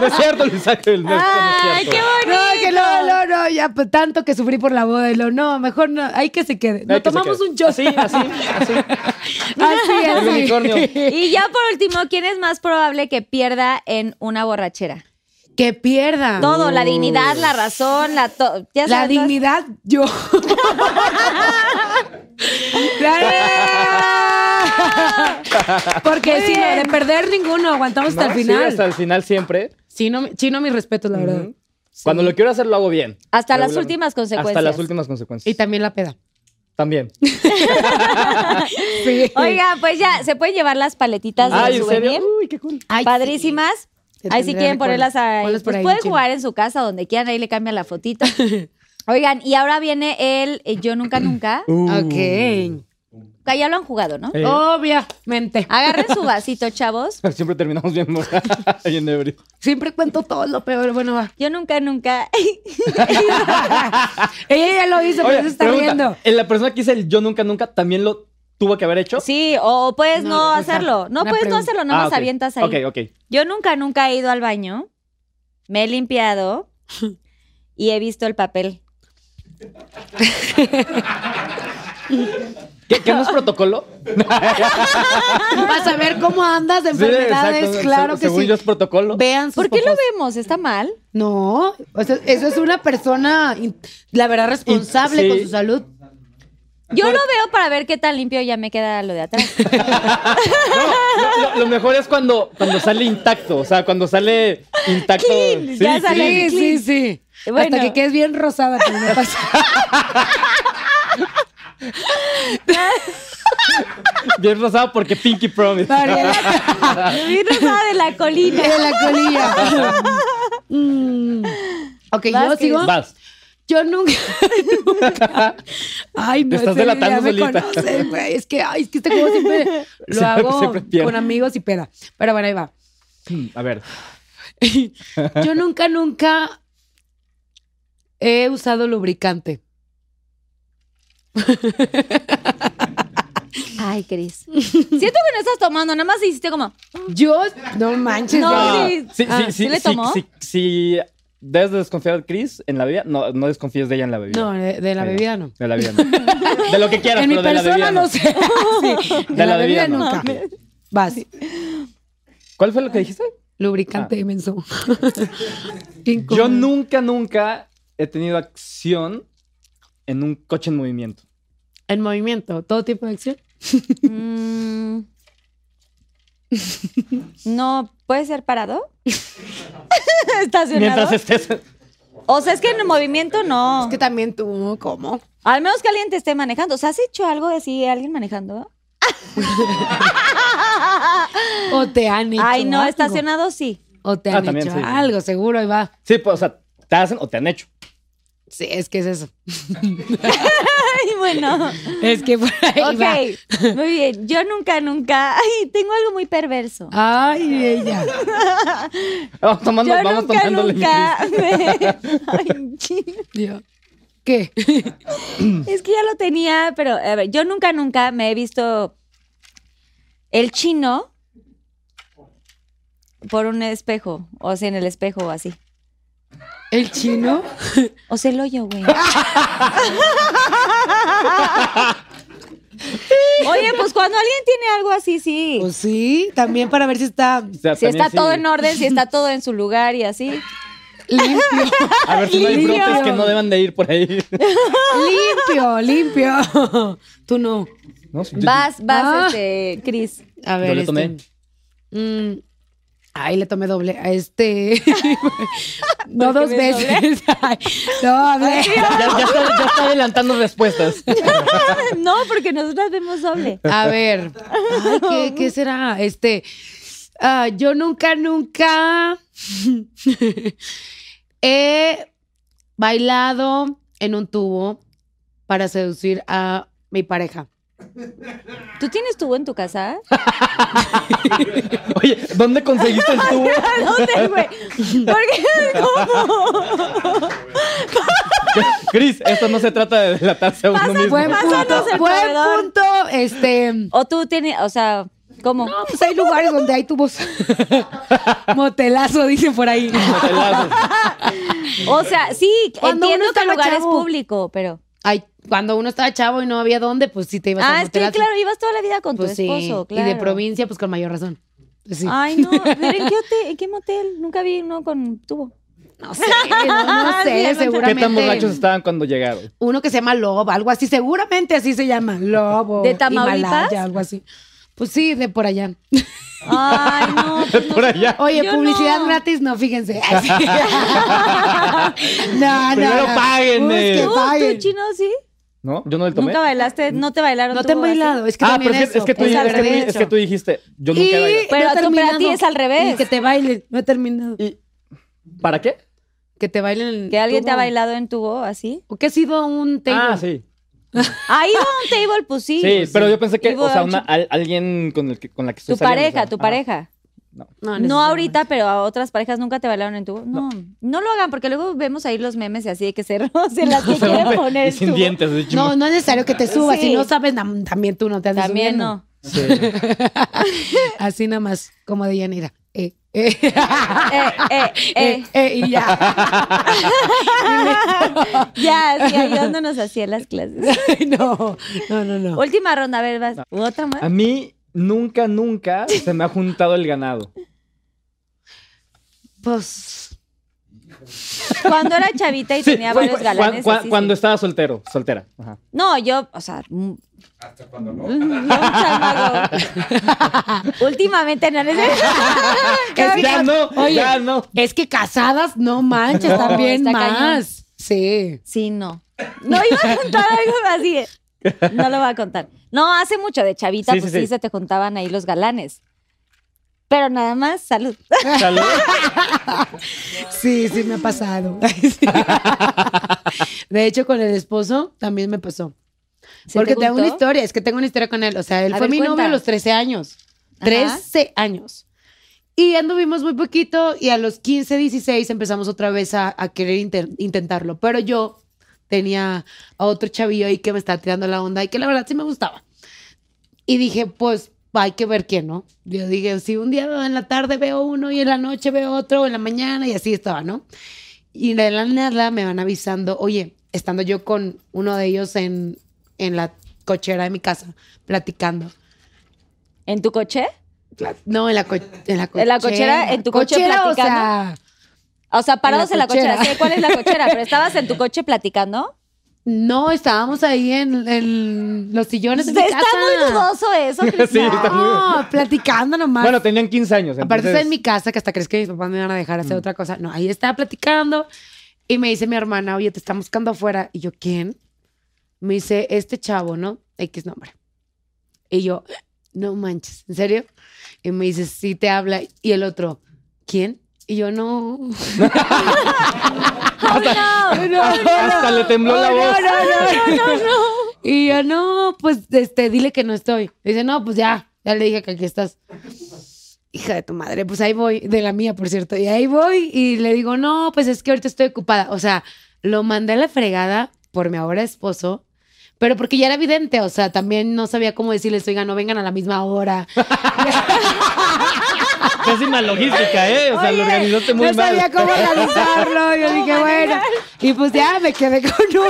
[SPEAKER 4] No es cierto, le saco el no, no es
[SPEAKER 3] ¡Ay,
[SPEAKER 4] cierto.
[SPEAKER 3] qué bonito!
[SPEAKER 5] No, que no, no, no, ya pues, tanto que sufrí por la boda y lo, no, mejor no, hay que se quede. No
[SPEAKER 4] Hay que se
[SPEAKER 5] tomamos
[SPEAKER 4] quede.
[SPEAKER 5] un shot.
[SPEAKER 4] Así, así, así.
[SPEAKER 5] Así,
[SPEAKER 4] El
[SPEAKER 5] así.
[SPEAKER 4] unicornio.
[SPEAKER 3] Y ya por último, ¿quién es más probable que pierda en una borrachera?
[SPEAKER 5] Que pierda.
[SPEAKER 3] Todo, la dignidad, la razón, la to- ya
[SPEAKER 5] Ah. La
[SPEAKER 3] sabes, las-
[SPEAKER 5] dignidad, yo. ¡Claro! Porque si no, de perder ninguno, aguantamos hasta
[SPEAKER 4] No,
[SPEAKER 5] el
[SPEAKER 4] sí,
[SPEAKER 5] final.
[SPEAKER 4] hasta el final siempre.
[SPEAKER 5] Chino, chino, mi respeto, la verdad.
[SPEAKER 4] Ujú. Cuando lo quiero hacer, lo hago bien.
[SPEAKER 3] Hasta las
[SPEAKER 4] Regularmente.
[SPEAKER 3] últimas
[SPEAKER 4] Hasta
[SPEAKER 3] consecuencias.
[SPEAKER 4] las últimas consecuencias.
[SPEAKER 5] Y también la peda.
[SPEAKER 4] También.
[SPEAKER 5] Sí.
[SPEAKER 3] Oiga, pues ya, se pueden llevar las paletitas de
[SPEAKER 4] Ay, ¿en
[SPEAKER 3] souvenir.
[SPEAKER 4] serio? Uy, qué cool.
[SPEAKER 5] Ay,
[SPEAKER 3] Padrísimas.
[SPEAKER 5] Te
[SPEAKER 3] Ahí sí
[SPEAKER 5] tendré
[SPEAKER 3] quieren
[SPEAKER 5] recuerdo.
[SPEAKER 3] ponerlas ahí.
[SPEAKER 5] Ponlas por
[SPEAKER 3] Pues
[SPEAKER 5] ahí,
[SPEAKER 3] pueden
[SPEAKER 5] chino.
[SPEAKER 3] jugar en su casa, donde quieran, ahí le cambian la fotito. Oigan, y ahora viene el eh, Yo Nunca Nunca.
[SPEAKER 5] Ok. Oh.
[SPEAKER 3] Ah, Ya lo han jugado, ¿no?
[SPEAKER 4] Eh,
[SPEAKER 5] Obviamente.
[SPEAKER 3] Agarren su vasito, chavos.
[SPEAKER 4] Siempre terminamos bien, mor- bien ebrio.
[SPEAKER 5] Siempre cuento todo lo peor. Bueno, va.
[SPEAKER 3] Yo Nunca Nunca.
[SPEAKER 5] Ella ya lo hizo, pero
[SPEAKER 4] Oye,
[SPEAKER 5] se está
[SPEAKER 4] pregunta,
[SPEAKER 5] riendo.
[SPEAKER 4] ¿eh, La persona que dice el yo nunca, nunca también lo tuvo que haber hecho.
[SPEAKER 3] Sí, o puedes
[SPEAKER 5] No,
[SPEAKER 3] no,
[SPEAKER 5] o sea,
[SPEAKER 3] hacerlo. No
[SPEAKER 5] una
[SPEAKER 3] puedes no
[SPEAKER 5] pregunta.
[SPEAKER 3] hacerlo,
[SPEAKER 4] Ah,
[SPEAKER 3] nomás
[SPEAKER 4] ok.
[SPEAKER 3] avientas ahí.
[SPEAKER 4] Ok, ok.
[SPEAKER 3] Yo nunca, nunca he ido al baño. Me he limpiado y he visto el papel.
[SPEAKER 4] ¿Qué, qué no es protocolo?
[SPEAKER 5] Para saber cómo andas de
[SPEAKER 4] Sí,
[SPEAKER 5] enfermedades,
[SPEAKER 4] exacto.
[SPEAKER 5] claro
[SPEAKER 4] Se-
[SPEAKER 5] que
[SPEAKER 4] Según
[SPEAKER 5] sí.
[SPEAKER 4] yo es protocolo.
[SPEAKER 5] Vean sus
[SPEAKER 3] ¿Por qué lo
[SPEAKER 5] papás.
[SPEAKER 3] vemos? ¿Está mal?
[SPEAKER 5] No, o sea, eso es una persona, in- la verdad, responsable
[SPEAKER 4] Sí.
[SPEAKER 5] con su salud.
[SPEAKER 3] Yo lo veo para ver qué tan limpio ya me queda lo de atrás.
[SPEAKER 4] No, lo, lo mejor es cuando, cuando sale intacto. O sea, cuando sale intacto. Sí,
[SPEAKER 3] ya
[SPEAKER 4] sí.
[SPEAKER 3] sale
[SPEAKER 5] Sí, sí, sí.
[SPEAKER 3] Bueno.
[SPEAKER 5] Hasta que quedes bien rosada, pero no pasa.
[SPEAKER 4] Bien rosado porque Pinky Promise.
[SPEAKER 5] María,
[SPEAKER 3] Y rosada de la colina.
[SPEAKER 5] de la colilla. Mm. Ok,
[SPEAKER 3] Vas,
[SPEAKER 5] yo sigo.
[SPEAKER 4] Ah, Vas.
[SPEAKER 5] Yo nunca, nunca- Ay, no,
[SPEAKER 4] Te estás
[SPEAKER 5] ese ya
[SPEAKER 4] delatando
[SPEAKER 5] me
[SPEAKER 4] solita.
[SPEAKER 5] conoces, güey. Es que, ay, es que este juego siempre lo
[SPEAKER 4] Siempre-
[SPEAKER 5] hago
[SPEAKER 4] siempre pierdo.
[SPEAKER 5] con amigos y peda. Pero bueno, ahí va.
[SPEAKER 4] Hmm, A ver.
[SPEAKER 5] Yo nunca, nunca he usado lubricante.
[SPEAKER 3] Ay, Cris. Siento que no estás tomando, nada más hiciste como.
[SPEAKER 5] Yo, no manches.
[SPEAKER 3] No,
[SPEAKER 5] güey.
[SPEAKER 3] sí.
[SPEAKER 4] Sí,
[SPEAKER 5] Ah,
[SPEAKER 4] sí,
[SPEAKER 3] ¿sí
[SPEAKER 4] sí,
[SPEAKER 3] le
[SPEAKER 4] sí,
[SPEAKER 3] tomó?
[SPEAKER 4] sí, sí. Debes de desconfiar de Chris en la vida. No, no desconfíes de ella en la bebida.
[SPEAKER 5] No, de, de la
[SPEAKER 4] Sí, no.
[SPEAKER 5] bebida no.
[SPEAKER 4] De la vida. no. De lo que quieras,
[SPEAKER 5] En mi
[SPEAKER 4] pero de la
[SPEAKER 5] persona
[SPEAKER 4] bebida.
[SPEAKER 5] no
[SPEAKER 4] no.
[SPEAKER 5] sé. Sí, de, la bebida,
[SPEAKER 4] no.
[SPEAKER 5] nunca. Vas.
[SPEAKER 4] ¿Cuál fue lo que dijiste?
[SPEAKER 5] Lubricante inmenso.
[SPEAKER 4] Ah. Yo nunca, nunca he tenido acción en un coche en movimiento.
[SPEAKER 5] En movimiento, todo tipo de acción.
[SPEAKER 3] mm, No, ¿puede ser parado? ¿Estacionado?
[SPEAKER 4] Mientras estés.
[SPEAKER 3] O sea, es que en el movimiento no.
[SPEAKER 5] Que también tú, ¿cómo?
[SPEAKER 3] Al menos que alguien te esté manejando. O sea, ¿has hecho algo así, alguien manejando?
[SPEAKER 5] O te han hecho
[SPEAKER 3] Ay, no,
[SPEAKER 5] algo.
[SPEAKER 3] estacionado sí.
[SPEAKER 5] O te
[SPEAKER 4] Ah,
[SPEAKER 5] han
[SPEAKER 4] también,
[SPEAKER 5] hecho
[SPEAKER 4] sí.
[SPEAKER 5] algo, seguro, ahí va.
[SPEAKER 4] Sí, pues, o sea, te hacen o te han hecho.
[SPEAKER 5] Sí, es que es eso.
[SPEAKER 3] Ay, bueno.
[SPEAKER 5] Es que por ahí va.
[SPEAKER 3] Ok, muy bien. Yo nunca, nunca. Ay, tengo algo muy perverso.
[SPEAKER 5] Ay, ella.
[SPEAKER 4] Vamos tomando,
[SPEAKER 3] Yo
[SPEAKER 4] vamos
[SPEAKER 3] nunca,
[SPEAKER 4] tomándole. mi Chris.
[SPEAKER 3] nunca. me- Ay, ching.
[SPEAKER 5] Dios. ¿Qué?
[SPEAKER 3] Es que ya lo tenía, pero a ver, yo nunca, nunca me he visto el chino por un espejo, o sea, en el espejo o así.
[SPEAKER 5] ¿El chino?
[SPEAKER 3] O sea, el hoyo, güey. Oye, pues cuando alguien tiene algo así, sí.
[SPEAKER 5] Pues sí, también para ver si está
[SPEAKER 4] O sea,
[SPEAKER 3] si
[SPEAKER 4] también
[SPEAKER 3] está
[SPEAKER 4] sí.
[SPEAKER 3] todo en orden, si está todo en su lugar y así.
[SPEAKER 5] limpio.
[SPEAKER 4] A ver si no hay
[SPEAKER 5] Limpio.
[SPEAKER 4] brotes que no deban de ir por ahí.
[SPEAKER 5] limpio, limpio. Tú no.
[SPEAKER 4] No, sí, yo-
[SPEAKER 3] Vas, vas,
[SPEAKER 5] Ah.
[SPEAKER 3] este, Cris.
[SPEAKER 5] A ver,
[SPEAKER 4] Yo le
[SPEAKER 5] este,
[SPEAKER 4] tomé.
[SPEAKER 5] mm, ay, le tomé doble. A este. no
[SPEAKER 3] ¿Por
[SPEAKER 5] dos
[SPEAKER 3] qué me doble?
[SPEAKER 5] veces. Ay, doble.
[SPEAKER 4] Ya, ya está, ya está adelantando respuestas.
[SPEAKER 3] No, porque nosotras vemos doble.
[SPEAKER 5] A ver. Ay, ¿qué, qué será? Este. ah, yo nunca, nunca he bailado en un tubo para seducir a mi pareja.
[SPEAKER 3] ¿Tú tienes tubo en tu casa?
[SPEAKER 8] Oye, ¿dónde conseguiste el tubo?
[SPEAKER 5] Ah,
[SPEAKER 3] ¿A dónde, güey? Porque, ¿cómo?
[SPEAKER 8] Cris, esto no se trata de delatarse a uno mismo.
[SPEAKER 5] Buen
[SPEAKER 3] Pásanos
[SPEAKER 5] punto,
[SPEAKER 3] el
[SPEAKER 5] buen
[SPEAKER 3] proveedor.
[SPEAKER 5] punto. Este,
[SPEAKER 3] O tú tienes, o sea, ¿cómo?
[SPEAKER 5] pues hay lugares donde hay tubos. Motelazo, dicen por ahí.
[SPEAKER 3] O sea, sí,
[SPEAKER 5] Cuando
[SPEAKER 3] entiendo
[SPEAKER 5] uno
[SPEAKER 3] que el
[SPEAKER 5] estaba
[SPEAKER 3] lugar es
[SPEAKER 5] chavo.
[SPEAKER 3] público, pero.
[SPEAKER 5] Ay, cuando uno estaba chavo y no había dónde, pues sí te ibas a
[SPEAKER 3] Ah, es que
[SPEAKER 5] motelazo.
[SPEAKER 3] claro, ibas toda la vida con
[SPEAKER 5] Pues
[SPEAKER 3] tu
[SPEAKER 5] sí.
[SPEAKER 3] esposo, claro.
[SPEAKER 5] Y de provincia, pues con mayor razón. Pues sí.
[SPEAKER 3] Ay, no, pero ¿en qué, hotel- en qué motel? Nunca vi uno con tubo.
[SPEAKER 5] No sé, no, no
[SPEAKER 3] Sí,
[SPEAKER 5] sé,
[SPEAKER 3] no sé.
[SPEAKER 8] ¿Qué tan
[SPEAKER 5] seguramente.
[SPEAKER 8] borrachos estaban cuando llegaron?
[SPEAKER 5] Uno que se llama Lobo, algo así, seguramente así se llama. Lobo.
[SPEAKER 3] ¿De Tamaulipas?
[SPEAKER 5] Himalaya, algo así. Pues sí, de por allá.
[SPEAKER 3] Ay, no. pues no
[SPEAKER 8] Por
[SPEAKER 3] sé.
[SPEAKER 8] allá.
[SPEAKER 5] Oye,
[SPEAKER 3] Yo
[SPEAKER 5] publicidad
[SPEAKER 3] no.
[SPEAKER 5] gratis, no, fíjense. Ay, sí. no, no.
[SPEAKER 8] Primero
[SPEAKER 5] no.
[SPEAKER 8] páguenme.
[SPEAKER 5] Pues que
[SPEAKER 3] ¿Tú,
[SPEAKER 5] paguen.
[SPEAKER 3] tú, chino, sí?
[SPEAKER 8] ¿no? Yo no le tomé.
[SPEAKER 3] ¿Nunca bailaste? ¿No te bailaron
[SPEAKER 5] No
[SPEAKER 3] tubo
[SPEAKER 5] te han
[SPEAKER 3] así?
[SPEAKER 5] bailado, es que
[SPEAKER 8] ah,
[SPEAKER 5] también
[SPEAKER 8] pero es
[SPEAKER 5] eso.
[SPEAKER 8] que, es que tú,
[SPEAKER 5] es
[SPEAKER 8] es
[SPEAKER 5] al
[SPEAKER 8] que tú-
[SPEAKER 5] revés.
[SPEAKER 8] es que tú dijiste, yo nunca he bailado.
[SPEAKER 5] Y
[SPEAKER 3] Pero
[SPEAKER 5] no
[SPEAKER 3] tú, pero a ti
[SPEAKER 5] terminado.
[SPEAKER 3] es al revés.
[SPEAKER 5] Y que te bailen, no he terminado.
[SPEAKER 8] Y- ¿Para qué?
[SPEAKER 5] Que te bailen. el
[SPEAKER 3] ¿Que alguien te ha
[SPEAKER 5] tubo.
[SPEAKER 3] bailado en tubo así?
[SPEAKER 5] ¿O que ha sido un table?
[SPEAKER 8] Ah, sí.
[SPEAKER 3] Ahí iba un table, pues sí.
[SPEAKER 8] Sí, pero yo pensé que,
[SPEAKER 3] Iba
[SPEAKER 8] o sea,
[SPEAKER 3] un
[SPEAKER 8] una-
[SPEAKER 3] chi-
[SPEAKER 8] al- alguien con, el que, con la que estoy
[SPEAKER 3] Tu
[SPEAKER 8] saliendo, o
[SPEAKER 3] pareja,
[SPEAKER 8] sea,
[SPEAKER 3] tu
[SPEAKER 8] ah.
[SPEAKER 3] pareja.
[SPEAKER 5] No,
[SPEAKER 3] No
[SPEAKER 5] necesariamente.
[SPEAKER 3] ahorita, pero a otras parejas nunca te bailaron en tubo. No, no, lo hagan porque luego vemos ahí los memes y así de que se rocen las que
[SPEAKER 8] Se
[SPEAKER 3] quieren
[SPEAKER 8] rompe
[SPEAKER 3] poner
[SPEAKER 8] y
[SPEAKER 3] el
[SPEAKER 8] sin
[SPEAKER 3] tubo.
[SPEAKER 8] dientes. así, chingón.
[SPEAKER 5] No, no es necesario que te subas.
[SPEAKER 3] Sí.
[SPEAKER 5] Si no sabes, nam- también tú no te andas
[SPEAKER 3] También
[SPEAKER 5] subiendo.
[SPEAKER 3] no.
[SPEAKER 5] Así nada más, como de llanera. Eh, eh.
[SPEAKER 3] Eh, eh, eh.
[SPEAKER 5] Eh, eh, y ya.
[SPEAKER 3] Ya, sí, ayudándonos así en las clases.
[SPEAKER 5] Ay, no, no, no, no.
[SPEAKER 3] Última ronda, a ver, vas. ¿Otra más?
[SPEAKER 8] A mí nunca, nunca se me ha juntado el ganado.
[SPEAKER 5] Pues,
[SPEAKER 3] Cuando era chavita y
[SPEAKER 8] Sí,
[SPEAKER 3] tenía
[SPEAKER 8] cu-
[SPEAKER 3] varios
[SPEAKER 8] cu-
[SPEAKER 3] galanes.
[SPEAKER 8] cu-
[SPEAKER 3] así, sí.
[SPEAKER 8] Cuando estaba soltero, soltera. Ajá.
[SPEAKER 3] No, yo, o sea, mm,
[SPEAKER 7] Hasta cuando no.
[SPEAKER 3] mm, yo un chamaco. Últimamente no necesito.
[SPEAKER 5] que
[SPEAKER 8] Ya
[SPEAKER 5] ca-
[SPEAKER 8] no,
[SPEAKER 5] oye,
[SPEAKER 8] ya no.
[SPEAKER 5] es que casadas no manches
[SPEAKER 3] No,
[SPEAKER 5] también
[SPEAKER 3] está
[SPEAKER 5] más. Sí.
[SPEAKER 3] Sí, no. No iba a contar algo así. eh. No lo voy a contar. No, hace mucho de chavita,
[SPEAKER 8] Sí,
[SPEAKER 3] pues
[SPEAKER 8] sí,
[SPEAKER 3] sí,
[SPEAKER 8] sí.
[SPEAKER 3] se te juntaban ahí los galanes. Pero nada más, salud.
[SPEAKER 8] Salud.
[SPEAKER 5] Sí, sí me ha pasado. Ay, sí. De hecho, con el esposo también me pasó.
[SPEAKER 3] ¿Se
[SPEAKER 5] Porque
[SPEAKER 3] te
[SPEAKER 5] tengo una
[SPEAKER 3] juntó?
[SPEAKER 5] historia, es que tengo una historia con él. O sea, él
[SPEAKER 3] A
[SPEAKER 5] fue
[SPEAKER 3] ver,
[SPEAKER 5] mi novio
[SPEAKER 3] cuenta.
[SPEAKER 5] a los 13 años.
[SPEAKER 3] Ajá.
[SPEAKER 5] 13 años. Y anduvimos muy poquito y a los 15, 16 empezamos otra vez a, a querer inter- intentarlo. Pero yo tenía a otro chavillo ahí que me estaba tirando la onda y que la verdad sí me gustaba. Y dije, pues hay que ver quién, ¿no? Yo dije, si un día en la tarde veo uno y en la noche veo otro, o en la mañana y así estaba, ¿no? Y de la nada me van avisando, oye, estando yo con uno de ellos en, en la cochera de mi casa, platicando.
[SPEAKER 3] ¿En tu coche?
[SPEAKER 5] Pla- No, en la, co- en la cochera.
[SPEAKER 3] ¿En la cochera? ¿En tu coche
[SPEAKER 5] Cochera, o sea,
[SPEAKER 3] O sea, parados
[SPEAKER 5] En
[SPEAKER 3] en
[SPEAKER 5] la
[SPEAKER 3] la cochera.
[SPEAKER 5] cochera.
[SPEAKER 3] Sé cuál es la cochera, pero estabas en tu coche platicando.
[SPEAKER 5] no, estábamos ahí en, Pues, en los sillones de mi
[SPEAKER 3] Está
[SPEAKER 5] casa.
[SPEAKER 3] muy dudoso eso, Cristina.
[SPEAKER 8] Sí, está muy-
[SPEAKER 5] No, platicando nomás.
[SPEAKER 8] Bueno, tenían 15 años.
[SPEAKER 5] Aparte está
[SPEAKER 8] entonces-
[SPEAKER 5] en mi casa, que hasta crees que mis papás me van a dejar hacer otra cosa. No, ahí estaba platicando y me dice mi hermana, oye, te están buscando afuera. Y yo, ¿quién? Me dice, este chavo, ¿no? X nombre. Y yo, no manches, ¿en serio? Y me dice, sí, te habla. Y el otro, ¿quién? Y yo, no.
[SPEAKER 3] No, no,
[SPEAKER 8] Hasta le
[SPEAKER 5] Oh,
[SPEAKER 8] tembló la voz.
[SPEAKER 3] no, no, no.
[SPEAKER 5] Y yo, no, pues, este, dile que no estoy. Dice, no, pues ya, ya le dije que aquí estás. Hija de tu madre, pues ahí voy, de la mía, por cierto. Y ahí voy y le digo, no, pues es que ahorita estoy ocupada. O sea, lo mandé a la fregada por mi ahora esposo, pero porque ya era evidente, o sea, también no sabía cómo decirles, oiga, no vengan a la misma hora.
[SPEAKER 8] Pésima logística, ¿eh? O sea, lo organizaste muy
[SPEAKER 5] no
[SPEAKER 8] mal.
[SPEAKER 5] sabía cómo realizarlo. Yo dije, bueno. Y pues ya me quedé con uno.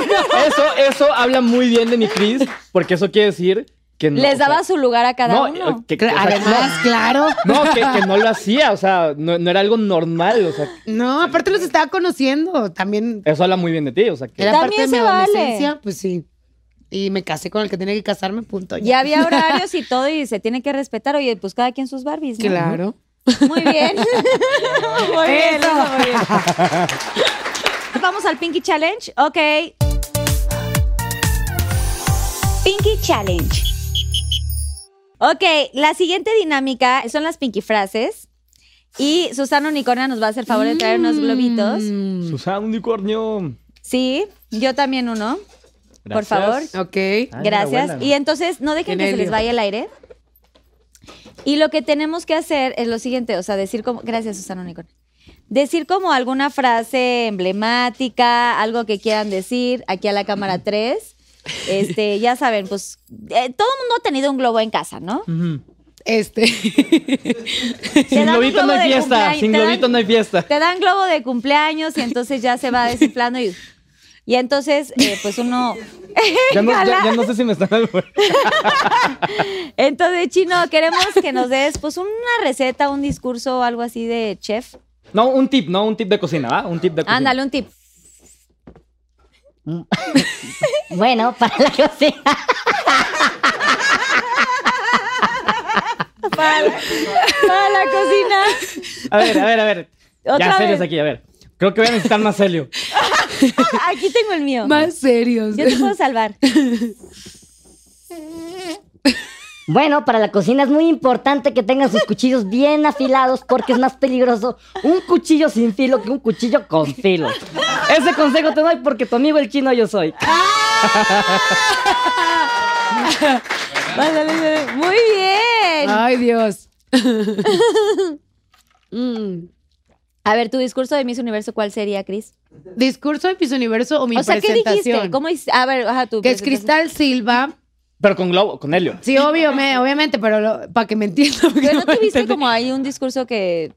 [SPEAKER 8] Eso, eso habla muy bien de mi Cris, porque eso quiere decir que no.
[SPEAKER 3] Les
[SPEAKER 8] o sea,
[SPEAKER 3] daba su lugar a cada
[SPEAKER 8] no,
[SPEAKER 3] uno.
[SPEAKER 4] eh,
[SPEAKER 8] que- que- o sea,
[SPEAKER 5] Además, claro.
[SPEAKER 8] No, que, que no lo hacía, o sea, no, no era algo normal, o sea,
[SPEAKER 5] No, aparte los estaba conociendo. También
[SPEAKER 8] eso habla muy bien de ti, o sea, que
[SPEAKER 5] Era
[SPEAKER 3] También
[SPEAKER 5] parte de mi
[SPEAKER 3] se vale.
[SPEAKER 5] adolescencia, pues sí. Y me casé con el que tenía que casarme,
[SPEAKER 8] eh,
[SPEAKER 5] punto.
[SPEAKER 3] Ya había horarios y todo y se tiene que respetar. Oye, pues cada quien sus Barbies. ¿no?
[SPEAKER 5] Claro.
[SPEAKER 3] Muy bien. muy bien, Luisa, muy bien. Vamos al Pinky Challenge. Ok. Pinky Challenge. Ok, la siguiente dinámica son las Pinky frases. Y Susana Unicornia nos va a hacer favor de traer unos globitos.
[SPEAKER 5] Mm.
[SPEAKER 8] Susana Unicornio.
[SPEAKER 3] Sí, yo también uno. por favor.
[SPEAKER 5] Ok.
[SPEAKER 4] Ay,
[SPEAKER 3] Gracias.
[SPEAKER 4] mi abuela.
[SPEAKER 3] Y entonces, no dejen
[SPEAKER 5] Qué
[SPEAKER 3] que se les
[SPEAKER 5] nervio.
[SPEAKER 3] vaya el aire. Y lo que tenemos que hacer es lo siguiente, o sea, decir como, gracias Susana Unicorn, decir como alguna frase emblemática, algo que quieran decir, aquí a la cámara 3. Este, ya saben, pues eh, todo el mundo ha tenido un globo en casa, ¿no?
[SPEAKER 5] Este.
[SPEAKER 3] Te
[SPEAKER 4] Sin
[SPEAKER 3] dan un
[SPEAKER 4] globito no
[SPEAKER 3] globo
[SPEAKER 4] hay
[SPEAKER 3] de
[SPEAKER 4] fiesta.
[SPEAKER 3] cumpleaños-
[SPEAKER 4] Sin
[SPEAKER 3] te dan-
[SPEAKER 4] globito no hay fiesta.
[SPEAKER 3] Te dan globo de cumpleaños y entonces ya se va desinflando y, y entonces, eh, pues uno...
[SPEAKER 4] Ya no, ya-
[SPEAKER 3] Ojalá.
[SPEAKER 4] ya no sé si me están al
[SPEAKER 3] Entonces, Chino, queremos que nos des pues una receta, un discurso o algo así de chef.
[SPEAKER 4] No, un tip, no, un tip de cocina, ¿va? Un tip de cocina.
[SPEAKER 3] Ándale, un tip.
[SPEAKER 11] Bueno, para la cocina.
[SPEAKER 3] Para la cocina.
[SPEAKER 4] A ver, a ver, a ver.
[SPEAKER 3] Otra
[SPEAKER 4] ya, serios
[SPEAKER 3] vez.
[SPEAKER 4] aquí, a ver. Creo que voy a necesitar más serio.
[SPEAKER 3] Ah, Aquí tengo el mío.
[SPEAKER 5] Más serios.
[SPEAKER 3] Yo te puedo salvar.
[SPEAKER 11] Bueno, para la cocina es muy importante que tengan sus cuchillos bien afilados porque es más peligroso un cuchillo sin filo que un cuchillo con filo. Ese consejo te doy porque tu amigo el chino yo soy.
[SPEAKER 3] Muy bien.
[SPEAKER 5] Ay, Dios. Mm.
[SPEAKER 3] A ver, tu discurso de Miss Universo, ¿cuál sería, Cris?
[SPEAKER 5] Discurso de Miss Universo o mi
[SPEAKER 3] O sea, ¿qué
[SPEAKER 5] presentación.
[SPEAKER 3] dijiste? ¿Cómo hiciste? A ver, ajá, tú.
[SPEAKER 5] Que es Cristal Silva.
[SPEAKER 4] Pero con globo, con helio.
[SPEAKER 5] Sí, obvio, me- obviamente, pero para que me entiendan. porque
[SPEAKER 3] ¿No
[SPEAKER 5] me
[SPEAKER 3] tuviste
[SPEAKER 5] entendí.
[SPEAKER 3] como ahí un discurso que.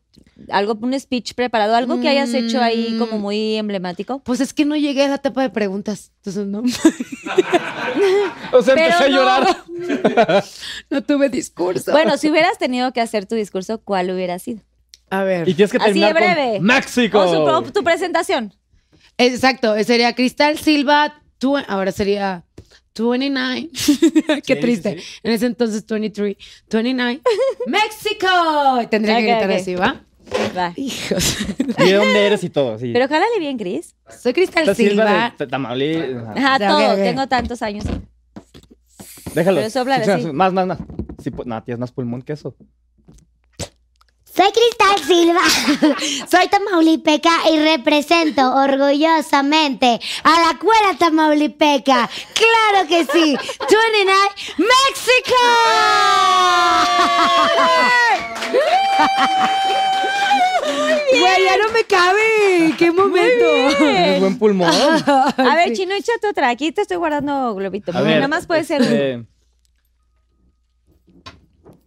[SPEAKER 3] algo, un speech preparado, algo que hayas hecho ahí
[SPEAKER 5] Mm.
[SPEAKER 3] como muy emblemático?
[SPEAKER 5] Pues es que no llegué a la etapa de preguntas. Entonces no,
[SPEAKER 4] O sea,
[SPEAKER 3] Pero
[SPEAKER 4] empecé a
[SPEAKER 3] no.
[SPEAKER 4] llorar.
[SPEAKER 5] no tuve discurso.
[SPEAKER 3] Bueno, si hubieras tenido que hacer tu discurso, ¿cuál hubiera sido?
[SPEAKER 5] a ver.
[SPEAKER 4] Y tienes que
[SPEAKER 3] Así de
[SPEAKER 4] terminar con
[SPEAKER 3] breve.
[SPEAKER 4] México.
[SPEAKER 3] O su pro- tu presentación.
[SPEAKER 5] Exacto, eh, sería Cristal Silva, tu- ahora sería 29. Qué
[SPEAKER 4] sí,
[SPEAKER 5] triste. En ese entonces 23, 29. México. Y Tendría
[SPEAKER 3] Ok,
[SPEAKER 5] que gritar
[SPEAKER 3] ok.
[SPEAKER 5] así, ¿va?
[SPEAKER 3] Va.
[SPEAKER 5] Hijos.
[SPEAKER 4] ¿Y de dónde eres y todo? Sí.
[SPEAKER 3] Pero jálale bien, Cris.
[SPEAKER 5] Soy Cristal
[SPEAKER 4] Esta
[SPEAKER 5] Silva.
[SPEAKER 4] de Tamaulipas. Ajá.
[SPEAKER 3] Ajá,
[SPEAKER 5] Ya,
[SPEAKER 3] todo.
[SPEAKER 5] ok, ok.
[SPEAKER 3] Tengo tantos años.
[SPEAKER 4] Déjalo.
[SPEAKER 3] Pero sóplale, sí.
[SPEAKER 4] Más, más, más. Sí, pues, no, tienes más pulmón que eso.
[SPEAKER 12] Soy Cristal Silva, soy tamaulipeca y represento orgullosamente a la cuera tamaulipeca. ¡Claro que sí! 29 México.
[SPEAKER 5] Güey, ya no me cabe. Qué momento.
[SPEAKER 4] Tienes buen pulmón.
[SPEAKER 3] A ver, Chino, échate otra. Aquí te estoy guardando globito.
[SPEAKER 4] A ver,
[SPEAKER 3] Nada más puede ser uno.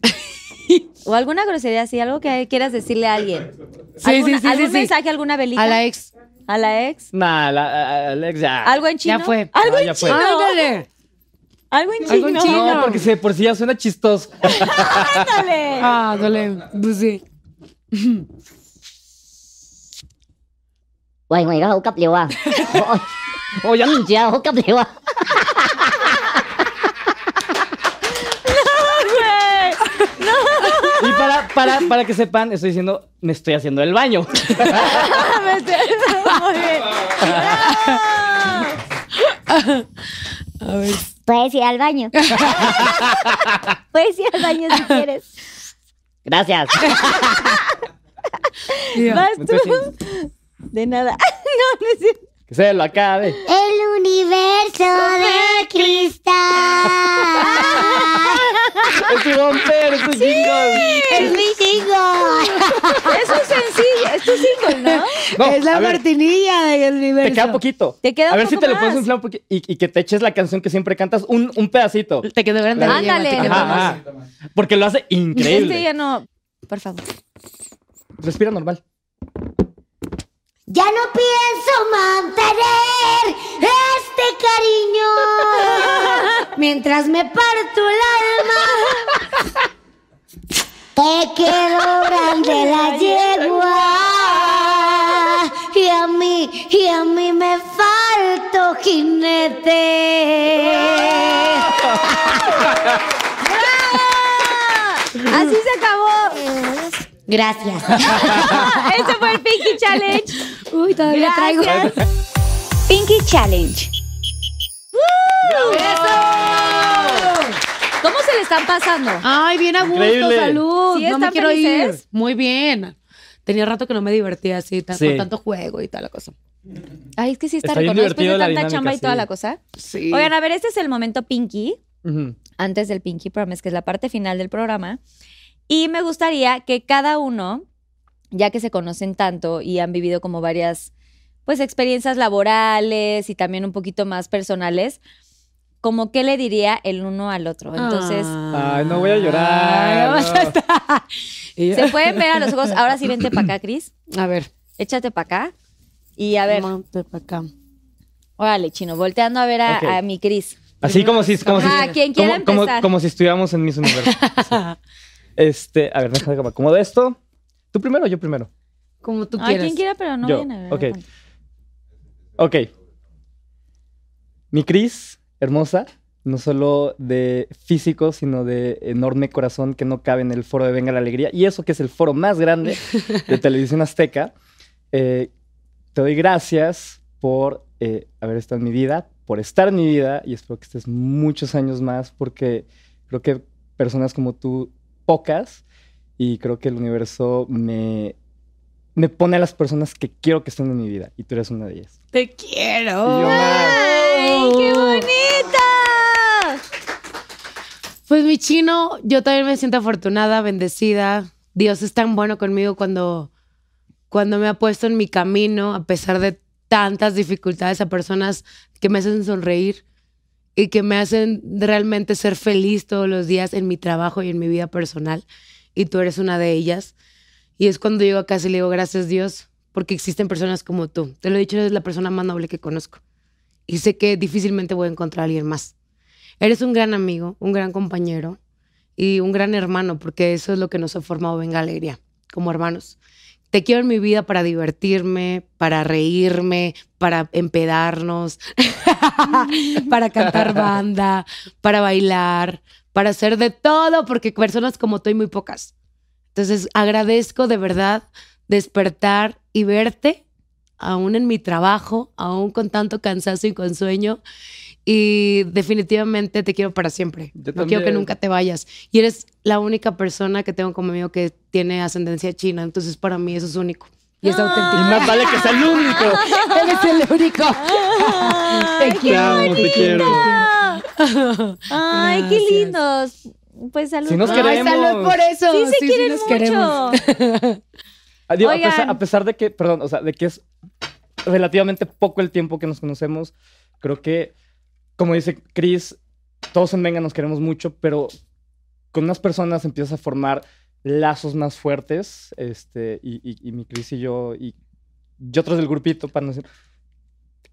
[SPEAKER 4] este,
[SPEAKER 3] O alguna grosería así, algo que quieras decirle a alguien.
[SPEAKER 5] Sí,
[SPEAKER 3] ¿Alguna-
[SPEAKER 5] sí, sí,
[SPEAKER 3] ¿Algún
[SPEAKER 5] sí, sí.
[SPEAKER 3] mensaje, alguna velita?
[SPEAKER 5] A la ex.
[SPEAKER 3] A la ex.
[SPEAKER 4] Nah, la- a- a- Alex, ya.
[SPEAKER 3] ¿Algo en chino?
[SPEAKER 5] Ya fue.
[SPEAKER 3] ¿Algo
[SPEAKER 4] Ah,
[SPEAKER 3] en
[SPEAKER 4] ya fue.
[SPEAKER 3] chino?
[SPEAKER 5] Ándale.
[SPEAKER 3] ¿Algo en
[SPEAKER 5] Algo
[SPEAKER 3] chino?
[SPEAKER 5] en chino.
[SPEAKER 4] No, porque se- por si ya suena chistoso.
[SPEAKER 3] Ándale.
[SPEAKER 5] Ándale. Pues sí.
[SPEAKER 11] Uy, uy, uy, capliwa. Oh, ya no ya, oh, capliwa.
[SPEAKER 4] Y para, para, para que sepan, estoy diciendo, me estoy haciendo el baño.
[SPEAKER 3] Me estoy- Muy bien.
[SPEAKER 12] Puedes ir al baño.
[SPEAKER 3] Pues
[SPEAKER 12] Puedes ir al baño si quieres.
[SPEAKER 11] Gracias.
[SPEAKER 3] Vas
[SPEAKER 4] Me
[SPEAKER 3] tú.
[SPEAKER 4] estoy haciendo-
[SPEAKER 3] De nada. No, no es cierto.
[SPEAKER 4] que se lo acabe.
[SPEAKER 12] El universo de cristal.
[SPEAKER 4] Es un romper, es un chingón.
[SPEAKER 12] ¡Es mi chico!
[SPEAKER 3] Es un sencillo. Es tu single, ¿no?
[SPEAKER 4] No,
[SPEAKER 5] es
[SPEAKER 4] a
[SPEAKER 5] la
[SPEAKER 4] ver,
[SPEAKER 5] martinilla del universo.
[SPEAKER 4] Te queda poquito.
[SPEAKER 3] Te queda
[SPEAKER 4] A
[SPEAKER 3] un
[SPEAKER 4] ver si
[SPEAKER 3] poco
[SPEAKER 4] te lo puedes
[SPEAKER 3] más.
[SPEAKER 4] inflar un poquito. Y, y que te eches la canción que siempre cantas, un, un pedacito.
[SPEAKER 5] Te quedó grande.
[SPEAKER 3] Ándale.
[SPEAKER 5] Guillermo, Ah, te quedó
[SPEAKER 3] Ajá,
[SPEAKER 5] grande.
[SPEAKER 4] Ajá. Porque lo hace
[SPEAKER 3] Este
[SPEAKER 4] increíble.
[SPEAKER 3] ya no. Por favor.
[SPEAKER 4] Respira normal.
[SPEAKER 12] Ya no pienso mantener este cariño. Mientras me parto el alma, te quedó grande la yegua. Y a mí, y a mí me faltó jinete.
[SPEAKER 3] Así se acabó.
[SPEAKER 12] Gracias.
[SPEAKER 3] Ese fue el Pinky Challenge.
[SPEAKER 5] Uy, todavía traigo.
[SPEAKER 3] Gracias.
[SPEAKER 13] Pinky Challenge.
[SPEAKER 3] ¿Cómo se le están pasando?
[SPEAKER 5] Ay, bien a gusto,
[SPEAKER 4] Increíble.
[SPEAKER 5] salud.
[SPEAKER 3] ¿Sí
[SPEAKER 5] no me
[SPEAKER 3] están
[SPEAKER 5] quiero
[SPEAKER 3] felices?
[SPEAKER 5] ir. Muy bien. Tenía rato que no me divertía así, tan-
[SPEAKER 4] Sí.
[SPEAKER 5] con tanto juego y toda la cosa.
[SPEAKER 3] Ay, es que sí está,
[SPEAKER 4] Está bien
[SPEAKER 3] rico, ¿no? Después de
[SPEAKER 4] divertido la
[SPEAKER 3] tanta
[SPEAKER 4] dinámica,
[SPEAKER 3] chamba y toda
[SPEAKER 4] sí.
[SPEAKER 3] la cosa.
[SPEAKER 5] Sí.
[SPEAKER 3] Oigan, a ver, este es el momento Pinky,
[SPEAKER 4] Ujú.
[SPEAKER 3] antes del Pinky Promise, que es la parte final del programa. Y me gustaría que cada uno, ya que se conocen tanto y han vivido como varias, pues, experiencias laborales y también un poquito más personales, como qué le diría el uno al otro. Entonces,
[SPEAKER 4] Ay, no voy
[SPEAKER 3] Ah,
[SPEAKER 4] a llorar.
[SPEAKER 5] Ah. Ay, vas a
[SPEAKER 4] no.
[SPEAKER 5] estar- Y-
[SPEAKER 3] se pueden ver a los ojos. Ahora sí, vente para acá, Cris.
[SPEAKER 5] A ver.
[SPEAKER 3] Échate para acá. Y a ver,
[SPEAKER 5] Monte pa' acá.
[SPEAKER 3] órale, chino, volteando a ver a,
[SPEAKER 4] Ok.
[SPEAKER 3] a mi Cris.
[SPEAKER 4] Así como si, como si,
[SPEAKER 3] Ah, quien
[SPEAKER 4] como-
[SPEAKER 3] quiera
[SPEAKER 4] como,
[SPEAKER 3] empezar.
[SPEAKER 4] como si estuviéramos en mis universos. Este, a ver, déjame que me acomodo esto. ¿Tú primero o yo primero?
[SPEAKER 5] Como tú
[SPEAKER 3] Ay,
[SPEAKER 5] quieras.
[SPEAKER 3] quien quiera, pero no
[SPEAKER 4] Yo,
[SPEAKER 3] viene.
[SPEAKER 4] ok. Ok. Mi Cris, hermosa, no solo de físico, sino de enorme corazón que no cabe en el foro de Venga la Alegría. Y eso que es el foro más grande de Televisión Azteca. Eh, te doy gracias por eh, haber estado en mi vida, por estar en mi vida y espero que estés muchos años más porque creo que personas como tú, pocas, y creo que el universo me, me pone a las personas que quiero que estén en mi vida y tú eres una de ellas.
[SPEAKER 5] Te quiero.
[SPEAKER 4] Y yo, ma,
[SPEAKER 3] ¡Ay,
[SPEAKER 4] Oh.
[SPEAKER 3] qué bonita!
[SPEAKER 5] Pues mi chino, yo también me siento afortunada, bendecida. Dios es tan bueno conmigo cuando, cuando me ha puesto en mi camino, a pesar de tantas dificultades, a personas que me hacen sonreír y que me hacen realmente ser feliz todos los días en mi trabajo y en mi vida personal. Y tú eres una de ellas. Y es cuando llego a casa y le digo gracias Dios, porque existen personas como tú. Te lo he dicho, eres la persona más noble que conozco. Y sé que difícilmente voy a encontrar a alguien más. Eres un gran amigo, un gran compañero y un gran hermano, porque eso es lo que nos ha formado Venga Alegría, como hermanos. Te quiero en mi vida para divertirme, para reírme, para empedarnos, para cantar banda, para bailar, para hacer de todo, porque personas como tú hay muy pocas. Entonces agradezco de verdad despertar y verte, aún en mi trabajo, aún con tanto cansancio y con sueño. Y definitivamente te quiero para siempre.
[SPEAKER 4] Yo
[SPEAKER 5] no quiero que
[SPEAKER 4] también.
[SPEAKER 5] nunca te vayas. Y eres la única persona que tengo como amigo que tiene ascendencia china. Entonces para mí eso es único. Y es
[SPEAKER 4] Y
[SPEAKER 3] Ah.
[SPEAKER 5] auténtico.
[SPEAKER 4] más vale que sea el único.
[SPEAKER 5] Eres el único.
[SPEAKER 3] ¡Ay,
[SPEAKER 4] Te amo, te quiero.
[SPEAKER 3] bonito! ¡Ay, qué
[SPEAKER 5] Gracias.
[SPEAKER 3] lindos! Pues saludos.
[SPEAKER 4] Si nos
[SPEAKER 5] Ay,
[SPEAKER 4] queremos.
[SPEAKER 5] salud por eso.
[SPEAKER 3] Sí, se quieren
[SPEAKER 5] nos
[SPEAKER 3] mucho.
[SPEAKER 5] queremos.
[SPEAKER 4] Ah, digo, a,
[SPEAKER 3] Oigan.
[SPEAKER 4] pesar, a pesar de que, perdón, o sea, de que es relativamente poco el tiempo que nos conocemos, creo que, como dice Chris, todos en Venga nos queremos mucho, pero con unas personas empiezas a formar lazos más fuertes, este, y, y- y mi Chris y yo, y, yo otros del grupito, para no decir,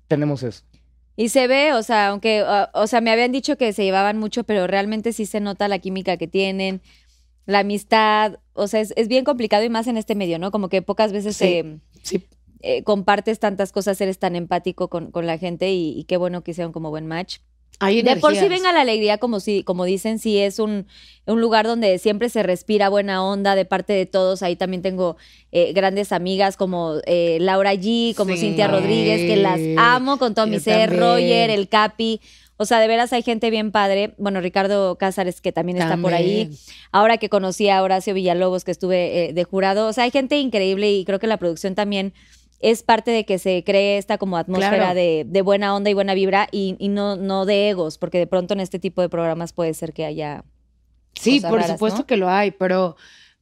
[SPEAKER 4] tenemos eso.
[SPEAKER 3] Y se ve, o sea, aunque, ah, o sea, me habían dicho que se llevaban mucho, pero realmente sí se nota la química que tienen, la amistad, o sea, es, es bien complicado y más en este medio, ¿no? Como que pocas veces se,
[SPEAKER 5] sí.
[SPEAKER 3] eh, compartes tantas cosas, eres tan empático con, con la gente y, y qué bueno que hicieron como buen match.
[SPEAKER 5] Hay
[SPEAKER 3] Y de por sí
[SPEAKER 5] energías.
[SPEAKER 3] venga la alegría, como si, como dicen, sí es un, un lugar donde siempre se respira buena onda de parte de todos. Ahí también tengo eh, grandes amigas como eh, Laura G, como
[SPEAKER 5] Sí.
[SPEAKER 3] Cintia Rodríguez, que las amo con todo mi
[SPEAKER 5] Yo
[SPEAKER 3] ser,
[SPEAKER 5] también.
[SPEAKER 3] Roger, el Capi. O sea, de veras hay gente bien padre. Bueno, Ricardo Cázares, que también, está por ahí.
[SPEAKER 5] También.
[SPEAKER 3] Ahora que conocí a Horacio Villalobos, que estuve eh, de jurado. O sea, hay gente increíble y creo que la producción también es parte de que se cree esta como atmósfera
[SPEAKER 5] Claro.
[SPEAKER 3] de, de buena onda y buena vibra y, y no, no de egos, porque de pronto en este tipo de programas puede ser que haya...
[SPEAKER 5] Sí,
[SPEAKER 3] cosas
[SPEAKER 5] por
[SPEAKER 3] raras,
[SPEAKER 5] supuesto
[SPEAKER 3] ¿no?
[SPEAKER 5] que lo hay, pero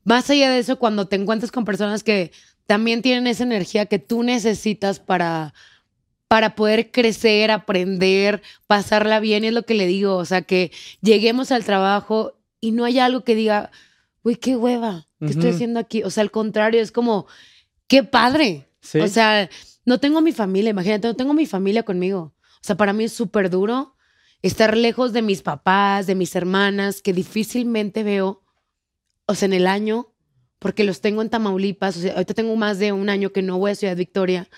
[SPEAKER 5] más allá de eso, cuando te encuentras con personas que también tienen esa energía que tú necesitas para, para poder crecer, aprender, pasarla bien, y es lo que le digo, o sea, que lleguemos al trabajo y no haya algo que diga, uy, qué hueva, ¿qué estoy
[SPEAKER 4] Ujú.
[SPEAKER 5] haciendo aquí? O sea, al contrario, es como, qué padre.
[SPEAKER 4] Sí.
[SPEAKER 5] O sea, no tengo mi familia, imagínate, no tengo mi familia conmigo. O sea, para mí es súper duro estar lejos de mis papás, de mis hermanas, que difícilmente veo, o sea, en el año, porque los tengo en Tamaulipas, o sea, ahorita tengo más de un año que no voy a Ciudad Victoria,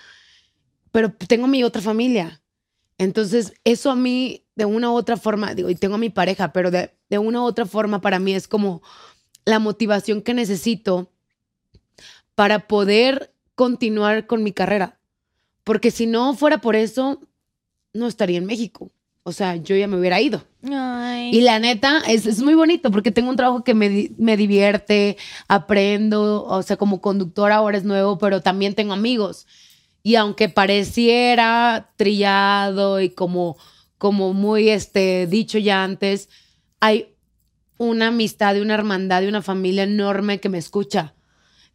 [SPEAKER 5] pero tengo mi otra familia. Entonces, eso a mí, de una u otra forma, digo, y tengo a mi pareja, pero de, de una u otra forma para mí es como la motivación que necesito para poder continuar con mi carrera. Porque si no fuera por eso, no estaría en México. o sea, yo ya me hubiera ido.
[SPEAKER 3] Ay.
[SPEAKER 5] Y la neta, es, es muy bonito porque tengo un trabajo que me, di- me divierte, aprendo, o sea, como conductora ahora es nuevo, pero también tengo amigos. Y aunque pareciera trillado y como, como muy este, dicho ya antes, hay una amistad y una hermandad y una familia enorme que me escucha.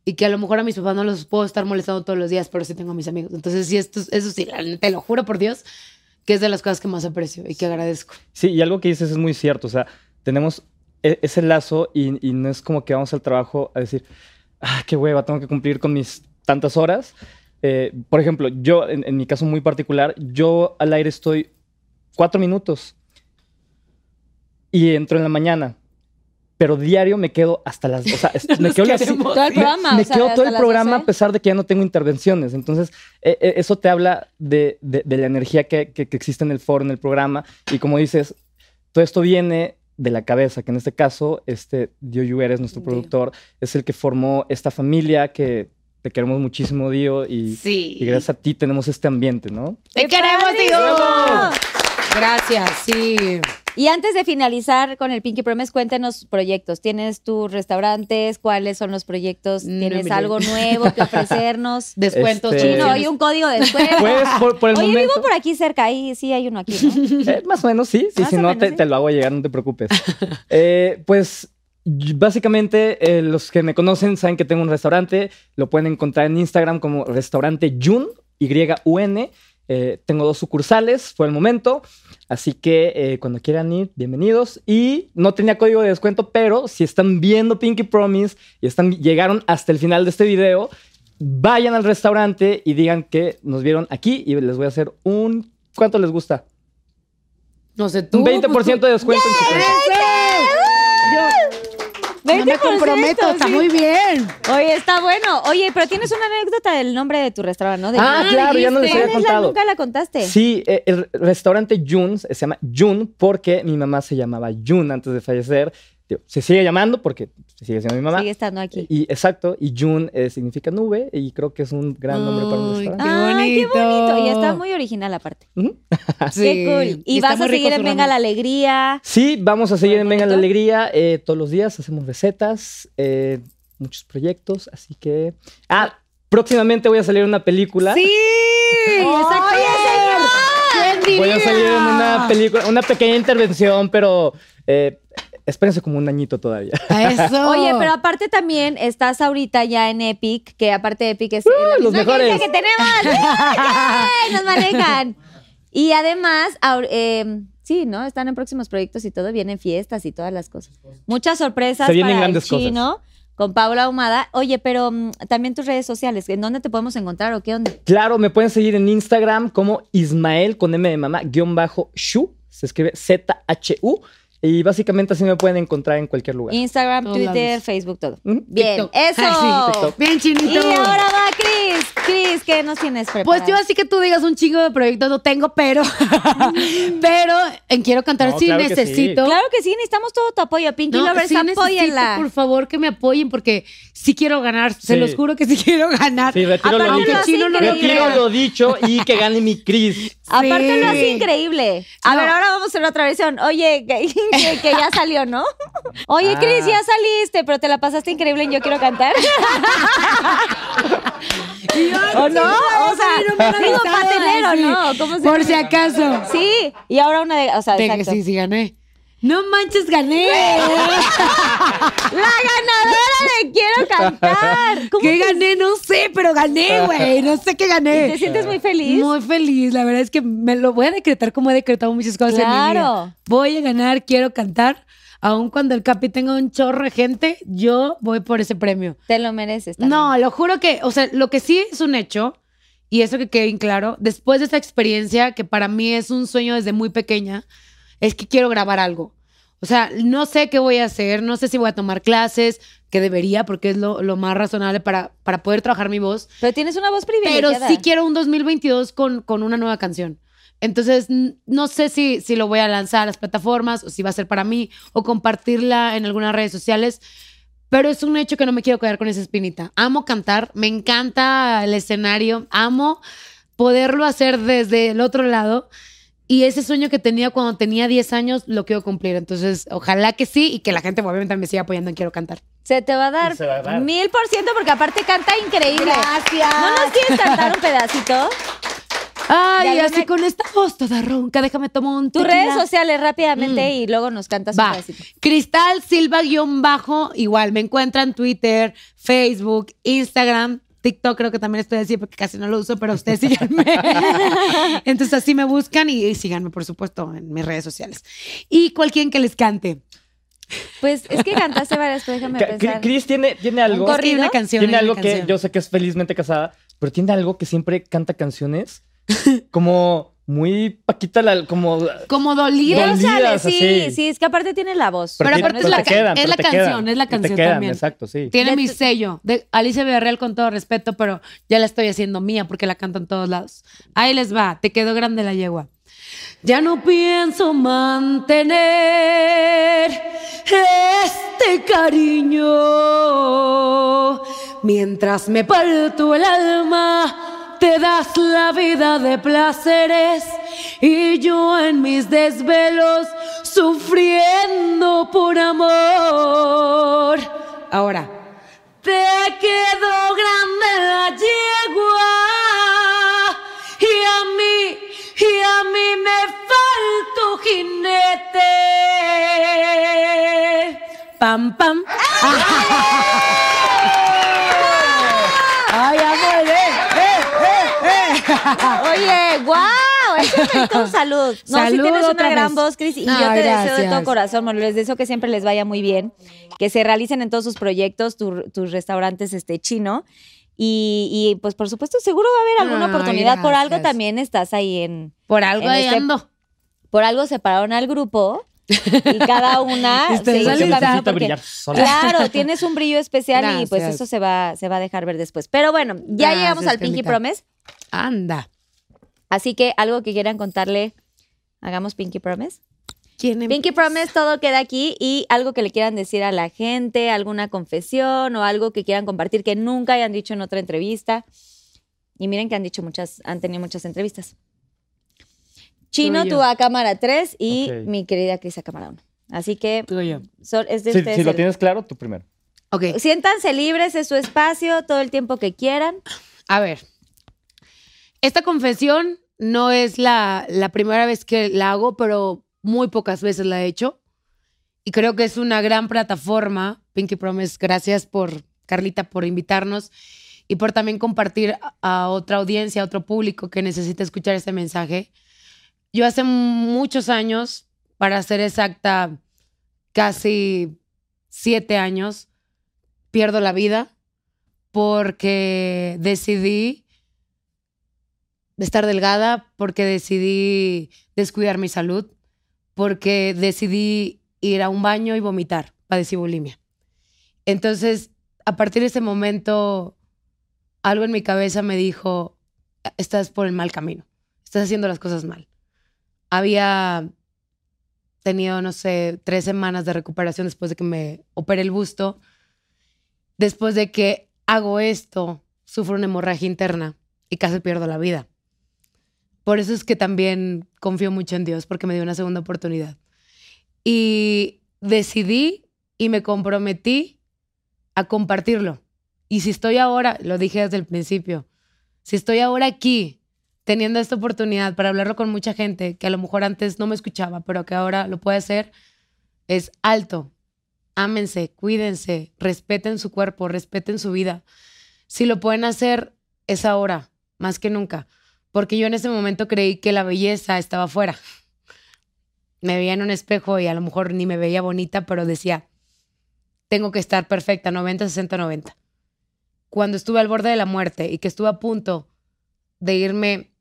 [SPEAKER 5] Y que a lo mejor a mis papás no los puedo estar molestando todos los días, pero sí tengo a mis amigos. Entonces, sí, esto, eso sí, la neta, te lo juro por Dios, que es de las cosas que más aprecio y que agradezco.
[SPEAKER 4] Sí, y algo que dices es muy cierto. O sea, tenemos e- ese lazo y, y no es como que vamos al trabajo a decir, ah, qué hueva, tengo que cumplir con mis tantas horas. Eh, por ejemplo, yo, en, en mi caso muy particular, yo al aire estoy cuatro minutos y entro en la mañana. Pero diario me quedo hasta las... O sea, es- me
[SPEAKER 5] Nos
[SPEAKER 4] quedo las-
[SPEAKER 5] queremos.
[SPEAKER 3] Todo el programa.
[SPEAKER 4] me
[SPEAKER 3] o sea,
[SPEAKER 4] quedo
[SPEAKER 3] hasta
[SPEAKER 4] todo el
[SPEAKER 3] las
[SPEAKER 4] programa a
[SPEAKER 3] 12.
[SPEAKER 4] pesar de que ya no tengo intervenciones. Entonces, eh, eh, eso te habla de, de- de la energía que, que- que existe en el foro, en el programa. Y como dices, todo esto viene de la cabeza, que en este caso, este Dio Yu eres nuestro
[SPEAKER 5] Dio.
[SPEAKER 4] productor, es el que formó esta familia que te queremos muchísimo, Dio, y,
[SPEAKER 5] Sí.
[SPEAKER 4] y gracias a ti tenemos este ambiente, ¿no?
[SPEAKER 5] ¡Te queremos, digo! Gracias, sí.
[SPEAKER 3] Y antes de finalizar con el Pinky Promise, cuéntenos proyectos. ¿Tienes tus restaurantes? ¿Cuáles son los proyectos?
[SPEAKER 4] Mm,
[SPEAKER 5] No,
[SPEAKER 3] ¿Tienes
[SPEAKER 5] mire.
[SPEAKER 3] algo nuevo que ofrecernos?
[SPEAKER 5] Descuentos,
[SPEAKER 4] Este-
[SPEAKER 3] Sí, no,
[SPEAKER 5] chino.
[SPEAKER 3] hay un código de descuento.
[SPEAKER 4] Pues por, por el
[SPEAKER 3] Oye,
[SPEAKER 4] momento,
[SPEAKER 3] vivo por aquí cerca, ahí sí hay uno aquí, ¿no?
[SPEAKER 4] eh, más o menos sí, sí
[SPEAKER 3] Más
[SPEAKER 4] si
[SPEAKER 3] o
[SPEAKER 4] no
[SPEAKER 3] menos,
[SPEAKER 4] te,
[SPEAKER 3] sí.
[SPEAKER 4] te lo hago llegar, no te preocupes. Eh, pues y- básicamente eh, los que me conocen saben que tengo un restaurante, lo pueden encontrar en Instagram como restaurante Yun, Y-U-N. Eh, tengo dos sucursales por el momento, así que eh, cuando quieran ir, bienvenidos. Y no tenía código de descuento, pero si están viendo Pinky Promise y están, llegaron hasta el final de este video, vayan al restaurante y digan que nos vieron aquí y les voy a hacer un... ¿Cuánto les gusta?
[SPEAKER 5] No sé, tú. pues,
[SPEAKER 4] Un 20% de descuento en su cuenta.
[SPEAKER 5] No me
[SPEAKER 3] 20%,
[SPEAKER 5] comprometo, está
[SPEAKER 3] sí.
[SPEAKER 5] muy bien.
[SPEAKER 3] Oye, está bueno. Oye, pero tienes una anécdota del nombre de tu restaurante, ¿no? De
[SPEAKER 4] Ah,
[SPEAKER 3] Yun.
[SPEAKER 4] claro, ya no les
[SPEAKER 3] ¿Cuál
[SPEAKER 4] había
[SPEAKER 3] es la-
[SPEAKER 4] contado.
[SPEAKER 3] nunca la contaste.
[SPEAKER 4] Sí, eh, el restaurante Jun se llama Jun porque mi mamá se llamaba Jun antes de fallecer. Digo, se sigue llamando porque sigue siendo mi mamá.
[SPEAKER 3] Sigue estando aquí.
[SPEAKER 4] Y exacto, y Jun eh, significa nube y creo que es un gran nombre para un
[SPEAKER 5] Ay,
[SPEAKER 4] restaurante.
[SPEAKER 3] Ay, qué bonito.
[SPEAKER 5] bonito.
[SPEAKER 3] Y está muy original aparte.
[SPEAKER 4] Ujú.
[SPEAKER 3] Qué cool. Y,
[SPEAKER 5] está
[SPEAKER 3] vas a
[SPEAKER 5] muy rico
[SPEAKER 3] seguir
[SPEAKER 5] su
[SPEAKER 3] en Venga
[SPEAKER 5] ramen.
[SPEAKER 3] la Alegría.
[SPEAKER 4] Sí, vamos a seguir en Venga la
[SPEAKER 3] bonito.
[SPEAKER 4] Alegría. eh, todos los días hacemos recetas, eh, muchos proyectos, así que... Ah, próximamente voy a salir en una película.
[SPEAKER 3] Sí. exacto.
[SPEAKER 4] Voy a salir en una película, una pequeña intervención, pero eh, espérense como un añito todavía.
[SPEAKER 5] A Eso.
[SPEAKER 3] Oye, pero aparte también estás ahorita ya en Epic, que aparte de Epic es la
[SPEAKER 4] ¡Uh, los
[SPEAKER 3] misma
[SPEAKER 4] mejores.
[SPEAKER 3] agencia que tenemos. ¡Ay, Nos manejan. Y además, ahor- eh, sí, ¿no? Están en próximos proyectos y todo, vienen fiestas y todas las cosas. Muchas sorpresas
[SPEAKER 4] Se vienen
[SPEAKER 3] para el
[SPEAKER 4] grandes cosas.
[SPEAKER 3] chino con Paula Ahumada. Oye, pero mm, también tus redes sociales, ¿en dónde te podemos encontrar o qué onda?
[SPEAKER 4] Claro, me pueden seguir en Instagram como Ismael con M de mamá, guión bajo Shu, se escribe Z-H-U, y básicamente así me pueden encontrar en cualquier lugar.
[SPEAKER 3] Instagram,
[SPEAKER 5] Todos
[SPEAKER 3] Twitter,
[SPEAKER 5] lados.
[SPEAKER 3] Facebook, todo.
[SPEAKER 4] Ujú.
[SPEAKER 3] Bien,
[SPEAKER 5] TikTok.
[SPEAKER 3] eso.
[SPEAKER 5] Ay, sí, TikTok. Bien,
[SPEAKER 3] y
[SPEAKER 5] chinito.
[SPEAKER 3] ahora va Cris. Cris, ¿qué nos tienes preparado?
[SPEAKER 5] Pues yo así que tú digas un chingo de proyectos no tengo, pero pero en quiero cantar
[SPEAKER 4] No,
[SPEAKER 5] sí
[SPEAKER 4] claro que sí.
[SPEAKER 5] necesito.
[SPEAKER 3] Claro que sí, necesitamos todo tu apoyo. Pinky
[SPEAKER 5] No,
[SPEAKER 3] Lovers,
[SPEAKER 5] sí necesito,
[SPEAKER 3] apóyenla.
[SPEAKER 5] por favor, que me apoyen porque sí quiero ganar,
[SPEAKER 4] Sí.
[SPEAKER 5] se los juro que sí quiero ganar.
[SPEAKER 4] Sí, retiro lo
[SPEAKER 3] Aparte
[SPEAKER 4] dicho.
[SPEAKER 3] lo hace
[SPEAKER 5] Chino no lo
[SPEAKER 3] increíble.
[SPEAKER 4] Retiro lo dicho y que gane mi Cris.
[SPEAKER 3] Aparte lo hace
[SPEAKER 5] Sí.
[SPEAKER 3] increíble. A
[SPEAKER 5] No.
[SPEAKER 3] ver, ahora vamos a hacer otra versión. Oye, que, que- que ya salió, ¿no? Oye,
[SPEAKER 4] Ah.
[SPEAKER 3] Cris, ya saliste, pero te la pasaste increíble en Yo Quiero Cantar. ¿O no? O sea, digo,
[SPEAKER 5] avisado,
[SPEAKER 3] patenero,
[SPEAKER 5] sí.
[SPEAKER 3] ¿no? ¿Cómo se
[SPEAKER 5] Por
[SPEAKER 3] llama?
[SPEAKER 5] si acaso.
[SPEAKER 3] Sí, y ahora una de... O sea,
[SPEAKER 5] De que
[SPEAKER 3] exacto.
[SPEAKER 5] sí, sí gané. No manches, gané.
[SPEAKER 3] La ganadora de Quiero Cantar. ¿Cómo
[SPEAKER 5] ¿Qué
[SPEAKER 3] te-
[SPEAKER 5] gané? No sé, pero gané, güey. No sé qué gané.
[SPEAKER 3] ¿Te sientes muy feliz?
[SPEAKER 5] Muy feliz. La verdad es que me lo voy a decretar como he decretado muchas cosas en mi
[SPEAKER 3] Claro.
[SPEAKER 5] vida. Voy a ganar, quiero cantar. Aun cuando el Capi tenga un chorro de gente, yo voy por ese premio.
[SPEAKER 3] Te lo mereces también.
[SPEAKER 5] No, lo juro que, o sea, lo que sí es un hecho, y eso que quede bien claro, después de esta experiencia, que para mí es un sueño desde muy pequeña, es que quiero grabar algo. O sea, no sé qué voy a hacer, no sé si voy a tomar clases, que debería, porque es lo, lo más razonable para, para poder trabajar mi voz,
[SPEAKER 3] Pero tienes una voz
[SPEAKER 5] pero
[SPEAKER 3] privilegiada.
[SPEAKER 5] sí quiero un 2022 con, con una nueva canción. Entonces, n- no sé si, si lo voy a lanzar a las plataformas o si va a ser para mí o compartirla en algunas redes sociales, pero es un hecho que no me quiero quedar con esa espinita. Amo cantar, me encanta el escenario, amo poderlo hacer desde el otro lado Y ese sueño que tenía cuando tenía 10 años lo quiero cumplir. Entonces, ojalá que sí y que la gente obviamente me siga apoyando en Quiero Cantar.
[SPEAKER 3] Se te va a dar,
[SPEAKER 14] Se va a dar.
[SPEAKER 3] mil por ciento porque aparte canta increíble.
[SPEAKER 5] Gracias.
[SPEAKER 3] ¿No nos quieres cantar un pedacito?
[SPEAKER 5] Ay,
[SPEAKER 3] De
[SPEAKER 5] así
[SPEAKER 3] alguna-
[SPEAKER 5] con esta voz toda ronca, déjame tomar un
[SPEAKER 3] Tus
[SPEAKER 5] tequila. Mm.
[SPEAKER 3] redes sociales rápidamente y luego nos cantas un
[SPEAKER 5] Va.
[SPEAKER 3] pedacito.
[SPEAKER 5] Cristal Silva guión bajo, igual me encuentran en Twitter, Facebook, Instagram. TikTok creo que también estoy así porque casi no lo uso, pero ustedes síganme. Entonces así me buscan y, y síganme, por supuesto, en mis redes sociales. Y cualquiera que les cante.
[SPEAKER 3] Pues es que cantaste varias, pero déjame
[SPEAKER 8] Ca- Cri-
[SPEAKER 3] pensar.
[SPEAKER 8] Cris tiene, tiene algo.
[SPEAKER 3] corrido?
[SPEAKER 5] Escribe una canción.
[SPEAKER 8] Tiene
[SPEAKER 5] una
[SPEAKER 8] algo que
[SPEAKER 5] canción.
[SPEAKER 8] yo sé que es felizmente casada, pero tiene algo que siempre canta canciones como muy Paquita, la, como
[SPEAKER 5] Como dolida.
[SPEAKER 8] Dolidas,
[SPEAKER 3] Sale, sí,
[SPEAKER 8] así.
[SPEAKER 3] sí, es que aparte tiene la voz.
[SPEAKER 5] Pero
[SPEAKER 8] ti-
[SPEAKER 5] aparte es
[SPEAKER 8] te
[SPEAKER 5] la ca-
[SPEAKER 8] quedan,
[SPEAKER 5] es
[SPEAKER 8] pero
[SPEAKER 5] la
[SPEAKER 8] te quedan.
[SPEAKER 5] canción, es la
[SPEAKER 8] Y te
[SPEAKER 5] canción
[SPEAKER 8] quedan,
[SPEAKER 5] también.
[SPEAKER 8] Exacto, sí.
[SPEAKER 5] Tiene
[SPEAKER 3] De
[SPEAKER 5] mi
[SPEAKER 3] tu-
[SPEAKER 5] sello. De Alicia Villarreal, con todo respeto, pero ya la estoy haciendo mía porque la canto en todos lados. Ahí les va, te quedó grande la yegua. Ya no pienso mantener este cariño. Mientras me parto el alma, te das la vida de placeres. Y yo en mis desvelos, sufriendo por amor. Ahora. Te quedó grande la yegua y a mí, y a mí me faltó jinete. Pam, pam.
[SPEAKER 15] ¡Ay, amor! ¡Eh, eh, eh, eh!
[SPEAKER 3] Oye, guau, eso es un salud. No, sí
[SPEAKER 5] Ah. Salud
[SPEAKER 3] tienes una
[SPEAKER 5] otra
[SPEAKER 3] gran
[SPEAKER 5] vez.
[SPEAKER 3] voz, Cris, y
[SPEAKER 5] Ay,
[SPEAKER 3] yo te deseo de
[SPEAKER 5] gracias.
[SPEAKER 3] todo corazón, Manuel, les deseo que siempre les vaya muy bien, que se realicen en todos sus proyectos, tu- tus restaurantes este chino. Y, y, pues por supuesto, seguro va a haber alguna
[SPEAKER 5] Ay,
[SPEAKER 3] oportunidad. Por algo
[SPEAKER 5] gracias.
[SPEAKER 3] también estás ahí en.
[SPEAKER 5] Por algo
[SPEAKER 3] En
[SPEAKER 5] ahí
[SPEAKER 3] este-
[SPEAKER 5] ando.
[SPEAKER 3] Por algo separaron al grupo y cada una se
[SPEAKER 5] Ustedes
[SPEAKER 3] hizo
[SPEAKER 5] solitas.
[SPEAKER 3] camino
[SPEAKER 8] Necesita
[SPEAKER 3] porque-
[SPEAKER 8] brillar sola.
[SPEAKER 3] Claro, tienes un brillo especial y pues
[SPEAKER 5] Gracias.
[SPEAKER 3] eso se va, se va a dejar ver después. Pero bueno, ya
[SPEAKER 5] Gracias,
[SPEAKER 3] llegamos al Pinky
[SPEAKER 5] Carlita.
[SPEAKER 3] Promise.
[SPEAKER 5] Anda.
[SPEAKER 3] Así que algo que quieran contarle, hagamos Pinky Promise.
[SPEAKER 5] ¿Quién em-
[SPEAKER 3] Pinky Promise, todo queda aquí y algo que le quieran decir a la gente, alguna confesión o algo que quieran compartir que nunca hayan dicho en otra entrevista. Y miren que han dicho muchas, han tenido muchas entrevistas. Chino,
[SPEAKER 5] Tú y yo.
[SPEAKER 3] tú a cámara 3 y
[SPEAKER 8] Ok.
[SPEAKER 3] mi querida Cris a cámara 1. Así que
[SPEAKER 5] Tú y yo.
[SPEAKER 3] son- es de
[SPEAKER 8] Si,
[SPEAKER 3] ustedes.
[SPEAKER 8] si lo
[SPEAKER 3] el-
[SPEAKER 8] tienes claro, tú primero.
[SPEAKER 5] Ok,
[SPEAKER 3] Siéntanse libres, es su espacio, todo el tiempo que quieran.
[SPEAKER 5] a ver. Esta confesión no es la, la primera vez que la hago, pero muy pocas veces la he hecho. Y creo que es una gran plataforma. Pinky Promise, gracias por, Carlita, por invitarnos y por también compartir a a otra audiencia, a otro público que necesita escuchar este mensaje. Yo hace muchos años, para ser exacta, casi siete años, pierdo la vida porque decidí estar delgada, porque decidí descuidar mi salud, porque decidí ir a un baño y vomitar, padecí bulimia. Entonces, a partir de ese momento, algo en mi cabeza me dijo, estás por el mal camino, estás haciendo las cosas mal. Había tenido, no sé, tres semanas de recuperación después de que me operé el busto. Después de que hago esto, sufro una hemorragia interna y casi pierdo la vida. Por eso es que también confío mucho en Dios, porque me dio una segunda oportunidad. Y decidí y me comprometí a compartirlo. Y si estoy ahora, lo dije desde el principio, si estoy ahora aquí teniendo esta oportunidad para hablarlo con mucha gente que a lo mejor antes no me escuchaba, pero que ahora lo puede hacer, es alto. Ámense, cuídense, respeten su cuerpo, respeten su vida. Si lo pueden hacer, es ahora, más que nunca. Porque yo en ese momento creí que la belleza estaba afuera. Me veía en un espejo y a lo mejor ni me veía bonita, pero decía, tengo que estar perfecta, 90, 60, 90. Cuando estuve al borde de la muerte y que estuve a punto de irme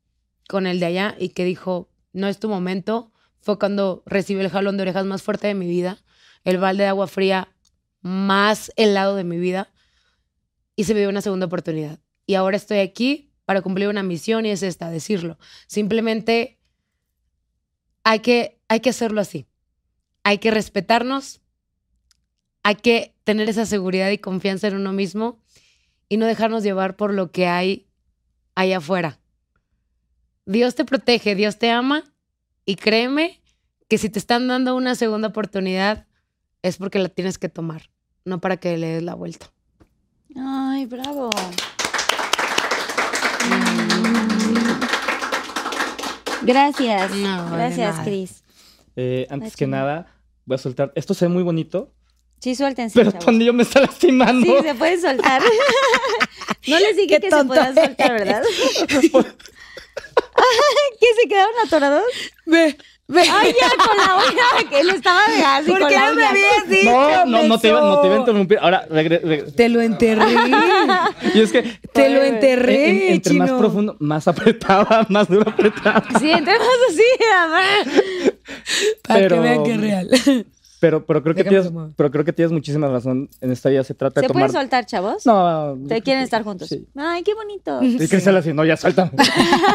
[SPEAKER 5] con el de allá y que dijo, no es tu momento, fue cuando recibí el jalón de orejas más fuerte de mi vida, el balde de agua fría más helado de mi vida y se me dio una segunda oportunidad. Y ahora estoy aquí para cumplir una misión y es esta, decirlo. Simplemente hay que, hay que hacerlo así. Hay que respetarnos, hay que tener esa seguridad y confianza en uno mismo y no dejarnos llevar por lo que hay allá afuera. Dios te protege, Dios te ama Y créeme que si te están dando una segunda oportunidad es porque la tienes que tomar, no para que le des la vuelta.
[SPEAKER 3] Ay, bravo.
[SPEAKER 5] Mm.
[SPEAKER 3] Gracias.
[SPEAKER 5] No, de
[SPEAKER 3] Gracias,
[SPEAKER 5] nada.
[SPEAKER 3] Cris.
[SPEAKER 4] Eh, antes
[SPEAKER 3] Ah,
[SPEAKER 4] que
[SPEAKER 3] chinga.
[SPEAKER 4] nada, voy a soltar. Esto se ve muy bonito,
[SPEAKER 3] Sí, suéltense.
[SPEAKER 4] pero
[SPEAKER 3] chavos.
[SPEAKER 4] tu anillo me está lastimando.
[SPEAKER 3] Sí, se pueden soltar. no les dije que se podían soltar, ¿verdad? ¿Qué se quedaron atorados?
[SPEAKER 5] Ve, ve.
[SPEAKER 3] Ay, ya con la uña, que le estaba así
[SPEAKER 5] ¿Por
[SPEAKER 3] con
[SPEAKER 5] qué
[SPEAKER 3] la
[SPEAKER 5] no me
[SPEAKER 3] uña.
[SPEAKER 5] habías dicho?
[SPEAKER 4] no, no, no te, iba, no te iba a
[SPEAKER 5] menso?
[SPEAKER 4] interrumpir. Ahora, regre- regre-
[SPEAKER 5] Te lo enterré.
[SPEAKER 4] Y es que
[SPEAKER 5] te lo
[SPEAKER 4] en- en-
[SPEAKER 5] enterré,
[SPEAKER 4] entre
[SPEAKER 5] chino.
[SPEAKER 4] más profundo, más apretaba, más duro apretaba.
[SPEAKER 3] Sí, entremos así, a ver.
[SPEAKER 5] Para
[SPEAKER 4] pero-
[SPEAKER 5] que vean que es real.
[SPEAKER 4] Pero, pero, creo que
[SPEAKER 5] Déjame
[SPEAKER 4] tienes,
[SPEAKER 5] tomar.
[SPEAKER 4] pero creo que tienes muchísima razón. En esta vida se trata de
[SPEAKER 3] ¿Se
[SPEAKER 4] tomar.
[SPEAKER 3] pueden soltar, chavos?
[SPEAKER 4] No, yo
[SPEAKER 3] ¿Te
[SPEAKER 4] creo
[SPEAKER 3] quieren
[SPEAKER 4] que-
[SPEAKER 3] estar juntos?
[SPEAKER 4] Sí.
[SPEAKER 3] Ay, qué bonito.
[SPEAKER 4] Y Cris sale así, no, ya suéltame.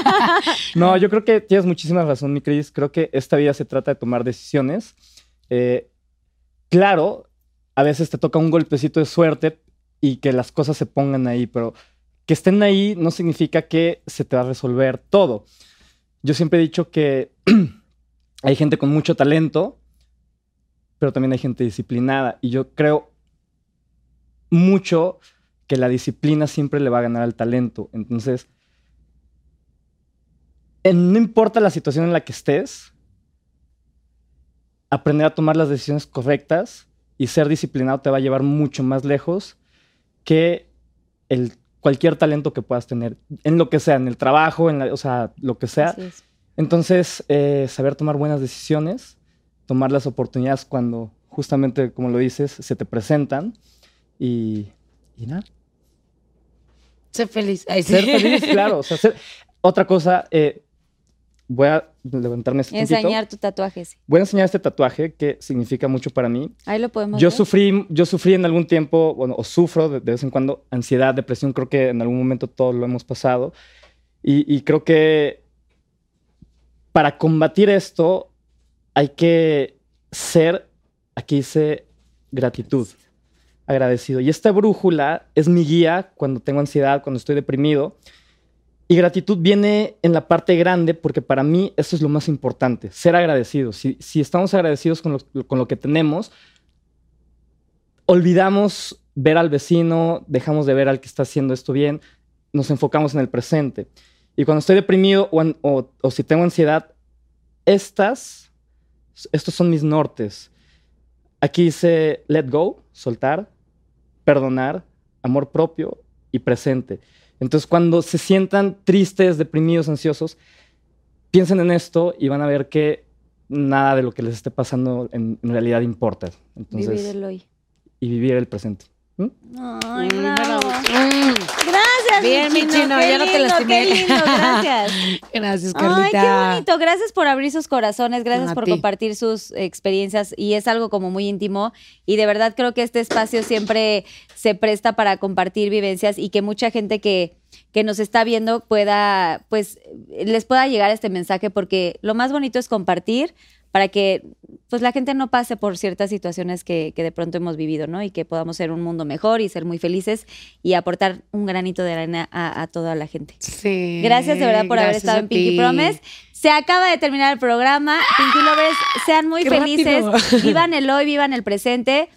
[SPEAKER 4] no, yo creo que tienes muchísima razón, mi Cris. Creo que esta vida se trata de tomar decisiones. Eh, claro, a veces te toca un golpecito de suerte y que las cosas se pongan ahí, pero que estén ahí no significa que se te va a resolver todo. Yo siempre he dicho que hay gente con mucho talento, pero también hay gente disciplinada. Y yo creo mucho que la disciplina siempre le va a ganar al talento. Entonces, en- no importa la situación en la que estés, aprender a tomar las decisiones correctas y ser disciplinado te va a llevar mucho más lejos que el, cualquier talento que puedas tener, en lo que sea, en el trabajo, en la- o sea, lo que sea.
[SPEAKER 3] Así es.
[SPEAKER 4] Entonces, eh, saber tomar buenas decisiones, tomar las oportunidades cuando justamente, como lo dices, se te presentan y, y nada.
[SPEAKER 5] Sé feliz. Ay, sí.
[SPEAKER 4] Ser feliz, claro. o sea, ser- Otra cosa, eh, voy a levantarme este
[SPEAKER 3] Enseñar
[SPEAKER 4] poquito.
[SPEAKER 3] tu tatuaje. sí.
[SPEAKER 4] Voy a enseñar este tatuaje que significa mucho para mí.
[SPEAKER 3] Ahí lo podemos
[SPEAKER 4] Yo
[SPEAKER 3] ver.
[SPEAKER 4] sufrí, yo sufrí en algún tiempo, bueno, o sufro de, de vez en cuando ansiedad, depresión, creo que en algún momento todos lo hemos pasado. Y, y creo que para combatir esto hay que ser, aquí dice, gratitud, agradecido. Y esta brújula es mi guía cuando tengo ansiedad, cuando estoy deprimido. Y gratitud viene en la parte grande porque para mí eso es lo más importante, ser agradecidos. Si, si estamos agradecidos con lo- con lo que tenemos, olvidamos ver al vecino, dejamos de ver al que está haciendo esto bien, nos enfocamos en el presente. Y cuando estoy deprimido o, an- o- o si tengo ansiedad, estas, estos son mis nortes. Aquí dice let go, soltar, perdonar, amor propio y presente. Entonces, cuando se sientan tristes, deprimidos, ansiosos, piensen en esto y van a ver que nada de lo que les esté pasando en, en realidad importa. Entonces,
[SPEAKER 3] Vivir el hoy.
[SPEAKER 4] y vivir el presente.
[SPEAKER 3] Ay,
[SPEAKER 5] Mm,
[SPEAKER 3] bravo.
[SPEAKER 5] bravo. Mm.
[SPEAKER 3] Gracias,
[SPEAKER 5] Bien, mi chino,
[SPEAKER 3] qué
[SPEAKER 5] ya no te
[SPEAKER 3] lindo,
[SPEAKER 5] lastimé.
[SPEAKER 3] Qué lindo, gracias.
[SPEAKER 5] Gracias,
[SPEAKER 3] Ay,
[SPEAKER 5] Carlita.
[SPEAKER 3] qué bonito. Gracias por abrir sus corazones, gracias
[SPEAKER 5] A
[SPEAKER 3] por
[SPEAKER 5] ti.
[SPEAKER 3] compartir sus experiencias y es algo como muy íntimo y de verdad creo que este espacio siempre se presta para compartir vivencias y que mucha gente que que nos está viendo pueda pues les pueda llegar este mensaje porque lo más bonito es compartir para que pues la gente no pase por ciertas situaciones que, que de pronto hemos vivido, ¿no? Y que podamos ser un mundo mejor y ser muy felices y aportar un granito de arena a- a toda la gente.
[SPEAKER 5] Sí.
[SPEAKER 3] Gracias de verdad por haber
[SPEAKER 5] gracias
[SPEAKER 3] estado
[SPEAKER 5] a
[SPEAKER 3] en Pinky
[SPEAKER 5] ti.
[SPEAKER 3] Promise. Se acaba de terminar el programa. Pinky Lovers, sean muy
[SPEAKER 5] ¡Qué
[SPEAKER 3] felices.
[SPEAKER 5] rápido!
[SPEAKER 3] Vivan el hoy, vivan el presente.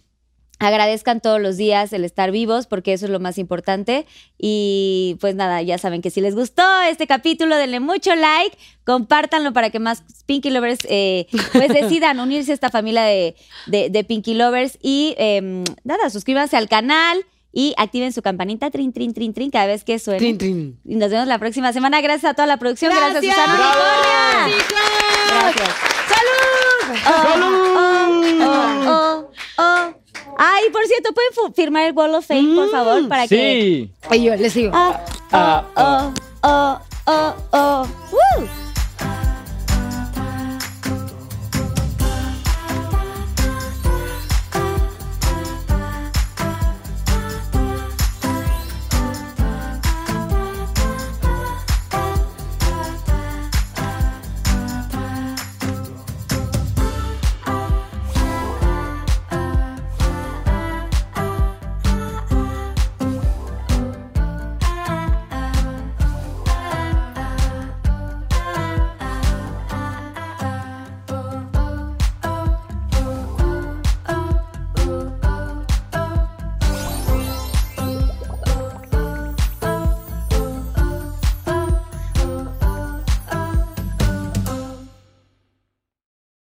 [SPEAKER 3] Agradezcan todos los días el estar vivos porque eso es lo más importante. Y pues nada, ya saben que si les gustó este capítulo, denle mucho like, compártanlo para que más Pinky Lovers eh, pues decidan unirse a esta familia de, de- de Pinky Lovers. Y eh, nada, suscríbanse al canal y activen su campanita, trin, trin, trin, trin, cada vez que suene.
[SPEAKER 5] Trin, trin.
[SPEAKER 3] Y nos vemos la próxima semana. Gracias a toda la producción. Gracias, Susana Unicornia. Gracias. ¡Salud! ¡Oh, oh, oh, oh! Ay, por cierto, ¿pueden fu- firmar el Wall of Fame, por favor? Para que...
[SPEAKER 4] Sí.
[SPEAKER 5] Y yo les digo.
[SPEAKER 3] Ah, oh, oh, oh, oh, oh.